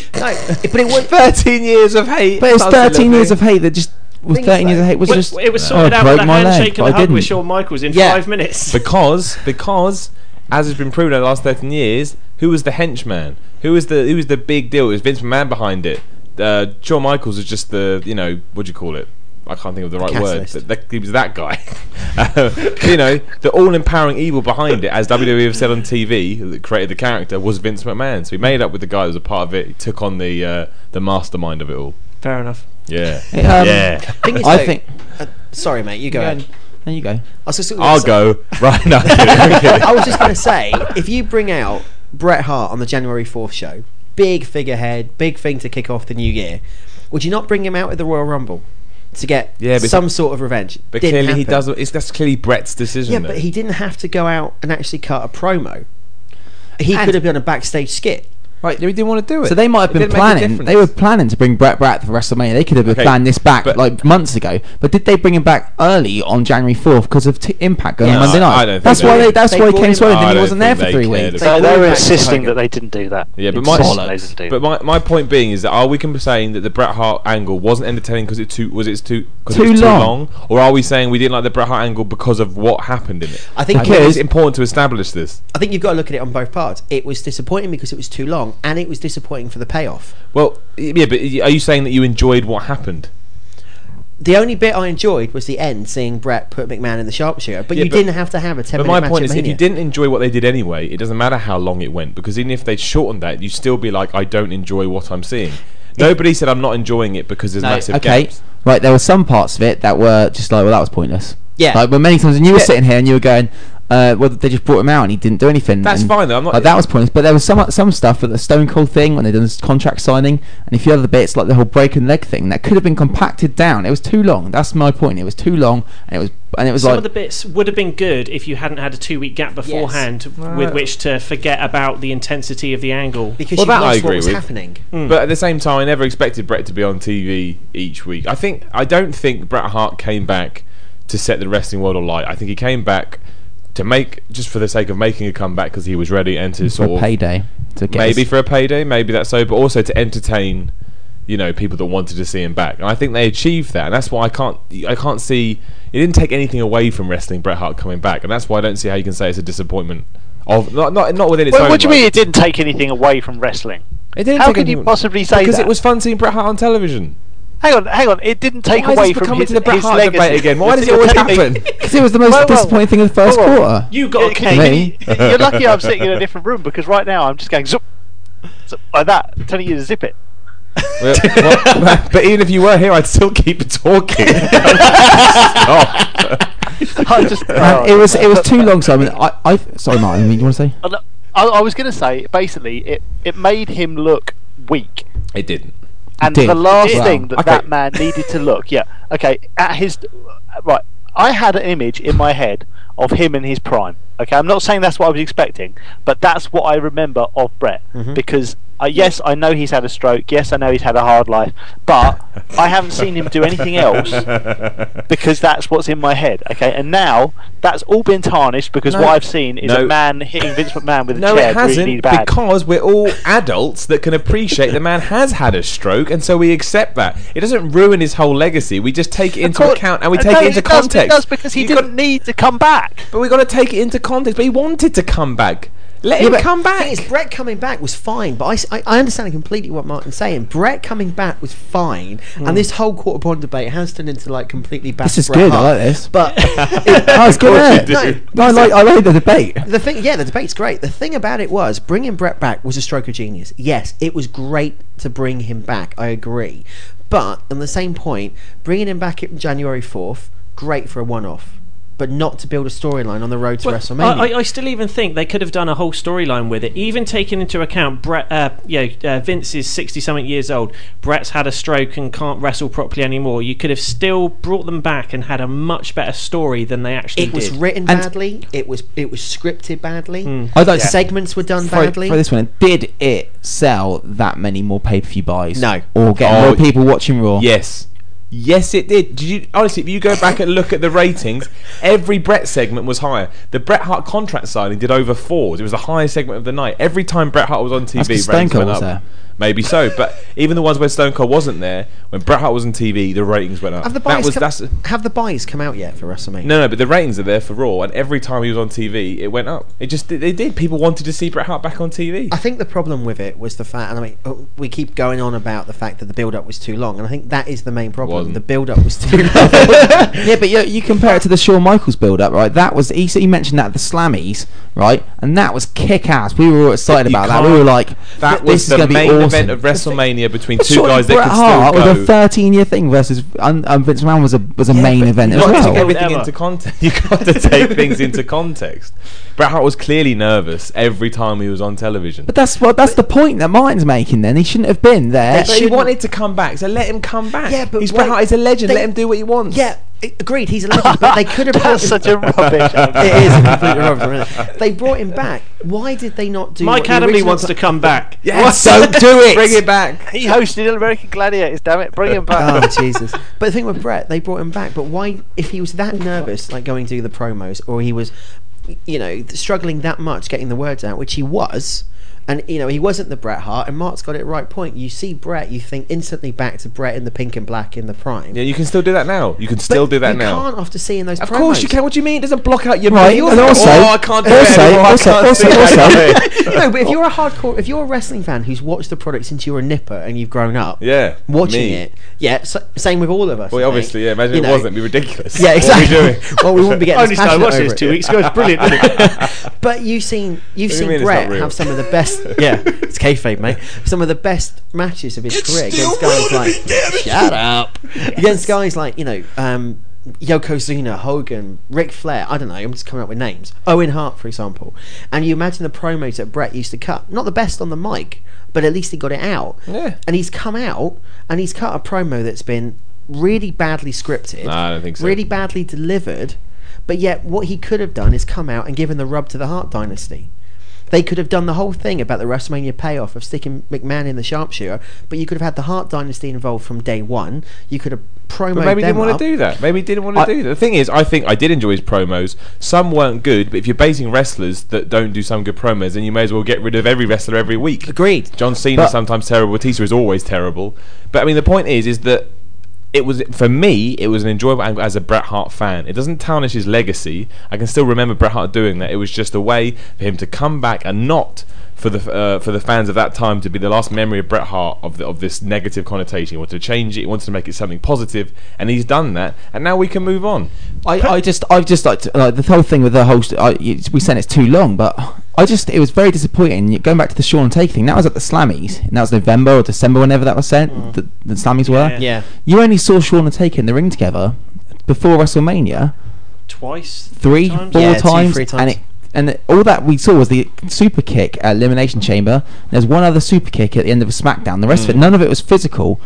S7: but it was
S5: 13
S13: years of hate.
S5: But it's 13 years of hate that just was
S4: Thing is
S5: 13 years of
S4: though-
S5: hate was
S4: Well,
S5: just.
S4: it was
S5: oh,
S4: sorted
S5: I
S4: out
S5: broke
S4: with a
S5: my leg,
S4: handshake
S5: but
S4: and a
S5: I
S4: hug with
S5: didn't.
S4: Shawn Michaels in five minutes.
S6: Because because as has been proven over the last thirteen years, who was the henchman? Who was the who was the big deal? It was Vince McMahon behind it. Uh, Shawn Michaels was just the you know what do you call it? I can't think of the right word.
S7: Catalyst.
S6: But that, he was that guy. Uh, you know the all-empowering evil behind it, as WWE have said on TV, that created the character was Vince McMahon. So he made up with the guy that was a part of it. He took on the uh, the mastermind of it all.
S4: Fair enough.
S6: Yeah.
S5: Hey, um,
S6: yeah.
S7: Thing is,
S5: I
S7: though-
S5: think-
S7: uh, sorry, mate. You go.
S5: Go
S7: ahead.
S5: on. There you go.
S7: I was just.
S6: I'll go. Right now.
S7: I was just going to say, if you bring out Bret Hart on the January 4th show, big figurehead, big thing to kick off the new year, would you not bring him out at the Royal Rumble to get
S6: Yeah, but-
S7: some sort of revenge?
S6: But
S7: Didn't
S6: clearly he
S7: happen.
S6: doesn't. It's that's clearly Brett's decision.
S7: Yeah,
S6: though.
S7: but he didn't have to go out and actually cut a promo. He
S5: And-
S7: could have done a backstage skit.
S6: Right, we didn't want to do
S5: So they might have been planning. They were planning to bring Brett back for WrestleMania. They could have
S6: Okay,
S5: planned this back
S6: but-
S5: like months ago. But did they bring him back early on January fourth because of t- Impact going
S6: Yeah,
S5: on Monday
S6: I-
S5: night?
S6: I don't think
S5: that's
S6: they
S5: why
S6: did.
S5: they, that's
S6: They
S5: why he
S6: brought
S5: came
S6: him
S5: swimming
S6: back.
S5: and
S6: I
S5: he
S6: don't
S5: wasn't there
S6: think
S5: for
S6: they
S5: three
S6: cared
S5: weeks.
S6: about
S12: So
S6: They
S12: they
S6: were
S12: were
S6: back-
S12: insisting that they didn't do that.
S6: Yeah, but my,
S12: Insisting they didn't do
S6: but my my point being is that are we com- saying that the Bret Hart angle wasn't entertaining because it too was it too 'cause it
S5: Too
S6: was
S5: long.
S6: too long, or are we saying we didn't like the Bret Hart angle because of what happened in it?
S7: I think-
S6: it's important to establish this.
S7: I think you've got to look at it on both parts. It was disappointing because it was too long, and it was disappointing for the payoff.
S6: Well, yeah, but are you saying that you enjoyed what happened?
S7: The only bit I enjoyed was the end, seeing Brett put McMahon in the sharpshooter. But
S6: Yeah,
S7: you
S6: but-
S7: didn't have to have a ten
S6: But
S7: minute
S6: my
S7: match
S6: point
S7: at
S6: is, if
S7: Mania.
S6: you didn't enjoy what they did anyway, it doesn't matter how long it went because even if they shortened that, you'd still be like, I don't enjoy what I'm seeing. Nobody said I'm not enjoying it because there's massive
S5: okay,
S6: gaps.
S5: right. There were some parts of it that were just like, well, that was pointless.
S6: Yeah.
S5: Like, but many times, and you were
S6: Yeah.
S5: sitting here and you were going, Uh, well, they just brought him out and he didn't do anything.
S6: That's
S5: and,
S6: fine, though, I'm not-
S5: like, that was pointless. But there was some some stuff with the Stone Cold thing when they done this contract signing, and a few other bits like the whole broken leg thing that could have been compacted down. It was too long. That's my point. It was too long, and it was and it was
S4: Some
S5: like
S4: of the bits would have been good if you hadn't had a two week gap beforehand with
S6: Well-
S4: which to forget about the intensity of the angle.
S6: Well, that I agree with. But at the same time, I never expected Brett to be on TV each week. I think I don't think Bret Hart came back to set the wrestling world alight. I think he came back to make just for the sake of making a comeback because he was ready and to
S5: for
S6: sort
S5: a
S6: of
S5: payday to get
S6: maybe
S5: his-
S6: for a payday, maybe that's so, but also to entertain, you know, people that wanted to see him back. And I think they achieved that, and that's why I can't, I can't see it didn't take anything away from wrestling Bret Hart coming back, and that's why I don't see how you can say it's a disappointment of not not, not within its
S12: Well,
S6: own.
S12: what do you
S6: right.
S12: mean it didn't take anything away from wrestling?
S6: It didn't
S12: How
S6: take
S12: could you
S6: anything-
S12: possibly say
S6: because
S12: that?
S6: it was fun seeing Bret Hart on television.
S12: Hang on, hang on. It didn't take
S6: Why is
S12: away
S6: this
S12: from
S6: becoming
S12: his,
S6: to the Bret
S12: his
S6: Hart
S12: legacy.
S6: debate again? Why does it
S12: didn't
S6: always
S12: take anything-
S6: happen?
S5: because it was the most
S12: Well, well,
S5: disappointing thing of the first
S12: well, well.
S5: quarter.
S4: You got
S12: Okay,
S5: me.
S12: You're lucky I'm sitting in a different room because right now I'm just going zip, zip like that, telling you to zip it.
S6: Well, well, but even if you were here, I'd still keep talking.
S12: I just,
S5: Man, it was it was too long, Simon. I, I sorry, Martin. You want to say?
S12: I, I was going to say basically it it made him look weak.
S6: It didn't.
S12: And
S5: It did.
S12: the last
S5: It did.
S12: thing that
S5: Okay.
S12: that man needed to look, yeah, okay, at his right. I had an image in my head of him in his prime. Okay, I'm not saying that's what I was expecting, but that's what I remember of Brett
S1: Mhm.
S12: because uh, yes, I know he's had a stroke. Yes, I know he's had a hard life, but I haven't seen him do anything else because that's what's in my head. Okay, and now that's all been tarnished because
S6: No.
S12: what I've seen is
S6: No.
S12: a man hitting Vince McMahon with a
S6: No,
S12: chair
S6: it hasn't,
S12: really bad.
S6: because we're all adults that can appreciate the man has had a stroke, and so we accept that. It doesn't ruin his whole legacy. We just take it into
S12: course-
S6: account and we
S12: No,
S6: take it
S12: it
S6: into
S12: does, it
S6: context.
S12: does, because he didn't need to come back.
S6: But we've got to take it into context. But he wanted to come back. Let
S7: Yeah,
S6: him
S7: but
S6: come
S7: the
S6: back.
S7: thing is, Brett coming back was fine, but I s- I, I understand completely what Martin's saying. Brett coming back was fine, and this whole quarter point debate has turned into like completely bad.
S5: Hmm. This is
S7: Bret
S5: good. I
S7: Hart.
S5: like this.
S7: But
S5: Oh, it's good.
S7: Of course
S5: isn't
S7: you
S5: it?
S7: do.
S5: No, I like I like the debate.
S7: The thing, yeah, the debate's great. The thing about it was bringing Brett back was a stroke of genius. Yes, it was great to bring him back. I agree, but on the same point, bringing him back at January fourth, great for a one-off, but not to build a storyline on the road to WrestleMania.
S4: I, I, I still even think they could have done a whole storyline with it, even taking into account Brett. Uh, you know, uh, Vince is sixty-something years old. Brett's had a stroke and can't wrestle properly anymore. You could have still brought them back and had a much better story than they actually
S7: it was
S4: did.
S7: written badly. It was it was scripted badly.
S5: I don't-
S7: segments were done
S5: For,
S7: badly.
S5: for this one, did it sell that many more pay per view buys?
S7: No.
S5: Or get
S6: Oh,
S5: more people watching Raw?
S6: Yes. Yes, it did. Did you honestly? If you go back and look at the ratings, every Brett segment was higher. The Bret Hart contract signing did over fours. It was the highest segment of the night. Every time Bret Hart was on TV,
S5: 'cause Stone
S6: ratings
S5: Cold
S6: went
S5: was
S6: up.
S5: there.
S6: Maybe so, but even the ones where Stone Cold wasn't there, when Bret Hart was on TV, the ratings went up.
S7: have the
S6: that
S7: buys
S6: was
S7: come,
S6: that's no,
S7: have the buys come out yet for WrestleMania?
S6: no. But the ratings are there for Raw, and every time he was on TV, it went up. It just it did. People wanted to see Bret Hart back on TV.
S7: I think the problem with it was the fact, and I mean, uh, we keep going on about the fact that the build-up was too long, and I think that is the main problem. The build-up was too long.
S5: yeah, but you, you compare it to the Shawn Michaels build up, right? That was he, he mentioned that at the Slammies, right? And that was kick ass. We were all excited
S6: You
S5: about that. We were
S6: can't-
S5: like,
S6: that
S5: "Th-
S6: was
S5: this
S6: the
S5: is going to
S6: main
S5: be awesome.
S6: event of WrestleMania between two
S5: Surely
S6: guys that
S5: Bret
S6: could
S5: Hart
S6: still go.
S5: was a 13 year thing versus um, um, Vince McMahon was a was a main event as
S6: You've got to
S5: well.
S6: take everything into context. You got to take things into context. Bret Hart was clearly nervous every time he was on television.
S5: But that's what that's the point that Martin's making. Then he shouldn't have been there.
S6: But he wanted to come back, so let him come back.
S7: Yeah, but
S6: he's Bret
S7: wait,
S6: Hart. He's a legend.
S7: they-
S6: let him do what he wants.
S7: yeah, a- agreed. He's a legend, but they could have. brought
S12: That's
S7: him-
S12: such a rubbish. angle.
S7: It is a complete rubbish. isn't it? They brought him back. Why did they not do?
S4: Mike
S7: what the
S4: Adamley
S7: original
S4: wants
S7: pla-
S4: to come back.
S5: Yes, don't do it. Bring it back.
S12: He hosted American Gladiators. Damn it, bring him
S7: Oh
S12: back.
S7: Jesus! But the thing with Brett, they brought him back. But why, if he was that nervous, like going through the promos, or he was, you know, struggling that much getting the words out, which he was, and you know, he wasn't the Bret Hart. And Mark's got it right. Point. You see Brett, you think instantly back to Brett in the pink and black in the prime.
S6: Yeah, you can still do that now. You can still do that
S7: you
S6: now.
S7: can't after seeing those.
S6: Of course you can. What do you mean? It doesn't block out your
S5: Right,
S6: brain.
S5: and also-
S6: oh, I can't do
S5: also-
S6: it anymore.
S5: also-
S6: I can't
S5: also-
S6: see it
S5: also-
S6: anymore.
S7: no, but if you're a hardcore, if you're a wrestling fan who's watched the product since you were a nipper and you've grown up,
S6: Yeah,
S7: watching
S6: me.
S7: it, yeah, so, same with all of us. I
S6: Well,
S7: think.
S6: obviously, yeah. Imagine
S7: You
S6: it
S7: know,
S6: wasn't. It'd be ridiculous.
S7: Yeah, exactly.
S6: What are we doing?
S7: well, we wouldn't be getting
S4: Only
S7: this
S4: started
S7: passionate
S4: watching
S7: over
S4: this
S7: it.
S4: two weeks ago. It's brilliant, isn't
S7: but you've seen you've
S4: What do you
S7: seen
S4: mean it's not
S7: Brett
S4: real?
S7: have some of the best. yeah, it's kayfabe, mate. Some of the best matches of his career against guys like. Shut up. Against guys like you know um, Yokozuna, Hogan, Ric Flair, I don't know, I'm just coming up with names. Owen Hart, for example. And you imagine the promos that Brett used to cut. Not the best on the mic, but at least he got it out.
S6: Yeah.
S7: And he's come out and he's cut a promo that's been really badly scripted.
S6: Nah, I don't think so.
S7: Really badly delivered. But yet, what he could have done is come out and given the rub to the Hart Dynasty. They could have done the whole thing about the WrestleMania payoff of sticking McMahon in the sharpshooter, but you could have had the Hart Dynasty involved from day one. You could have promoed
S6: But maybe he
S7: them
S6: didn't want
S7: up.
S6: to do that. Maybe he didn't want to do that. The thing is, I think I did enjoy his promos. Some weren't good, but if you're basing wrestlers that don't do some good promos, then you may as well get rid of every wrestler every week.
S7: Agreed.
S6: John Cena
S7: But-
S6: is sometimes terrible. Batista is always terrible. But I mean, the point is, is that it was for me. It was an enjoyable angle as a Bret Hart fan. It doesn't tarnish his legacy. I can still remember Bret Hart doing that. It was just a way for him to come back and not. For the uh, for the fans of that time to be the last memory of Bret Hart of the, of this negative connotation, he wanted to change it, he wanted to make it something positive, and he's done that, and now we can move on.
S5: I, I just I've just like to, like the whole thing with the whole st- I, it's- we sent it's too long, but I just it was very disappointing. Going back to the Shawn Take thing, that was at the Slammies, and that was November or December whenever that was sent. The, the Slammies were.
S7: Yeah. Yeah.
S5: You only saw Shawn and Take in the ring together before WrestleMania
S4: Twice,
S5: three,
S4: times?
S5: four
S4: Yeah, two,
S5: times,
S4: three
S5: and
S4: times.
S5: it and it- all that we saw was the super kick at Elimination Chamber. There's one other super kick at the end of a SmackDown. The rest of it,
S6: Mm.
S5: none of it was physical.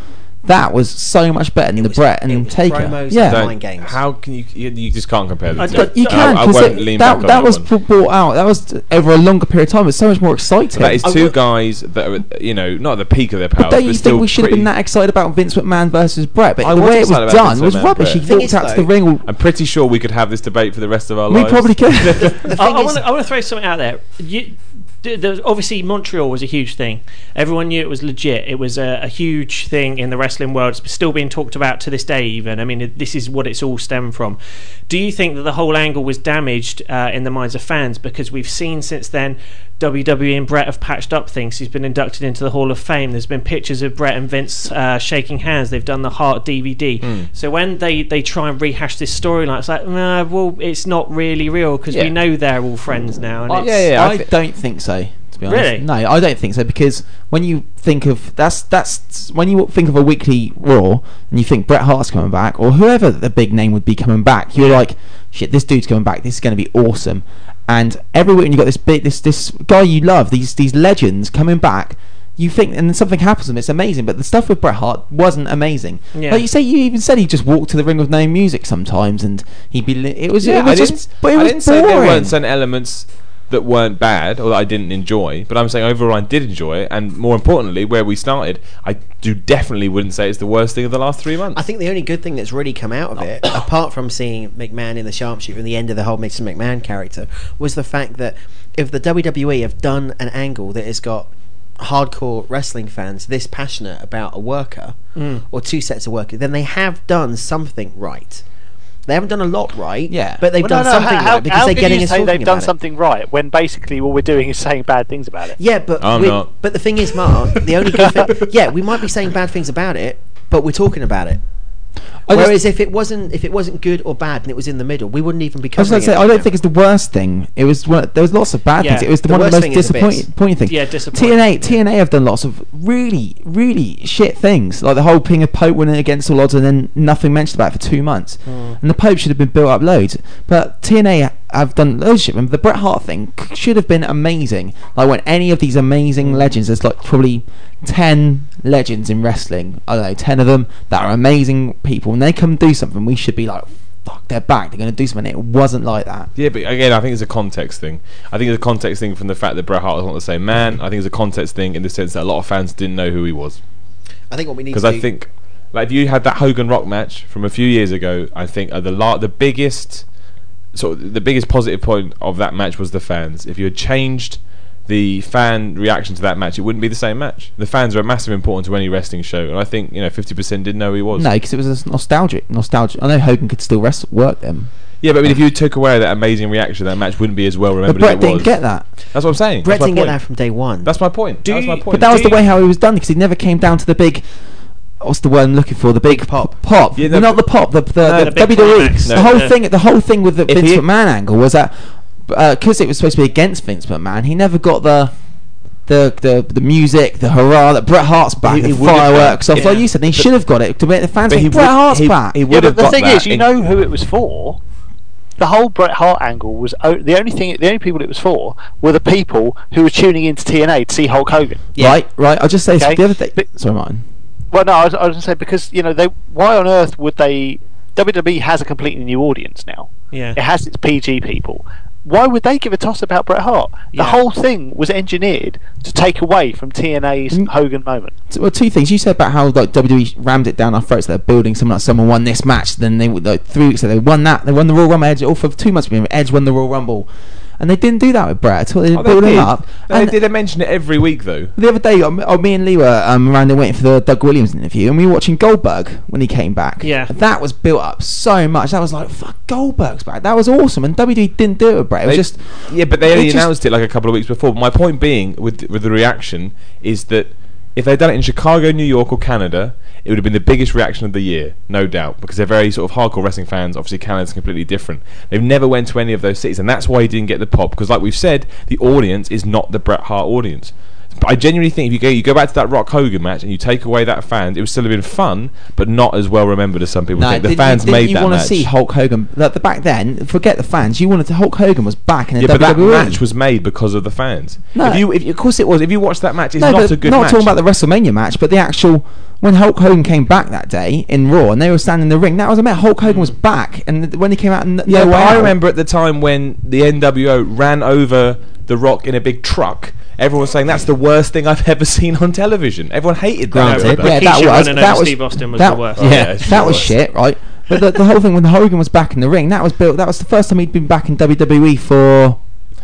S5: That was so much better than the Brett and Taker. yeah,
S6: Don't- How can you, you? You just can't compare the
S5: I
S6: two.
S5: don't- you
S6: I-
S5: can
S6: I,
S5: because
S6: won't
S5: that,
S6: lean back
S5: that,
S6: on
S5: that
S6: that
S5: was
S6: one.
S5: brought out. That was over a longer period of time. It's so much more exciting.
S6: So that is two guys that are, you know, not at the peak of their powers,
S5: But don't
S6: but
S5: you
S6: still
S5: think we should have
S6: pretty.
S5: been that excited about Vince McMahon versus Brett? But
S6: I
S5: the way it was
S6: excited about
S5: done
S6: Vince
S5: was
S6: McMahon,
S5: rubber. He
S6: but-
S5: walked out to the ring.
S6: I'm pretty sure we could have this debate for the rest of our
S5: We
S6: lives.
S5: probably could.
S4: I, I want to I wanna throw something out there. You, th- there was- obviously, Montreal was a huge thing. Everyone knew it was legit. It was a, a huge thing in the wrestling world. It's still being talked about to this day, even. I mean, it- this is what it's all stemmed from. Do you think that the whole angle was damaged uh, in the minds of fans? Because we've seen since then WWE E and Brett have patched up things. He's been inducted into the Hall of Fame. There's been pictures of Brett and Vince uh, shaking hands. They've done the Heart DVD.
S5: Hmm.
S6: Mm.
S4: So when they, they try and rehash this storyline, it's like, nah, well, it's not really real because
S5: Yeah.
S4: we know they're all friends now. And
S5: I,
S4: it's,
S5: I, don't think so. To be honest,
S4: Really?
S5: no, I don't think so because when you think of that's that's when you think of a weekly Raw and you think Bret Hart's coming back or whoever the big name would be coming back, you're like, shit, this dude's coming back. This is going to be awesome. And every week when you got this big this this guy you love, these these legends coming back. You think, and then something happens to him. It's amazing, but the stuff with Bret Hart wasn't amazing.
S4: Yeah.
S5: Like you say, you even said he just walked to the ring with no music sometimes, and he'd be. Li- it was.
S6: Yeah,
S5: it was
S6: I
S5: just.
S6: didn't,
S5: but it
S6: I
S5: was
S6: didn't say there
S5: boring.
S6: weren't certain elements that weren't bad or that I didn't enjoy, but I'm saying overall I did enjoy it, and more importantly, where we started, I do definitely wouldn't say it's the worst thing of the last three months.
S7: I think the only good thing that's really come out of it, apart from seeing McMahon in the sharpshooter and the end of the whole Mason McMahon character, was the fact that if the WWE have done an angle that has got hardcore wrestling fans this passionate about a worker
S5: Mm.
S7: or two sets of workers, then they have done something right. They haven't done a lot right,
S5: yeah,
S7: but they've
S12: Well,
S7: done
S12: no, no,
S7: something
S12: how,
S7: right because
S12: how
S7: they're
S12: can
S7: getting
S12: you
S7: us
S12: say
S7: talking
S12: they've done
S7: about it.
S12: something right when basically all we're doing is saying bad things about it.
S7: Yeah, but
S4: Oh,
S12: I'm
S7: we-
S12: not.
S7: but the thing is, Mark, the only good thing, yeah, we might be saying bad things about it, but we're talking about it.
S5: I just-
S7: Whereas if it wasn't if it wasn't good or bad and it was in the middle, we wouldn't even be
S5: I was
S7: covering
S5: going to say,
S7: it.
S5: I don't think it's the worst thing. It was one, there was lots of bad
S7: Yeah,
S5: things. It was the,
S7: the
S5: one of the
S7: worst
S5: most
S7: thing is the bits.
S5: disappointing disappointing things.
S7: Yeah, disappointing,
S5: TNA, TNA have done lots of really, really shit things, like the whole thing of Pope winning against all odds and then nothing mentioned about it for two months.
S7: Mm.
S5: And the Pope should have been built up loads, but TNA have done loads of shit. Remember, the Bret Hart thing c- should have been amazing. Like when any of these amazing legends, there's like probably ten legends in wrestling. I don't know, ten of them that are amazing people, and they come do something, we should be like. Fuck, they're back. They're going to do something. It wasn't like that.
S6: Yeah, but again, I think it's a context thing. I think it's a context thing from the fact that Bret Hart is not the same man. I think it's a context thing in the sense that a lot of fans didn't know who he was.
S7: I think what we need
S6: because
S7: to
S6: I
S7: do-
S6: think like if you had that Hogan Rock match from a few years ago, I think uh, the la- the biggest sort of the biggest positive point of that match was the fans. If you had changed the fan reaction to that match, it wouldn't be the same match. The fans are a massive important to any wrestling show, and I think you know fifty percent didn't know who he was.
S5: No, because it was just nostalgic. Nostalgic. I know Hogan could still wrestle, work them.
S6: Yeah, but I mean, if you took away that amazing reaction, that match wouldn't be as well remembered.
S5: Brett
S6: as it
S5: didn't
S6: was.
S5: get that.
S6: That's what I'm saying.
S7: Brett
S6: That's my
S7: didn't get
S6: point.
S7: that from day one.
S6: That's my point. that was my point.
S5: But that was the way how he was done because he never came down to the big. What's the word I'm looking for? The big pop. Pop.
S6: Yeah, no,
S5: not the pop. The the,
S6: No,
S5: the,
S6: the big climax.
S5: WWE.
S6: No,
S5: the whole
S6: no.
S5: thing. The whole thing with the
S6: If
S5: Vince
S6: he-
S5: uh, McMahon angle was that because it was supposed to be against Vince McMahon, he never got the. the, the the music, the hurrah that Bret Hart's back,
S4: He- he
S5: the
S4: would've got-
S5: fireworks off.
S4: yeah.
S5: Like you said, they should have got it to make the fans
S4: but he
S5: think Bret
S4: would-
S5: Hart's
S4: he-
S5: back.
S4: he
S12: yeah, but the thing
S5: is,
S12: is, you know who it was for. The whole Bret Hart angle was o- the only thing. The only people it was for were the people who were tuning into TNA to see Hulk Hogan.
S5: Right, right. I'll just say
S12: Okay.
S5: the other thing. Sorry, Martin.
S12: Well, no, I was, I was going to say because you know they. Why on earth would they? WWE has a completely new audience now.
S4: Yeah.
S12: It has its PG people. Why would they give a toss about Bret Hart? The whole thing was engineered to take away from TNA's
S4: Mm.
S12: Hogan moment.
S5: T- Well, two things you said about how like WWE rammed it down our throats. They're building someone like someone won this match, then they would, like three weeks ago they won that, they won the Royal Rumble. Edge all for two months. Remember, Edge won the Royal Rumble, and they didn't do that with Bret at all. They didn't
S6: Oh,
S5: build
S6: did.
S5: him up.
S6: No,
S5: and
S6: they did. They mention it every week though.
S5: the other day, um, oh, me and Lee were um, around there waiting for the Doug Williams interview, and we were watching Goldberg when he came back.
S4: Yeah.
S5: that was built up so much. That was like fuck Goldberg's back. That was awesome, and WWE didn't do it with Bret. It was
S6: They-
S5: just
S6: yeah, but they
S5: it
S6: only
S5: just-
S6: announced it like a couple of weeks before. My point being with with the reaction is that if they'd done it in Chicago, New York, or Canada, it would have been the biggest reaction of the year, no doubt, because they're very sort of hardcore wrestling fans. Obviously, Canada's completely different. They've never went to any of those cities, and that's why he didn't get the pop. Because, like we've said, the audience is not the Bret Hart audience. But I genuinely think if you go you go back to that Rock Hogan match and you take away that fans, it would still have been fun, but not as well remembered as some people
S5: No,
S6: think. The
S5: didn't
S6: fans
S5: you, didn't
S6: made
S5: you
S6: that
S5: wanna
S6: match.
S5: see Hulk Hogan? Like the back then, forget the fans. You wanted to Hulk Hogan was back in the E.
S6: yeah,
S5: WWE.
S6: but that match was made because of the fans.
S5: No.
S6: If you, if, of course, it was. If you watch that match, it's
S5: no,
S6: not
S5: but
S6: a good
S5: not
S6: match.
S5: talking about the WrestleMania match, but the actual when Hulk Hogan came back that day in Raw and they were standing in the ring. That was a match. Hulk Hogan was back, and th- when he came out, n-
S6: yeah,
S5: no
S6: but
S5: way.
S6: I
S5: out.
S6: remember at the time when the NWO ran over The Rock in a big truck. Everyone was saying that's the worst thing I've ever seen on television. Everyone hated that.
S5: Granted,
S6: I remember.
S5: yeah, that was that was that,
S6: Oh,
S5: Yeah,
S6: it's
S5: that
S6: the
S5: was
S6: worst.
S5: shit, right? But the, the whole thing when Hogan was back in the ring, that was built. That was the first time he'd been back in WWE for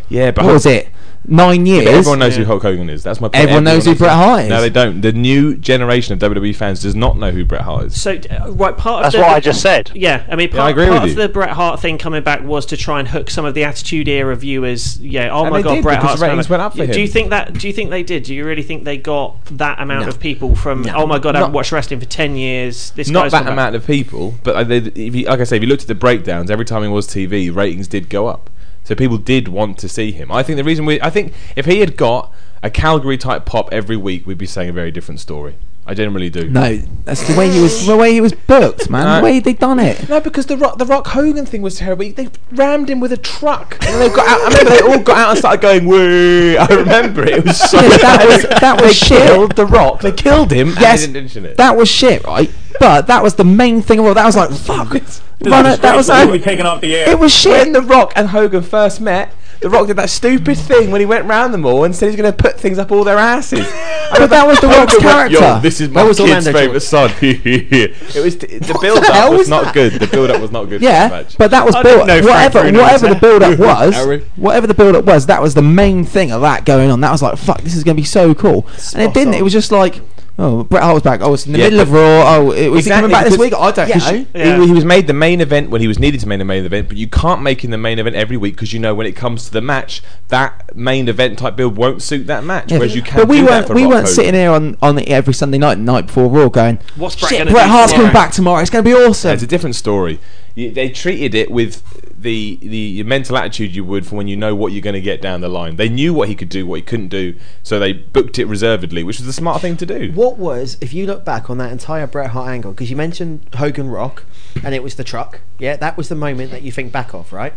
S6: Yeah, but
S5: what was it? Nine
S6: Yeah,
S5: years.
S6: but everyone knows who Hulk Hogan is. That's my point.
S5: Everyone knows who Bret Hart is.
S6: No, they don't. The new generation of WWE fans does not know who Bret Hart is.
S4: So d- uh, right, part
S12: That's
S4: of the,
S12: what I just said.
S4: Yeah, I mean,
S6: Yeah, I
S4: part,
S6: agree
S4: part
S6: with
S4: of
S6: you.
S4: the Bret Hart thing coming back was to try and hook some of the Attitude Era viewers. Yeah, oh
S6: And
S4: my
S6: they
S4: God,
S6: did,
S4: Bret
S6: because
S4: Hart's
S6: ratings
S4: coming
S6: went up for
S4: do
S6: him.
S4: you think that? Do you think they did? Do you really think they got that amount
S6: No.
S4: of people from?
S6: No.
S4: Oh my God, I haven't
S6: Not-
S4: watched wrestling for ten years. This
S6: not
S4: guy's
S6: that
S4: come back."
S6: amount of people, but uh, they, if you, like I say, if you looked at the breakdowns, every time he was TV, ratings did go up. So people did want to see him. I think the reason we, I think if he had got a Calgary type pop every week, we'd be saying a very different story. I generally do.
S5: No, that's the way he was. The way he was booked, man.
S6: No.
S5: The way they done it.
S6: No, because the Rock, the Rock Hogan thing was terrible. They rammed him with a truck, and then they got out. I remember they all got out and started going, "Woo!" I remember it, it was so.
S5: Yeah, that was that was
S6: they
S5: shit.
S6: killed the Rock. They killed him.
S5: Yes,
S6: and they didn't mention it.
S5: that was shit, right? But that was the main thing of all. That was like fuck. Run it- that was
S6: taken off the
S5: It was shit.
S6: When The Rock and Hogan first met, The Rock did that stupid thing when he went round them all and said he's going to put things up all their asses.
S5: But that was The Rock's character.
S6: Yo, this is
S5: That
S6: my
S5: was
S6: kid's
S5: Orlando
S6: favourite son. it was the build
S5: hell
S6: up was,
S5: was
S6: not
S5: that?
S6: good. The build up was not good. for the
S5: Yeah,
S6: match.
S5: but that was
S6: I
S5: built.
S6: didn't know Frank
S5: Whatever,
S6: Bruno
S5: whatever the
S6: was
S5: build
S6: there.
S5: up was,
S6: Harry.
S5: whatever the build up was, that was the main thing of that going on. That was like, fuck, this is going to be so cool, and it didn't. It was just like, oh, Bret Hart was back. Oh, it's in the
S6: Yeah,
S5: middle of
S6: but-
S5: Raw. Oh, it was
S6: Exactly,
S5: he coming back this
S6: because-
S5: week. I don't
S6: because
S5: know.
S6: you- He, he was made the main event when he was needed to make the main event, but you can't make him the main event every week because you know when it comes to the match, that main event type build won't suit that match.
S5: Yeah.
S6: Whereas you can.
S5: but we
S6: do that
S5: weren't
S6: for
S5: we
S6: Rock
S5: weren't
S6: Hogan.
S5: sitting here on, on the, every Sunday night, night before Raw, going,
S4: What's Bret
S5: shit,
S4: gonna
S5: Bret
S4: do
S5: Hart's coming
S4: tomorrow?"
S5: back tomorrow. It's going to be awesome.
S6: It's a different story. You, they treated it with the the mental attitude you would for when you know what you're going to get down the line. They knew what he could do, what he couldn't do, so they booked it reservedly, which was the smart thing to do.
S7: What was, if you look back on that entire Bret Hart angle, because you mentioned Hogan Rock and it was the truck, yeah, that was the moment that you think back of, right?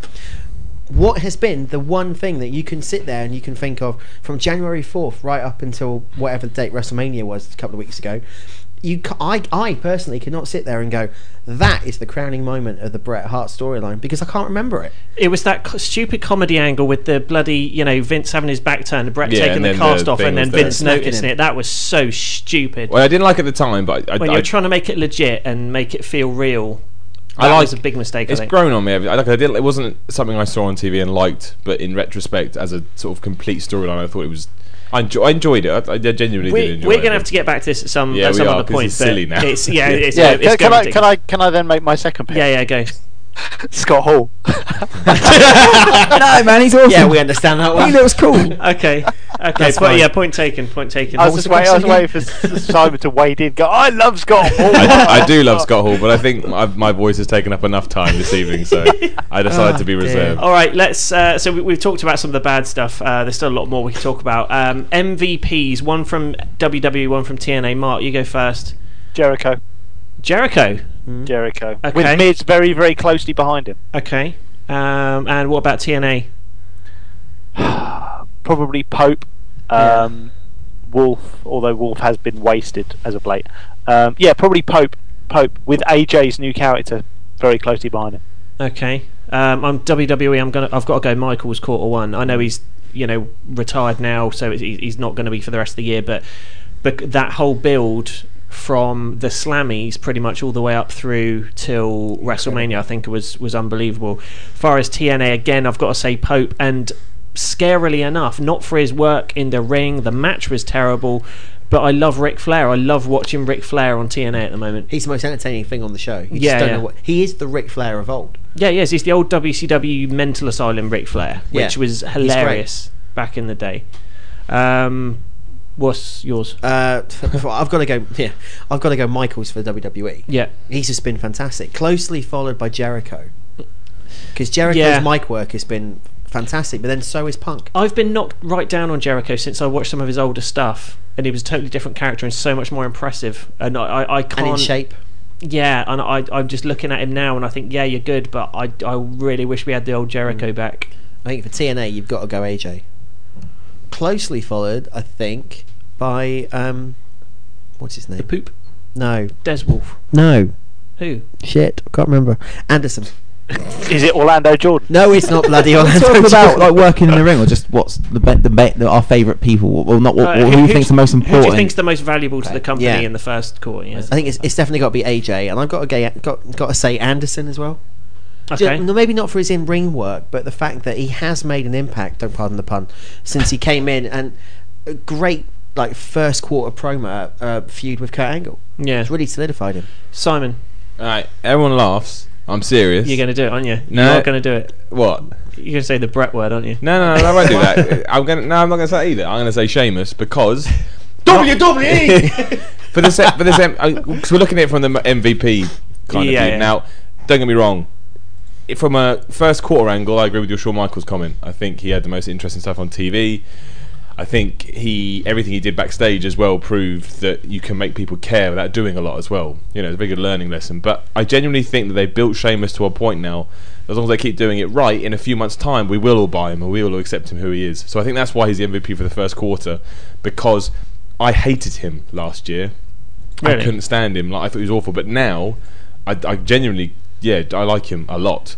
S7: What has been the one thing that you can sit there and you can think of from January 4th right up until whatever the date WrestleMania was a couple of weeks ago? You, ca- I, I personally cannot sit there and go, that is the crowning moment of the Bret Hart storyline because I can't remember it.
S4: It was that co- stupid comedy angle with the bloody, you know, Vince having his back turned, Brett
S6: Yeah,
S4: taking
S6: and
S4: the
S6: then
S4: cast
S6: the
S4: off,
S6: thing
S4: and then
S6: was there.
S4: Vince
S6: Smacking
S4: noticing
S6: him.
S4: it. That was so stupid.
S6: Well, I didn't like it at the time, but I,
S4: when
S6: I,
S4: you're
S6: I,
S4: trying to make it legit and make it feel real, that
S6: I like-
S4: was a big mistake. I
S6: it's
S4: think.
S6: grown on me. I, like I did, it wasn't something I saw on TV and liked, but in retrospect, as a sort of complete storyline, I thought it was. I, enjoy, I enjoyed it. I, I genuinely did
S4: we,
S6: enjoy
S4: we're
S6: it.
S4: going to have to get back to this at some
S6: Yeah,
S4: at
S6: we
S4: some
S6: are,
S4: other
S6: 'cause
S4: point.
S6: it's
S4: but
S6: silly now.
S4: It's, yeah,
S6: Yeah.
S4: it's,
S12: yeah,
S4: it's
S12: can, can I
S4: getting
S12: can I can I then make my second pick?
S4: Yeah, yeah, go.
S12: Scott Hall.
S5: no, man, he's awesome.
S7: Yeah, we understand that one.
S5: He looks cool.
S4: okay, okay,
S12: That's
S4: but
S12: fine.
S4: yeah, point taken. Point taken.
S12: I was just waiting, I was waiting for S- Simon to wade in. Go, I love Scott Hall.
S6: I, I do love Scott Hall, but I think my, my voice has taken up enough time this evening, so I decided
S4: Oh,
S6: to be reserved.
S4: All right, let's. Uh, so we, we've talked about some of the bad stuff. Uh, there's still a lot more we can talk about. Um, MVPs, one from WWE, one from TNA. Mark, you go first.
S12: Jericho.
S4: Jericho.
S12: Hmm. Jericho.
S4: Okay.
S12: With Miz very, very closely behind him.
S4: Okay. Um, and what about TNA?
S12: Probably Pope. Um, Wolf, although Wolf has been wasted as of late. Um, yeah, probably Pope. Pope with AJ's new character very closely behind him.
S4: Okay. Um, I'm WWE. I'm gonna. I've got to go. Michael's quarter one. I know he's you know retired now, so he- he's not going to be for the rest of the year. But but that whole build from the Slammies pretty much all the way up through till WrestleMania, I think was was unbelievable. Far as TNA again, I've got to say Pope and scarily enough, not for his work in the ring. The match was terrible. But I love Ric Flair. I love watching Ric Flair on TNA at the moment.
S7: He's the most entertaining thing on the show. You
S4: Yeah,
S7: just don't
S4: yeah.
S7: know what he is. The Ric Flair of old.
S4: Yeah, yes, it's the old WCW mental asylum Ric Flair, which
S7: Yeah.
S4: was
S7: He's
S4: hilarious back in the day. Um, what's yours?
S7: Uh, I've got to go. Yeah, I've got to go. Michaels for WWE.
S4: Yeah.
S7: E. he's just been fantastic. Closely followed by Jericho, because Jericho's
S4: Yeah.
S7: mic work has been fantastic. But then so is Punk.
S4: I've been knocked right down on Jericho since I watched some of his older stuff, and he was a totally different character and so much more impressive. And I, I, I can't.
S7: And in shape.
S4: Yeah, and I, I'm just looking at him now, and I think, yeah, you're good, but I, I really wish we had the old Jericho back.
S7: Mm. I think for TNA you've got to go AJ. Closely followed, I think, by um, what's his name? The
S4: poop.
S7: No,
S4: Des Wolf.
S7: No.
S4: Who?
S7: Shit, I can't remember. Anderson.
S12: Is it Orlando Jordan?
S7: No, it's not bloody
S5: Are we
S7: Orlando.
S5: talking about
S7: Jordan.
S5: like working in the ring, or just what's the be- the, be- the our favourite people? Well, not what,
S4: Uh,
S5: what- who, you
S4: do
S5: think's the most
S4: Who do
S5: important.
S4: you think's the most valuable to the company
S7: Yeah.
S4: in the first quarter? Yeah.
S7: I think it's, it's definitely got to be AJ, and I've got to go, got got to say Anderson as well. Ju-
S4: Okay.
S7: no, maybe not for his in ring work, but the fact that he has made an impact. Don't pardon the pun. Since he came in, and a great like first quarter promo uh, feud with Kurt Angle.
S4: Yeah,
S7: it's really solidified him.
S4: Simon,
S6: All right, everyone laughs. I'm serious.
S4: you're going to do it, aren't you?
S6: No.
S4: You're going to do it.
S6: What?
S4: You're going to say the Brett word, aren't you?
S6: No, no, no, I won't do that. I'm gonna. No, I'm not gonna say that either. I'm gonna say Sheamus because
S4: E.
S10: WWE!
S6: for this, for this, because we're looking at it from the m- MVP kind
S10: Yeah,
S6: of view.
S10: yeah.
S6: Now, don't get me wrong. i- From a first quarter angle, I agree with your Shawn Michaels comment. I think he had the most interesting stuff on TV. I think he everything he did backstage as well proved that you can make people care without doing a lot as well. You know, it's a very good learning lesson. But I genuinely think that they've built Sheamus to a point now. As long as they keep doing it right, in a few months' time, we will all buy him and we will all accept him who he is. So I think that's why he's the MVP for the first quarter because I hated him last year. I
S10: Really?
S6: couldn't stand him. Like I thought he was awful. But now, I, I genuinely, yeah, I like him a lot.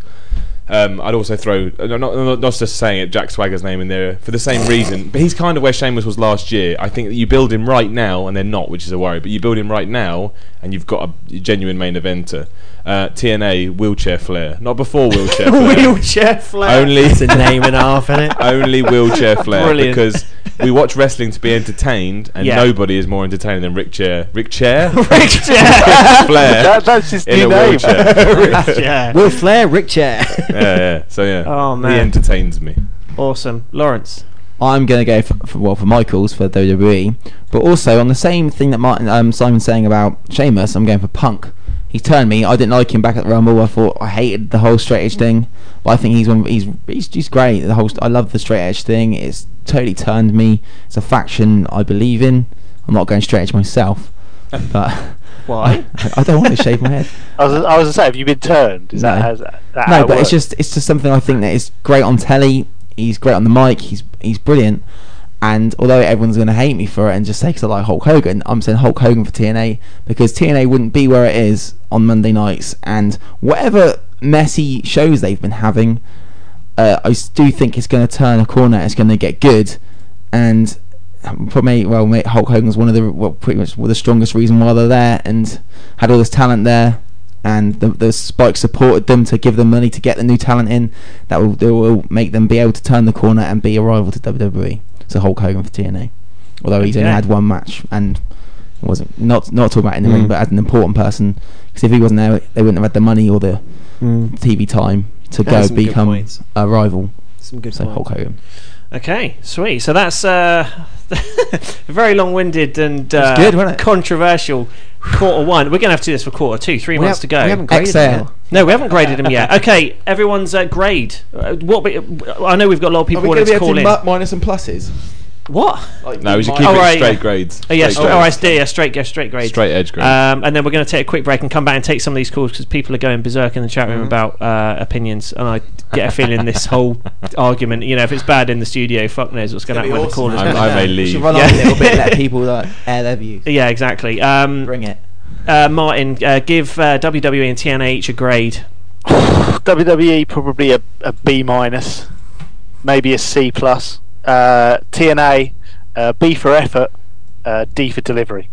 S6: Um, I'd also throw uh, not, not not just saying it, Jack Swagger's name in there for the same reason. But he's kind of where Sheamus was last year. I think that you build him right now, and they're not, which is a worry. But you build him right now, and you've got a genuine main eventer. Uh, TNA wheelchair flair, not before wheelchair flair.
S4: Wheelchair Flair.
S6: Only
S7: It's a name and a half, isn't it?
S6: Only wheelchair flair
S7: Brilliant.
S6: because we watch wrestling to be entertained, and
S7: Yeah.
S6: nobody is more entertaining than Rick Chair. Rick Chair.
S4: Rick
S6: Jack Flair.
S12: That- that's his
S6: in
S12: new
S6: a
S12: name.
S6: wheelchair.
S4: Rick Chair.
S7: Will Flair, Rick Chair.
S6: yeah, yeah. So yeah.
S4: Oh, man.
S6: He entertains me.
S4: Awesome. Lawrence.
S5: I'm going to go for, for well for Michaels for WWE, but also on the same thing that Martin um, Simon's saying about Sheamus, I'm going for Punk. He turned me. I didn't like him back at the Rumble. I thought I hated the whole straight edge thing. But I think he's one. He's he's, he's great. The whole st- I love the straight edge thing. It's totally turned me. It's a faction I believe in. I'm not going straight edge myself, but
S12: Why?
S5: I, I don't want to shave my head
S12: I was, I was going to say, have you been turned? Is that, has, that how
S5: no,
S12: it
S5: but it's
S12: works?
S5: just it's just something I think that is great on telly. He's great on the mic. He's he's brilliant. And although everyone's going to hate me for it and just say 'cause I like Hulk Hogan, I'm saying Hulk Hogan for TNA because TNA wouldn't be where it is on Monday nights. And whatever messy shows they've been having, uh, I s- do think it's going to turn a corner. It's going to get good, and probably well, mate, Hulk Hogan's one of the well, pretty much the strongest reason why they're there, and had all this talent there, and the, the Spike supported them to give them money to get the new talent in. That will, that will make them be able to turn the corner and E, be a rival to WWE. So Hulk Hogan for TNA, although he's only
S4: Okay.
S5: had one match and. wasn't not not talking about in the
S7: Mm.
S5: ring, but as an important person. Because if he wasn't there, they wouldn't have had the money or the
S7: Mm.
S5: TV time to
S4: That
S5: go
S4: is some good
S5: become
S4: points.
S5: a rival.
S7: Some good
S5: so
S4: points.
S5: Hulk Hogan.
S4: Okay, sweet. So that's uh, very long-winded and uh,
S5: That's good, wasn't it?
S4: controversial. Quarter one. We're going to have to do this for quarter two. Three
S5: We
S4: months
S5: ha-
S4: to go.
S5: we haven't graded 'em Excel. yet.
S4: No, we haven't graded them yet. Okay, everyone's uh, grade. Uh, what? Be, I know we've got a lot of people wanting to call in.
S5: minus and pluses?
S4: What?
S6: No, we should keep
S4: Oh,
S6: it
S4: right,
S6: straight
S4: yeah.
S6: grades.
S4: Oh, yeah,
S6: Straight
S4: straight,
S6: grades.
S4: oh, I see, yeah, straight, yeah, straight grades.
S6: Straight edge grades.
S4: Um, and then we're going to take a quick break and come back and take some of these calls because people are going berserk in the chat room
S5: Mm-hmm.
S6: Mhm.
S4: about uh, opinions. And I get a feeling this whole argument, you know, if it's bad in the studio, fuck knows what's going to
S5: It'd
S4: happen
S5: be
S4: with the
S5: awesome.
S4: callers.
S5: I'm- I may We should leave. run on a little bit, let people, like, air their views.
S4: Yeah, exactly. Um,
S5: Bring it.
S4: Uh, Martin, uh, give uh, WWE and TNA each a grade.
S12: WWE E probably a, a B minus, maybe a C plus. Uh, TNA uh, B for effort, uh, D for delivery.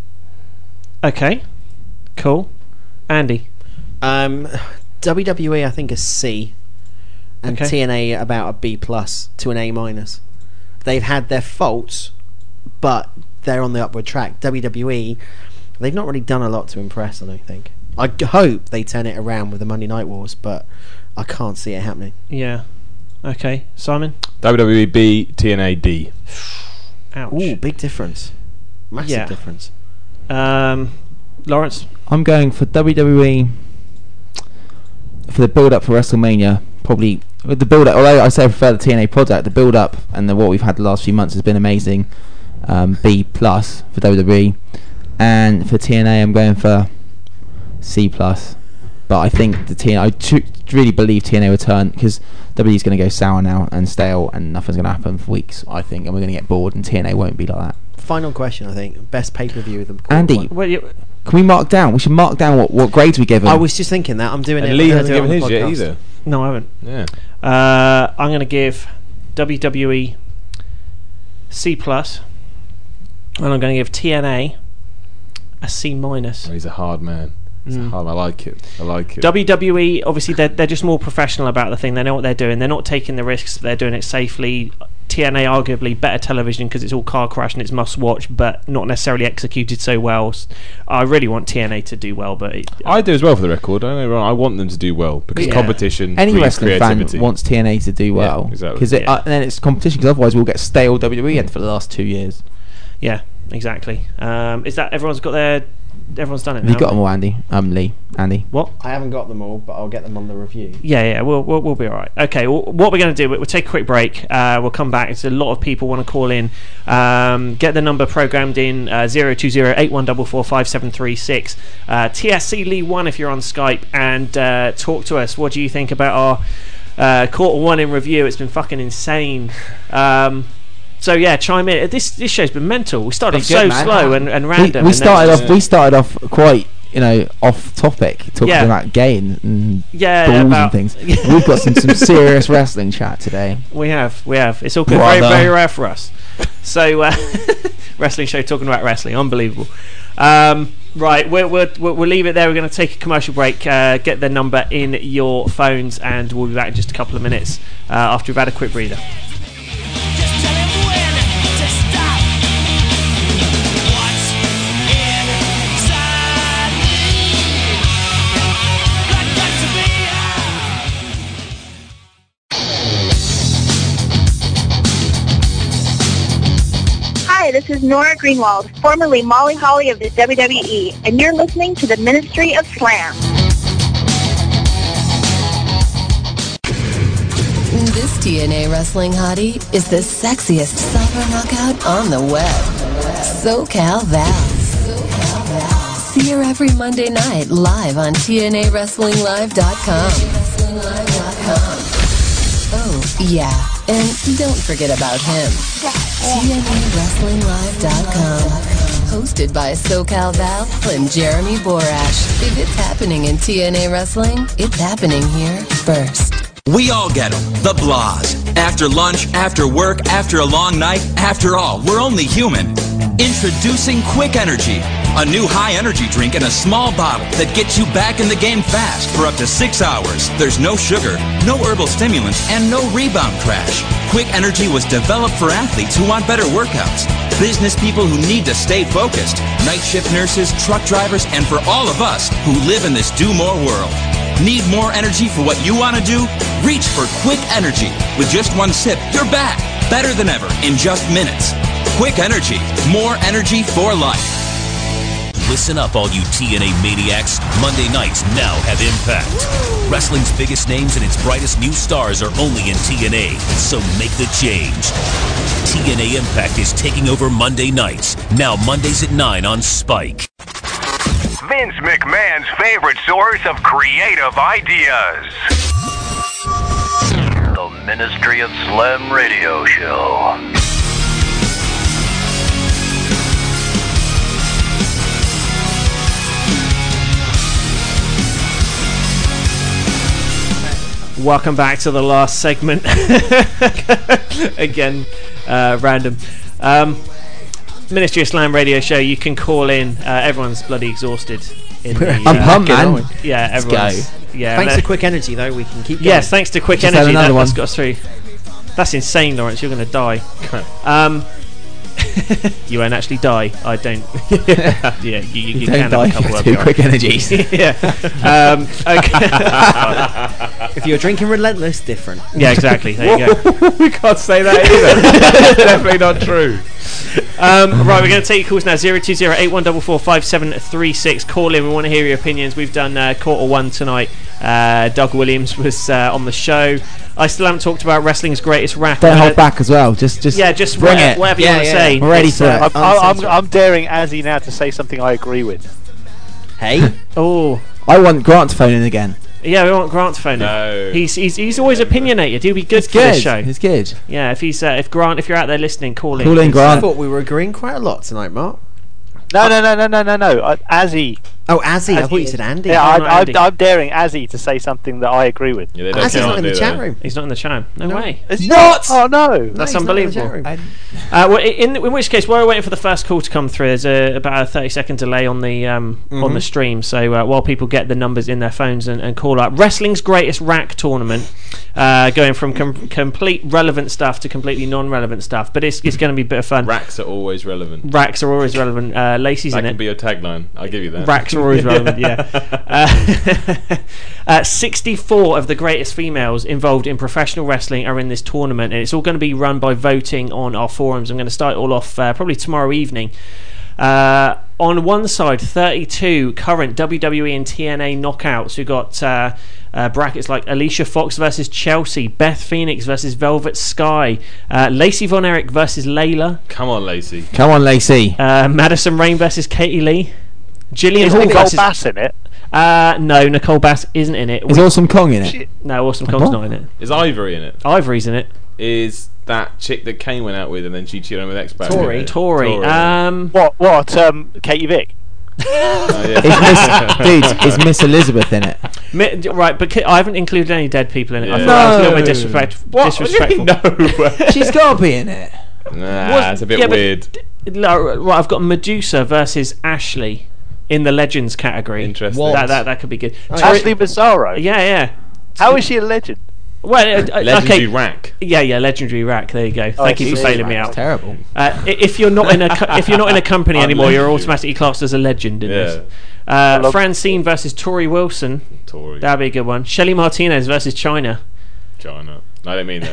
S4: Okay, cool. Andy,
S7: Um, WWE, I think, a C, and
S4: Okay.
S7: TNA about a B plus to an A minus. They've had their faults, but they're on the upward track. WWE, they've not really done a lot to impress. I don't think. I g- hope they turn it around with the Monday Night Wars, but I can't see it happening.
S4: yeah. Okay, Simon.
S6: WWE E B, TNA D.
S4: Ouch.
S7: Ooh, big difference. Massive
S4: Yeah.
S7: difference.
S4: Um, Lawrence.
S5: I'm going for WWE for the build up for WrestleMania. Probably with the build up, although I say I prefer the TNA product, the build up and the, what we've had the last few months has been amazing. Um, B plus for WWE, and for TNA, I'm going for C plus. But I think the TNA, I tru- really believe TNA will turn because WWE's going to go sour now and stale, and nothing's going to happen for weeks. I think, and we're going to get bored, and TNA won't be like that.
S7: Final question, I think. Best pay per view of the quarter
S5: Andy,
S7: one.
S5: can we mark down? We should mark down what, what grades we give him.
S7: I was just thinking that I'm doing
S5: And
S7: it.
S5: Lee
S7: I'm
S5: hasn't
S7: doing it
S5: given
S7: on the
S5: his
S7: podcast.
S5: yet either.
S4: No, I haven't.
S6: Yeah.
S4: Uh, I'm going to give WWE C plus, and I'm going to give TNA a C minus.
S6: Oh, He's a hard man. He's a
S4: Mm.
S6: hard. I like it. I like it.
S4: WWE, E, obviously, they're, they're just more professional about the thing. They know what they're doing. They're not taking the risks. They're doing it safely. TNA, arguably, better television because it's all car crash and it's must watch, but not necessarily executed so well. S- I really want TNA to do well, but it,
S6: I do as well for the record. I don't get me wrong, I want them to do well because
S4: Yeah.
S6: competition
S5: Any
S6: breeds
S5: wrestling
S6: creativity.
S5: fan wants TNA to do well,
S6: exactly.
S5: Because
S6: Yeah.
S5: uh, then it's competition. Because otherwise, we'll get stale WWE end for the last two years.
S4: yeah, exactly. Um, is that everyone's got their. Everyone's done it
S5: Have
S4: now.
S5: you got them all, Andy? Um, Lee, Andy.
S4: What?
S7: I haven't got them all, but I'll get them on the review.
S4: Yeah, yeah, we'll, we'll, we'll be all right. Okay, well, what we're going to do, we- we'll take a quick break. Uh, we'll come back. It's a lot of people want to call in. Um, get the number programmed in uh, 020-8144-5736. Uh, TSC Lee 1 if you're on Skype. And uh, talk to us. What do you think about our uh, quarter one in review? It's been fucking insane. Um, so yeah, chime in. This this show's been mental. We started off
S5: Been
S4: so
S5: good, man.
S4: slow and, and
S5: We-
S4: random.
S5: We,
S4: and then
S5: started
S4: it's
S5: off.
S4: just-
S5: We started off quite, you know, off topic, talking
S4: Yeah.
S5: about gay and, and
S4: Yeah,
S5: balls
S4: about-
S5: and things. We've got some, some serious wrestling chat today.
S4: We have, we have. It's all good. Very,
S5: Brother.
S4: very rare for us. So, uh, wrestling show talking about wrestling, unbelievable. Um, right, we're, we're, we'll we'll leave it there. We're going to take a commercial break. Uh, get the number in your phones, and we'll be back in just a couple of minutes uh, after we've had a quick breather.
S21: Hi, this is Nora Greenwald, formerly Molly Holly of the WWE, and you're listening to the Ministry of Slam.
S1: This TNA wrestling hottie is the sexiest cyber knockout on the web. SoCal Val. See her every Monday night live on TNAWrestlingLive.com. Oh, yeah. And don't forget about him. TNAWrestlingLive.com. Hosted by SoCal Val and Jeremy Borash. If it's happening in TNA wrestling, it's happening here first.
S2: We all get them. The blahs. After lunch, after work, after a long night, after all, we're only human. Introducing Quick Energy, A new high energy drink in a small bottle that gets you back in the game fast for up to six hours. There's no sugar, no herbal stimulants, and no rebound crash. Quick Energy was developed for athletes who want better workouts, business people who need to stay focused, night shift nurses, truck drivers, and for all of us who live in this do more world. Need more energy for what you want to do? Reach for Quick Energy. With just one sip, you're back, better than ever, in just minutes. Quick Energy, more energy for life.
S3: Listen up, all you TNA maniacs. Monday nights now have impact. Wrestling's biggest names and its brightest new stars are only in TNA, so make the change. TNA Impact is taking over Monday nights, now Mondays at 9 on Spike.
S10: Vince McMahon's favorite source of creative ideas.
S11: The Ministry of Slam Radio Show.
S4: Welcome back to the last segment. Again, uh, random. Um, Ministry of Slam radio show. You can call in. Uh, everyone's bloody exhausted. In the,
S5: I'm
S4: uh,
S5: pumped, man.
S4: Yeah,
S5: Let's
S4: everyone's.
S5: go.
S4: Yeah,
S7: Thanks
S4: no-
S7: to Quick Energy, though, we can keep going.
S4: Yes, thanks to Quick
S7: Just had
S4: Energy. That,
S7: another
S4: that's
S7: one.
S4: got us through. That's insane, Lawrence. You're going to die. Um, you won't actually die. I don't. yeah, you, you, you
S5: don't
S4: can
S5: die
S4: have
S5: if
S4: a couple
S5: you
S4: of
S5: do
S4: them.
S5: Quick Energies.
S4: yeah. Um, okay.
S7: if you're drinking relentless, different.
S4: Yeah, exactly. There you go.
S5: we can't say that either.
S4: Definitely not true. Um, right, we're going to take your calls now. 020-8144-5736. Call in. We want to hear your opinions. We've done uh, quarter one tonight. Uh, Doug Williams was uh, on the show. I still haven't talked about wrestling's greatest rap.
S5: Don't
S4: I'm
S5: hold
S4: gonna-
S5: back as well. Just, just
S4: Yeah, just
S5: bring
S4: whatever-
S5: it.
S4: whatever you Yeah, wanna yeah. say.
S5: We're ready
S4: It's,
S5: for
S4: uh,
S5: it.
S12: I'm, I'm, I'm daring Azzy now to say something I agree with.
S7: Hey.
S4: oh,
S5: I want Grant to phone in again.
S4: Yeah, we want Grant to phone
S5: No.
S4: in. He's, he's, he's always opinionated. He'll be good for
S5: Good.
S4: this show.
S5: It's good.
S4: Yeah, if he's uh, if Grant, if you're out there listening, call in. It's, uh,
S7: I thought we were agreeing quite a lot tonight, Mark.
S12: No, no, no, no, no, no, no. Uh, Azzy.
S7: Oh, Azzy. I thought you said Andy.
S12: Yeah,
S7: Oh,
S12: I,
S7: not
S12: I,
S7: Andy.
S12: I'm daring Azzy to say something that I agree with.
S6: Yeah,
S4: don't Azzy's count, not in the do chat they?
S12: room.
S4: He's not in the chat room. No, way.
S12: It's not. Oh no,
S4: That's unbelievable. Uh, well, i- in, in which case, while we're waiting for the first call to come through, there's a, about a 30 second delay on the um, on
S5: Mhm.
S6: Mm-hmm.
S4: the stream. So uh, while people get the numbers in their phones and, and call up, wrestling's greatest rack tournament, uh, going from com- complete relevant stuff to completely non-relevant stuff. But it's, it's going to be a bit of fun.
S6: Racks are always relevant.
S4: Racks are always relevant. Uh, Lacey's
S6: that
S4: in
S6: could
S4: it.
S6: be your tagline. I'll give you that.
S4: Racks are always relevant, yeah. Uh, uh, 64 of the greatest females involved in professional wrestling are in this tournament, and it's all going to be run by voting on our forums. I'm going to start it all off uh, probably tomorrow evening. Uh, on one side, 32 current WWE and TNA knockouts who got uh, uh, brackets like Alicia Fox versus Chelsea, Beth Phoenix versus Velvet Sky, uh, Lacey Von Erich versus Layla,
S6: Come on, Lacey.
S5: Come on, Lacey.
S4: uh, Madison Rain versus Katie Lee. Gillian
S12: Is
S4: Hall
S12: Nicole
S4: versus
S12: Bass in it?
S4: Uh, no, Nicole Bass isn't in it.
S5: Is
S4: We-
S5: Awesome Kong in it?
S4: No, Awesome Kong's
S5: What?
S4: not in it.
S6: Is Ivory in it?
S4: Ivory's in it.
S6: Is that chick that Kane went out with and then she cheated on with X Pac?
S4: Tori. Tori. Um,
S12: what? What? Um, Katie Vick.
S5: Is Miss, dude, is Miss Elizabeth in it?
S4: Mi- d- right, but ki- I haven't included any dead people in it. I
S5: Yeah.
S4: thought that was a little bit
S5: No.
S4: disrespect-
S5: What?
S4: disrespectful.
S5: She's got to be in it.
S6: Nah,
S4: Was-
S6: it's a bit
S4: yeah, but
S6: weird.
S4: d- no, right, I've got Medusa versus Ashley in the Legends category. Interesting.
S12: What?
S4: That, that, that could be good.
S12: Oh,
S4: Tori-
S12: Ashley Bizarro.
S4: Yeah, yeah.
S12: How is she a legend?
S4: Well, uh, uh,
S6: Legendary
S4: okay.
S6: rack.
S4: Yeah, yeah, legendary rack. There you go.
S12: Oh,
S4: Thank you for
S12: Jesus.
S4: failing me
S12: That's
S4: out.
S5: terrible.
S4: Uh, i- if you're not in a co- if you're not in a company
S6: I'm
S4: anymore, you're
S6: legendary.
S4: automatically classed as a legend in
S6: Yeah.
S4: this. Uh, Francine versus Tori Wilson.
S6: Tori.
S4: That'd be a good one. Shelly Martinez versus China.
S6: China. No, I don't mean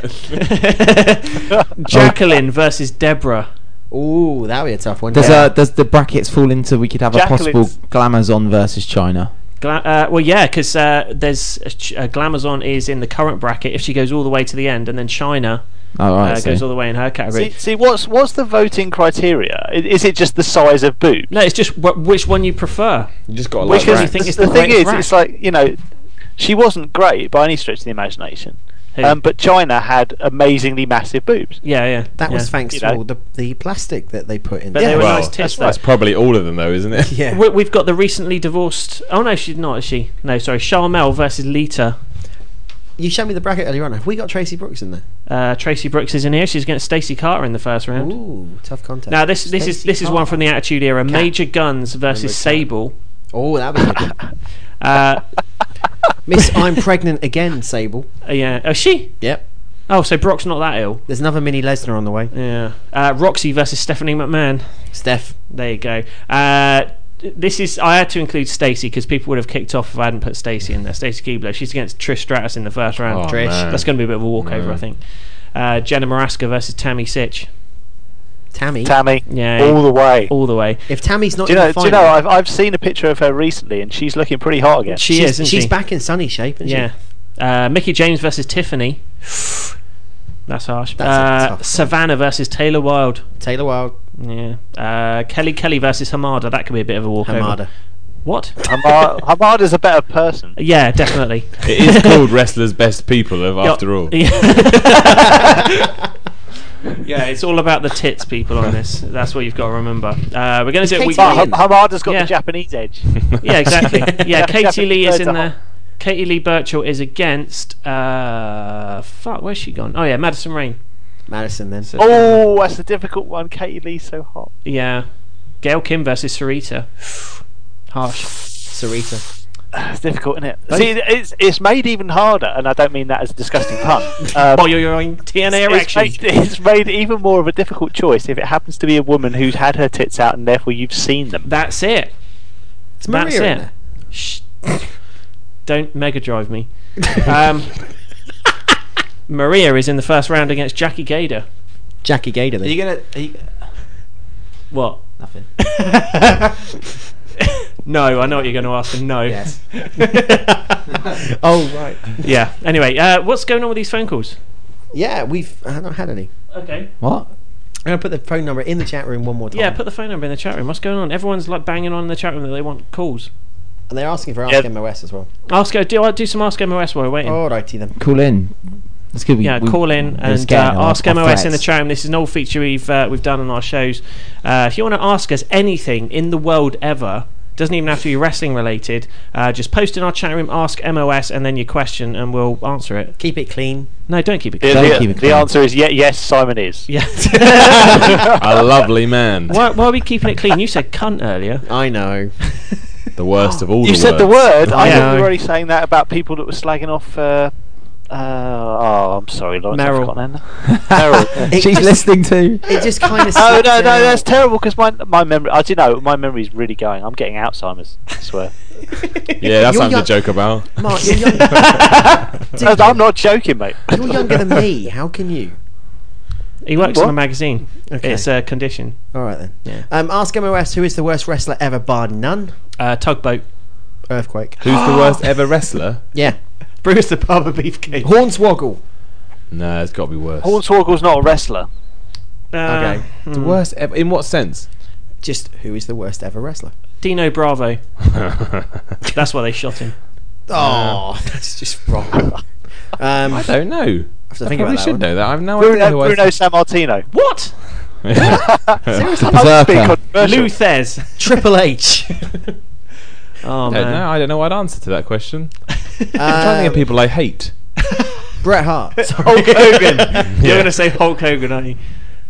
S6: that.
S4: Jacqueline versus Deborah.
S7: Ooh, that would be a tough one.
S5: Does uh, does the brackets fall into we could have a
S4: Jacqueline's-
S5: possible Glamazon versus China?
S4: Gla- uh, well, yeah, because uh, there's uh, Ch- uh, Glamazon is in the current bracket. If she goes all the way to the end, and then China
S5: Oh, right,
S4: uh,
S5: I see.
S4: goes all the way in her category.
S12: See, see, what's what's the voting criteria? I- Is it just the size of boot?
S4: no, it's just wh- which one you prefer.
S6: You just got
S4: which one you think is the,
S12: the thing
S4: greatest
S12: is,
S4: rack?
S12: it's like you know, she wasn't great by any stretch of the imagination.
S4: Who?
S12: Um, but China had amazingly massive boobs.
S4: yeah, yeah.
S7: That was
S12: Yeah.
S7: thanks
S12: You
S7: to
S12: know.
S7: all the, the plastic that they put in.
S4: But
S7: there.
S4: they were nice tits. though.
S6: That's probably all of them, though, isn't it?
S4: We, we've got the recently divorced. Oh no, she's not. Is she? No, sorry. Charmel versus Lita.
S7: You showed me the bracket earlier on. Have we got Tracy Brooks in there?
S4: Uh, Tracy Brooks is in here. She's against Stacey Carter in the first round.
S7: Ooh, tough contest.
S4: Now this this is this is one from the Attitude Era. Major Guns versus Sable.
S7: Oh, that was good.
S4: uh,
S7: Miss I'm pregnant again, Sable.
S4: yeah. Oh, she?
S7: Yep.
S4: Oh, so Brock's not that ill.
S7: There's another mini Lesnar on the way.
S4: Yeah. Uh, Roxy versus Stephanie McMahon.
S7: Steph.
S4: There you go. Uh, this is I had to include Stacey because people would have kicked off if I hadn't put Stacey in there. Stacey Keebler. She's against Trish Stratus in the first round.
S7: Oh, Trish. man.
S4: That's going to be a bit of a walkover,
S7: No.
S4: I think. Uh, Jenna Maraska versus Tammy Sitch.
S7: Tammy.
S12: Tammy.
S4: Yeah.
S12: All the way.
S4: All the way.
S7: If Tammy's not
S12: do you
S7: in
S12: know?
S7: the
S12: Do you
S7: final,
S12: know? I've, I've seen a picture of her recently, and she's looking pretty hot again.
S4: She is. Isn't
S7: she's
S4: she?
S7: back in sunny shape. Isn't
S4: Yeah.
S7: She?
S4: Uh, Mickey James versus Tiffany. That's harsh.
S7: That's a
S4: uh,
S7: tough one.
S4: Savannah versus Taylor Wilde.
S7: Taylor Wilde.
S4: Yeah. Uh, Kelly Kelly versus Hamada. That could be a bit of a walkover.
S7: Hamada.
S4: What?
S12: Hamada. Hamada's a better person.
S4: Yeah, definitely.
S6: It is called Wrestlers Best People of After All.
S4: Yeah. yeah, it's all about the tits, people, on this. That's what you've got to remember. Uh, we're going to do it week
S12: Oh,
S4: one.
S12: Ha- Hamada's got
S4: Yeah.
S12: the Japanese edge.
S4: Yeah, exactly. Yeah, Katie Lee is in
S12: birds are
S4: there. Katie Lee Birchall is against. Uh, fuck, where's she gone? Oh yeah, Madison Rain.
S7: Madison then.
S12: Oh, that's a difficult one. Katie Lee's so hot.
S4: Yeah, Gail Kim versus Sarita. Harsh.
S7: Sarita.
S12: It's difficult, isn't it? See, it's it's made even harder, and I don't mean that as a disgusting pun. Um,
S4: oh, you're, you're in TNA
S12: it's,
S4: erection.
S12: made, it's made even more of a difficult choice if it happens to be a woman who's had her tits out, and therefore you've seen them.
S4: That's it.
S7: It's
S4: That's
S12: Maria in
S4: it. Shh. Don't mega drive me. Um, Maria is in the first round against Jackie Gator.
S7: Jackie Gator.
S4: Are
S7: Then.
S4: you gonna- What?
S7: Nothing.
S4: No, I know what you're going to ask, and no.
S7: Yes. oh right.
S4: yeah. Anyway, uh, what's going on with these phone calls?
S7: Yeah, we've I not had any.
S4: Okay.
S5: What?
S7: I'm gonna put the phone number in the chat room one more time.
S4: Yeah, put the phone number in the chat room. What's going on? Everyone's like banging on in the chat room that they want calls.
S7: and they're asking for Ask
S4: Yeah.
S7: MOS as well.
S4: Ask uh, do I do some Ask MOS while we're waiting?
S7: Alrighty then.
S5: Call in. Let's give
S4: yeah, call in and uh, ask MOS in the chat room. This is an old feature we've uh, we've done on our shows. Uh, if you want to ask us anything in the world ever, doesn't even have to be wrestling related. Uh, just post in our chat room, ask MOS, and then your question, and we'll answer it.
S7: Keep it clean.
S4: No, don't keep it
S12: The,
S4: clean.
S12: the- the answer is yeah, yes, Simon is.
S4: Yeah.
S6: A lovely man.
S4: Why, why are we keeping it clean? You said cunt earlier.
S7: I know.
S6: The worst of all
S12: you
S6: the
S12: said the
S6: words.
S12: word. I thought you were already saying that about people that were slagging off. Uh, uh, oh, I'm sorry, Lawrence. I've
S4: Meryl.
S12: forgotten her. Meryl. yeah.
S5: She's listening too.
S7: It just kind of.
S12: Oh no, no, that's terrible because my my memory. I do know my memory's really going. I'm getting Alzheimer's. I swear.
S6: Yeah, that's
S7: You're
S6: something
S7: young-
S6: to joke about.
S7: Mark, you're, young,
S12: No, I'm not joking, mate.
S7: you're younger than me. How can you?
S4: He works
S7: What?
S4: on a magazine.
S7: Okay.
S4: It's a condition.
S7: All right then.
S4: Yeah.
S7: Um, ask MOS who is the worst wrestler ever, bar none.
S4: Uh, tugboat.
S7: Earthquake.
S6: Who's the worst ever wrestler?
S7: Yeah.
S4: Bruce the Barber Beefcake.
S7: Hornswoggle.
S6: No, it's got to be worse.
S4: Oh,
S12: Hornswoggle's not a wrestler.
S6: Okay. The worst ever. In what sense?
S7: Uh, hmm. Just who is the worst ever wrestler?
S4: Dino Bravo. That's why they shot him. Uh,
S7: Oh, that's just wrong. um,
S6: I don't know.
S7: I have to
S6: I
S7: think
S6: probably
S7: about that
S6: should
S7: one.
S6: know that. I've no idea.
S12: Bruno,
S6: Otherwise,
S12: Bruno Sammartino.
S4: What?
S7: Seriously?
S12: I was being
S5: Berker.
S12: controversial.
S4: Luthez.
S7: Triple H.
S4: Oh,
S6: I
S4: man.
S6: don't know. Uh, I don't know what answer to that question. I'm trying to think
S7: um,
S6: of people I hate.
S7: Bret Hart.
S4: Hulk Hogan. You're
S6: Yeah.
S4: going to say Hulk Hogan, aren't you?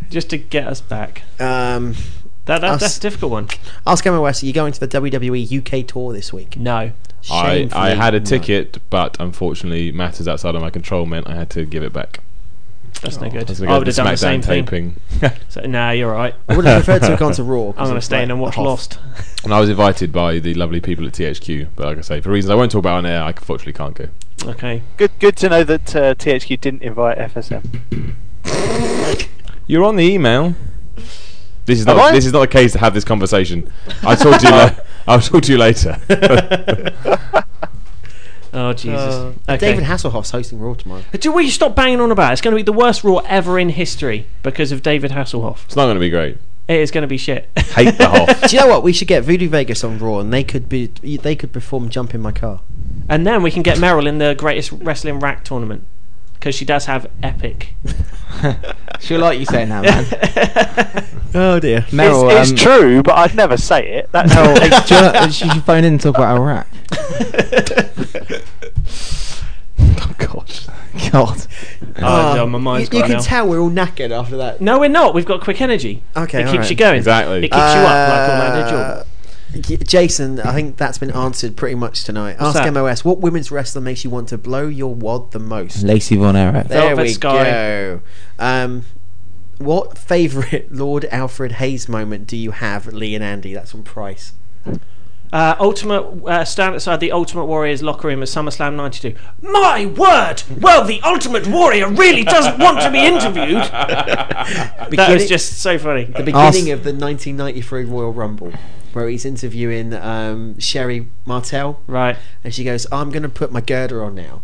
S4: Just to get us back.
S7: Um,
S4: That, that
S7: Us.
S4: that's a difficult one.
S7: ask MOS, are you going to the WWE UK tour this week?
S4: No.
S6: I, I
S7: Shamefully
S6: had a
S7: no.
S6: ticket, but unfortunately, matters outside of my control meant I had to give it back. Oh,
S4: That's
S7: Oh,
S4: no
S6: I
S4: good.
S6: was gonna
S4: I
S6: go
S4: would
S6: to
S4: have done the
S6: SmackDown
S4: same thing.
S6: taping.
S4: So, nah, you're right.
S7: I would have preferred to have gone to Raw. 'cause
S4: I'm going to
S7: of,
S4: stay
S7: like,
S4: in and
S7: the
S4: watch
S7: Hoff.
S4: Lost.
S6: and I was invited by the lovely people at THQ, but like I say, for reasons I won't talk about on air, I unfortunately can't go.
S4: Okay.
S12: Good, good to know that uh, THQ didn't invite FSM.
S6: You're on the email. This is
S12: Am
S6: not
S12: I?
S6: this is not a case to have this conversation. I'll talk to you. la- I'll talk to you later.
S4: Oh, Jesus.
S7: Uh,
S4: okay.
S7: David Hasselhoff's hosting Raw tomorrow.
S4: Do we stop banging on about? it? It's going to be the worst Raw ever in history because of David Hasselhoff.
S6: it's not going to be great.
S4: It is going to be shit.
S6: Hate the Hoff.
S7: Do you know what? We should get Voodoo Vegas on Raw, and they could be they could perform "Jump in My Car."
S4: And then we can get Meryl in the greatest wrestling rack tournament because she does have epic.
S5: She'll like you saying that, man.
S7: Oh dear.
S5: Meryl,
S12: it's, it's
S5: um,
S12: true, but I'd never say it. That's how.
S5: Meryl, do you know what? she should phone in and talk about Iraq.
S6: oh gosh.
S5: God.
S4: Oh,
S12: Uh,
S7: Ah,
S4: my mind's
S7: you you
S4: gone
S7: can
S4: now.
S7: tell we're all knackered after that.
S4: No, we're not. We've got quick energy.
S7: Okay,
S4: it
S7: all
S4: keeps
S7: right.
S4: you going. It keeps you up like
S7: Uh,
S4: Orlando Jordan.
S7: Jordan. Jason, I think that's been answered pretty much tonight.
S4: What's
S7: Ask
S4: that?
S7: MOS, what women's wrestler makes you want to blow your wad the most?
S5: Lacey Von Erich.
S7: There
S5: Velvet
S7: we
S5: Sky.
S7: go. Um, what favourite Lord Alfred Hayes moment do you have, Lee and Andy? That's from Price.
S4: Uh, ultimate uh, stand outside the Ultimate Warrior's locker room at SummerSlam '92. My word! Well, the Ultimate Warrior really doesn't want to be interviewed. that was
S7: Beginning-
S4: just so funny.
S7: The beginning of the 1993 Royal Rumble, where he's interviewing um, Sherry Martel.
S4: Right.
S7: And she goes, I'm going to put my girder on now.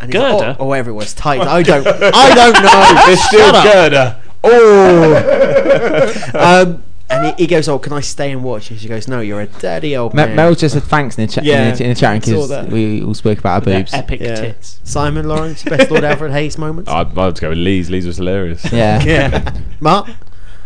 S7: And he's
S4: Girder?
S7: Like, oh, or whatever it was, tight. I don't, I don't know.
S4: There's still
S7: Shut up.
S4: girder.
S7: Oh. um, and he, he goes, oh, can I stay and watch? And she goes, no, you're a dirty old
S5: Me-
S7: man.
S5: Mel just said thanks in the, cha-
S7: Yeah,
S5: in the, in the chat
S7: saw
S5: because
S7: that.
S5: we all spoke about our boobs.
S7: Yeah. Simon Lawrence, best Lord Alfred Hayes moments.
S6: I'd, I'd go with Lee's. Lee's was hilarious.
S5: Yeah.
S7: yeah. Mark?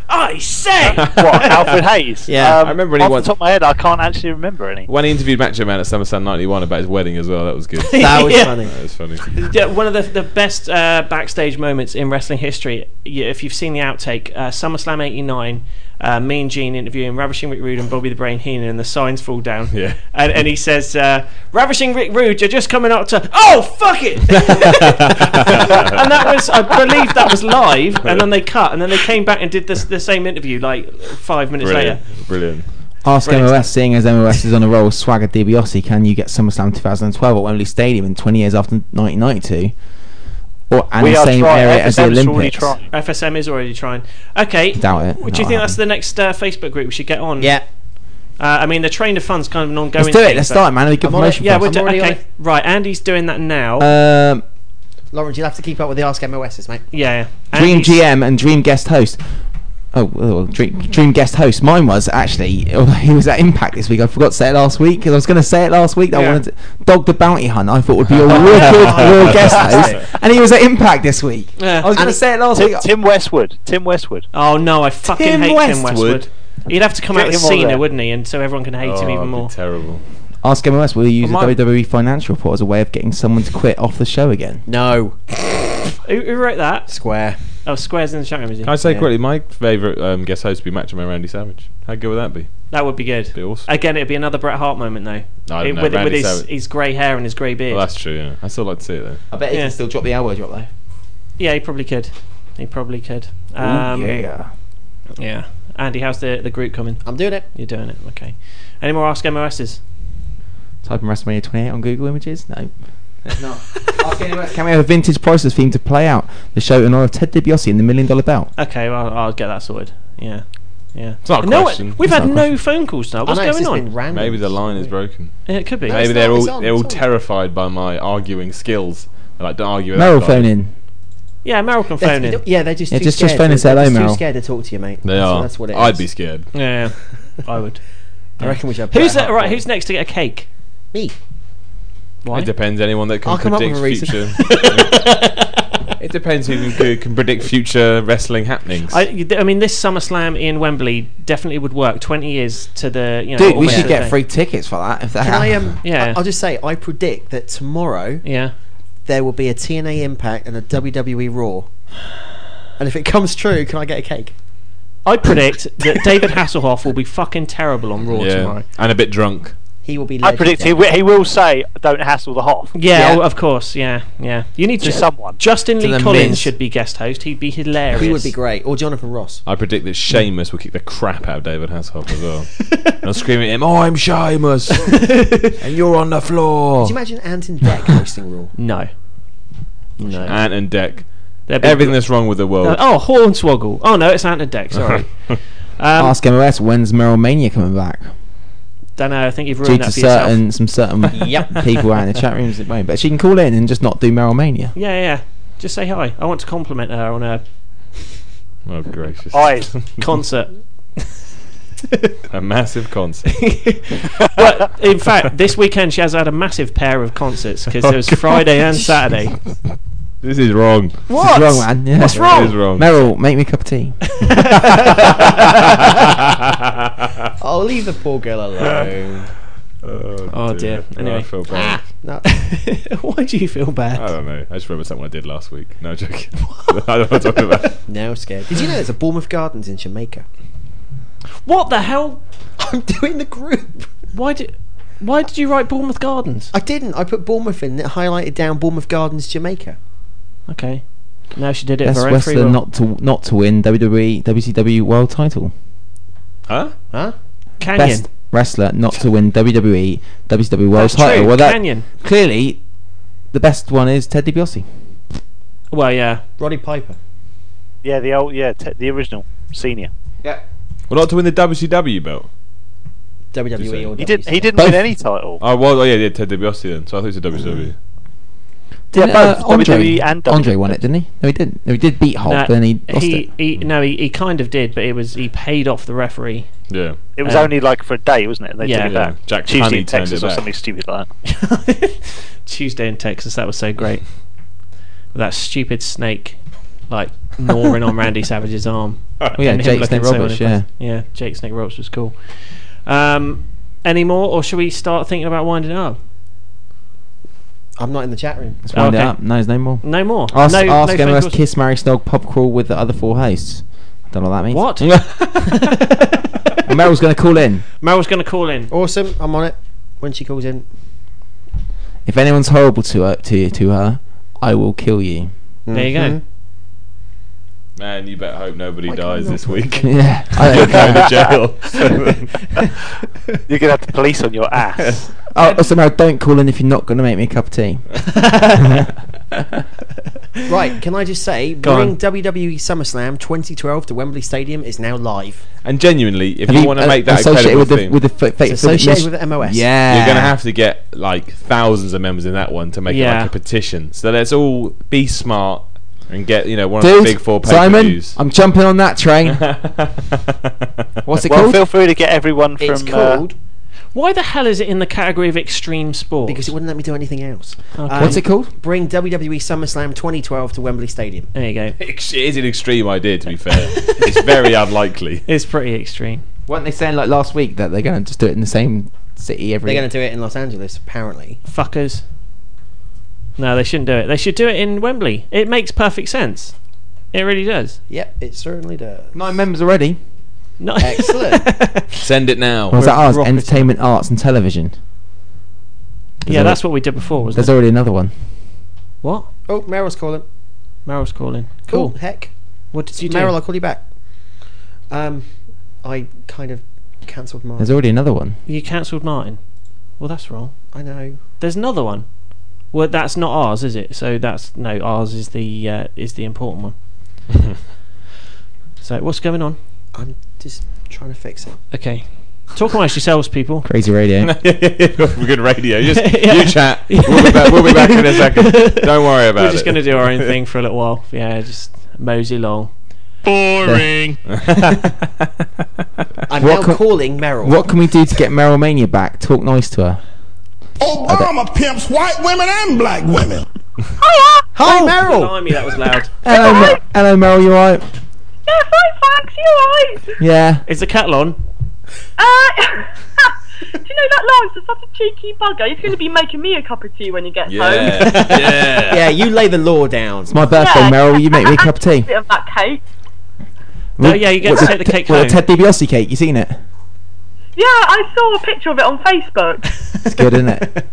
S4: I say.
S12: what Alfred Hayes?
S6: Yeah.
S12: Um,
S6: I remember when he
S12: off
S6: won-
S12: the top of my head, I can't actually remember any.
S6: When he interviewed Macho Man at SummerSlam 91 about his wedding as well, that was good.
S4: That was Yeah. funny.
S6: That was funny.
S4: Yeah, one of the, the best uh, backstage moments in wrestling history. Yeah, if you've seen the outtake, uh, SummerSlam '89, uh, Mean Gene interviewing Ravishing Rick Rude and Bobby the Brain Heenan, and the signs fall down.
S6: Yeah.
S4: and, and he says, uh, "Ravishing Rick Rude, you're just coming out to oh fuck it," and that was I believe that was live, and then they cut, and then they came back and did this the same interview like five minutes
S6: Brilliant.
S4: later.
S6: Brilliant.
S5: Ask
S4: Brilliant.
S5: MOS, seeing as MOS is on a roll, Swagger DiBiase, can you get SummerSlam 2012 at Wembley Stadium in 20 years after 1992? Or and the same area as the Olympics?
S4: FSM is already trying. Okay.
S5: Doubt it.
S4: Do you
S5: Not
S4: think that's the next uh, Facebook group we should get on?
S5: Yeah.
S4: Uh, I mean, the train of fun's kind of an ongoing.
S5: Let's do it.
S4: thing,
S5: Let's
S4: but-
S5: start it, man. It'll be good I'm on promotion it. for
S4: Yeah,
S5: us.
S4: we're
S5: I'm
S4: do-
S5: already on
S4: okay. Right, Andy's doing that now.
S5: Um,
S7: Lawrence, you'll have to keep up with the Ask MOSs, mate.
S4: yeah.
S5: Dream GM and Dream Guest Host. Oh, well, dream, dream guest host. Mine was actually. although He was at Impact this week. I forgot to say it last week because I was going to say it last week. That I
S4: Yeah.
S5: wanted to, Dog the Bounty Hunt. I thought would be a real good real guest host, and he was at Impact this week. I was going to say it last
S12: Tim,
S5: week.
S12: Tim Westwood. Tim Westwood.
S4: Oh no, I fucking
S5: Tim
S4: hate Tim
S5: Westwood.
S4: Westwood. He'd have to come
S12: Get
S4: out with
S12: him on
S4: Cena,
S12: there.
S4: wouldn't he? And so everyone can hate him even more.
S6: Terrible.
S5: Ask MOS will you use
S4: Well,
S5: a
S4: my-
S5: WWE E financial report as a way of getting someone to quit off the show again?
S7: No.
S4: Who, who wrote that?
S7: Square.
S4: Oh, Square's in the chat room, is he?
S6: Can I say quickly, my favourite um, guest host would be Macho Man Randy Savage. How good would that be?
S4: That would be good.
S6: Be awesome.
S4: Again, it'd be another Bret Hart moment, though.
S6: I don't
S4: It-
S6: know,
S4: with with
S6: Randy
S4: his,
S6: Savage.
S4: his grey hair and his grey beard.
S6: Well, that's true, yeah. I still like to see it, though.
S5: I bet he
S4: Yeah.
S5: can still drop the elbow drop though.
S4: yeah, he probably could. He probably could.
S5: Ooh,
S4: Um,
S5: yeah.
S4: Yeah. Andy, how's the, the group coming?
S7: I'm doing it.
S4: You're doing it, okay. Any more Ask MOSs?
S5: Type in WrestleMania 28 on Google Images. No. No. Can we have a vintage prices theme to play out the show in honor of Ted DiBiase and the Million Dollar Belt?
S4: Okay, well, I'll get that sorted. Yeah. Yeah.
S5: It's not a
S4: no,
S5: question.
S4: We've
S5: It's
S4: had
S5: not a
S4: no phone calls now. What's
S7: I know, it's
S4: going
S7: just
S4: on?
S7: been random.
S6: Maybe the line is broken.
S4: Yeah, it could be. No,
S6: Maybe
S4: it's
S6: they're
S4: not.
S6: all
S4: It's on,
S6: they're all
S4: it's on.
S6: terrified by my arguing skills. They're like, don't argue with
S5: Meryl
S6: that guy.
S5: phone in.
S4: Yeah, Meryl can phone in.
S7: Yeah, they're just
S5: Yeah,
S7: too
S5: just-
S7: scared.
S5: just phone and say
S7: They're
S5: hello,
S7: just
S5: Mel.
S7: too scared to talk to you, mate.
S6: They
S7: that's,
S6: are.
S7: That's what it is.
S6: I'd be scared.
S4: Yeah, I would.
S7: I reckon we should have
S4: Who's
S7: Bret
S4: that?
S7: Hart
S4: Right, who's next to get a cake?
S7: Me.
S4: Why?
S6: It depends. Anyone that can
S7: I'll come up
S6: predict
S7: with a reason.
S6: future. it depends who can, can predict future wrestling happenings.
S4: I, you- I mean, this SummerSlam in Wembley definitely would work. Twenty years to the you know.
S5: Dude, we
S4: almost
S5: should
S4: to
S5: get
S4: the
S5: free
S4: day.
S5: tickets for that if that
S7: Can I
S5: happens.
S7: um? I,
S4: Yeah.
S7: will just say I predict that tomorrow.
S4: Yeah.
S7: There will be a TNA Impact and a WWE Raw. And if it comes true, can I get a cake?
S4: I predict that David Hasselhoff will be fucking terrible on Raw
S6: yeah,
S4: tomorrow.
S6: and a bit drunk.
S7: He will be.
S12: I predict he,
S7: legendary.
S12: wi- he will say, "Don't hassle the Hoff."
S4: Yeah, oh, of course. Yeah, yeah. You need Ju-
S12: To someone.
S4: Justin
S12: To
S4: Lee
S12: the
S4: Collins
S12: Miz.
S4: should be guest host. He'd be hilarious.
S7: He would be great. Or Jonathan Ross.
S6: I predict that Seamus will kick the crap out of David Hasselhoff as well. and I'll scream at him, I'm Seamus! and you're on the floor!
S7: Could you imagine Anton Deck hosting Raw?
S4: No. No.
S6: Ant and Deck.
S4: They'd be-
S6: Everything that's wrong with the world.
S4: Uh, oh, Hornswoggle. Oh no, it's Ant and Deck. Sorry. um,
S5: Ask MOS when's Meryl Mania coming back?
S4: don't know. I think you've
S5: Due
S4: ruined
S5: to
S4: that for yourself.
S5: certain some certain
S4: Yep.
S5: people out in the chat rooms at the moment. But she can call in and just not do Meryl Mania.
S4: Yeah, yeah. Just say hi. I want to compliment her on her
S6: Oh, gracious.
S12: Eyes.
S4: concert.
S6: A massive concert.
S4: but in fact, this weekend she has had a massive pair of concerts because
S6: Oh,
S4: it was Friday and Saturday.
S6: this is wrong.
S4: What?
S5: Wrong man. Yeah.
S4: What's wrong?
S6: It is wrong.
S5: Meryl, make me a cup of tea.
S7: I'll leave the poor girl alone.
S6: Oh,
S4: Oh dear. Anyway. Ah,
S6: I feel bad.
S7: No. Why do you feel bad?
S6: I don't know. I just remember something I did last week. No joke. I don't know what I'm talking about.
S7: Now scared. Did you know there's a Bournemouth Gardens in Jamaica?
S4: What the hell?
S7: I'm doing the group.
S4: Why did Why did you write Bournemouth Gardens?
S7: I didn't. I put Bournemouth in. It highlighted down Bournemouth Gardens, Jamaica.
S4: Okay. Now she did it
S5: That's
S4: for her own free
S5: Western
S4: will.
S5: not to not to win E, WWE WCW World Title.
S6: Huh?
S7: Huh?
S4: Canyon.
S5: Best wrestler not to win E, WWE WCW World
S4: That's
S5: Title.
S4: true,
S5: Well, that
S4: Canyon.
S5: clearly the best one is Ted DiBiase.
S4: Well, yeah.
S7: Roddy Piper.
S12: Yeah, the old, yeah, te- the original senior.
S6: Well, not to win the WCW belt.
S5: E
S7: WWE or
S12: He didn't. He didn't
S6: Both.
S12: win any title.
S6: Oh, well, oh, yeah, yeah, Ted DiBiase then. So I think it's a WCW.
S7: Mm-hmm.
S5: Didn't,
S12: Yeah,
S5: uh,
S12: both
S5: Andre,
S12: WWE and
S5: Andre won it, didn't he? No, he didn't. No, he did beat Hulk,
S4: E. Nah,
S5: but then he lost it.
S4: he, he no, he, he kind of did, but it was he paid off the referee.
S6: Yeah.
S12: It was
S4: Um,
S12: only like for a day, wasn't it? They
S4: yeah.
S12: took it
S4: Yeah.
S12: back.
S4: Jack
S12: Tuesday
S4: Tunney turned
S12: in Texas
S4: it
S12: or
S4: back.
S12: something stupid like that.
S4: Tuesday in Texas. That was so great. With that stupid snake, like gnawing on Randy Savage's arm.
S5: Oh, yeah,
S4: And him
S5: Jake
S4: looking
S5: Snake
S4: so
S5: Roberts,
S4: unimpressed. yeah, Jake Snake Roberts was cool. Um, any more, or should we start thinking about winding it up?
S7: I'm not in the chat room.
S5: Let's wind it up. No, there's no more.
S4: No more.
S5: Ask,
S4: No-
S5: ask
S4: no
S5: MLS
S4: phone calls.
S5: Kiss, Marry, Snog, Pub Crawl with the other four hosts. I don't know what that means.
S4: What?
S5: And Meryl's going to call in.
S4: Meryl's going to call in.
S7: Awesome. I'm on it. When she calls in.
S5: If anyone's horrible to her, to, to her, I will kill you.
S4: There you go.
S7: Mm-hmm.
S6: Man, you better hope nobody dies this week.
S5: Yeah. I
S6: You're
S5: don't
S6: going to
S5: care.
S6: jail.
S12: You're gonna have the police on your ass.
S5: Oh, also, Meryl, don't call in if you're not going to make me a cup of tea.
S7: Right, can I just say,
S5: Go
S7: bring
S5: on.
S7: WWE SummerSlam 2012 to Wembley Stadium is now live.
S6: and genuinely, if
S5: Have
S6: you,
S5: you,
S6: want to
S5: uh,
S6: make that
S5: associated
S6: incredible
S5: with the-
S6: thing,
S5: with the fa- fake-
S7: It's associated with the MOS.
S5: Yeah.
S6: You're going to have to get like thousands of members in that one to make it
S5: Yeah.
S6: like a petition. So let's all be smart and get you know one of
S5: Dude,
S6: the big four
S5: Simon,
S6: pay-per-views.
S5: I'm jumping on that train. What's it
S12: well,
S5: called?
S12: feel free to get everyone from.
S7: It's
S12: uh,
S7: called.
S4: Why the hell is it in the category of extreme sport?
S7: Because it wouldn't let me do anything else. Um,
S4: Okay.
S5: What's it called?
S7: Bring WWE SummerSlam 2012 to Wembley Stadium.
S4: There you go.
S6: It is an extreme idea, to be fair. it's very unlikely.
S4: It's pretty extreme.
S5: Weren't they saying like last week that they're going to just do it in the same city every?
S7: They're going to do it in Los Angeles, apparently.
S4: Fuckers. No, they shouldn't do it. They should do it in Wembley. It makes perfect sense. It really does.
S7: Yep, it certainly does.
S5: Nine members already.
S4: No.
S7: Excellent.
S6: Send it now.
S5: Or was that ours?
S7: rocketing.
S5: Entertainment, arts, and television.
S4: yeah, that's what we did before, wasn't
S5: There's
S4: it?
S5: already another one.
S4: what?
S7: oh, Meryl's calling.
S4: Meryl's calling.
S7: Cool.
S4: Cool.
S7: Heck.
S4: What did you do?
S7: Meryl, I'll call you back. Um, I kind of cancelled mine.
S5: There's already another one.
S4: You cancelled Martin. Well, that's wrong.
S7: I know.
S4: There's another one. Well, that's not ours, is it? So that's no ours is the uh, is the important one. so what's going on?
S7: I'm just trying to fix it.
S4: Okay, talk amongst yourselves, people.
S5: Crazy radio.
S6: Good radio. Just
S4: Yeah.
S6: you chat. We'll be, back, we'll be back in a second. Don't worry about it.
S4: We're just going to do our own thing for a little while. Yeah, just mosey along.
S5: Boring.
S7: I'm
S5: What
S7: now
S5: co-
S7: calling Meryl.
S5: what can we do to get Meryl Mania back? Talk nice to her.
S10: Obama pimps white women and black women.
S7: Hi, Meryl.
S4: Blimey, that was loud.
S5: Hello, Mer- hello, Meryl. You alright?
S8: Yeah, hi Fox, you alright?
S5: Yeah.
S4: Is the kettle on?
S8: Uh, do you know that Lawrence is such a cheeky bugger? He's going to be making me a cup of tea when he gets home.
S6: Yeah. yeah.
S7: Yeah, you lay the law down.
S5: It's my birthday,
S8: Yeah.
S5: Meryl. Will you make me a cup of tea?
S8: Bit of that cake.
S5: Well,
S4: yeah, you get
S5: what,
S4: to take the cake
S5: well,
S4: home.
S5: Ted DiBiase cake. You seen it?
S8: Yeah, I saw a picture of it on Facebook.
S5: It's good, isn't it?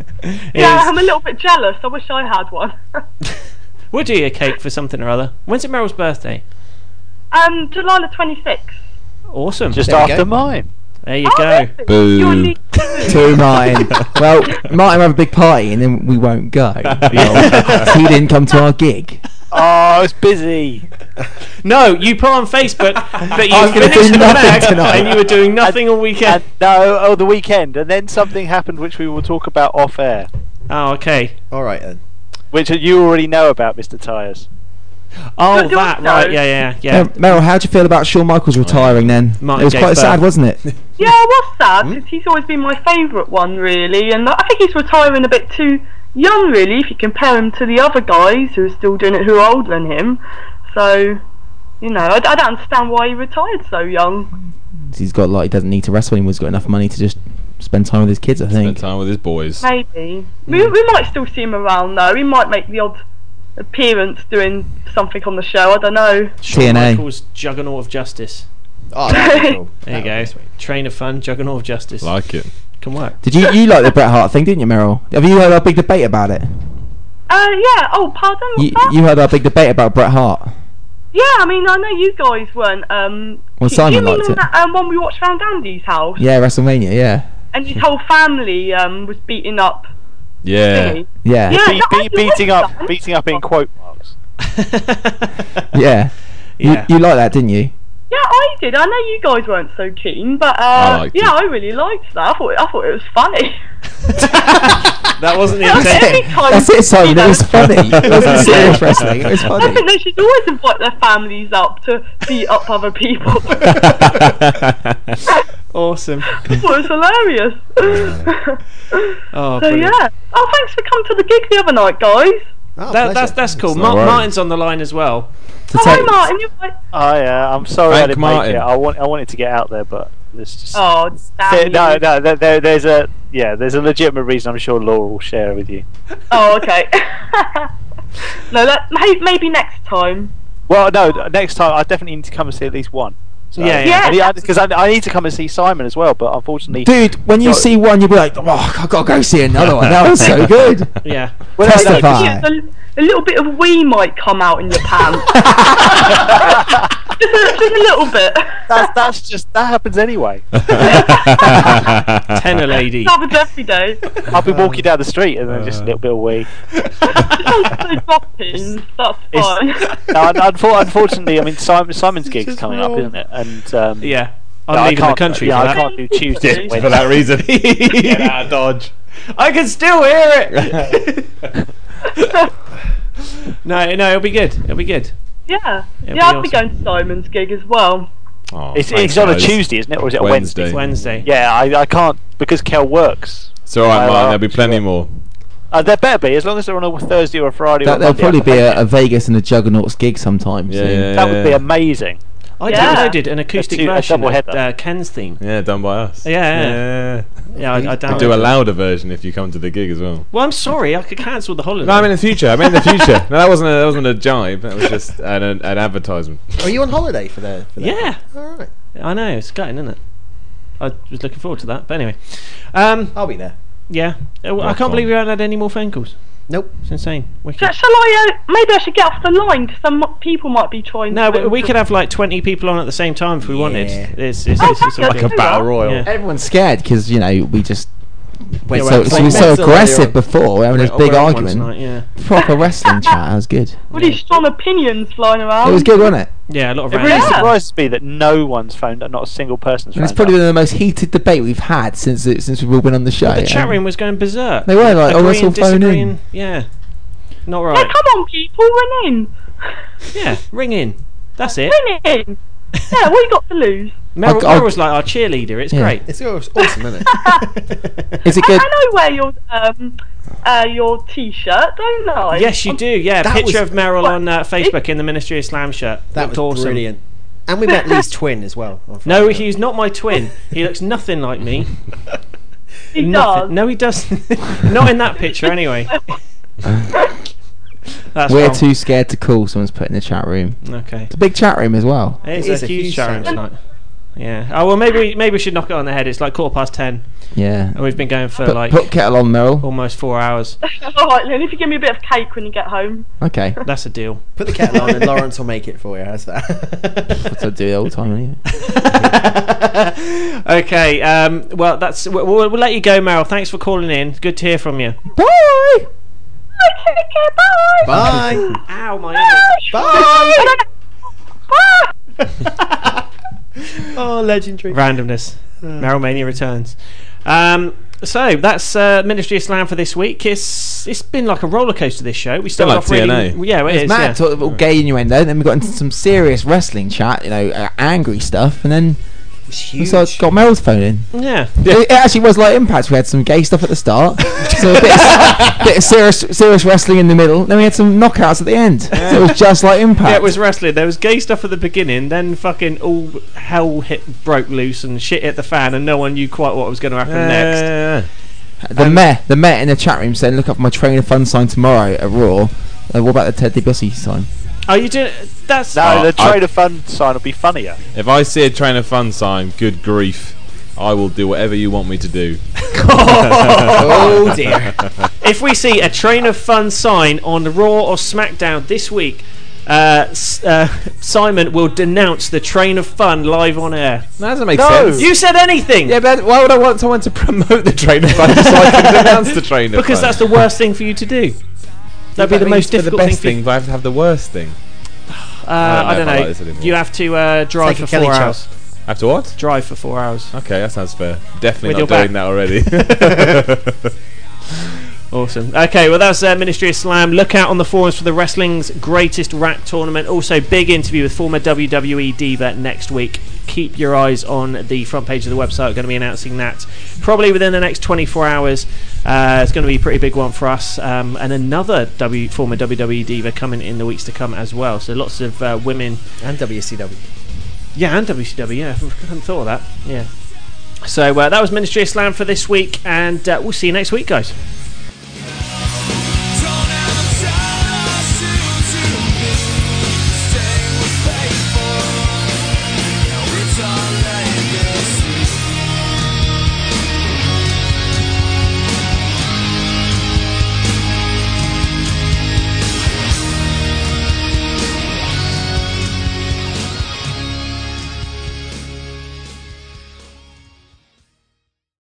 S8: yeah, I'm a little bit jealous. I wish I had one.
S4: We'll do you a cake for something or other. When's it Meryl's birthday?
S8: um, July the 26th.
S4: Awesome.
S12: Just
S4: there
S12: after mine.
S4: you
S8: Oh,
S4: go.
S8: really?
S6: Boo.
S8: You're neat.
S5: Two Martin. Well, Martin will have a big party and then we won't go. Well, he didn't come to our gig.
S12: Oh, I was busy.
S4: No, you put on Facebook that
S5: I
S4: you
S5: was gonna do
S4: finished the
S5: nothing
S4: bag
S5: tonight.
S4: and you were doing nothing all
S12: And
S4: weekend.
S12: no, oh, the weekend, and then something happened which we will talk about off air,
S4: Oh, okay.
S7: All right then.
S12: which you already know about, Mr. Tyres.
S4: Oh,
S8: do
S4: that
S8: it
S4: right?
S8: now.
S4: Yeah, yeah, yeah.
S5: Um, Meryl, how do you feel about Shawn Michaels retiring then?
S4: Martin
S5: it was
S4: J.
S5: quite
S4: Burr.
S5: sad, wasn't it?
S8: Yeah, I was sad
S4: Hmm?
S8: 'cause he's always been my favourite one, really, and I think he's retiring a bit too young, really, if you compare him to the other guys who are still doing it who are older than him. So, you know, I, I don't understand why he retired so young.
S5: He's got like he doesn't need to wrestle anymore. He's got enough money to just spend time with his kids. I
S6: Spend
S5: think.
S6: time with his boys.
S8: Maybe. We,
S4: Hmm.
S8: we might still see him around though. He might make the odd appearance doing something on the show. I don't know.
S4: Shawn Michaels Juggernaut of Justice.
S7: Oh,
S8: that'd be cool.
S4: there you go. Train of fun, Juggernaut of Justice.
S6: Like it.
S4: Can work.
S5: Did you you like the Bret Hart thing, didn't you, Meryl? Have you heard our big debate about it?
S8: Uh, yeah. Oh, pardon.
S5: You,
S8: What's that?
S5: you heard our big debate about Bret Hart.
S8: Yeah, I mean, I know you guys weren't. Um,
S5: Well,
S8: do-
S5: Simon
S8: you mean
S5: liked
S8: on
S5: it.
S8: that um, one we watched around Andy's house?
S5: Yeah, WrestleMania. Yeah.
S8: And his whole family um, was beating up.
S5: Yeah. Yeah.
S8: Yeah,
S12: Be-
S8: no,
S12: be- beating up, beating up in quote marks.
S5: Yeah.
S4: Yeah.
S5: You, you like that, didn't you?
S8: Yeah, I did. I know you guys weren't so keen, but uh,
S5: I liked
S8: yeah, I really liked that. I thought I thought it was funny.
S4: That wasn't the
S8: That's
S4: intention.
S8: every time
S5: That's it, Simon. It was funny. It wasn't serious wrestling. It was
S8: I
S5: funny.
S8: think they should always invite their families up to beat up other people.
S4: awesome.
S8: it was hilarious.
S4: Oh,
S8: so
S4: brilliant.
S8: yeah. Oh, thanks for coming to the gig the other night, guys.
S5: Oh,
S4: that, that's that's cool.
S12: No
S4: Mar-
S12: worries.
S4: Martin's on the line as well.
S8: Oh, hi, Martin. You're right.
S12: Oh yeah, I'm sorry I
S4: Thank
S12: didn't
S4: Martin.
S12: make it. I want, I wanted to get out there, but it's just.
S8: Oh,
S12: There-
S8: damn.
S12: no,
S8: you.
S12: no, there, there, there's a yeah, there's a legitimate reason. I'm sure Laura will share with you.
S8: Oh, okay. no, that may- maybe next time.
S12: Well, no, next time I definitely need to come and see at least one. So,
S8: Yeah, yeah.
S12: because I, I need to come and see Simon as well, but unfortunately,
S5: Dude, when you see one, you'll be like, oh, i got to go see another one. That was so good.
S4: Yeah.
S12: Well,
S5: Testify.
S8: Yeah, a, a little bit of wee might come out in your pants. just, a, just a little bit.
S12: That's, that's just that happens anyway.
S4: Tenor lady.
S8: That happens every day.
S12: I'll be walking down the street and then just a little bit of wee.
S8: So dropping. That's fine.
S12: Now, un- unfor- unfortunately, I mean Simon, Simon's gig's coming up,
S8: wrong.
S12: isn't it? And um,
S4: yeah,
S12: no,
S4: I'm
S12: I
S4: leaving the
S12: can't-
S4: country
S12: Yeah,
S4: for
S12: I
S4: that.
S12: can't do Tuesday. and
S4: For that
S6: reason.
S4: Get
S6: out of Dodge.
S4: I can still hear it. no, no, it'll be good. It'll be good.
S8: Yeah.
S4: It'll be
S8: yeah, I'll be
S4: awesome.
S8: going to Simon's gig as well.
S12: It's, it's on a Tuesday, isn't it, or is it a Wednesday?
S6: Oh, Wednesday.
S4: Wednesday.
S12: Yeah, I, I can't because Kel works.
S6: It's all right,
S12: I-
S6: Martin. There'll be plenty more.
S12: Uh, there better be, as long as they're on a Thursday or a Friday.
S5: That,
S12: or a
S5: there'll
S12: Monday,
S5: probably be a, a Vegas and a Juggernauts gig sometime
S6: Yeah,
S5: soon.
S6: yeah,
S12: That would be amazing.
S4: I
S12: Yeah.
S4: did. I did an acoustic
S12: two- a
S4: version of
S12: doubleheader.
S4: uh, Ken's theme.
S6: Yeah, done by us.
S4: Yeah, yeah.
S6: yeah.
S4: Yeah, I- I downloaded
S6: do a
S4: it.
S6: louder version if you come to the gig as well.
S4: Well, I'm sorry, I could cancel the holiday.
S6: No, I mean in the future. I mean in the future. No, that wasn't a, that wasn't a jibe. That was just an, an, an advertisement.
S7: Are you on holiday for the? For that?
S4: Yeah.
S7: All right.
S4: I know it's gutting, isn't it? I was looking forward to that, but anyway. Um,
S7: I'll be there.
S4: Yeah, Uh, well, I
S7: Rock
S4: can't
S7: on.
S4: believe we haven't had any more phone calls.
S7: Nope,
S4: it's insane. Wicked.
S8: Shall, shall I? Uh, maybe I should get off the line because some people might be trying.
S4: No,
S8: to
S4: but we could have like 20 people on at the same time if we wanted. It's, it's,
S8: Oh,
S4: it's, it's
S8: that's
S4: all
S8: Like a battle
S5: royal.
S4: Yeah.
S5: Everyone's scared because, you know, we just.
S4: Went-
S5: so,
S4: went-
S5: so we were so
S4: went-
S5: aggressive before. We were having this
S4: Went-
S5: big
S4: went once
S5: argument.
S4: night, yeah.
S5: Proper wrestling chat. That was good.
S8: All these strong opinions flying around.
S5: It was good, wasn't it?
S4: Yeah, a lot of
S12: It
S4: random.
S12: really
S8: Yeah.
S12: surprises me that no one's phoned up, not a single
S5: And
S12: person's phoned
S5: it's probably
S12: up.
S5: been the most heated debate we've had since it, since we've all been on the show.
S4: The
S5: yeah.
S4: chat room was going berserk.
S5: They were like, oh, let's
S4: Agreeing,
S5: all phone in.
S4: disagreeing. Yeah, not
S8: Yeah,
S4: right.
S8: come on, people, ring in.
S4: Yeah, ring in. That's it.
S8: Ring in. Yeah, what you got to lose?
S4: Meryl,
S5: I'll-
S4: Meryl's like our cheerleader. It's
S5: Yeah.
S4: great.
S7: It's awesome, isn't it?
S5: Is it
S8: I,
S5: good?
S8: I know where your um uh your t-shirt, don't I?
S4: Yes, you do. Yeah,
S8: um, That
S4: picture
S8: was-
S4: of Meryl on uh, Facebook in the Ministry of Slam shirt.
S7: That
S4: Looked
S7: was
S4: awesome.
S7: brilliant. And we met Lee's twin as well. on Friday.
S4: No, he's not my twin. He looks nothing like me.
S8: He
S4: Nothing. No, he doesn't. not in that picture, anyway. That's
S5: We're
S4: wrong.
S5: too scared to call. Someone's put in the chat room.
S4: Okay.
S5: It's a big chat room as well.
S4: It's a, huge, chat room tonight. Yeah. Oh well, maybe we, maybe we should knock it on the head. It's like quarter past ten,
S5: Yeah.
S4: and we've been going for
S5: Put,
S4: like
S5: put kettle on, Meryl.
S4: almost four hours.
S8: All right, then. If you give me a bit of cake when you get home.
S5: Okay.
S4: That's a deal.
S7: Put the kettle on and Lawrence will make it for you. How's that?
S5: That's what I do all the time anyway.
S4: Okay. Um, well, that's we'll, we'll we'll let you go, Meryl. Thanks for calling in. Good to hear from you.
S5: Bye.
S8: Okay,
S7: bye.
S4: Ow, my ear.
S8: Bye. Bye.
S7: oh, legendary.
S4: Randomness. Meryl Mania returns. Um, so that's uh, Ministry of Slam for this week. It's it's been like a roller coaster this show. We started
S5: like
S4: off really,
S5: TNA.
S4: yeah, it
S5: it's
S4: is,
S5: mad
S4: yeah.
S5: sort of all gay innuendo. Then we got into some serious wrestling chat, you know, uh, angry stuff, and then
S7: was huge.
S5: So I got Meryl's phone in.
S4: Yeah.
S5: It, it actually was like Impact. We had some gay stuff at the start, so a bit, of, bit of serious, serious wrestling in the middle. Then we had some knockouts at the end. So it was just like Impact.
S4: Yeah, it was wrestling. There was gay stuff at the beginning, then fucking all hell hit broke loose and shit hit the fan, and no one knew quite what was going to happen next.
S5: The Met, the Met in the chat room saying, "Look up my train of fun sign tomorrow at Raw." Uh, what about the Ted DiBiase sign?
S4: Are Oh, you doing? That's
S12: no.
S6: Oh,
S12: the
S6: I-
S12: trade of fun sign will be funnier.
S6: If I see a train of fun sign, good grief, I will do whatever you want me to do.
S4: Oh, dear. if we see a train of fun sign on Raw or SmackDown this week, uh, S- uh, Simon will denounce the train of fun live on air.
S6: That doesn't make sense.
S4: You said anything. Yeah,
S6: but why would I want someone to promote the train of fun so I can denounce the train of
S4: Because
S6: fun?
S4: that's the worst thing for you to do. That'd be the most
S6: for the
S4: difficult
S6: best
S4: thing.
S6: but I have to have the worst thing.
S4: For, uh, I don't know.
S6: if like this anymore.
S4: you have to uh, drive
S6: Take a
S4: for
S6: Kelly
S4: four
S6: chop.
S4: hours.
S6: I have to what?
S4: Drive for four hours.
S6: Okay, that sounds fair. Definitely
S4: With
S6: not doing that already.
S4: Awesome. Okay, well, that's uh, Ministry of Slam. Look out on the forums for the wrestling's greatest rap tournament. Also, big interview with former WWE Diva next week. Keep your eyes on the front page of the website. We're going to be announcing that probably within the next 24 hours. Uh, it's going to be a pretty big one for us. Um, and another w- former WWE Diva coming in the weeks to come as well. So, lots of uh, women.
S7: And WCW.
S4: Yeah, and WCW. Yeah, I hadn't thought of that. Yeah. So, uh, that was Ministry of Slam for this week. And uh, we'll see you next week, guys.